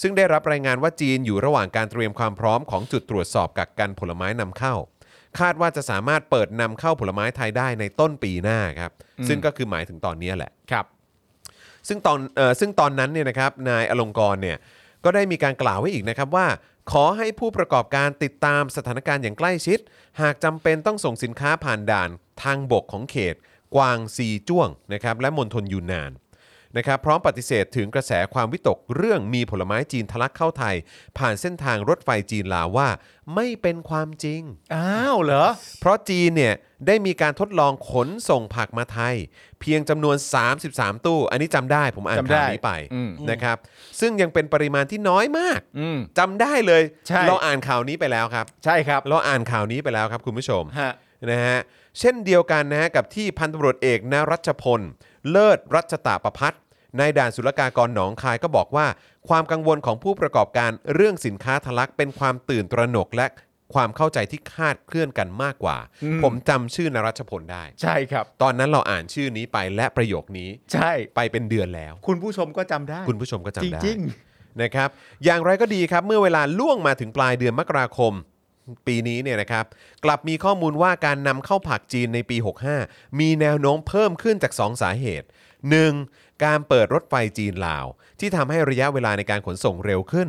Speaker 1: ซึ่งได้รับรายงานว่าจีนอยู่ระหว่างการเตรียมความพร้อมของจุดตรวจสอบกักกันผลไม้นำเข้า คาดว่าจะสามารถเปิดนำเข้าผลไม้ไทยได้ในต้นปีหน้าครับซึ่งก็คือหมายถึงตอนนี้แหละ
Speaker 2: ครับ
Speaker 1: ซึ่งตอนเออซึ่งตอนนั้นเนี่ยนะครับนายอลงกรณ์เนี่ยก็ได้มีการกล่าวไว้อีกนะครับว่า ขอให้ผู้ประกอบการติดตามสถานการณ์อย่างใกล้ชิด หากจำเป็นต้องส่งสินค้าผ่านด่านทางบกของเขต กวางซีจ้วงนะครับและมณฑลยูนานนะครับพร้อมปฏิเสธถึงกระแสความวิตกเรื่องมีผลไม้จีนทะลักเข้าไทย ผ่านเส้นทางรถไฟจีนลาวว่าไม่เป็นความจริง
Speaker 2: อ้าวเหรอ
Speaker 1: เพราะจีนเนี่ยได้มีการทดลองขนส่งผักมาไทย เพียงจำนวน 33 ตู้ อันนี้จำได้ผมอ่าน
Speaker 2: จำได้
Speaker 1: ข่าวนี้ไป
Speaker 2: อืม
Speaker 1: นะครับ ซึ่งยังเป็นปริมาณที่น้อยมาก
Speaker 2: อืม
Speaker 1: จำได้เลย
Speaker 2: ใช่
Speaker 1: เราอ่านข่าวนี้ไปแล้วครับ
Speaker 2: ใช่ครับ
Speaker 1: เราอ่านข่าวนี้ไปแล้วครับคุณผู้ชม
Speaker 2: ฮะ
Speaker 1: นะฮะเช่นเดียวกันนะฮะกับที่พันตำรวจเอกนรัชพล เลิศรัชตาประพัฒน์นายด่านศุลกากรหนองคายก็บอกว่า ความกังวลของผู้ประกอบการเรื่องสินค้าทะลักเป็นความตื่นตระหนกและความเข้าใจที่คาดเคลื่อนกันมากกว่า
Speaker 2: อืม
Speaker 1: ผมจำชื่อนรัชพลได้
Speaker 2: ใช่ครับ
Speaker 1: ตอนนั้นเราอ่านชื่อนี้ไปและประโยคนี้
Speaker 2: ใช่
Speaker 1: ไปเป็นเดือนแล้ว
Speaker 2: คุณผู้ชมก็จำได้
Speaker 1: คุณผู้ชมก็จำได้
Speaker 2: จริง
Speaker 1: นะครับอย่างไรก็ดีครับ เมื่อเวลาล่วงมาถึงปลายเดือนมกราคม ปีนี้เนี่ยนะครับกลับมีข้อมูลว่าการนำเข้าผักจีนในปี 65 มีแนวโน้มเพิ่มขึ้นจาก 2 สาเหตุ 1. การเปิดรถไฟจีนลาว ที่ทำให้ระยะเวลาในการขนส่งเร็วขึ้น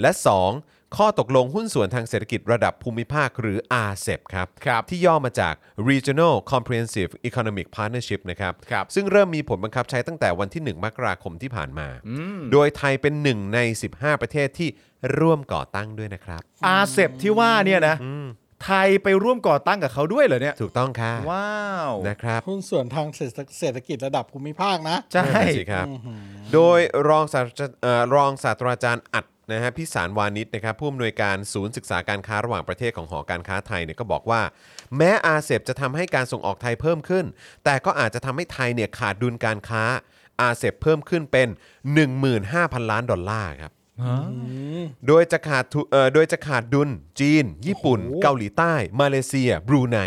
Speaker 1: และ 2. ข้อตกลงหุ้นส่วนทางเศรษฐกิจระดับภูมิภาคหรือ RCEP ครับ ที่ย่อมาจาก Regional Comprehensive Economic Partnership นะครับ
Speaker 6: ครับ
Speaker 1: ซึ่งเริ่มมีผลบังคับใช้ตั้งแต่วันที่ 1 มกราคมที่ผ่านมา โดยไทยเป็นหนึ่งใน 15 ประเทศที่ร่วมก่อตั้งด้วยนะครับ
Speaker 2: อาเซบที่ว่าเนี่ยนะ ไทยไปร่วมก่อตั้งกับเขาด้วยเหรอเนี่ย
Speaker 1: ถูกต้องค่ะ
Speaker 2: ว้าว
Speaker 1: นะครับ
Speaker 3: หุ้นส่วนทางเศรษฐกิจระดับภูมิภาคนะ
Speaker 2: ใช่
Speaker 1: นั่นน่ะสิครับ โดยรองศาสตราจารย์เอ่อรองศาสตราจารย์อัดนะฮะพิสารวานิชนะครับผู้อำนวยการศูนย์ศึกษาการค้าระหว่างประเทศของหอการค้าไทยเนี่ยก็บอกว่า แม้อาเซบจะทำให้การส่งออกไทยเพิ่มขึ้น แต่ก็อาจจะทำให้ไทยเนี่ยขาดดุลการค้าอาเซบเพิ่มขึ้นเป็น 15,000 ล้านดอลลาร์ครับ โดยจะขาดทุเอ่อโดยจะขาดดุลจีน ญี่ปุ่น เกาหลีใต้ มาเลเซีย บรูไน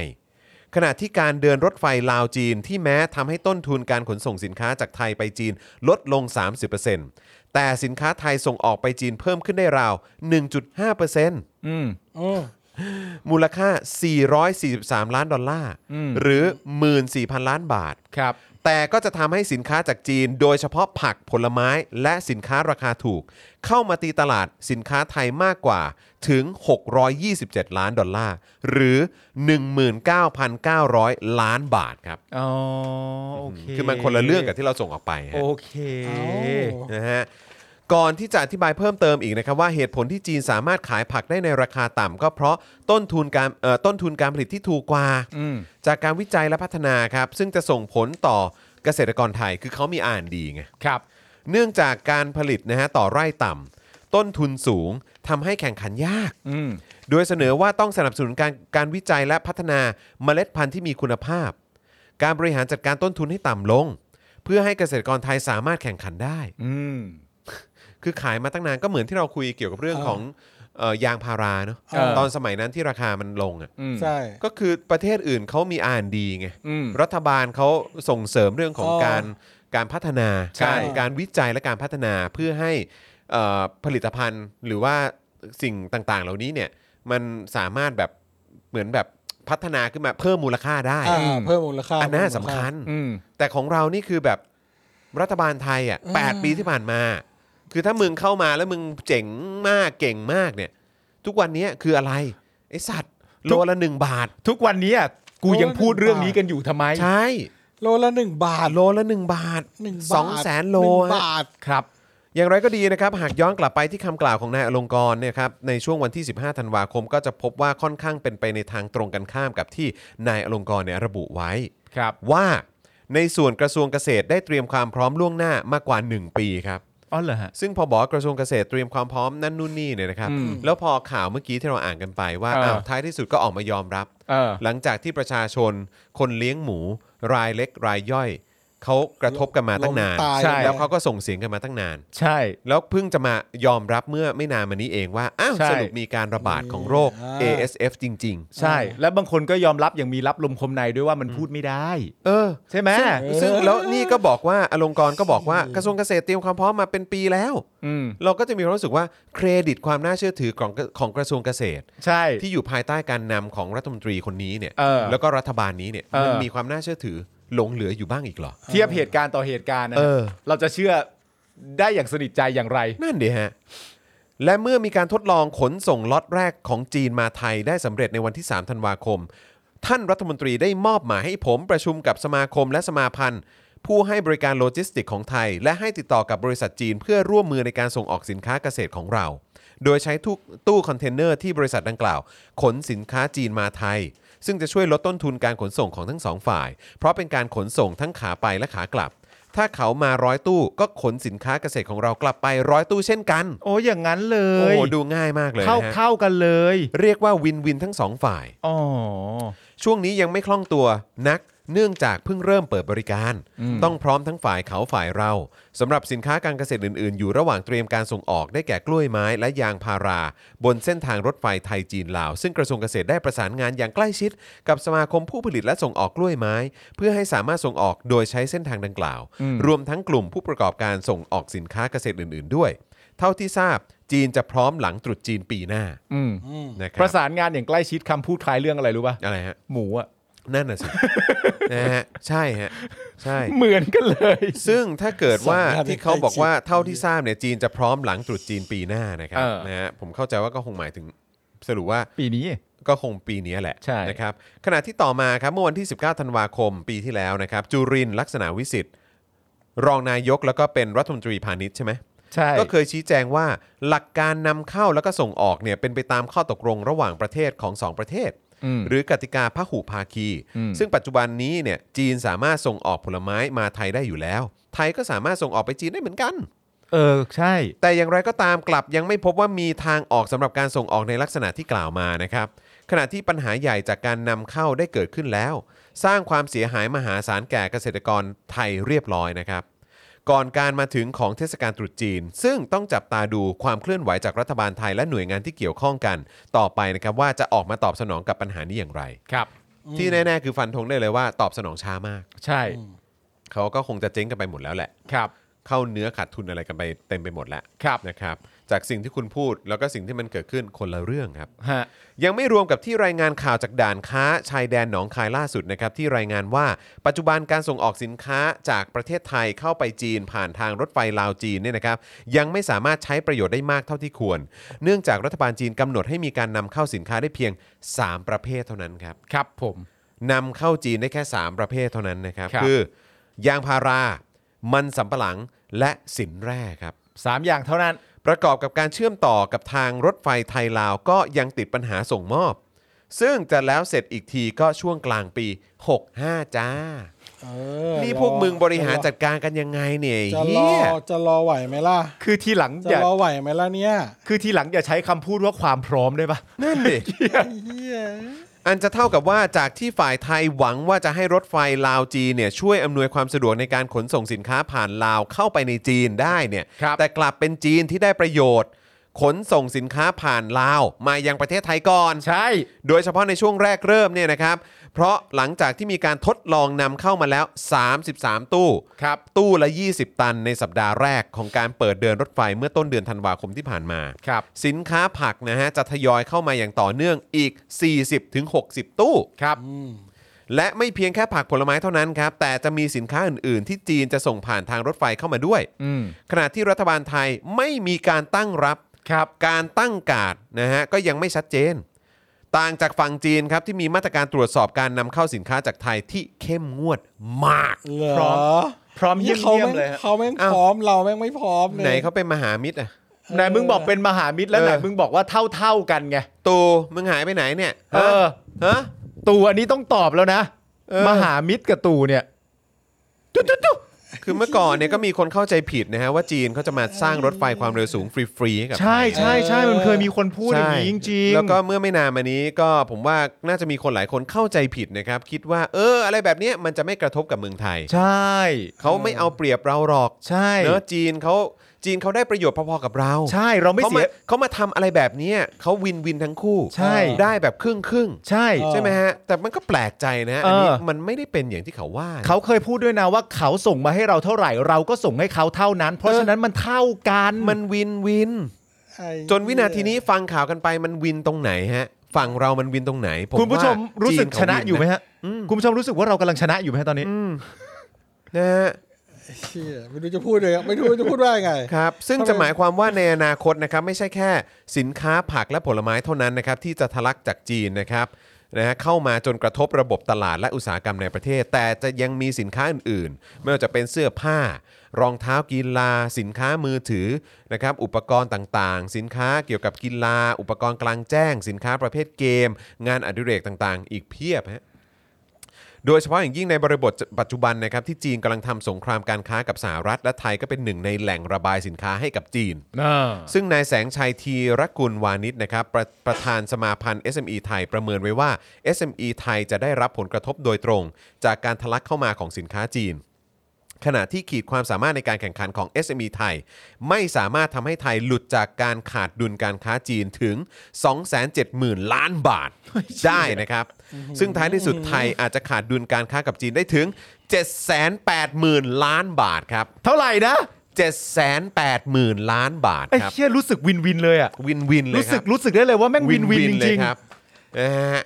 Speaker 1: ขณะที่การเดินรถไฟลาวจีนที่แม้ทำให้ต้นทุนการขนส่งสินค้าจากไทยไปจีนลดลง 30%แต่สินค้าไทยส่งออกไปจีนเพิ่มขึ้นได้ราว 1.5%
Speaker 2: อืม
Speaker 3: อืม
Speaker 1: มูลค่า 443 ล้านดอลลาร์ หรือ 14,000 ล้านบาท
Speaker 2: ครับ
Speaker 1: แต่ก็จะทำให้สินค้าจากจีน โดยเฉพาะผักผลไม้และสินค้าราคาถูก เข้ามาตีตลาดสินค้าไทยมากกว่าถึง 627 ล้านดอลลาร์ หรือ 19,900 ล้านบาทครับ
Speaker 2: อ๋อ โอเค
Speaker 1: คือมันคนละเรื่องกับที่เราส่งออกไปฮะ
Speaker 2: โอเค
Speaker 1: นะฮะก่อนที่จะอธิบายเพิ่มเติมอีกนะครับว่าเหตุผลที่จีนสามารถขายผักได้ในราคาต่ำก็เพราะต้นทุนการเอ่อต้นทุนการผลิตที่ถูกกว่า
Speaker 2: อืม
Speaker 1: จากการวิจัยและพัฒนาครับ ซึ่งจะส่งผลต่อเกษตรกรไทยคือเขามีอ่านดีไง
Speaker 2: ครับ
Speaker 1: เนื่องจากการผลิตนะฮะต่อไร่ต่ำต้นทุนสูงทำให้แข่งขันยาก
Speaker 2: อืม
Speaker 1: โดยเสนอว่าต้องสนับสนุนการการวิจัยและพัฒนาเมล็ดพันธุ์ที่มีคุณภาพ การบริหารจัดการต้นทุนให้ต่ำลง เพื่อให้เกษตรกรไทยสามารถแข่งขันได้
Speaker 2: อืม
Speaker 1: คือขายมาตั้งนานก็เหมือนที่เราคุยเกี่ยวกับเรื่องของเอ่อยางพาราเนอะ
Speaker 2: เออ
Speaker 1: ตอนสมัยนั้นที่ราคามันลงอ่ะ
Speaker 2: อืม
Speaker 3: ใช่
Speaker 1: ก็คือประเทศอื่นเขามีอ่านดีไง
Speaker 2: อืม
Speaker 1: รัฐบาลเขาส่งเสริมเรื่องของ
Speaker 3: อ๋อ
Speaker 1: การการพัฒนา
Speaker 2: ใช่
Speaker 1: การการวิจัยและการพัฒนาเพื่อให้เอ่อผลิตภัณฑ์หรือว่าสิ่งต่างๆ เหล่านี้เนี่ยมันสามารถแบบเหมือนแบบพัฒนาขึ้นมาเพิ่มมูลค่าได้
Speaker 3: าเพิ่มมูลค่า
Speaker 1: อันน่า
Speaker 3: เพิ่มมูล
Speaker 1: สำคัญ
Speaker 2: อืม
Speaker 1: แต่ของเรานี่คือแบบรัฐบาลไทยอ่ะแปดปีที่ผ่านมา คือถ้ามึงเข้ามาแล้วมึงเจ๋งมากเก่งมากเนี่ย ทุกวันนี้คืออะไร ไอสัตว์ โลละหนึ่งบาท
Speaker 2: ทุกวันนี้อ่ะกูยังพูดเรื่องนี้กันอยู่ทำไม
Speaker 1: ใช่
Speaker 3: โลละหนึ่งบาท
Speaker 1: โลละหนึ่งบาท
Speaker 3: หนึ่ง
Speaker 1: ส
Speaker 3: บาท
Speaker 1: องแสนโล
Speaker 3: หนึ่ง
Speaker 1: อะ
Speaker 3: บาท
Speaker 2: ครับ
Speaker 1: อย่างไรก็ดีนะครับ หากย้อนกลับไปที่คำกล่าวของนายอลงกรณ์เนี่ยครับในช่วงวันที่ 15 ธันวาคม ก็จะพบว่าค่อนข้างเป็นไปในทางตรงกันข้ามกับที่นายอลงกรณ์เนี่ยระบุไว้
Speaker 2: ครับ
Speaker 1: ว่าในส่วนกระทรวงเกษตรได้เตรียมความพร้อมล่วงหน้ามากกว่า 1 ปีครับ
Speaker 2: อ๋อเหรอฮะ
Speaker 1: ซึ่งพอบอกว่ากระทรวงเกษตรเตรียมความพร้อมนั่นนู่นนี่เนี่ยนะครับ
Speaker 2: อืม
Speaker 1: แล้วพอข่าวเมื่อกี้ที่เราอ่านกันไป
Speaker 2: เอออ้
Speaker 1: ว่าาวท้ายที่สุดก็ออกมายอมรับ
Speaker 2: เออ
Speaker 1: หลังจากที่ประชาชน คนเลี้ยงหมู รายเล็กรายย่อยเขากระทบกันมาตั้งนาน
Speaker 3: ล้มตาย
Speaker 2: ใช่
Speaker 1: แล้วเขาก็ส่งเสียงกันมาตั้งนาน
Speaker 2: ใช่
Speaker 1: แล้วเพิ่งจะมายอมรับเมื่อไม่นานมานี้เองว่า อ้าว
Speaker 2: ใช่
Speaker 1: สรุปมีการระบาดของโรค
Speaker 3: อ่า
Speaker 1: ASF จริง
Speaker 2: ใช่ และบางคนก็ยอมรับอย่างมีรับลมคมในด้วยว่ามันพูดไม่ได้
Speaker 1: ๆ เออ
Speaker 2: ใช่ไหม
Speaker 1: ซึ่งซึ่งแล้วนี่ก็บอกว่าอลงกรณ์ก็บอกว่ากระทรวงเกษตรเตรียมความพร้อมมาเป็นปีแล้ว
Speaker 2: อืม
Speaker 1: เราก็จะมีความรู้สึกว่าเครดิตความน่าเชื่อถือของของกระทรวงเกษตร
Speaker 2: ใช่
Speaker 1: ที่อยู่ภายใต้การนำของรัฐมนตรีคนนี้เนี่ย
Speaker 2: เออ
Speaker 1: แล้วก็รัฐบาลนี้เนี่ย
Speaker 2: เออ
Speaker 1: มันมีความน่าเชื่อถือหลงเหลืออยู่บ้างอีกเหรอ
Speaker 2: เทียบเหตุการณ์ต่อเหตุการณ์นะ
Speaker 1: เออ
Speaker 2: เราจะเชื่อได้อย่างสนิทใจอย่างไร
Speaker 1: นั่นดีฮะ และเมื่อมีการทดลองขนส่งล็อตแรกของจีนมาไทยได้สำเร็จในวันที่ 3 ธันวาคม ท่านรัฐมนตรีได้มอบหมายให้ผมประชุมกับสมาคมและสมาพันธ์ ผู้ให้บริการโลจิสติกของไทย และให้ติดต่อกับบริษัทจีน เพื่อร่วมมือในการส่งออกสินค้าเกษตรของเรา โดยใช้ทุกตู้คอนเทนเนอร์ที่บริษัทดังกล่าว ขนสินค้าจีนมาไทย ซึ่งจะช่วยลดต้นทุนการขนส่งของทั้งสองฝ่าย เพราะเป็นการขนส่งทั้งขาไปและขากลับ ถ้าเขามาร้อยตู้ก็ขนสินค้าเกษตรของเรากลับไปร้อยตู้เช่นกัน
Speaker 2: โอ้อย่างนั้นเล
Speaker 1: โอ้
Speaker 2: ย
Speaker 1: โหดูง่ายมากเลย
Speaker 2: เข้า
Speaker 1: นะฮะ
Speaker 2: เข้ากันเลย
Speaker 1: เรียกว่าวินวินทั้งสองฝ่าย
Speaker 2: อ๋อ
Speaker 1: ช่วงนี้ยังไม่คล่องตัวนัก เนื่องจากเพิ่งเริ่มเปิดบริการ ต้องพร้อมทั้งฝ่ายเขาฝ่ายเราสำหรับสินค้าการเกษตรอื่น ๆ อยู่ระหว่างเตรียมการส่งออกได้แก่กล้วยไม้และยางพารา บนเส้นทางรถไฟไทยจีนลาว ซึ่งกระทรวงเกษตรได้ประสานงานอย่างใกล้ชิด กับสมาคมผู้ผลิตและส่งออกกล้วยไม้ เพื่อให้สามารถส่งออกโดยใช้เส้นทางดังกล่าว รวมทั้งกลุ่มผู้ประกอบการส่งออกสินค้าเกษตรอื่น ๆ ด้วย เท่าที่ทราบ จีนจะพร้อมหลังตรุษจีนปีหน้า
Speaker 2: อืม
Speaker 3: อืม
Speaker 1: นะค
Speaker 2: ป
Speaker 1: รั
Speaker 2: ระสานงานอย่างใกล้ชิดคำพูดคล้ายเรื่องอะไรรู้ป่ะ
Speaker 1: อะไรฮะ
Speaker 2: หมูอ่ะ
Speaker 1: นั่น น่ะสิ นะฮะใช่ฮะใช่
Speaker 2: เหมือนกันเลย
Speaker 1: ซึ่งถ้าเกิดว่าที่เขาบอกว่าเท่าที่ทราบเนี่ยจีนจะพร้อมหลังตรุษจีนปีหน้านะครั
Speaker 2: เอบ อ
Speaker 1: นะฮะผมเข้าใจว่าก็คงหมายถึงสรุปว่า
Speaker 2: ปีนี้
Speaker 1: ก็คงปีนี้แหละ
Speaker 2: ใช่
Speaker 1: นะครับขณะที่ต่อมาครับเมื่อวันที่ 19 ธันวาคมปีที่แล้วนะครับจุรินทร์ลักษณะวิสิทธิ์รองนายกแล้วก็เป็นรัฐมนตรีพาณิชย์ใช่ไหม
Speaker 2: ใช่
Speaker 1: ก็เคยชี้แจงว่าหลักการนำเข้าแล้วก็ส่งออกเนี่ยเป็นไปตามข้อตกลงระหว่างประเทศของ 2 ประเทศ
Speaker 2: อืม
Speaker 1: หรือกติกาพหุภาคี
Speaker 2: อืม
Speaker 1: ซึ่งปัจจุบันนี้เนี่ยจีนสามารถส่งออกผลไม้มาไทยได้อยู่แล้ว ไทยก็สามารถส่งออกไปจีนได้เหมือนกัน
Speaker 2: เออใช่
Speaker 1: แต่อย่างไรก็ตามกลับยังไม่พบว่ามีทางออกสำหรับการส่งออกในลักษณะที่กล่าวมานะครับ ขณะที่ปัญหาใหญ่จากการนำเข้าได้เกิดขึ้นแล้ว สร้างความเสียหายมหาศาลแก่เกษตรกรไทยเรียบร้อยนะครับ ก่อนการมาถึงของเทศกาลตรุษจีน ซึ่งต้องจับตาดูความเคลื่อนไหวจากรัฐบาลไทยและหน่วยงานที่เกี่ยวข้องกัน ต่อไปนะครับว่าจะออกมาตอบสนองกับปัญหานี้อย่างไร
Speaker 2: ครับ
Speaker 1: ที่แน่ๆคือฟันธงได้เลยว่าตอบสนองช้ามาก
Speaker 2: ใช่
Speaker 1: เขาก็คงจะเจ๊งกันไปหมดแล้วแหละ
Speaker 2: ครับ
Speaker 1: เข้าเนื้อขาดทุนอะไรกันไปเต็มไปหมดแล้ว
Speaker 2: ครับ
Speaker 1: นะครับ จากสิ่งที่คุณพูดแล้วก็สิ่งที่มันเกิดขึ้นคนละเรื่องครับ
Speaker 2: ฮะ
Speaker 1: ยังไม่รวมกับที่รายงานข่าวจากด่านค้าชายแดนหนองคายล่าสุดนะครับ ที่รายงานว่าปัจจุบันการส่งออกสินค้าจากประเทศไทยเข้าไปจีนผ่านทางรถไฟลาวจีนเนี่ยนะครับ ยังไม่สามารถใช้ประโยชน์ได้มากเท่าที่ควร เนื่องจากรัฐบาลจีนกำหนดให้มีการนำเข้าสินค้าได้เพียง 3 ประเภทเท่านั้นครับ
Speaker 2: ครับผม
Speaker 1: นำเข้าจีนได้แค่ 3 ประเภทเท่านั้นนะครับ
Speaker 2: ครับ
Speaker 1: คือ ยางพารา มันสำปะหลังและสินแร่ครับ
Speaker 2: สามอย่างเท่านั้น
Speaker 1: ประกอบกับการเชื่อมต่อกับทางรถไฟไทยลาวก็ยังติดปัญหาส่งมอบ ซึ่งจะแล้วเสร็จอีกทีก็ช่วงกลางปี 65 จ้า
Speaker 3: เออ
Speaker 1: นี่พวกมึงบริหารจัดการกันยังไงเนี่ยไอ้
Speaker 3: จะร
Speaker 1: เฮี
Speaker 3: อย จะรอไหวไหมล่ะ
Speaker 2: คือทีหลัง
Speaker 3: จะ
Speaker 2: อย่าร
Speaker 3: อไหวไหมล่ะเนี่ย
Speaker 2: คือทีหลังอย่าใช้คำพูดว่าความพร้อมได้ปะ
Speaker 1: นั่นดิ
Speaker 3: เหี้ย
Speaker 1: อันจะเท่ากับว่าจากที่ฝ่ายไทยหวังว่าจะให้รถไฟลาวจีนเนี่ยช่วยอำนวยความสะดวกในการขนส่งสินค้าผ่านลาวเข้าไปในจีนได้เนี่ย
Speaker 2: ครับ
Speaker 1: แต่กลับเป็นจีนที่ได้ประโยชน์ ขนส่งสินค้าผ่านลาวมายังประเทศไทยก่อน
Speaker 2: ใช่
Speaker 1: โดยเฉพาะในช่วงแรกเริ่มเนี่ยนะครับ เพราะหลังจากที่มีการทดลองนำเข้ามาแล้ว 33 ตู้
Speaker 2: ครับ
Speaker 1: ตู้ละ 20 ตันในสัปดาห์แรกของการเปิดเดินรถไฟเมื่อต้นเดือนธันวาคมที่ผ่านมา
Speaker 2: ครับ
Speaker 1: สินค้าผักนะฮะจะทยอยเข้ามาอย่างต่อเนื่องอีก 40-60 ตู้
Speaker 2: ครับ
Speaker 3: อืม
Speaker 1: และไม่เพียงแค่ผักผลไม้เท่านั้นครับ แต่จะมีสินค้าอื่น ๆ ที่จีนจะส่งผ่านทางรถไฟเข้ามาด้วย
Speaker 2: อืม
Speaker 1: ขณะที่รัฐบาลไทยไม่มีการตั้งรับ
Speaker 2: ครับ
Speaker 1: การตั้งการ์ดนะฮะก็ยังไม่ชัดเจน ต่างจากฝั่งจีนครับ ที่มีมาตรการตรวจสอบการนำเข้าสินค้าจากไทยที่เข้มงวดมาก
Speaker 3: เหร
Speaker 2: พร้อ
Speaker 3: อ
Speaker 2: ม พร้อมเยี่ยม
Speaker 3: เขา
Speaker 2: เยี่ยม
Speaker 3: แม่ง
Speaker 2: เลยฮะ
Speaker 3: เขาแม่ง
Speaker 1: อ้าว
Speaker 3: พร้อมเราแม่งไม่พร้อมเลย
Speaker 1: ไหนเขาเป็นมหามิตรอ่ะ
Speaker 2: ไหนมึงบอกเป็นมหามิตรแล้ว
Speaker 1: เออ
Speaker 2: ไหนมึงบอกว่าเท่าเท่าๆกันไง
Speaker 1: ตูมึงหายไปไหนเนี่ย
Speaker 2: เออ
Speaker 1: ฮะ
Speaker 2: ตู่อันนี้ต้องตอบแล้วนะ
Speaker 1: เออ
Speaker 2: มหามิตรกับตู่เนี่ย
Speaker 1: คือเมื่อก่อนเนี่ยก็มีคนเข้าใจผิดนะฮะว่าจีนเขาจะมาสร้างรถไฟความเร็วสูงฟรีๆให้กับ
Speaker 2: ใช่
Speaker 1: ไทย
Speaker 2: ใช่ใช่มันเคยมีคนพูดอย่างนี้จ
Speaker 1: ใช่
Speaker 2: ริงๆ
Speaker 1: แล้วก็เมื่อไม่นานมานี้ก็ผมว่าน่าจะมีคนหลายคนเข้าใจผิดนะครับ คิดว่าเออ อะไรแบบเนี้ยมันจะไม่กระทบกับเมืองไทย
Speaker 2: ใช่
Speaker 1: เขาไม่เอาเปรียบเราหรอก
Speaker 2: ใช่
Speaker 1: เนอะจีนเขาจีนเขาได้ประโยชน์พอๆกับเรา
Speaker 2: ใช่เราไม่
Speaker 1: เขา
Speaker 2: เสี
Speaker 1: มาย เขามาทำอะไรแบบเนี้ยเขาวินวินทั้งคู่
Speaker 2: ใช่
Speaker 1: ได้แบบครึ่งครึ่งๆ
Speaker 2: ใช่
Speaker 1: ใช่ไหมฮะ แต่มันก็แปลกใจนะฮะอันนี้
Speaker 2: เออ
Speaker 1: มันไม่ได้เป็นอย่างที่เขาว่านะ
Speaker 2: เขาเคยพูดด้วยนะว่าเขาส่งมาให้เราเท่าไหร่ เราก็ส่งให้เขาเท่านั้น เพราะ
Speaker 1: เออ
Speaker 2: ฉะนั้นมันเท่ากัน
Speaker 1: มันวินวิน
Speaker 3: ไอ้
Speaker 1: จนวินาทีนี้ฟังข่าวกันไปมันวินตรงไหนฮะฝั่งเรามันวินตรงไหนผ
Speaker 2: คุณผู้ชม
Speaker 1: ว่า
Speaker 2: รู้สึก
Speaker 1: จีเขา
Speaker 2: ชนะ
Speaker 1: วิ
Speaker 2: อยู่ไหม
Speaker 1: น
Speaker 2: ฮะคุณผู้ชมรู้สึกว่าเรากำลังชนะอยู่ไหมฮะตอนนี้
Speaker 1: นะฮะ
Speaker 3: เชี่ยไม่รู้จะพูดเลยอะไม่รู้จะพูดว่ายังไง
Speaker 1: ครับซึ่ง
Speaker 3: ทำไม
Speaker 1: จะหมายความ ว่าในอนาคตนะครับไม่ใช่แค่สินค้าผักและผลไม้เท่านั้นนะครับที่จะทะลักจากจีนนะครับนะฮะเข้ามาจนกระทบระบบตลาดและอุตสาหกรรมในประเทศ แต่จะยังมีสินค้าอื่นๆ ไม่ว่าจะเป็นเสื้อผ้า รองเท้ากีฬา สินค้ามือถือนะครับอุปกรณ์ต่างๆ สินค้าเกี่ยวกับกีฬา อุปกรณ์กลางแจ้ง สินค้าประเภทเกม งานอดิเรกต่างๆ อีกเพียบฮะ โดยเฉพาะอย่างยิ่งในบริบทปัจจุบันนะครับที่จีนกำลังทำสงครามการค้ากับสหรัฐ และไทยก็เป็นหนึ่งในแหล่งระบายสินค้าให้กับจีน ซึ่งนายแสงชัยทีรกุลวานิชนะครับประประธานสมาพันธ์ SME ไทยประเมินไว้ว่า SME ไทยจะได้รับผลกระทบโดยตรง จากการทะลักเข้ามาของสินค้าจีน ขณะที่ขีดความสามารถในการแข่งขันของ SME ไทย ไม่สามารถทำให้ไทยหลุดจากการขาดดุลการค้าจีนถึง 270,000 ล้านบาท ได้นะครับ ซึ่งท้ายที่สุดไทยอาจจะขาดดุลการค้ากับจีนได้ถึง 780,000 ล้านบาทครับ
Speaker 2: เท่าไหร่นะ
Speaker 1: 780,000 ล้านบาท
Speaker 2: ไอ้
Speaker 1: ครับ
Speaker 2: เชี่ยรู้สึกวินวินเลยอ่ะ
Speaker 1: วินวินเลย
Speaker 2: รู้
Speaker 1: ค
Speaker 2: สึ
Speaker 1: รั
Speaker 2: ก
Speaker 1: บ
Speaker 2: รู้สึกได้เลยว่าแม่งวินวินจ
Speaker 1: เลย
Speaker 2: ริง
Speaker 1: ครับนะฮะ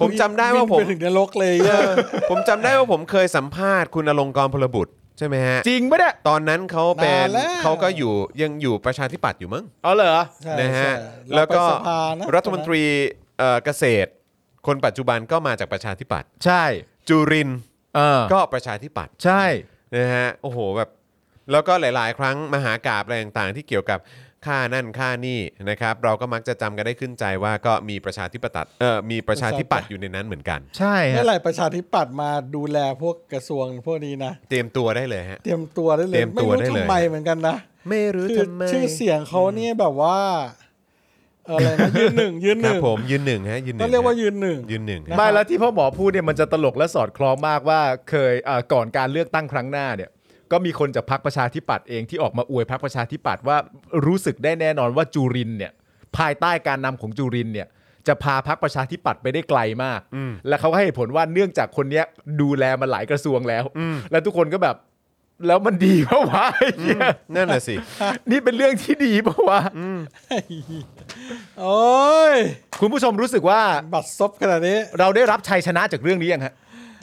Speaker 1: ผมจำได้ว่าผม
Speaker 3: ไปถึงนรกเลย
Speaker 1: เออผมจำได้ว่าผมเคยสัมภาษณ์คุณอลงกรณ์พลบุตรใช่ไหมฮะ
Speaker 2: ๆจริงปะเนี่ย
Speaker 1: ตอนนั้นเขาเป็น
Speaker 3: นานแล้ว
Speaker 1: เขาก็อยู่ยังอยู่ประชาธิปัตย์อยู่มั้ง
Speaker 2: เอาเหรอ
Speaker 3: ใช่
Speaker 1: นะฮะ
Speaker 3: ใช่
Speaker 1: แล้วก็
Speaker 3: เราไปสภานะ
Speaker 1: รัฐมนตรีเอ่อเกษตร คนปัจจุบันก็มาจากประชาธิปัตย์
Speaker 2: ใช่
Speaker 1: จุรินทร์
Speaker 2: เออ
Speaker 1: ก็ประชาธิปัตย์
Speaker 2: ใช่
Speaker 1: นะฮะโอ้โหแบบ แล้วก็หลาย ๆ ครั้งมหากาบอะไรต่างๆ ที่เกี่ยวกับค่านั่นค่านี่นะครับ เราก็มักจะจำกันได้ขึ้นใจว่าก็มีประชาธิปตัดเอ่อมีประชาธิปัตย์อยู่ในนั้นเหมือนกัน
Speaker 2: ใช่ฮะ
Speaker 3: เมื่อไหร่ประชาธิปัตย์มาดูแลพวกกระทรวงพวกนี้นะ
Speaker 1: เตรียมตัวได้เลยฮะ
Speaker 3: เตรียมตัวได้เล
Speaker 1: เตรี
Speaker 3: ย
Speaker 1: ยม
Speaker 3: ไม่
Speaker 1: ตัว
Speaker 3: รู้
Speaker 1: ได้เลย
Speaker 3: ทำไมเหมือนกันนะ
Speaker 1: ไม่รู้
Speaker 3: คือ
Speaker 1: ทำไม
Speaker 3: ชื่อเสียงเขาเนี่ยแบบว่าอะไรนะยืนหนึ่งยืน
Speaker 1: ค
Speaker 3: ห
Speaker 1: รับ
Speaker 3: นึ่ง
Speaker 1: ผมยืนหนึ่งฮะยืนหนึ่ง
Speaker 3: ต้องเรียกว่า
Speaker 1: ฮะ
Speaker 3: ยืนหนึ่ง
Speaker 1: ยืนหนึ่งฮะ
Speaker 3: นะ
Speaker 2: ไม่แล้วที่พ่อหมอพูดเนี่ยมันจะตลกและสอดคล้องมากว่าเคยเอ่อก่อนการเลือกตั้งครั้งหน้าเนี่ย ก็มีคนจากพรรคประชาธิปัตย์เองที่ออกมาอวยพรรคประชาธิปัตย์ว่ารู้สึกได้แน่นอนว่าจุรินทร์เนี่ยภายใต้การนำของจุรินทร์เนี่ยจะพาพรรคประชาธิปัตย์ไปได้ไกลมาก
Speaker 1: อืม
Speaker 2: และเขาก็ให้เหตุผลว่าเนื่องจากคนเนี้ยดูแลมาหลายกระทรวงแล้ว และทุกคนก็แบบแล้วมันดีเพราะว่า
Speaker 1: นั่นน่ะสิ
Speaker 2: นี่เป็นเรื่องที่ดีเพราะว่า
Speaker 3: โอ้ย
Speaker 2: คุณผู้ชมรู้สึกว่า
Speaker 3: บัตรซบขนาดนี้
Speaker 2: เราได้รับชัยชนะจากเรื่องนี้ยังฮะ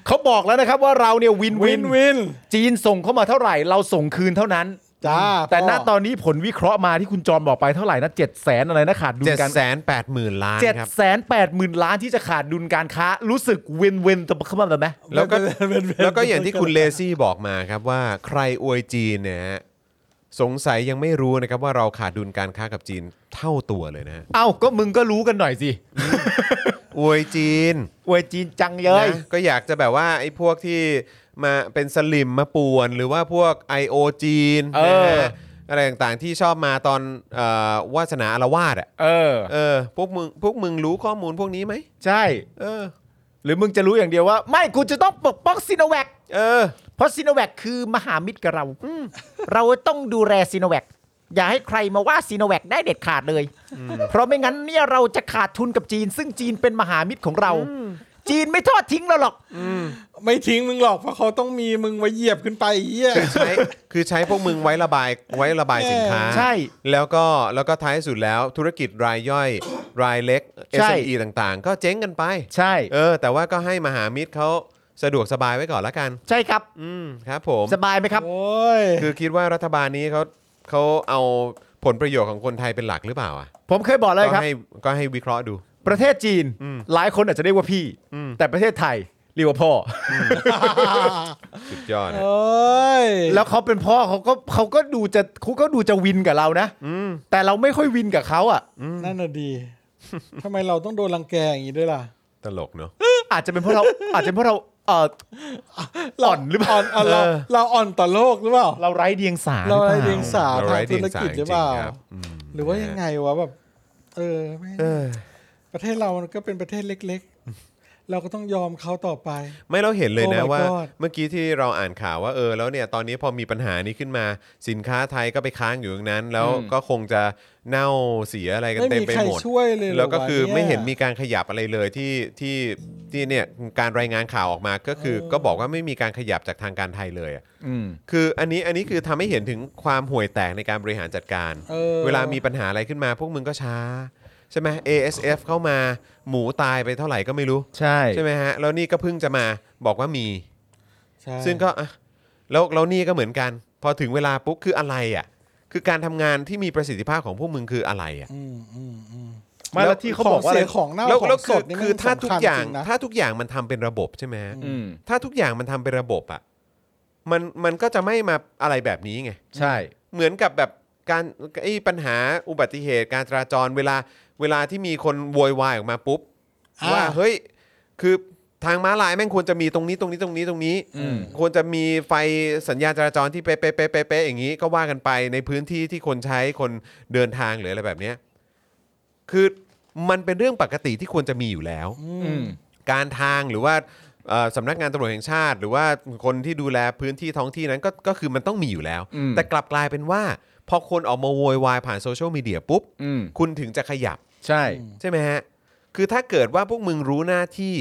Speaker 2: เขาบอกแล้วนะครับว่าเราเนี่ยวินวิ
Speaker 3: วิ
Speaker 2: น
Speaker 3: นวิน
Speaker 2: จีนส่งเข้ามาเท่าไหร่ เราส่งคืนเท่านั้น
Speaker 3: จ้า
Speaker 2: แต่ณ
Speaker 3: พ่
Speaker 2: ตอนนี้ผลวิเคราะห์มาที่คุณจอมบอกไปเท่าไหร่นะเจ็ดแสนอะไรนะขาดดุล
Speaker 1: เจ็ด
Speaker 2: การ
Speaker 1: แสนแปดหมื่นล้าน
Speaker 2: เจ็ด
Speaker 1: ครับ
Speaker 2: แสนแปดหมื่นล้านที่จะขาดดุลการค้า รู้สึกวินวินตบเข้ามาแบบไหม
Speaker 1: แล้วก็
Speaker 3: เป็นเป็น
Speaker 1: แล้วก็อย่างที่คุณเลซี่บอกมาครับว่าใครอวยจีนเนี่ยฮะสงสัยยังไม่รู้นะครับว่าเราขาดดุลการค้ากับจีนเท่าตัวเลยนะฮะ
Speaker 2: เอ้าก็มึงก็รู้กันหน่อยสิ
Speaker 1: อวยจีน
Speaker 2: อวยจีนจังเลย
Speaker 1: นะก็อยากจะแบบว่าไอ้พวกที่มาเป็นสลิมมาป่วน หรือว่าพวก I.O. จีน
Speaker 2: เออ
Speaker 1: นะฮะอะไรต่างๆที่ชอบมาตอนเออวาสนาอาละวาดอ่ะ
Speaker 2: เออ
Speaker 1: เออพวกมึงพวกมึงรู้ข้อมูลพวกนี้ไหม
Speaker 2: ใช่
Speaker 1: เออ
Speaker 2: หรือมึงจะรู้อย่างเดียวว่า ไม่กูจะต้องปกป้องซิโนแวค
Speaker 1: เออ
Speaker 2: เพราะซิโนแวคคือมหามิตรกับเราเราต้องดูแลซิโนแวคอย่าให้ใครมาว่าซีโนแวคได้เด็ดขาดเลย เพราะไม่งั้นเนี่ยเราจะขาดทุนกับจีน ซึ่งจีนเป็นมหามิตรของเรา จีนไม่ทอดทิ้งเราหรอก
Speaker 3: ไม่ทิ้งมึงหรอกเพราะเขาต้องมีมึงไว้เหยียบขึ้นไปไอ้เหี้ย
Speaker 1: ใช้คือใช้พวกมึงไว้ระบายไว้ระบายสินค้า
Speaker 2: ใช่
Speaker 1: แล้วก็แล้วก็ท้ายสุดแล้วธุรกิจรายย่อยรายเล็ก
Speaker 2: ใช่
Speaker 1: SME ต่างๆ ก็เจ๊งกันไป
Speaker 2: ใช่
Speaker 1: เออ แต่ว่าก็ให้มหามิตรเขาสะดวกสบายไว้ก่อนละกัน
Speaker 2: ใช่ครับ
Speaker 1: อืมครับผม
Speaker 2: สบายไหมครับ
Speaker 3: โอ้ย
Speaker 1: คือคิดว่ารัฐบาลนี้เขาเขาเอาผลประโยชน์ของคนไทยเป็นหลักหรือเปล่าอ่ะ
Speaker 2: ผมเคยบอกเลย
Speaker 1: ก็
Speaker 2: ครับ
Speaker 1: ให้ก็ให้วิเคราะห์ดู
Speaker 2: ประเทศจีนหลายคนอาจจะเรียกว่าพี่ แต่ประเทศไทยเรียกว่าพ่ออ
Speaker 1: สุดยอด
Speaker 3: โอ
Speaker 1: นะ
Speaker 3: ้ย
Speaker 2: แล้วเขาเป็นพ่อเขาก็เขาก็ดูจะเขาก็ดูจะวินกับเรานะแต่เราไม่ค่อยวินกับเขาอ่ะ
Speaker 3: นั่นน่ะดี ทำไมเราต้องโดนรังแกอย่างนี้ด้วยล่ะ
Speaker 1: ตลกเนาะ
Speaker 2: อาจจะเป็นเพราะเรา อาจจะเป็นเพราะเราเอออ่อนหรือเปล่า
Speaker 3: อ่อนอ่ะเรา
Speaker 1: เออ
Speaker 3: เราอ่อนต่อโลกหรือเปล่า
Speaker 2: เราไร้เดียงสา
Speaker 3: เราอะไร
Speaker 2: หปล่
Speaker 3: เดียงสา
Speaker 1: เรา
Speaker 3: ทา
Speaker 1: ไร้
Speaker 3: ง
Speaker 1: เดี
Speaker 3: ธุ
Speaker 1: ยง
Speaker 3: ร
Speaker 1: สา
Speaker 3: กิจ
Speaker 1: จ
Speaker 3: ห
Speaker 1: ริ
Speaker 3: รื
Speaker 1: ง
Speaker 3: อเปล่า
Speaker 1: ๆครับอืม
Speaker 3: หรือว่ายังไงวะแบบ เออแม่ง
Speaker 1: เออ
Speaker 3: ประเทศเรามันก็เป็นประเทศเล็ก ๆ เราก็ต้องยอมเขาต่อไป
Speaker 1: ไม่เราเห็นเลยนะ
Speaker 3: Oh my
Speaker 1: ว่า
Speaker 3: God
Speaker 1: เมื่อกี้ที่เราอ่านข่าวว่าเออแล้วเนี่ยตอนนี้พอมีปัญหานี้ขึ้นมา สินค้าไทยก็ไปค้างอยู่ตรงนั้น แล้วก็คงจะเน่าเสียอะไรกัน
Speaker 3: ไม่
Speaker 1: เต็ม
Speaker 3: มี
Speaker 1: ไป
Speaker 3: ใคร
Speaker 1: หมด
Speaker 3: ช่วยเลย
Speaker 1: แล้วก็คือไม่เห็นมี
Speaker 3: ย
Speaker 1: การขยับอะไรเลยที่ที่ที่เนี่ยการรายงานข่าวออกมาก็คือ ก็บอกว่าไม่มีการขยับจากทางการไทยเลยอะ
Speaker 2: อืม
Speaker 1: คืออันนี้อันนี้คือทำให้เห็นถึงความห่วยแตกในการบริหารจัดการ
Speaker 3: ออ
Speaker 1: เวลามีปัญหาอะไรขึ้นมาพวกมึงก็ช้าใช่ไหม ASF เข้ามาหมูตายไปเท่าไหร่ก็ไม่รู้
Speaker 2: ใช่
Speaker 1: ใช่ไหมฮะแล้วนี่ก็เพิ่งจะมาบอกว่ามี
Speaker 3: ใช่
Speaker 1: ซึ่งก็อ่ะแล้วแล้วนี่ก็เหมือนกัน พอถึงเวลาปุ๊บคืออะไรอ่ะ คือการทำงานที่มีประสิทธิภาพของพวกมึงคืออะไรอ่ะ
Speaker 3: อืมอืมอืม
Speaker 2: ไม่แล้วที่เขาบอกว่า
Speaker 3: เสียของเน่า
Speaker 1: แล้ว
Speaker 3: ขอ
Speaker 1: แล้ว
Speaker 3: งส
Speaker 1: คือ
Speaker 3: ดนี่
Speaker 1: คือ
Speaker 3: มัน
Speaker 1: ถ้าทุก
Speaker 3: สำคัญ
Speaker 1: อย่าง
Speaker 3: จรินะ
Speaker 1: ถ้าทุกอย่างมันทำเป็นระบบใช่ไหมฮะ
Speaker 2: อืม
Speaker 1: ถ้าทุกอย่างมันทำเป็นระบบอ่ะมันมันก็จะไม่มาอะไรแบบนี้ไง
Speaker 2: ใช่
Speaker 1: เหมือนกับแบบการไอ้ปัญหาอุบัติเหตุการจราจรเวลาเวลาที่มีคนโวยวายออกมาปุ๊บ
Speaker 3: อ่า
Speaker 1: ว่าเฮ้ยคือทางม้าลายแม่งควรจะมีตรงนี้ตรงนี้ตรงนี้ตรงนี้
Speaker 2: อืม
Speaker 1: ควรจะมีไฟสัญญาณจราจรที่เป๊ะเป๊ะเป๊ะเป๊ะเป๊ะอย่างนี้ก็ว่ากันไปในพื้นที่ที่คนใช้คนเดินทางหรืออะไรแบบเนี้ยคือมันเป็นเรื่องปกติที่ควรจะมีอยู่แล้ว
Speaker 2: อืม
Speaker 1: การทางหรือว่าเอ่อสำนักงานตำรวจแห่งชาติ หรือว่าคนที่ดูแลพื้นที่ท้องที่นั้นก็ก็คือมันต้องมีอยู่แล้ว
Speaker 2: อืม
Speaker 1: แต่กลับกลายเป็นว่า พอคนออกมาโวยวายผ่านโซเชียลมีเดียปุ๊บ
Speaker 2: อืม
Speaker 1: คุณถึงจะขยับ
Speaker 2: ใช่
Speaker 1: ใช่ไหมฮะ คือถ้าเกิดว่าพวกมึงรู้หน้าที่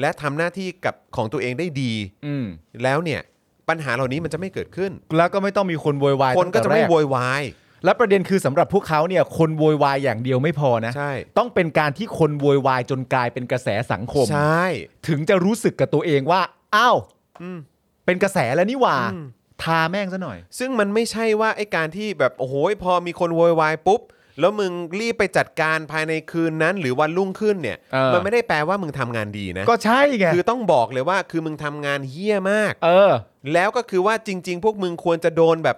Speaker 1: และทำหน้าที่กับของตัวเองได้ดี
Speaker 2: อืม
Speaker 1: แล้วเนี่ย ปัญหาเหล่านี้มันจะไม่เกิดขึ้น
Speaker 2: แล้วก็ไม่ต้องมีคนโวยวาย
Speaker 1: คนก็จะไม่
Speaker 2: ตั้งแต่แร
Speaker 1: โวยวาย
Speaker 2: และประเด็นคือสำหรับพวกเขาเนี่ยคนโวยวายอย่างเดียวไม่พอนะ
Speaker 1: ใช่
Speaker 2: ต้องเป็นการที่คนโวยวายจนกลายเป็นกระแสสังคม
Speaker 1: ใช่
Speaker 2: ถึงจะรู้สึกกับตัวเองว่าอ้าว
Speaker 1: อืม
Speaker 2: เป็นกระแสแล้วนี่หว่า
Speaker 1: อืม
Speaker 2: ทาแม่งซะหน่อย
Speaker 1: ซึ่งมันไม่ใช่ว่าไอ้การที่แบบโอ้โหพอมีคนโวยวายปุ๊บ แล้วมึงรีบไปจัดการภายในคืนนั้น หรือวันรุ่งขึ้นเนี่ย
Speaker 2: เออ
Speaker 1: มันไม่ได้แปลว่ามึงทำงานดีนะ
Speaker 2: ก็ใช่ไง
Speaker 1: คือต้องบอกเลยว่าคือมึงทำงานเฮี้ยมาก
Speaker 2: เออ
Speaker 1: แล้วก็คือว่าจริง ๆ พวกมึงควรจะโดนแบบ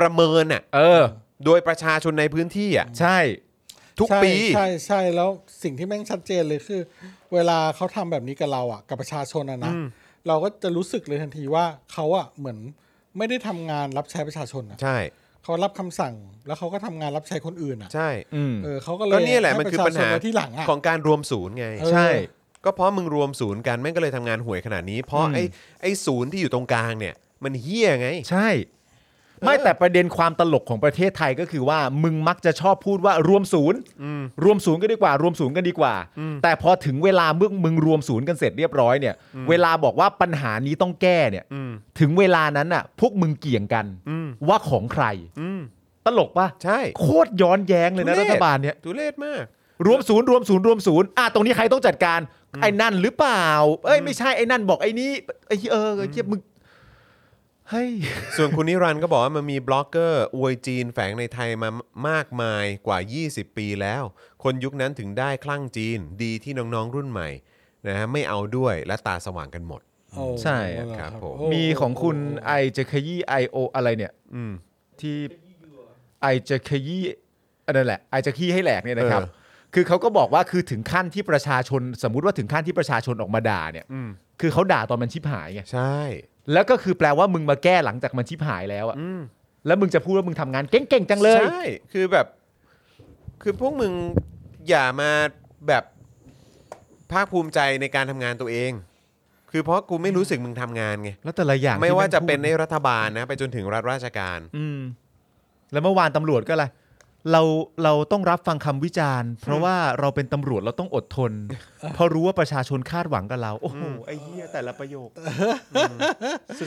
Speaker 1: ประเมินอ่ะ
Speaker 2: เออ
Speaker 1: โดยประชาชนในพื้นที่อ่ะ
Speaker 2: ใช่
Speaker 1: ทุก
Speaker 3: ใช่
Speaker 1: ปี
Speaker 3: ใช่ใช่แล้วสิ่งที่แม่งชัดเจนเลยคือ เวลาเขาทำแบบนี้กับเราอ่ะ กับประชาชนอ่ะนะเราก็จะรู้สึกเลยทันทีว่าเขาอ่ะเหมือนไม่ได้ทำงานรับใช้ประชาชนอ่ะ
Speaker 1: ใช่
Speaker 3: เขารับคำสั่งแล้วเขาก็ทำงานรับใช้คนอื่นอ่ะ
Speaker 1: ใช่
Speaker 2: อืม
Speaker 3: เออเขาก็เลย
Speaker 1: ก็เนี่ยแหละ
Speaker 3: ใ
Speaker 1: มันคือปัญหา
Speaker 3: ระชชไว้ที่หลังอ่ะ
Speaker 1: ของการรวมศูนย์ไง
Speaker 3: เออ
Speaker 2: ใช่
Speaker 1: ก็เพราะมึงรวมศูนย์กันแม่งก็เลยทำงานห่วยขนาดนี้ เพราะ
Speaker 2: อืม
Speaker 1: ไอ้ไอ้ศูนย์ที่อยู่ตรงกลางเนี่ย มันเฮี้ยไง
Speaker 2: ใช่ ไม่แต่ประเด็นความตลกของประเทศไทยก็คือว่า มึงมักจะชอบพูดว่ารวมศูนย์รวมศูนย์กันดีกว่า รวมศูนย์กันดีกว่า แต่พอถึงเวลาเมื่อมึงรวมศูนย์กันเสร็จเรียบร้อยเนี่ย เวลาบอกว่าปัญหานี้ต้องแก้เนี่ย
Speaker 1: อืม
Speaker 2: ถึงเวลานั้นน่ะ พวกมึงเกี่ยงกัน
Speaker 1: อืม
Speaker 2: ว่าของใคร
Speaker 1: อืม
Speaker 2: ตลกปะ
Speaker 1: ใช่
Speaker 2: โคตรย้อนแย้งเลยนะ
Speaker 1: ทุ
Speaker 2: รัฐบาลเนี่ย
Speaker 1: ทุเรศมาก
Speaker 2: รวมศูนย์รวมศูนย์รวมศูนย์อ่ะตรงนี้ใครต้องจัดการไอ้นั่นหรือเปล่า เอ้ยไม่ใช่ไอ้นั่นบอกไอ้นี้ไอ้เออไอ้เทียมึงเฮ้ย
Speaker 1: ส่วนคุณนิรันดร์ก็บอกว่ามันมีบล็อกเกอร์อวยจีนแฝงในไทยมามากมายกว่า 20 ปีแล้ว คนยุคนั้นถึงได้คลั่งจีนดีที่น้องๆรุ่นใหม่นะฮะไม่เอาด้วยและตาสว่างกันหมด
Speaker 3: โอ้
Speaker 2: ใช่
Speaker 1: ครับผม
Speaker 3: โอ้
Speaker 2: มีของคุณไอจะขยี้ไอโออะไรเนี่ย
Speaker 1: อืม
Speaker 2: ที่ไอจะขยี้อันนั่นแหละไอจะขี้ให้แหลกเนี่ยนะครับ
Speaker 1: เออ
Speaker 2: คือเขาก็บอกว่าคือถึงขั้นที่ประชาชนสมมุติว่าถึงขั้นที่ประชาชนออกมาด่าเนี่ย
Speaker 1: อืม
Speaker 2: คือเขาด่าตอนมันชิบหายไง
Speaker 1: ใช่
Speaker 2: แล้วก็คือแปลว่ามึงมาแก้หลังจากมันชิบหายแล้วอะ
Speaker 1: อืม
Speaker 2: แล้วมึงจะพูดว่ามึงทำงานเก่งๆจังเลย
Speaker 1: ใช่ คือแบบ คือพวกมึงอย่ามาแบบภาคภูมิใจในการทำงานตัวเอง คือเพราะกูไม่รู้สึกมึงทำงานไง
Speaker 2: แล้วแต่ละอย่าง
Speaker 1: ไม่
Speaker 2: ที่
Speaker 1: ว่าจะ
Speaker 2: แงพูด
Speaker 1: เป็นในรัฐบาลนะ ไปจนถึงรัฐราชการ
Speaker 2: อืมแล้วเมื่อวานตำรวจก็อะไรเราเราต้องรับฟังคำวิจารณ์ เพราะว่าเราเป็นตำรวจเราต้องอดทน เพราะรู้ว่าประชาชนคาดหวังกับเรา โอ้โหไอ้เหี้ยแต่ละประโยค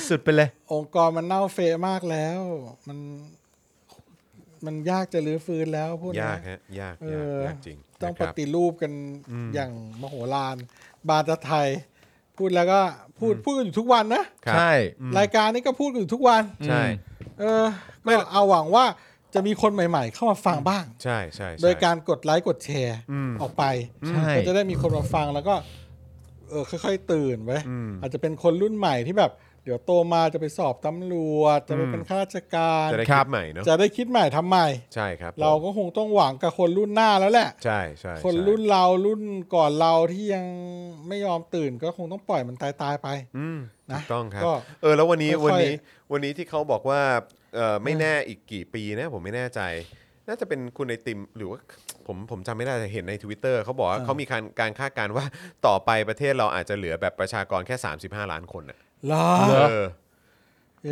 Speaker 2: สุดๆไปเลย
Speaker 3: องค์กรมันเน่าเฟะมากแล้ว มัน มันยากจะรื้อฟื้นแล้วพวกเนี้
Speaker 1: ยากฮะ ยาก
Speaker 3: เอย
Speaker 1: าก
Speaker 3: อ
Speaker 1: ยากจริง
Speaker 3: ต้อง
Speaker 1: นะ
Speaker 3: ป
Speaker 1: ครับ
Speaker 3: ฏิรูปกันอย่างมโหฬารบาทไทย พูดแล้วก็พูดพูดกันอยู่ทุกวันนะ
Speaker 1: ครับ
Speaker 2: ใช่
Speaker 3: รายการนี้ก็พูดกันอยู่ทุกวัน
Speaker 1: ใช่
Speaker 3: เออก็เอาหวังว่าจะมีคนใหม่ๆ เข้ามาฟังบ้าง
Speaker 1: ใช่ใช่ใช่
Speaker 3: โดยการกดไลค์กดแชร์
Speaker 1: อืม
Speaker 3: ออกไป
Speaker 2: ใช่
Speaker 3: ก็จะได้มีคนมาฟังแล้วก็ เออค่อยๆ ตื่นไว้
Speaker 1: อืม
Speaker 3: อาจจะเป็นคนรุ่นใหม่ที่แบบ เดี๋ยวโตมาจะไปสอบตำรวจ จะไป
Speaker 1: อืม
Speaker 3: เป็นข้าราชการ
Speaker 1: จะได้คิดใหม่เนาะ
Speaker 3: จะได้คิดใหม่ทำใหม่
Speaker 1: ใช่ครับผม
Speaker 3: เราก็คงต้องหวังกับคนรุ่นหน้าแล้วแหละ
Speaker 1: ใช่ใช่ใช่
Speaker 3: คนรุ่นเรารุ่นก่อนเราที่ยังไม่ยอมตื่นก็คงต้องปล่อยมันตายตายๆไป
Speaker 1: อืมถู
Speaker 3: นะ
Speaker 1: กต้องครับ
Speaker 3: ก็
Speaker 1: เออ แล้ววันนี้
Speaker 3: ค่
Speaker 1: วัน
Speaker 3: อยๆ
Speaker 1: นี้วันนี้ที่เขาบอกว่าเออไม่แน่อีกกี่ปีนะ ผมไม่แน่ใจ น่าจะเป็นคุณไอติมหรือว่าผมผมจำไม่ได้แต่เห็นใน Twitter เขาบอกว่าเขามีการการคาดการณ์ว่าต่อไปประเทศเราอาจจะเหลือแบบประชากรแค่ 35 ล้านคนน่ะ
Speaker 3: เหรอ
Speaker 1: เออ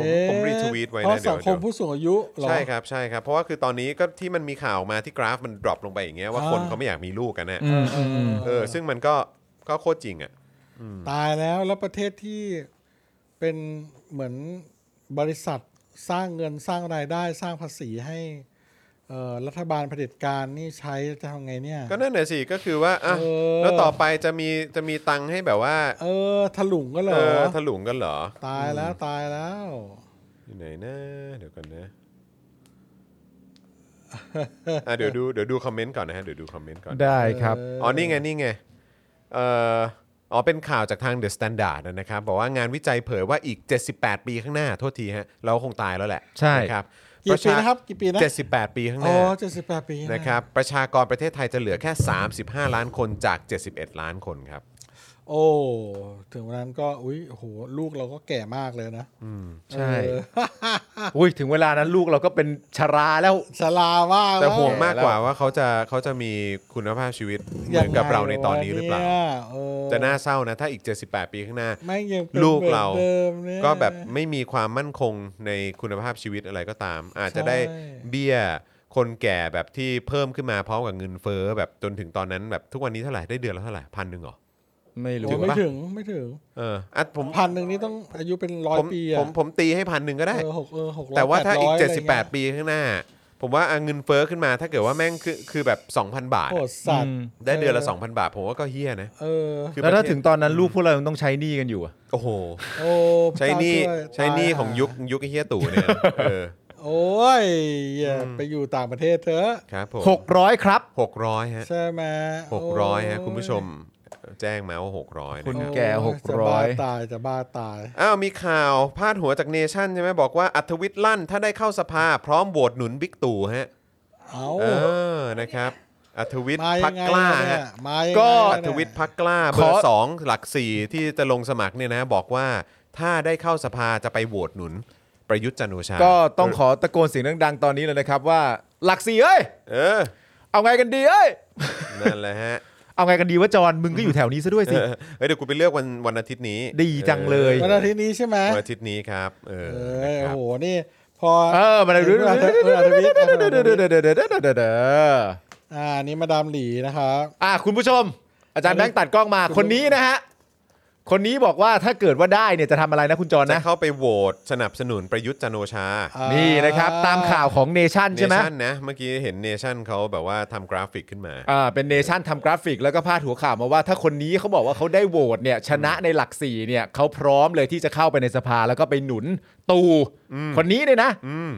Speaker 1: ผม
Speaker 3: เอ๊ะ
Speaker 1: ผม retweet ไว้นะ
Speaker 3: เพราะ
Speaker 1: เดี๋ยว
Speaker 3: สังคม
Speaker 1: เดี๋ยว
Speaker 3: ผู้สูงอายุเหรอ
Speaker 1: ใช่ครับใช่ครับ เพราะว่าคือตอนนี้ก็ที่มันมีข่าวออกมาที่กราฟมันดรอปลงไปอย่างเงี้ยว่า
Speaker 3: อ่า
Speaker 1: คนเขาไม่อยากมีลูกกันเนี่ย
Speaker 2: อืมอืมอืม
Speaker 1: เออซึ่งมันก็ก็โคตรจริงอ่ะ
Speaker 3: ตายแล้วแล้วประเทศที่เป็นเหมือนบริษัทสร้างเงินสร้างรายได้สร้างภาษีให้เอ่อรัฐบาลเผด็จการนี่ใช้จะทำไงเนี่ย
Speaker 1: ก็นั่นแหละสิก็คือว่าอ่ะ
Speaker 3: เออ
Speaker 1: แล้วต่อไปจะมีจะมีตังค์ให้แบบว่า
Speaker 3: เออถลุงก็เหร
Speaker 1: เอ
Speaker 3: อ
Speaker 1: อถลุงกันเหรอ
Speaker 3: ตายแล้วตายแล้ว
Speaker 1: อยู่ไหนนะเดี๋ยวก่อนนะอ่ะเดี๋ยวดูเดี๋ยวดูคอมเมนต์ก่อนนะฮะเดี๋ยวดูคอมเมนต์ก่อน
Speaker 2: ได้ครับ
Speaker 3: เ
Speaker 1: อ๋อนี่ไงนี่ไงเอ่ออ๋อเป็นข่าวจากทาง The Standard นะครับบอกว่างานวิจัยเผยว่าอีก 78 ปีข้างหน้าโทษทีฮะเราคงตายแล้วแหละ
Speaker 2: ใช่
Speaker 1: นะครับ
Speaker 3: กี่ปีนะครับกี่ปีนะ
Speaker 1: 78 ปีข้างห
Speaker 3: อ๋อ
Speaker 1: น้า
Speaker 3: เจ็ดสิบแปดปี
Speaker 1: นะครับประชากรประเทศไทยจะเหลือแค่ 35 ล้านคนจาก 71 ล้านคนครับ
Speaker 3: โอ้ถึงวันนั้นก็อุ้ยโอ้โหลูกเราก็แก่มากเลยนะ
Speaker 2: ใช่
Speaker 3: เออ
Speaker 2: อุ้ยถึงเวลานั้นลูกเราก็เป็นชราแล้ว
Speaker 3: ชรามาก
Speaker 1: แต่
Speaker 3: ล้
Speaker 1: ห่วงมากกว่าว่าเขาจะเขาจะมีคุณภาพชีวิตเหมือนกับเราในตอนนี้หรือเปล่า จะน่าเศร้านะ ถ้าอีก 78 ปีข้างหน้า
Speaker 3: แม่งยัง
Speaker 1: ลูกเรา
Speaker 3: ป็นหมือนดิมเนี่ย
Speaker 1: ก็แบบไม่มีความมั่นคงในคุณภาพชีวิตอะไรก็ตาม อาจจะได้
Speaker 3: ใช่
Speaker 1: เบี้ยคนแก่แบบที่เพิ่มขึ้นมาพร้อมกับเงินเฟ้อแบบจนถึงตอนนั้นแบบทุกวันนี้เท่าไหร่ได้เดือนละเท่าไหร่พันหนึ่งเหรอ
Speaker 6: ไม่รู้
Speaker 3: โอ้ย
Speaker 6: ว่า
Speaker 3: ไม่ถึงไม่ถึง
Speaker 1: เอออ่ะผม
Speaker 3: พันหนึ่งนี่ต้องอายุเป็นร้อย
Speaker 1: ผม
Speaker 3: ปีอะ
Speaker 1: ผมผมตีให้พันหนึ่งก็ได้
Speaker 3: เออหกเออหกร้อย
Speaker 1: แต่ว่าถ้าอีก
Speaker 3: 800ะไรเงี้ย
Speaker 1: 78 ปีข้างหน้า ผมว่าอ่ะเงินเฟ้อขึ้นมาถ้าเกิดว่าแม่งคือคือแบบ 2,000 บาท
Speaker 3: โห
Speaker 1: อะ
Speaker 3: ดสัตว์
Speaker 6: อืม
Speaker 1: ได้เดือนละ 2,000 บาท ผมว่าก็เฮี้ยนะ
Speaker 3: เออ
Speaker 1: คือ
Speaker 6: แล้วถ้า
Speaker 1: ประเทศ
Speaker 6: ถึงตอนนั้นลูกพวกเรายังต้องใช้หนี้กันอยู่อะ
Speaker 1: โอ้โห
Speaker 3: โอ้
Speaker 1: ใช้หนี่
Speaker 3: พระเจ้าวย
Speaker 1: ใช้หนี่
Speaker 3: ตา
Speaker 1: ของยุคยุคไอ้เฮี้ยตู่เนี่ย เออ
Speaker 3: โอ้ยอย่าไปอยู่ต่างประเทศเถอะ
Speaker 1: ครับผม
Speaker 2: หกร้อยครับ
Speaker 1: หกร้อยฮะ
Speaker 3: ใช่ไหม
Speaker 1: หกร้อยฮะ
Speaker 3: โ
Speaker 1: คุณผู้ชมแจ้งมาว่าหกร้อย
Speaker 6: คุ
Speaker 1: นะ
Speaker 6: ณ
Speaker 1: ครับ
Speaker 6: แก่หก
Speaker 3: จะ
Speaker 6: ร้อ
Speaker 3: บ้าย ตายจะบ้าตาย
Speaker 1: อ้าวมีข่าวพาดหัวจากเนชั่นใช่ไหมบอกว่าอัธวิทย์ลั่น ถ้าได้เข้าสภาพร้อมโหวตหนุนบิ๊กตู่ฮะ
Speaker 3: เอา
Speaker 1: เออนะครับอัธวิทย์
Speaker 3: มา
Speaker 1: พัก
Speaker 3: ยังไง
Speaker 1: กล้า
Speaker 3: เนี่
Speaker 1: ฮะ
Speaker 3: ยมายังไง
Speaker 1: ก็
Speaker 3: เนี่ย
Speaker 1: อัธวิทย์พักกล้าเบอร์สองหลักสี่ที่จะลงสมัครเนี่ยนะ บอกว่าถ้าได้เข้าสภาจะไปโหวตหนุนประยุทธ์จันทร์โอชา
Speaker 6: ก็ต้องขอตะโกนเสียงดังๆตอนนี้เลยนะครับว่า หลักสี่เอ้ย
Speaker 1: เออ
Speaker 6: เอาไงกันดีเอ้ย
Speaker 1: นั่นแหละฮะ
Speaker 2: เอาไงกันดีวะจอนมึงก็อยู่แถวนี้ซะด้วยสิ
Speaker 1: เออเฮ้ยเดี๋ยวกูไปเลือกวันวันอาทิตย์นี้
Speaker 2: ดีจังเลย
Speaker 3: วันอาทิตย์นี้ใช่ไหม
Speaker 1: วันอาทิตย์นี้ครับ เออ
Speaker 3: เอ
Speaker 1: นะ
Speaker 3: อ
Speaker 1: ค
Speaker 3: โอ้
Speaker 1: รับ
Speaker 3: โหนี่พอ
Speaker 6: เออมาเลยดู
Speaker 3: วันอาทิตย์วันอาทิตย์วันอาทิตย์อ่านี่มาดามหลีนะครับ
Speaker 2: อ่ะคุณผู้ชม อาจารย์แบงค์ตัดกล้องมาคนนี้นะฮะ คนนี้บอกว่าถ้าเกิดว่าได้เนี่ยจะทำอะไรนะคุณจอน
Speaker 1: จะ
Speaker 2: นะ
Speaker 1: เข้าไปโหวตสนับสนุนประยุทธ์จันทร์โอชา
Speaker 3: อ่า
Speaker 2: นี่นะครับตามข่าวของเนชั่น
Speaker 1: เน
Speaker 2: ใช่ไหม
Speaker 1: ชั่นนะ เมื่อกี้เห็นเนชั่นเขาแบบว่าทำกราฟิกขึ้นมา
Speaker 2: อ่าเป็นเนชั่นทำกราฟิกแล้วก็พาดหัวข่าวมาว่าถ้าคนนี้เขาบอกว่าเขาได้โหวตเนี่ยชนะในหลักสี่เนี่ยเขาพร้อมเลยที่จะเข้าไปในสภาแล้วก็ไปหนุนตูคนนี้เนี่ยนะ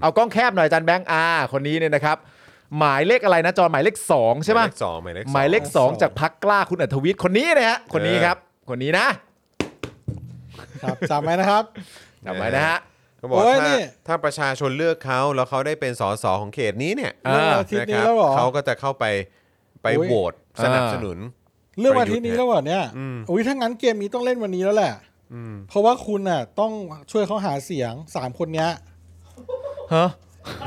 Speaker 2: เอากล้องแคบหน่อยอาจารย์แบงค์อ่าคนนี้เนี่ยนะครับ หมายเลขอะไรนะจอนหมายเลขสองใช่ไหม
Speaker 1: หมายเลขสองหมายเลขสอง
Speaker 2: หมายเลข 2 จากพักกล้าคุณอัธวิทย์คนนี้นะฮะ คนนี้ครับ คนนี้นะ
Speaker 3: ครับจำไว้นะครับ
Speaker 2: จำไว้นะฮะ
Speaker 1: เขาบอก
Speaker 3: โอ้ย
Speaker 1: ว่า
Speaker 3: นี่
Speaker 1: ถ้าถ้าประชาชนเลือกเขาแล้วเขาได้เป็นสสของเขตนี้เนี่ย
Speaker 2: อ่า
Speaker 3: เรื่องอาทิต
Speaker 1: นะ
Speaker 3: ย์
Speaker 1: ค
Speaker 3: นี้
Speaker 1: รับ
Speaker 3: แล้วเหรอ
Speaker 1: เขาก็จะเข้าไปไป
Speaker 3: โอ้ย
Speaker 1: โหวตสนับสนุน
Speaker 3: เรื่องอาทิตย์นี้แล้วเหรอเนี่ย
Speaker 1: อืม
Speaker 3: อุ้ยถ้างั้นเกมนี้ต้องเล่นวันนี้แล้วแหละ
Speaker 1: อืม
Speaker 3: เพราะว่าคุณน่ะต้องช่วยเขาหาเสียงสามคนเนี้ย
Speaker 2: ฮะ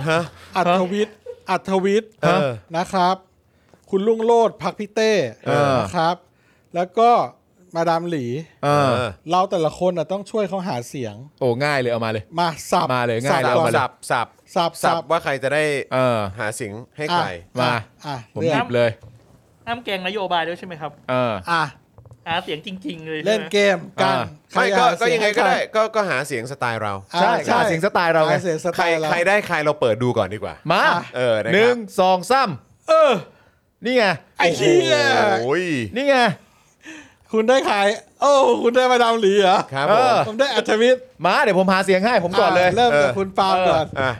Speaker 1: ฮะ
Speaker 3: อัธวิทย์อัธวิทย์
Speaker 1: เออ
Speaker 3: นะครับ คุณลุงโลดพักพิเต้
Speaker 2: เออ
Speaker 3: นะครับ แล้วก็มาดามหลี
Speaker 2: เออ
Speaker 1: เออ
Speaker 3: เราแต่ละคนน่ะต้องช่วยเขาหาเสียง
Speaker 2: โอ้ง่ายเลยเอามาเลย
Speaker 3: มาสับ
Speaker 2: มาเลยง่าย
Speaker 3: สั
Speaker 2: แล้
Speaker 3: บ
Speaker 2: ว
Speaker 3: ก่อน
Speaker 2: เอ
Speaker 1: สับสับ
Speaker 3: สับ
Speaker 1: สั
Speaker 3: สั
Speaker 1: บบ ว่าใครจะได้
Speaker 2: เออ
Speaker 1: หาเสียงให้
Speaker 3: อ่ะ
Speaker 1: ใคร
Speaker 2: มา
Speaker 3: อ่ะ
Speaker 2: ผม
Speaker 3: เลื
Speaker 2: ห
Speaker 3: อ
Speaker 2: ยิ
Speaker 3: ก
Speaker 2: บเลย
Speaker 4: ห้ามแกงนโยบายด้วยใช่ไหมครับ
Speaker 2: เออ
Speaker 3: อ่ะ
Speaker 4: หาเสียงจริง ๆ เลยใช่ไหม
Speaker 3: เล่นเกมกัน
Speaker 2: อ่า
Speaker 3: ใคร
Speaker 1: ไม่ก็
Speaker 3: หาเสี
Speaker 1: ก็ยังไงก็ได้
Speaker 3: ให้
Speaker 1: ก็ก็หาเสียงสไตล์เรา
Speaker 3: ใครอ่ะ
Speaker 2: ใช่
Speaker 3: ใช่
Speaker 2: หาเสียงสไตล์เราไง
Speaker 3: หเสียงส
Speaker 1: ใค
Speaker 3: ไต
Speaker 1: ร
Speaker 3: ล์เรา
Speaker 1: ใครได้ใครเราเปิดดูก่อนดีกว่า
Speaker 2: มา
Speaker 1: เออนะครับ
Speaker 2: หนึ่งสองสามเออ นี่ไง
Speaker 3: ไอ้เหี้ย
Speaker 1: โอ้ย
Speaker 2: นี่ไง
Speaker 3: คุณได้ขาย โอ้ คุณได้มาดามหลีเหรอ
Speaker 1: ครับ
Speaker 2: เอ
Speaker 1: ผม
Speaker 2: อ
Speaker 3: ผมได้อัธวิทย์
Speaker 2: มาเดี๋ยวผมหาเสียงให้ผมก่อนเลย
Speaker 3: ะเริ่มจากคุณปาล์มก่อน
Speaker 1: อ่ะ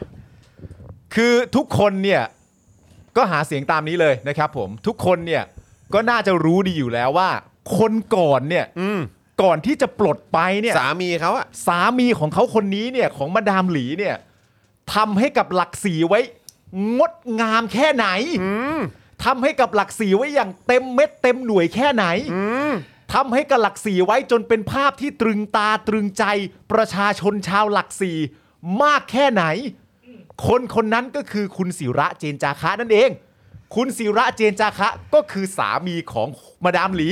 Speaker 2: คือทุกคนเนี่ยก็หาเสียงตามนี้เลยนะครับผม ทุกคนเนี่ยก็น่าจะรู้ดีอยู่แล้วว่า คนก่อนเนี่ย
Speaker 1: อืม
Speaker 2: ก่อนที่จะปลดไปเนี่ย
Speaker 1: สามีเขาอะ
Speaker 2: สามีของเขาคนนี้เนี่ยของมาดามหลีเนี่ยทำให้กับหลักสีไว้ งดงามแค่ไหนทำให้กับหลักสีไว้อย่างเต็มเม็ดเต็มหน่วยแค่ไหนทำให้กับหลักสีไว้จนเป็นภาพที่ตรึงตาตรึงใจประชาชนชาวหลักสีมากแค่ไหน คนคนนั้นก็คือคุณศิระเจนจาคะนั่นเอง คุณศิระเจนจาคะก็คือสามีของมาดามหลี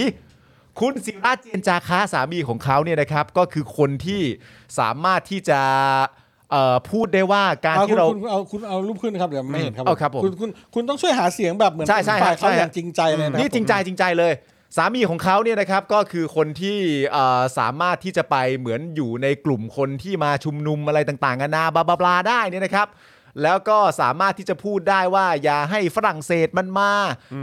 Speaker 2: คุณศิระเจนจาคะสามีของเขาเนี่ยนะครับ ก็คือคนที่สามารถที่จะเอ่อพูดได้ว่าการ
Speaker 3: เอาคุ
Speaker 2: ที่
Speaker 3: ณ
Speaker 2: เรา
Speaker 3: คุณเอาคุณเอารูปขึ้นนะครับเดี๋ยวไม่เห็นครับ
Speaker 2: เอาครับผม
Speaker 3: คุณคุณคุณต้องช่วยหาเสียงแบบเหมือน
Speaker 2: ใช่ใช่
Speaker 3: ฝ่ายเขา
Speaker 2: ใช่
Speaker 3: อย่างจริงใจเลยนะ
Speaker 2: นี่จริงใจจริงใจเลย สามีของเขาเนี่ยนะครับก็คือคนที่เอ่อสามารถที่จะไปเหมือนอยู่ในกลุ่มคนที่มาชุมนุมอะไรต่างๆกันานาบลาบลาบลาได้เนี่ยนะครับ แล้วก็สามารถที่จะพูดได้ว่า อย่าให้ฝรั่งเศสมันมา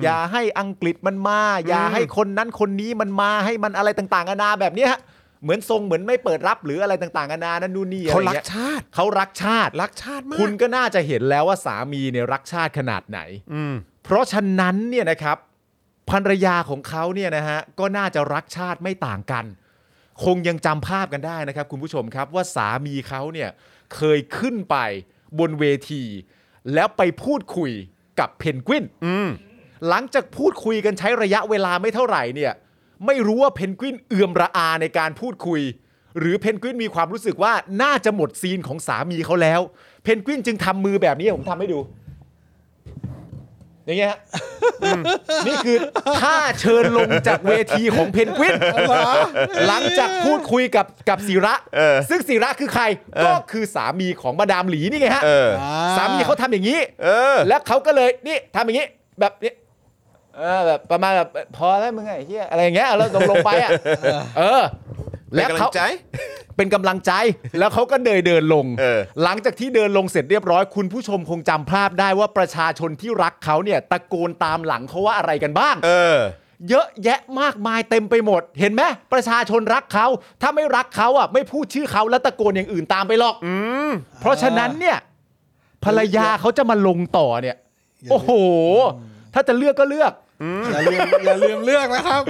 Speaker 2: อย่าให้อังกฤษมันมา อย่าให้คนนั้นคนนี้มันมาให้มันอะไรต่างๆกันานาแบบเนี้ยฮะเหมือนทรงเหมือนไม่เปิดรับหรืออะไรต่างๆกันานานั่นนู่นนี่อะไร
Speaker 1: เขา
Speaker 2: อย่
Speaker 1: รั
Speaker 2: ง
Speaker 1: ก
Speaker 2: เงี้ย
Speaker 1: ชาติ
Speaker 2: เขารักชาติ
Speaker 1: รักชาติมาก
Speaker 2: คุณก็น่าจะเห็นแล้วว่าสามีเนี่ยรักชาติขนาดไหน
Speaker 1: อืม
Speaker 2: เพราะฉะนั้นเนี่ยนะครับภรรยาของเขาเนี่ยนะฮะก็น่าจะรักชาติไม่ต่างกัน คงยังจำภาพกันได้นะครับ คุณผู้ชมครับว่าสามีเขาเนี่ยเคยขึ้นไปบนเวที แล้วไปพูดคุยกับเพนกวิน
Speaker 1: อืม
Speaker 2: หลังจากพูดคุยกันใช้ระยะเวลาไม่เท่าไหร่เนี่ยไม่รู้ว่าเพนกวินเอือมระอาในการพูดคุย หรือเพนกวินมีความรู้สึกว่าน่าจะหมดซีนของสามีเขาแล้ว เพนกวินจึงทำมือแบบนี้ผมทำให้ดู อย่างเงี้ยฮะนี่คือท่าเชิญลงจากเวทีของเพนกวิน หลังจากพูดคุยกับกับศิระ
Speaker 1: เออ
Speaker 2: ซึ่งศิระคือใครก็คือสามีของมาดามหลีนี่ไงฮะ
Speaker 1: เออ
Speaker 3: อ่
Speaker 2: สามีเขาทำอย่างนี้
Speaker 1: เออ
Speaker 2: แล้วเขาก็เลยนี่ทำอย่างนี้ แบบนี้
Speaker 6: เออแบบประมาณแบบพอแล้วมึงไอ้เหี้ยอะไรอย่างเงี้ยแล้วลงลงไปอ่ะเออ
Speaker 1: เป็นกำลังใจ
Speaker 6: เป็นกำลังใจ
Speaker 2: แล้วเขาก็เดินเดินลง
Speaker 1: เออ
Speaker 2: หลังจากที่เดินลงเสร็จเรียบร้อย คุณผู้ชมคงจำภาพได้ว่าประชาชนที่รักเขาเนี่ยตะโกนตามหลังเขาว่าอะไรกันบ้าง
Speaker 1: เออ
Speaker 2: เยอะแยะมากมายเต็มไปหมด เห็นไหมประชาชนรักเขา ถ้าไม่รักเขาอ่ะไม่พูดชื่อเขาแล้วตะโกนอย่างอื่นตามไปหรอกเพราะฉะนั้นเนี่ย ภรรยาเขาจะมาลงต่อเนี่ย โอ้โห ถ้าจะเลือกก็เลือก
Speaker 3: อย่าลืมอย่าลืมเลือกนะครับ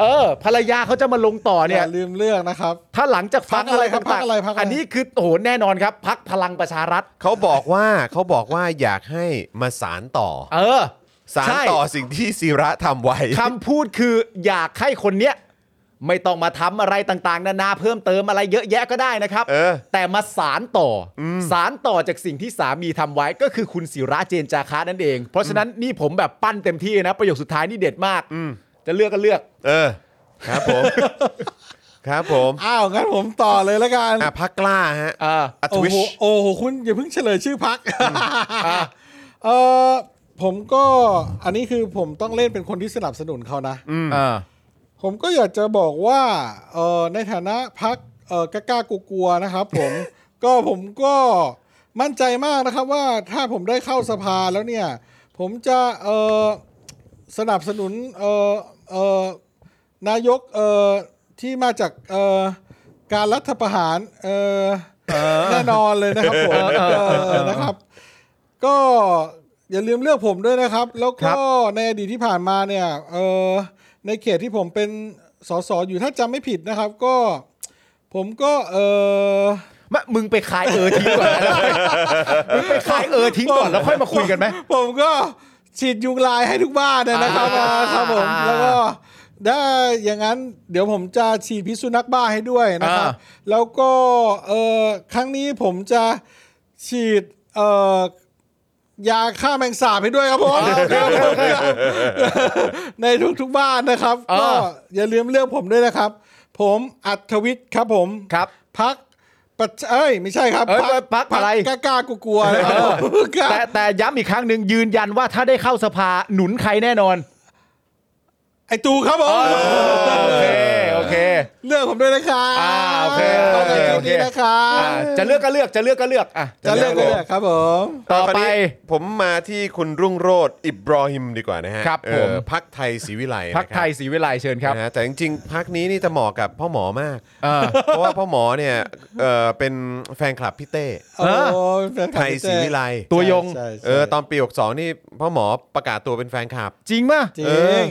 Speaker 2: เออ ภรรยาเขาจะมาลงต่อ
Speaker 3: อ
Speaker 2: เนี่ย
Speaker 3: ย่าลืมเลือกนะครับ
Speaker 2: ถ้าหลังจากฟัง
Speaker 3: พรรคอะไรครับ
Speaker 2: ต่าง
Speaker 3: พรรคอะไรพรรคอะไร
Speaker 2: อันนี้คือโอ้โหแน่นอนครับพักพลังประชารัฐ
Speaker 1: เขาบอกว่าเขาบอกว่าอยากให้มาสารต่อ
Speaker 2: เอ อ
Speaker 1: สาร
Speaker 2: ใช่
Speaker 1: ต่อสิ่งที่ศิระทำไว้
Speaker 2: คำพูดคืออยากให้คนเนี้ยไม่ต้องมาทำอะไรต่างๆ นานาเพิ่มเติมอะไรเยอะแยะก็ได้นะครับ
Speaker 1: เออ
Speaker 2: แต่มาสารต่ออสารต่อจากสิ่งที่สามีทำไว้ก็คือคุณศิระเจนจาคะนั่นเอง เพราะฉะนั้นนี่ผมแบบปั้นเต็มที่นะ ประโยคสุดท้ายนี่เด็ดมากจะเลือกก็เลือก
Speaker 1: เออ ครับผม ครับผม
Speaker 3: อ้าวงั้นผมต่อเลยแล้วกัน
Speaker 1: อ่ะพักกล้าฮะ
Speaker 2: อ่า
Speaker 1: อัต
Speaker 3: โอ้
Speaker 1: วิช
Speaker 3: โหโอ้โหคุณอย่าเพิ่งเฉลยชื่อพักเออผมก็อันนี้คือผมต้องเล่นเป็นคนที่สนับสนุนเขานะ
Speaker 2: อ่า
Speaker 3: ผมก็อยากจะบอกว่าเออในฐานะพักเออกล้ากๆกลัวๆนะครับผม ก็ผมก็มั่นใจมากนะครับว่าถ้าผมได้เข้าสภาแล้วเนี่ย ผมจะเออสนับสนุนเออเออนายกเออที่มาจากเออการรัฐประหารเออแน่นอนเลยนะครับผมเออนะครับ ก็อย่าลืมเลือกผมด้วยนะครับ แล้วก็ในอดีตที่ผ่านมาเนี่ยเออในเขตที่ผมเป็นสสอยู่ถ้าจำไม่ผิดนะครับ ก็ผมก็เออ
Speaker 2: มะมึงไปขายเออทิ้งก่อนนะ มึงไปขายเออทิ้งก่อนแล้วค่อยมาคุยกันไหม
Speaker 3: ผมก็ฉีดยุงลายให้ทุกบ้านนะนะครับ
Speaker 2: อ่า
Speaker 3: ครับผมแล้วก็ได้อย่างนั้นเดี๋ยวผมจะฉีดพิษสุนัขบ้าให้ด้วยนะครับ แล้วก็เออครั้งนี้ผมจะฉีดเออยาฆ่าแมงสาบให้ด้วยครับผม ในทุกๆบ้านนะครับ
Speaker 2: เออ
Speaker 3: ก็อย่าลืมเลือกผมด้วยนะครับ ผมอัธวิทย์ครับผม
Speaker 2: ครับ
Speaker 3: พักประชเอ้ยไม่ใช่ครับ
Speaker 2: เอ้ยพรรคอะไร
Speaker 3: กล้ากล้ากลัวๆนะครับครับ
Speaker 2: แต่แต่ย้ำอีกครั้งหนึ่งยืนยันว่าถ้าได้เข้าสภาหนุนใครแน่นอน
Speaker 3: ไอตูครับผม
Speaker 2: โอเค โอเค
Speaker 3: เลือกผมด้วยนะครับ
Speaker 2: อ่าโอเคโอเค
Speaker 3: ข
Speaker 2: โอ
Speaker 3: อบ
Speaker 2: เค
Speaker 3: ณนะครั
Speaker 2: อ่า
Speaker 3: บ
Speaker 2: จะเลือกก็เลือกจะเลือกก็เลือกอ่ะ
Speaker 3: จะเลือกก็เลือกครับผม
Speaker 2: ต่อ
Speaker 1: คราว
Speaker 2: ไป
Speaker 1: นี้ผมมาที่คุณรุ่งโรธอิบรอฮิมดีกว่านะฮะ
Speaker 2: ครับ
Speaker 1: เอ
Speaker 2: ผ
Speaker 1: อ
Speaker 2: ม
Speaker 1: พักไทยศรีวิไล
Speaker 2: พักไทยศรีวิไลเชิญครับ
Speaker 1: นะฮะแต่จริงๆพักนี้นี่จะเหมาะกับพ่อหมอมาก
Speaker 2: อ่า
Speaker 1: เพราะว่าพ่อหมอเนี่ยเออเป็นแฟนคลับพี่เต้
Speaker 3: โอ้ยแฟนค
Speaker 1: ไท
Speaker 3: ลั
Speaker 1: ย
Speaker 3: บพี่
Speaker 1: ศรี
Speaker 3: เต้
Speaker 1: วิไล
Speaker 2: ตัวยง
Speaker 3: ใช่ใช่
Speaker 1: เออตอนปีหกสองนี่พ่อหมอประกาศตัวเป็นแฟนคลับ
Speaker 2: จริงป่ะ
Speaker 3: จริ
Speaker 1: เออง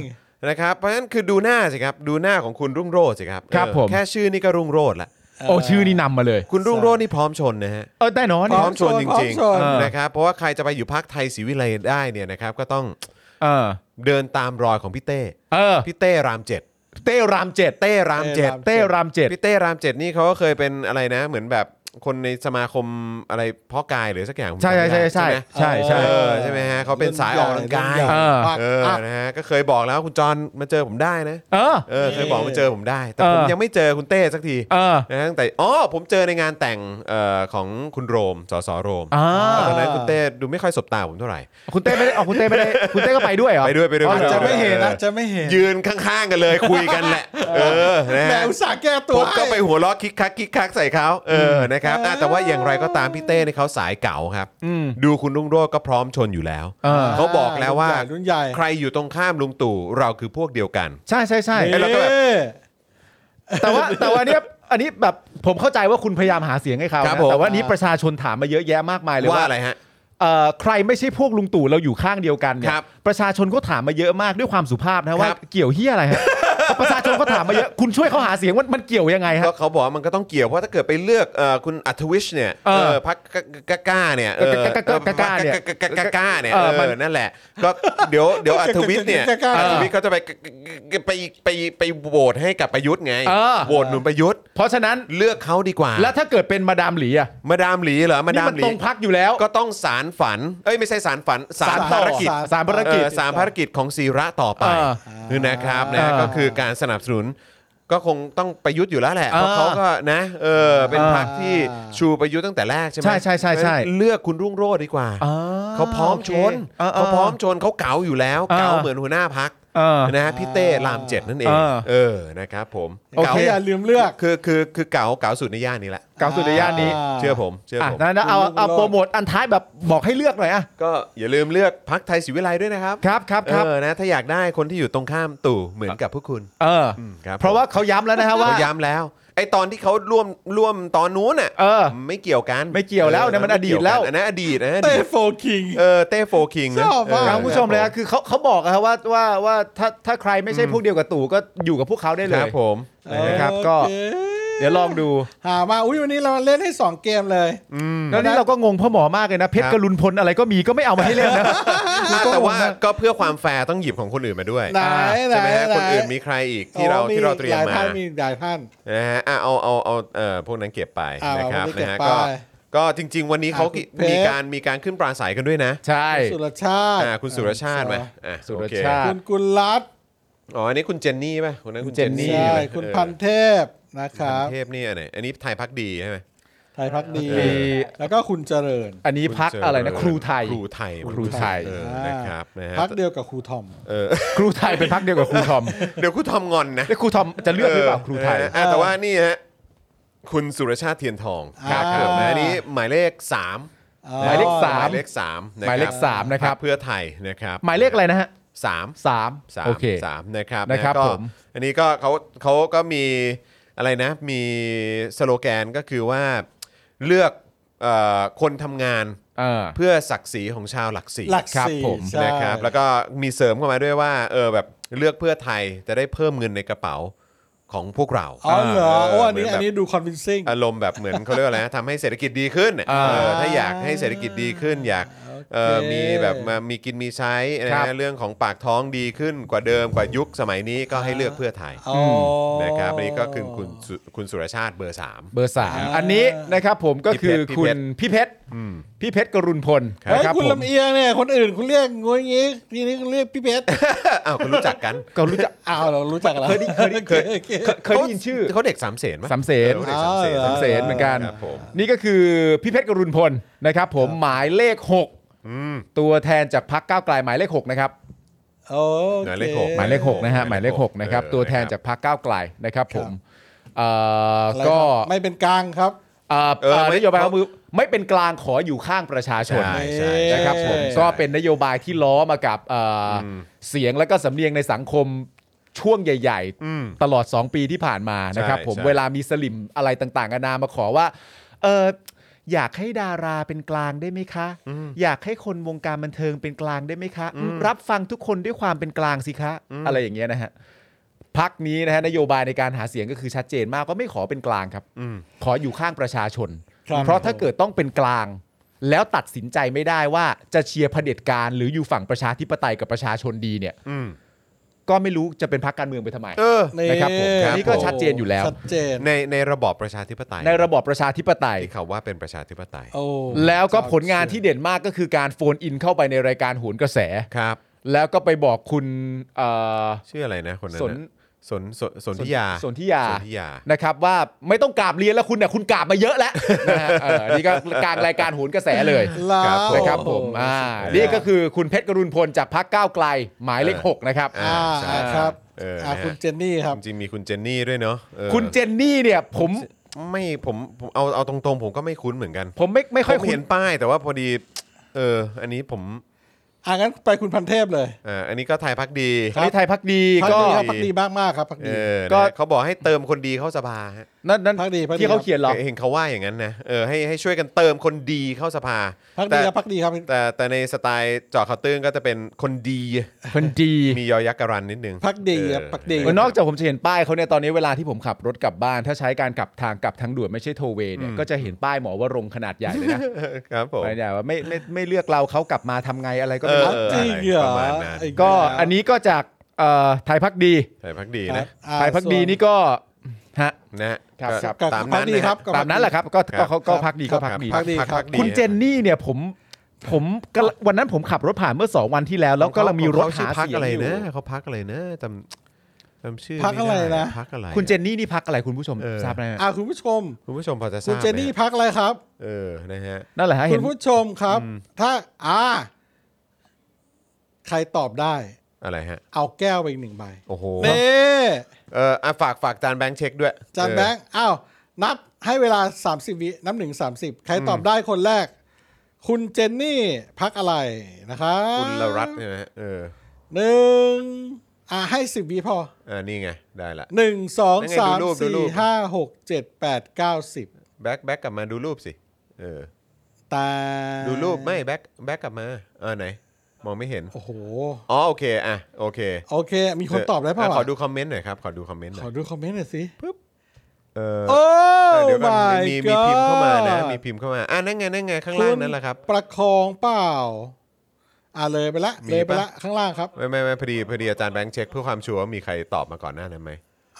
Speaker 1: นะครับ เพราะฉะนั้นคือดูหน้าสิครับ ดูหน้าของคุณรุ่งโรจน์สิครับ
Speaker 2: ครับ
Speaker 1: เออ
Speaker 2: ผม
Speaker 1: แค่ชื่อนี่ก็รุ่งโรจน์ละ
Speaker 2: โอ้ชื่อนี่นำมาเลย
Speaker 1: คุณรุ่งโรจน์นี่พร้อมชนนะฮะ
Speaker 2: เออแน่นอน
Speaker 1: พ
Speaker 3: พร้
Speaker 1: ร้อ
Speaker 3: อ
Speaker 1: ม
Speaker 3: ม
Speaker 1: ช
Speaker 3: ช
Speaker 1: น
Speaker 3: น
Speaker 1: จ
Speaker 3: พร้อม
Speaker 1: ริง
Speaker 3: ชน
Speaker 1: ๆนะครับ เพราะว่าใครจะไปอยู่พักไทยศรีวิไลได้เนี่ยนะครับ ก็ต้อง
Speaker 2: เออ
Speaker 1: เดินตามรอยของพี่เต้
Speaker 2: เออ
Speaker 1: พี่เต้รามเจ็ด
Speaker 2: เต้รามเจ็ด
Speaker 1: เต้รามเจ็ด
Speaker 2: เต้รามเจ็ด
Speaker 1: พี่เต้รามเจ็ดนี่เขาก็เคยเป็นอะไรนะ เหมือนแบบคนในสมาคมอะไรเพ่อกายหรือสักอย่างผม
Speaker 2: ใช่
Speaker 1: จำไม่
Speaker 2: ใช่
Speaker 1: ได้
Speaker 2: ใช่
Speaker 1: ไหม
Speaker 2: ใช่ใช่
Speaker 1: เออใช่ไหมฮะเขาเป็นสายออกกำลังกาย
Speaker 3: เล่นใหญ่
Speaker 2: เออ
Speaker 3: มาก
Speaker 1: เออ
Speaker 3: อ่ะ
Speaker 1: นะฮะ ก็เคยบอกแล้วคุณจอนมาเจอผมได้นะ
Speaker 2: เออ
Speaker 1: เออเคยบอกมาเจอผมได้ แต่ผม
Speaker 2: เออ
Speaker 1: ยังไม่เจอคุณเต้สักที
Speaker 2: เออ
Speaker 1: นะตั้งแต่อ๋อผมเจอในงานแต่งเอ่อของคุณโรมสสโรม
Speaker 2: อ่า
Speaker 1: แต่ตอนนั้นคุณเต้ดูไม่ค่อยสบตาผมเท่าไหร่
Speaker 2: คุณเต้ไม่ได้เอาคุณเต้ไม่ ได้คุณเต้ก็ไปด้วยเหรอ
Speaker 1: ไปด้วยไปด้วย
Speaker 2: อ๋อ
Speaker 1: ปด้วย
Speaker 3: จะไม่เห็นนะจะไม่เห็น
Speaker 1: ยืนข้างๆกันเลยคุยกันแหละ เออนะ
Speaker 3: แหม
Speaker 1: ฮะ
Speaker 3: อุตส่าห์แก้ตั
Speaker 1: ผ
Speaker 3: ว
Speaker 1: มก็
Speaker 3: ให้
Speaker 1: ไปหัวล้อคิกคักคิกคักใส่เขาเอออนะครับอ่ะแต่ว่าอย่างไรก็ตามพี่เต้ในยเขาสายเก่าครับ
Speaker 2: อืม
Speaker 1: ดูคุณรุ่งโรจน์ก็พร้อมชนอยู่แล้ว
Speaker 2: เออ
Speaker 1: เขาบอกแล้วว่า
Speaker 3: รุ่นใหญ่รุ่นใหญ่
Speaker 1: ใครอยู่ตรงข้ามลุงตู่เราคือพวกเดียวกัน
Speaker 2: ใช่ใช่ใช่
Speaker 1: เอ้ยเราก็แบบ
Speaker 2: แต่ว่าแต่ว่าเนี้ยอันนี้แบบผมเข้าใจว่าคุณพยายามหาเสียงให้เขา
Speaker 1: ครับ
Speaker 2: นะ
Speaker 1: ผม
Speaker 2: แต่ว่านี้ประชาชนถามมาเยอะแยะมากมายเลย
Speaker 1: ว่า
Speaker 2: ว่า
Speaker 1: อะไรฮะ
Speaker 2: เอ่อใครไม่ใช่พวกลุงตู่เราอยู่ข้างเดียวกันเนี่
Speaker 1: ค
Speaker 2: ย
Speaker 1: รับ
Speaker 2: ประชาชนก็ถามมาเยอะมากด้วยความสุภาพนะว่า
Speaker 1: ครับ
Speaker 2: เกี่ยวเฮียอะไรฮ ะ ประชาชนก็ถามมาเยอะคุณช่วยเขาหาเสียงว่ามันเกี่ยวยังไงฮะ
Speaker 1: ก็เขาบอกว่ามันก็ต้องเกี่ยวเพราะถ้าเกิดไปเลือกเอ่อคุณอัธวิชเนี่ย
Speaker 2: เออ
Speaker 1: เออพักกะก้าเนี่ยเออก
Speaker 2: ะกะกะกะกะเนี่ย
Speaker 1: กะกะกะก้าเนี่ย
Speaker 2: เอ
Speaker 1: เอ
Speaker 2: อมัน
Speaker 1: อนั่นแหละก็เดี๋ยวเดี๋ยวอัธวิชเนี่ย
Speaker 3: กะกะกะกะ
Speaker 1: อัธวิชเขาจะไปกะกะกะไปไปไปโหวตให้กับประยุทธ์ไง
Speaker 2: เออ
Speaker 1: โหวตหนุนประยุทธ์
Speaker 2: เพราะฉะนั้น
Speaker 1: เลือกเขาดีกว่า
Speaker 2: แล้วถ้าเกิดเป็นมาดามหลีอ่ะ
Speaker 1: มาดามหลีเหรอมา
Speaker 2: นี่
Speaker 1: ดาม
Speaker 2: มัน
Speaker 1: หลี
Speaker 2: ตรงพักอยู่แล้ว
Speaker 1: ก็ต้องสารฝันเอ้ยไม่ใช่สารฝันสาร
Speaker 2: สารต่อ
Speaker 1: ภารกิจ
Speaker 2: สารภารกิจ
Speaker 1: เออสารภารกิจของศิระต่อไป
Speaker 2: เออ
Speaker 1: นี่นะครับนะ
Speaker 2: เออ
Speaker 1: ก็คือการสนับสนุน ก็คงต้องประยุทธ์อยู่แล้วแหละ เพราะ
Speaker 2: อ่า
Speaker 1: เขาก็นะเออเป็น
Speaker 2: อ่า
Speaker 1: พรรคที่ชูประยุทธ์ตั้งแต่แรกใช่ไหม
Speaker 2: ใช่ใช่ใช่ใช่
Speaker 1: เลือกคุณรุ่งโรจน์ดีกว่า
Speaker 2: อ่
Speaker 1: เขาพร้อม
Speaker 2: โค
Speaker 1: ชน
Speaker 2: อ่
Speaker 1: เขาพร้อมชนเขาเก๋าอยู่แล้ว
Speaker 2: อ่า
Speaker 1: เก๋าเหมือนหัวหน้าพัก
Speaker 2: เออ
Speaker 1: นะฮะพี่เต้รามเจ็ดนั่นเอง
Speaker 2: อ่า
Speaker 1: เออนะครับผม
Speaker 2: โอ
Speaker 1: เก๋า
Speaker 2: เค
Speaker 3: อย่าลืมเลือก
Speaker 1: คือคือคือเก๋าเก๋าสุดในย่านนี้แหละ
Speaker 2: เก่าสุดในย่านนี้
Speaker 3: า
Speaker 1: เชื่อผมเชื่อ
Speaker 2: อ่ะ
Speaker 1: ผม
Speaker 2: นั้นนะเอาเอา
Speaker 3: คุณรุ่
Speaker 2: โปร
Speaker 3: งโรจน์
Speaker 2: โมทอันท้ายแบบบอกให้เลือกหน่อยอ่ะ
Speaker 1: ก็อย่าลืมเลือกพักไทยศิวิไลด้วยนะครับ
Speaker 2: ครับครับครับ
Speaker 1: เออนะถ้าอยากได้คนที่อยู่ตรงข้ามตู่เหมือนกับพวกคุณ
Speaker 2: เอออ
Speaker 1: อืมครับ
Speaker 2: เพราะว่าเขาย้ำแล้วนะฮะว่า
Speaker 1: เขาย้ำแล้วไอตอนที่เขาร่วมร่วมตอนนู้นน่ะ
Speaker 2: เออ
Speaker 1: ไม่เกี่ยวกัน
Speaker 2: ไม่เกี่ยวแล้วเนี่ยมันอดีตแล้ว
Speaker 1: อันนั้นอดีตนะอ
Speaker 3: เต้
Speaker 1: ดีต
Speaker 3: โฟคิง
Speaker 1: เออเต้โฟคิงนะ
Speaker 3: ชอบมาก
Speaker 1: เ
Speaker 2: ครับคุณผู้ชมเลย
Speaker 1: ค
Speaker 2: ฮะ
Speaker 1: รับ
Speaker 2: คือเขาเขาบอกอะฮะว่าว่าว่าถ้าถ้าใครไม่ใช่พวกเดียวกับตู่ก็อยู่กับพวกเขาได้
Speaker 1: ค
Speaker 2: เล
Speaker 1: รับ
Speaker 2: ย
Speaker 1: ผม
Speaker 2: นะครับก็
Speaker 3: โอเค
Speaker 2: เดี๋ยวลองดู
Speaker 3: หามาอุ้ยวันนี้เราเล่นให้สองเกมเลย
Speaker 1: อืม
Speaker 2: แล้วนี่เราก็งงพ่อหมอมากเลยนะเพชร
Speaker 1: ครับ
Speaker 2: กรุณพลอะไรก็มีก็ไม่เอามาให้เล่นนะ
Speaker 1: อ่ะแต่ว่าก็เพื่อความแฟร์ต้องหยิบของคนอื่นมาด้วย
Speaker 3: ไหนไหน
Speaker 1: ใช่ไหมฮะ
Speaker 3: ไหน
Speaker 1: คนอื่นมีใครอีกที่เรา
Speaker 3: อ๋อ
Speaker 1: ที่เราเตรียม
Speaker 3: หล
Speaker 1: มา
Speaker 3: ท่านมีหลายท่าน
Speaker 1: นะฮะอ่ะเอาเอาเอาเอ่อพวกนั้นเก็บไป
Speaker 3: อ่ะ
Speaker 1: นะครับ
Speaker 3: เอาพวกนี้
Speaker 1: นะฮะ
Speaker 3: เก็บไป
Speaker 1: ก็ก็จริง ๆ วันนี้เขา
Speaker 3: อ่ะคุณเพชร
Speaker 1: มีการมีการขึ้นปราศัยกันด้วยนะ
Speaker 2: ใช่
Speaker 3: สุรชาติ
Speaker 1: อ่ะคุณสุรชาติไหมอ่ะ
Speaker 2: สุร
Speaker 1: โอเค
Speaker 2: ชาติ
Speaker 3: คุณกุลรัตน์
Speaker 1: อ๋ออันนี้คุณเจนนี่ป่ะคนนั้นคุณเจนนี่
Speaker 3: ใช่
Speaker 1: ไหม
Speaker 3: คุณ
Speaker 1: เออ
Speaker 3: พันเทพนะค
Speaker 1: พั
Speaker 3: รั
Speaker 1: น
Speaker 3: บ
Speaker 1: เทพนี่อันไหนอันนี้ไทยพักดีใช่ไหม
Speaker 3: ไทยพักดี
Speaker 2: มี
Speaker 3: แล้วก็คุณเจริญ
Speaker 2: อันนี้พัก
Speaker 1: คุณเจ
Speaker 2: อะไรนะครูไทย
Speaker 1: ครูไทย
Speaker 2: ครูไทย
Speaker 1: เออนะครับนะฮะ
Speaker 3: พักเดียวกับครูทอม
Speaker 1: เออ
Speaker 2: ครูไทยเป็นพักเดียวกับครู ทอม
Speaker 1: เดี๋ยวครูทอมงอนนะ
Speaker 2: แล้วครูทอมจะเลือกหรือเปล่าครูไทย
Speaker 1: เออแต่ว่านี่ฮะคุณสุรชาติเทียนทอง
Speaker 3: ครับ
Speaker 1: ผมนะ
Speaker 3: อ่า
Speaker 1: อันนี้หมายเลข 3
Speaker 2: หมายเลขสา
Speaker 1: ห
Speaker 2: ม
Speaker 1: มายเลข3
Speaker 2: หมายเลขสามนะครับ
Speaker 1: เพื่อไทยนะครับ
Speaker 2: หมายเลขอะไรนะฮะ
Speaker 1: สาม
Speaker 2: สาม
Speaker 1: สาม
Speaker 2: โอเค
Speaker 1: สามนะครับ
Speaker 2: นะครับ
Speaker 1: ก็
Speaker 2: ผม
Speaker 1: อันนี้ก็เขาเขาก็มีอะไรนะ มีสโลแกนก็คือว่าเลือกเอ่อคนทำงาน
Speaker 2: เออ
Speaker 1: เพื่อศักดิ์ศรีของชาวหลักสี่
Speaker 3: หลัก
Speaker 2: ครับ
Speaker 3: สี่
Speaker 2: ผม
Speaker 3: ใช่
Speaker 1: นะครับแล้วก็มีเสริมเข้ามาด้วยว่าเออแบบเลือกเพื่อไทยจะได้เพิ่มเงินในกระเป๋าของพวกเรา
Speaker 3: อ๋อเหรอโอ้อันนี้
Speaker 1: เหมือนแบบ
Speaker 3: อันนี้ดูคอนวินซิ่ง
Speaker 1: อารมณ์แบบเหมือนเขาเรียกว่าอะไรนะทำให้เศรษฐกิจดีขึ้นน่ะ
Speaker 2: อ่า
Speaker 1: เออถ้าอยากให้เศรษฐกิจดีขึ้น อยากเอ่อ
Speaker 3: โอเค
Speaker 1: มีแบบมามีกินมีใช้นะครับ ฮะเรื่องของปากท้องดีขึ้นกว่าเดิมกว่ายุคสมัยนี้ก็ให้เลือกเพื่อไทย
Speaker 3: อ๋อ
Speaker 1: นะครับอันนี้ก็คือคุณสุคุณสุรชาติเบอร์ 3
Speaker 2: เบอร์สาม
Speaker 3: อ่า
Speaker 2: อันนี้นะครับผมก็คือ
Speaker 1: พี่
Speaker 2: คุ
Speaker 1: เพช
Speaker 2: ณ
Speaker 1: ร
Speaker 2: พี่เพชรพี่เพชรกรุณพล
Speaker 3: เฮ้
Speaker 2: นะ
Speaker 3: ย
Speaker 2: ครับ
Speaker 3: คุณ
Speaker 2: ผม
Speaker 3: ลำเอียงเนี่ย คนอื่นคุณเรียกงวยงี้ทีนี้คุณเรียกพี่เพชร
Speaker 1: อ้าวคุณรู้จักกัน
Speaker 2: ก็รู้จัก
Speaker 3: อ้าวเรารู้จักแล้ว
Speaker 2: เคยได้เคยได้
Speaker 3: โอเคโอเค
Speaker 2: เคยเคยได้ยินชื่อ
Speaker 1: เขาเด็กสามเสนปะ
Speaker 2: สามเสน
Speaker 1: ออขาด็กสามเสน
Speaker 3: อ๋อเหรอ
Speaker 2: สามเสนเหมือนกัน
Speaker 1: ครับผม
Speaker 2: นี่ก็คือพี่เพชรกรุณพลนะครับผมหมายเลข
Speaker 1: อืม
Speaker 2: 6 ตัวแทนจากพักก้าวไกลหมายเลข 6 นะครับ
Speaker 3: โอ้
Speaker 1: หมายเลขหก
Speaker 2: หมายเลข6นะฮะ
Speaker 1: หมาม
Speaker 2: หาย ย
Speaker 1: เล
Speaker 2: เล
Speaker 1: ข
Speaker 2: ข
Speaker 1: หก
Speaker 2: 6นะครับ
Speaker 1: เออ
Speaker 2: ตัวแทนจากพักก้าวไกลนะครับผมเอ่อ
Speaker 3: อะไร
Speaker 2: ก็
Speaker 3: ครับไม่เป็นกลางครับ
Speaker 2: เอ่อ
Speaker 1: เออ
Speaker 2: เอ่อ
Speaker 1: ไม่
Speaker 2: นโยบายของมือไม่เป็นกลางขออยู่ข้างประชาชน
Speaker 1: ใช่ใช่
Speaker 3: เอ๊ะ
Speaker 2: นะครับผม
Speaker 1: ใช่
Speaker 2: ก็เป็นนโยบายที่ล้อมากับเอ่ออเสียงและก็สำเนียงในสังคมช่วงใหญ่
Speaker 1: อืม
Speaker 2: ๆ ตลอด 2 ปีที่ผ่านมานะครับ
Speaker 1: ใช่
Speaker 2: ผม
Speaker 1: ใช่
Speaker 2: เวลามีสลิมอะไรต่างๆกันานามาขอว่าเอออยากให้ดาราเป็นกลางได้ไหมคะ อยากให้คนวงการบันเทิงเป็นกลางได้ไหมคะอืมรับฟังทุกคนด้วยความเป็นกลางสิคะ อะไรอย่างเงี้ยนะฮะพักนี้นะฮะนโยบายในการหาเสียงก็คือชัดเจนมากว่าไม่ขอเป็นกลางครับ
Speaker 1: อืม
Speaker 2: ขออยู่ข้างประชาชน
Speaker 3: ครับ
Speaker 2: เพราะถ้าเกิดต้องเป็นกลาง แล้วตัดสินใจไม่ได้ว่าจะเชียร์เผด็จการหรืออยู่ฝั่งประชาธิปไตยกับประชาชนดีเนี่ย
Speaker 1: อืม
Speaker 2: ก็ไม่รู้จะเป็นพรรคการเมืองไปทำไม
Speaker 1: เออ
Speaker 2: นะครับผม
Speaker 1: ครับ
Speaker 2: นี่ก็ชัดเจนอยู่แล้ว
Speaker 3: ชัดเจน
Speaker 1: ในในระบอบประชาธิปไตย
Speaker 2: ในระบอบประชาธิปไตย
Speaker 1: ที่เขาว่าเป็นประชาธิปไตย
Speaker 3: โอ้
Speaker 2: แล้วก็ผลงานที่เด่นมากก็คือการโฟนอินเข้าไปในรายการโหนกระแส
Speaker 1: ครับ
Speaker 2: แล้วก็ไปบอกคุณเอ่อ
Speaker 1: ชื่ออะไรนะคนนั้น
Speaker 2: สน
Speaker 1: น่ะสนสนสนธิยา
Speaker 2: สนธิยา
Speaker 1: สนธิยา
Speaker 2: นะครับว่าไม่ต้องกราบเรียนแล้วคุณเนี่ยคุณกราบมาเยอะแล้ว นะฮะเออนี่ก็กลางรายการโหนกระแสเลย
Speaker 3: ลา
Speaker 1: ครับผม
Speaker 3: ว
Speaker 2: นะครับผม อ่า นี่ก็คือคุณเพชรกรุณพลจากพักก้าวไกล หมายเลข
Speaker 1: เออ
Speaker 2: 6 นะครับ
Speaker 1: อ่า
Speaker 3: อ่า
Speaker 1: ใช่
Speaker 3: ครับ
Speaker 1: เออ
Speaker 3: อ่า
Speaker 1: นะฮะ
Speaker 3: คุณเจนนี่ครับ
Speaker 1: จริงๆมีคุณเจนนี่ด้วยเนาะเออ
Speaker 2: คุณเจนนี่เนี่ย ผม
Speaker 1: ไม่ผมผมเอาเอาตรงๆ ผมก็ไม่คุ้นเหมือนกัน
Speaker 2: ผมไม่ไม่ค่อย
Speaker 1: ผม
Speaker 2: คุ้
Speaker 1: เห็
Speaker 2: น
Speaker 1: นป้ายแต่ว่าพอดี เออ อันนี้ผม
Speaker 3: อ่างั้นไปคุณพันเทพเลย
Speaker 1: อ่าอันนี้ก็ไทยพักดี
Speaker 2: อันนี้ไทยพักดี
Speaker 3: พัก
Speaker 2: ก็
Speaker 3: ดีครับพักดีมากมากๆครับพัก
Speaker 1: เอ
Speaker 3: ดี
Speaker 1: อ
Speaker 2: ก็
Speaker 1: นะเขาบอกให้เติมคนดีเข้าสภาฮะ
Speaker 2: นั่นนั่น
Speaker 3: พักดีพักดี
Speaker 2: ที่เขาเขียนเหรอ
Speaker 1: เห็นเขาว่าอย่างนั้นนะเออให้ให้ช่วยกันเติมคนดีเข้าสภา
Speaker 3: พัก
Speaker 1: แต่
Speaker 3: ดีครับพักดีครับ
Speaker 1: แต่แต่ในสไตล์เจอข่าวตื้นก็จะเป็นคนดี
Speaker 2: คนดี
Speaker 1: มียอยักษ์การันนิดนึง
Speaker 3: พักดีครับพักดี
Speaker 2: เออนอกจากผมจะเห็นป้ายเขาเนี่ยตอนนี้เวลาที่ผมขับรถกลับบ้าน ถ้าใช้การกลับทางกลับทางด่วนไม่ใช่โทเวย์เนี่ย ก็จะเห็นป้ายหมอว่ารงค์ขนาดใหญ่เลยนะครับ
Speaker 1: ผม
Speaker 2: ป้ายใหญ่ว่าไม่ไม่ไม่เลือกเราเขากลับมาทำไงอะไรก็
Speaker 1: เอ
Speaker 2: ไม่
Speaker 1: อ
Speaker 2: รู้
Speaker 1: อะ
Speaker 3: จริง
Speaker 1: ไร
Speaker 3: เห
Speaker 1: ป
Speaker 3: รอ
Speaker 1: ระมาณนั้น
Speaker 3: ไแ
Speaker 2: ก็อันนี้ก็จากเอ่อไทยพักดี
Speaker 1: ไทยพักดี
Speaker 3: ครับ
Speaker 1: นะ
Speaker 3: อ่า
Speaker 2: ไทยพักดี
Speaker 3: ส่ว
Speaker 2: นี่ก็ฮะ
Speaker 1: นะฮะ
Speaker 2: ครับ
Speaker 1: ก็
Speaker 2: ครับ
Speaker 3: กับ
Speaker 1: ตาม
Speaker 3: พั
Speaker 1: นั้
Speaker 3: ก
Speaker 1: น
Speaker 3: ดี
Speaker 1: นะ
Speaker 3: ค
Speaker 1: ฮะ
Speaker 3: รับกับ
Speaker 2: ตามนั้นแหละครับก็
Speaker 1: ครั
Speaker 2: ก็
Speaker 1: บ
Speaker 2: เขาก็พักดีก็พักดี
Speaker 1: ครับครับพักดี
Speaker 2: คุณเจนนี่เนี่ยผมผมกำลังวันนั้นผมขับรถผ่านเมื่อ 2 วันที่แล้ว แล้วก็กำลังมีรถ
Speaker 1: ของเขชื่อ
Speaker 2: หา
Speaker 1: พัก
Speaker 2: เสีย
Speaker 1: อะไร
Speaker 2: งอยู่
Speaker 1: นะเขาพักอะไรนะจำจ จำชื่อ
Speaker 3: พรรคอะไร
Speaker 1: ม่ด้
Speaker 3: นะ
Speaker 1: พักอะไร
Speaker 2: คุณเจนนี่นี่พักอะไรคุณผู้ชม
Speaker 1: เออ
Speaker 2: ทราบไหมฮะ
Speaker 3: อ่าคุณผู้ชม
Speaker 1: คุณผู้ชมพอจะทราบ
Speaker 3: คุณเจนนี่
Speaker 1: ไหม
Speaker 3: พักอะไรครับ
Speaker 1: เออนะฮะ
Speaker 2: นั่นแหละฮะ
Speaker 3: คุ
Speaker 2: เห็น
Speaker 3: ณผู้ชมครับ
Speaker 1: อืม
Speaker 3: ถ้าอ่าใครตอบได้
Speaker 1: อะไรฮะ
Speaker 3: เอาแก้วไปอีกหนึ่งใบ
Speaker 1: โอ้โห
Speaker 3: เน่
Speaker 1: เอออ่ะฝากฝากจานแบงค์เช็คด้วย
Speaker 3: จานแบงค์อ้าวนับให้เวลา 30 วินับหนึ่งสามสิบใครตอบได้คนแรก คุณเจนนี่พักอะไรนะครับ
Speaker 1: เออคุณลรัตน์เนี่ยนะฮะเออ
Speaker 3: หนึ่งอ่าให้สิบวิพอ
Speaker 1: อ่านี่ไงได้ละ
Speaker 3: หนึ่งสอง
Speaker 1: แล้วไง
Speaker 3: สาม
Speaker 1: ดูรูปดู
Speaker 3: สี่
Speaker 1: รูป
Speaker 3: ห้าหกเจ็ดแปดเก้าสิบ
Speaker 1: แบ็คแบ็คกลับมาดูรูปสิเออ
Speaker 3: ตา
Speaker 1: ดูรูปไม่แบ็คแบ็คกลับมาเออไหน มองไม่เห็น
Speaker 3: โอ้โห
Speaker 1: อ๋อโอเคอ่ะโอเค
Speaker 3: โอเค มีคนตอบได้เปล่าวะ
Speaker 1: ขอดูคอมเมนต์หน่อยครับขอดูคอมเมนต์หน่
Speaker 3: ข
Speaker 1: อย
Speaker 3: อดูคอมเมนต์หน่อยสิ
Speaker 1: เออ
Speaker 3: โอ้
Speaker 1: เออเดี๋ยวก่อน
Speaker 3: my
Speaker 1: มีมีพิมพ์เข้ามานะ
Speaker 3: God
Speaker 1: มีพิมพ์เข้ามาอ่ะนั่นไงนั่นไงข้างล่างนั่นแหละครับ
Speaker 3: ประคองเปล่า อ่าเลยไปละ
Speaker 1: มีปะ
Speaker 3: เลยไปละ ข้างล่างครับ
Speaker 1: ไม่ไม่ไม่พอดีพอดีอาจารย์แบงค์เช็คเพื่อความชัวร์ว่ามีใครตอบมาก่อนหน้านั้นไหม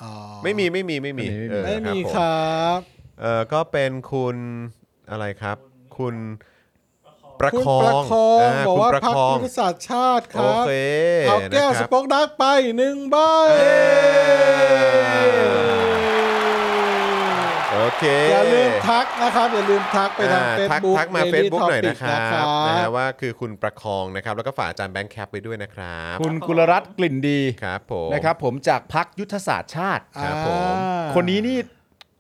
Speaker 3: อ๋อ
Speaker 1: ไม่มีไม่มีไม่มีเออ
Speaker 3: ไม่
Speaker 1: รับ
Speaker 3: มี
Speaker 1: ผ
Speaker 3: ครับ
Speaker 1: เออก็เป็นคุณอะไรครับ คุณประ
Speaker 3: คุณ
Speaker 1: คอง
Speaker 3: ประคอง
Speaker 1: า
Speaker 3: บอก
Speaker 1: คุณ
Speaker 3: ว่า
Speaker 1: ประ
Speaker 3: พรรค
Speaker 1: คอง
Speaker 3: ยุทธศาสตร์ชาติค
Speaker 1: โอ
Speaker 3: รับ
Speaker 1: เค
Speaker 3: เอาแก้ว
Speaker 1: นะ
Speaker 3: ส
Speaker 1: ครับ
Speaker 3: ป็อกดักไปหนึ่งใบ
Speaker 1: เอ้โอเค
Speaker 3: อย่าลืมทักนะครับ อย่าลืมทักไปทางเฟ
Speaker 1: อ่
Speaker 3: ซ
Speaker 1: ทัก
Speaker 3: บุ๊ก
Speaker 1: ทักมา Facebook หน่อยนะครับนะฮะ
Speaker 3: ว่า
Speaker 1: ว่าคือคุณประคองนะครับ แล้วก็ฝากอาจารย์แบงค์แคปไปด้วยนะครับ
Speaker 2: คุณกุลรัตน์กลิ่นดี
Speaker 1: ครับผม
Speaker 2: นะครับ ผมจากพักยุทธศาสตร์ชาติ
Speaker 1: ครับผม
Speaker 2: คนนี้นี่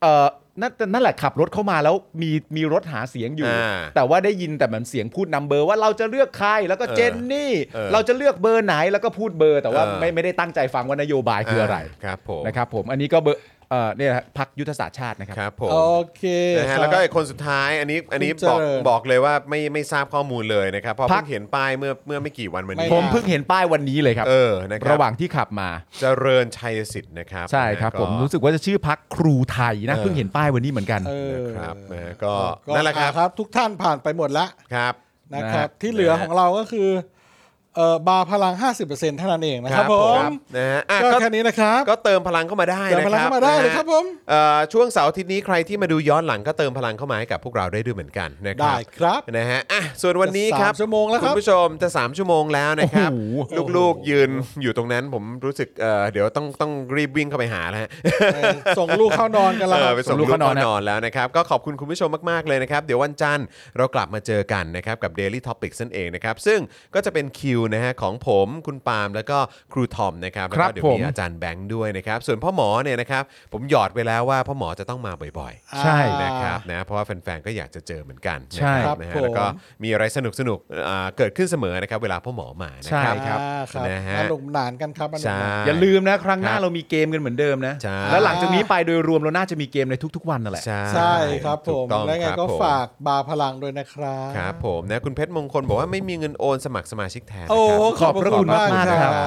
Speaker 2: เอ่อนั่นนั่นแหละขับรถเข้ามาแล้วมีมีรถหาเสียงอยู่
Speaker 1: อ่า
Speaker 2: แต่ว่าได้ยินแต่เหมือนเสียงพูดนัมเบอร์ว่าเราจะเลือกใครแล้วก็
Speaker 1: เออ
Speaker 2: เจนนี่
Speaker 1: เออ
Speaker 2: เราจะเลือกเบอร์ไหนแล้วก็พูดเบอร์ แต่ว่า
Speaker 1: เออ
Speaker 2: ไม่ไม่ได้ตั้งใจฟังว่านโยบายคืออะไร
Speaker 1: ครับผม
Speaker 2: นะครับผมอันนี้ก็เบอร์เอ่อเนี่ยนะพักยุทธศาสตร์ชาตินะครับ
Speaker 1: ครับผม
Speaker 3: โอเค
Speaker 1: นะ
Speaker 3: ค
Speaker 1: ฮะ
Speaker 3: รับ
Speaker 1: แล้วก็อีกคนสุดท้ายอันนี้อันนี้
Speaker 3: คุณ
Speaker 1: บอก
Speaker 3: เจริญ
Speaker 1: บอกเลยว่าไม่ไม่ทราบข้อมูลเลยนะครับเพราะ
Speaker 2: พร
Speaker 1: เพิ่
Speaker 2: รค
Speaker 1: งเห็นป้ายเมื่อเมื่อไม่กี่วันมานี้
Speaker 3: ไ
Speaker 2: ผมเพิ่งเห็นป้ายวันนี้เลยครับ
Speaker 1: เออนะครั
Speaker 2: ระหว่างที่ขับมา
Speaker 1: เจริญชัยสิทธิ์นะครับ
Speaker 2: ใช่ครับ
Speaker 1: นะ
Speaker 2: ผมรู้สึกว่าจะชื่อพักครูไทยนะ
Speaker 1: เออ
Speaker 2: เพิ่งเห็นป้ายวันนี้เหมือนกัน
Speaker 3: เออ
Speaker 1: นะครับนะฮะก็นั่นแหละครับ
Speaker 3: อ่ทุกท่านผ่านไปหมดละ
Speaker 1: ครับ
Speaker 3: นะครั
Speaker 2: นะ
Speaker 3: บ
Speaker 2: ฮะ
Speaker 3: ที่เหลือ
Speaker 1: นะฮะ
Speaker 3: ของเราก็คือเอ่อบาร์พลัง 50%เท่านั้นเองนะครับผม
Speaker 1: นะฮะอ่ะ
Speaker 3: ก็
Speaker 1: ก็
Speaker 3: แค่นี้นะครับ
Speaker 1: ก็เติมพลังเข้ามาได้
Speaker 3: เดี๋ยว
Speaker 1: นะ
Speaker 3: พลัง
Speaker 1: ครั
Speaker 3: เข้ามาได้เลยครับผม
Speaker 1: เอ่อช่วงเสาร์อาทิตย์นี้ใครที่มาดูย้อนหลังก็เติมพลังเข้ามาให้กับพวกเราได้ด้วยเหมือนกันนะครั
Speaker 3: ได้
Speaker 1: บ
Speaker 3: ครับ
Speaker 1: นะฮะอ่ะส่วนวันนี้ครับ
Speaker 3: จะสามชั่วโมงแล้วครับ
Speaker 1: คุณผู้ชมจะ 3 ชั่วโมงแล้วนะครับ
Speaker 2: โอ้โห
Speaker 1: ลูกๆยืนอยู่ตรงนั้นผมรู้สึกเอ่อเดี๋ยวต้องต้องรีบวิ่งเข้าไปหาแล้วฮะ
Speaker 3: เออส่งลูกเข้านอนกันแล้ว
Speaker 1: เอ
Speaker 3: ค
Speaker 1: อ
Speaker 3: รับ
Speaker 1: ไปส่งลูกเข้านอนแล้วนะครับ ก็ขอบคุณคุณผู้ชมมาก ๆ เลยนะครับ เดี๋ยววันจันทร์เรากลับมาเจอกันนะครับ กับ Daily Topic นั่นเองนะครับ ซึ่งก็จะเป็นคิวนะฮะของผมคุณปาล์มแล้วก็ครูทอมนะครับแล้ว
Speaker 2: ครั
Speaker 1: ก็
Speaker 2: บ
Speaker 1: เดี๋ย
Speaker 2: ผ
Speaker 1: ว
Speaker 2: ม
Speaker 1: มีอาจารย์แบงค์ด้วยนะครับส่วนพ่อหมอเนี่ยนะครับผมหยอดไว้แล้วว่าพ่อหมอจะต้องมาบ่อยๆ
Speaker 2: ใช่
Speaker 1: นะครับนะเพราะว่าแฟนๆ ก็อยากจะเจอเหมือนกัน
Speaker 2: ใช่
Speaker 1: นะครับ นะฮะ
Speaker 3: ผม
Speaker 1: แล้วก็มีอะไรสนุกสนุกๆอ่าเกิดขึ้นเสมอนะครับเวลาพ่อหมอมานะค
Speaker 2: ใช่
Speaker 1: รับ
Speaker 3: อ่าครับ
Speaker 1: นะฮะ
Speaker 3: สนุกหนานกันครับสนุก
Speaker 1: ใช่
Speaker 3: หนาน
Speaker 2: อย่าลืมนะ ครั้งห
Speaker 1: ค
Speaker 2: น้า
Speaker 1: รับ
Speaker 2: เรามีเกมกันเหมือนเดิมนะ
Speaker 1: ใช่
Speaker 2: แล้วหลังจากนี้ไปโดยรวมเราน่าจะมีเกมในทุกๆวันนั่นแหละ
Speaker 1: ใช่
Speaker 3: ใช่ครับผ
Speaker 1: ถู
Speaker 3: ม
Speaker 1: ต้อง
Speaker 3: และไง
Speaker 1: ครับ
Speaker 3: ก็
Speaker 1: ผม
Speaker 3: ฝากบาร์พลังด้วยนะครับ
Speaker 1: ครับผมนะคุณเพชรมงคลบอกว่าไม่มีเงินโอนสมัครสมาชิกแทนนะ
Speaker 3: โอ้
Speaker 1: ครั
Speaker 3: ขอบพระคุณ
Speaker 2: ข
Speaker 3: มาก
Speaker 2: อบพระคุณมาก
Speaker 3: ค
Speaker 2: ครั
Speaker 3: รับ บ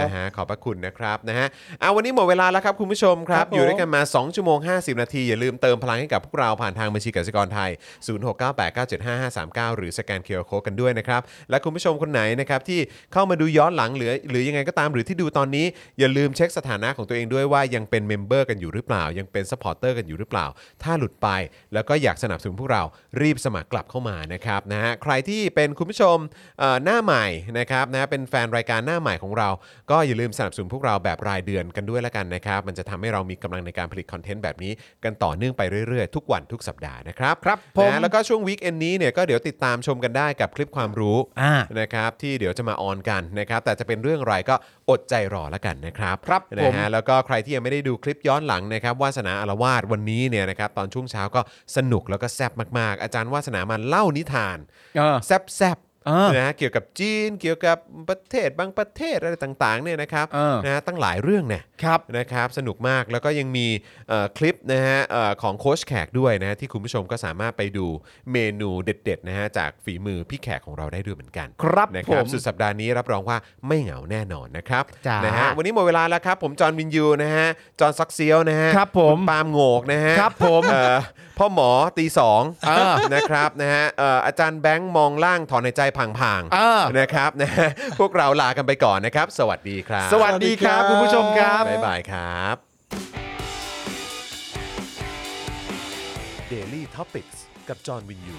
Speaker 1: นะฮะขอบพระคุณนะครับนะฮะเอาวันนี้หมดเวลาแล้วครับคุณผู้ชมครั
Speaker 3: ครับ บผม
Speaker 1: อยู่ด้วยกันมา 2 ชั่วโมง 50 นาที อย่าลืมเติมพลังให้กับพวกเราผ่านทางบัญชีกสิกรไทย 0698975539 หรือสแกนเคอร์โคกันด้วยนะครับ และคุณผู้ชมคนไหนนะครับที่เข้ามาดูย้อนหลังหรือหรือยังไงก็ตามหรือที่ดูตอนนี้ อย่าลืมเช็คสถานะของตัวเองด้วยว่ายังเป็นเมมเบอร์กันอยู่หรือเปล่า ยังเป็นสปอร์เตอร์กันอยู่หรือเปล่า ถ้าหลุดไป แล้วก็อยากสนับสนุนพวกเรารีบสมัครกลับเข้ามานะครับนะฮะใครที่เป็นคุณผู้ชมเอ่อหน้าใหม่นะครับนะฮะเป็นแฟนรายการหน้าใหม่ของเรา ก็อย่าลืมสนับสนุนพวกเราแบบรายเดือนกันด้วยละกันนะครับมันจะทำให้เรามีกำลังในการผลิตคอนเทนต์แบบนี้กันต่อเนื่องไปเรื่อยๆ ทุกวันทุกสัปดาห์นะครับ
Speaker 2: ครับผม
Speaker 1: นะแล้วก็ช่วงวีคเอนนี้เนี่ยก็เดี๋ยวติดตามชมกันได้กับคลิปความรู้
Speaker 2: อ่า
Speaker 1: นะครับที่เดี๋ยวจะมาออนกันนะครับแต่จะเป็นเรื่องอะไรก็อดใจรอแล้วกันนะครับ
Speaker 2: ครับผม
Speaker 1: นะฮะแล้วก็ใครที่ยังไม่ได้ดูคลิปย้อนหลังนะครับวาสนาอารวาสวันนี้เนี่ยนะครับตอนช่วงเช้าก็สนุกแล้วก็แซ่บมากๆ อาจารย์วาสนามาเล่านิทาน
Speaker 2: เออ
Speaker 1: แซ่บแซบ
Speaker 2: เออ
Speaker 1: นะฮะเกี่ยวกับจีนเกี่ยวกับประเทศบางประเทศอะไรต่างๆเนี่ยนะครับ
Speaker 2: เออ
Speaker 1: นะฮะตั้งหลายเรื่องเนี่ย
Speaker 2: ครับ
Speaker 1: นะครับสนุกมากแล้วก็ยังมีเอ่อคลิปนะฮะเอ่อของโค้ชแขกด้วยนะฮะที่คุณผู้ชมก็สามารถไปดูเมนูเด็ดๆนะฮะจากฝีมือพี่แขกของเราได้ด้วยเหมือนกัน
Speaker 2: ครับ
Speaker 1: นะ
Speaker 2: ผม
Speaker 1: สุดสัปดาห์นี้รับรองว่าไม่เหงาแน่นอนนะครับ
Speaker 2: จ้าน
Speaker 1: นะฮะวันนี้หมดเวลาแล้วครับ ผมจอห์นวินยูนะฮะจอห์นซักเซียวนะฮะ
Speaker 2: ครับผม
Speaker 1: ณปาล์มโงกนะฮะ
Speaker 2: ครับผม
Speaker 1: เอ่อพ่อหมอตีสองนะครับนะฮะเอ่ออาจารย์แบงค์มองล่างถอนหายใจผ่าง
Speaker 2: เออ
Speaker 1: ๆนะครับนะฮะพวกเราลากันไปก่อนนะครับ สวัสดีครับ
Speaker 2: สวัสดีครับคุณผู้ชมครับ
Speaker 1: บ๊ายบายครับ Daily Topics กับจอห์นวินยู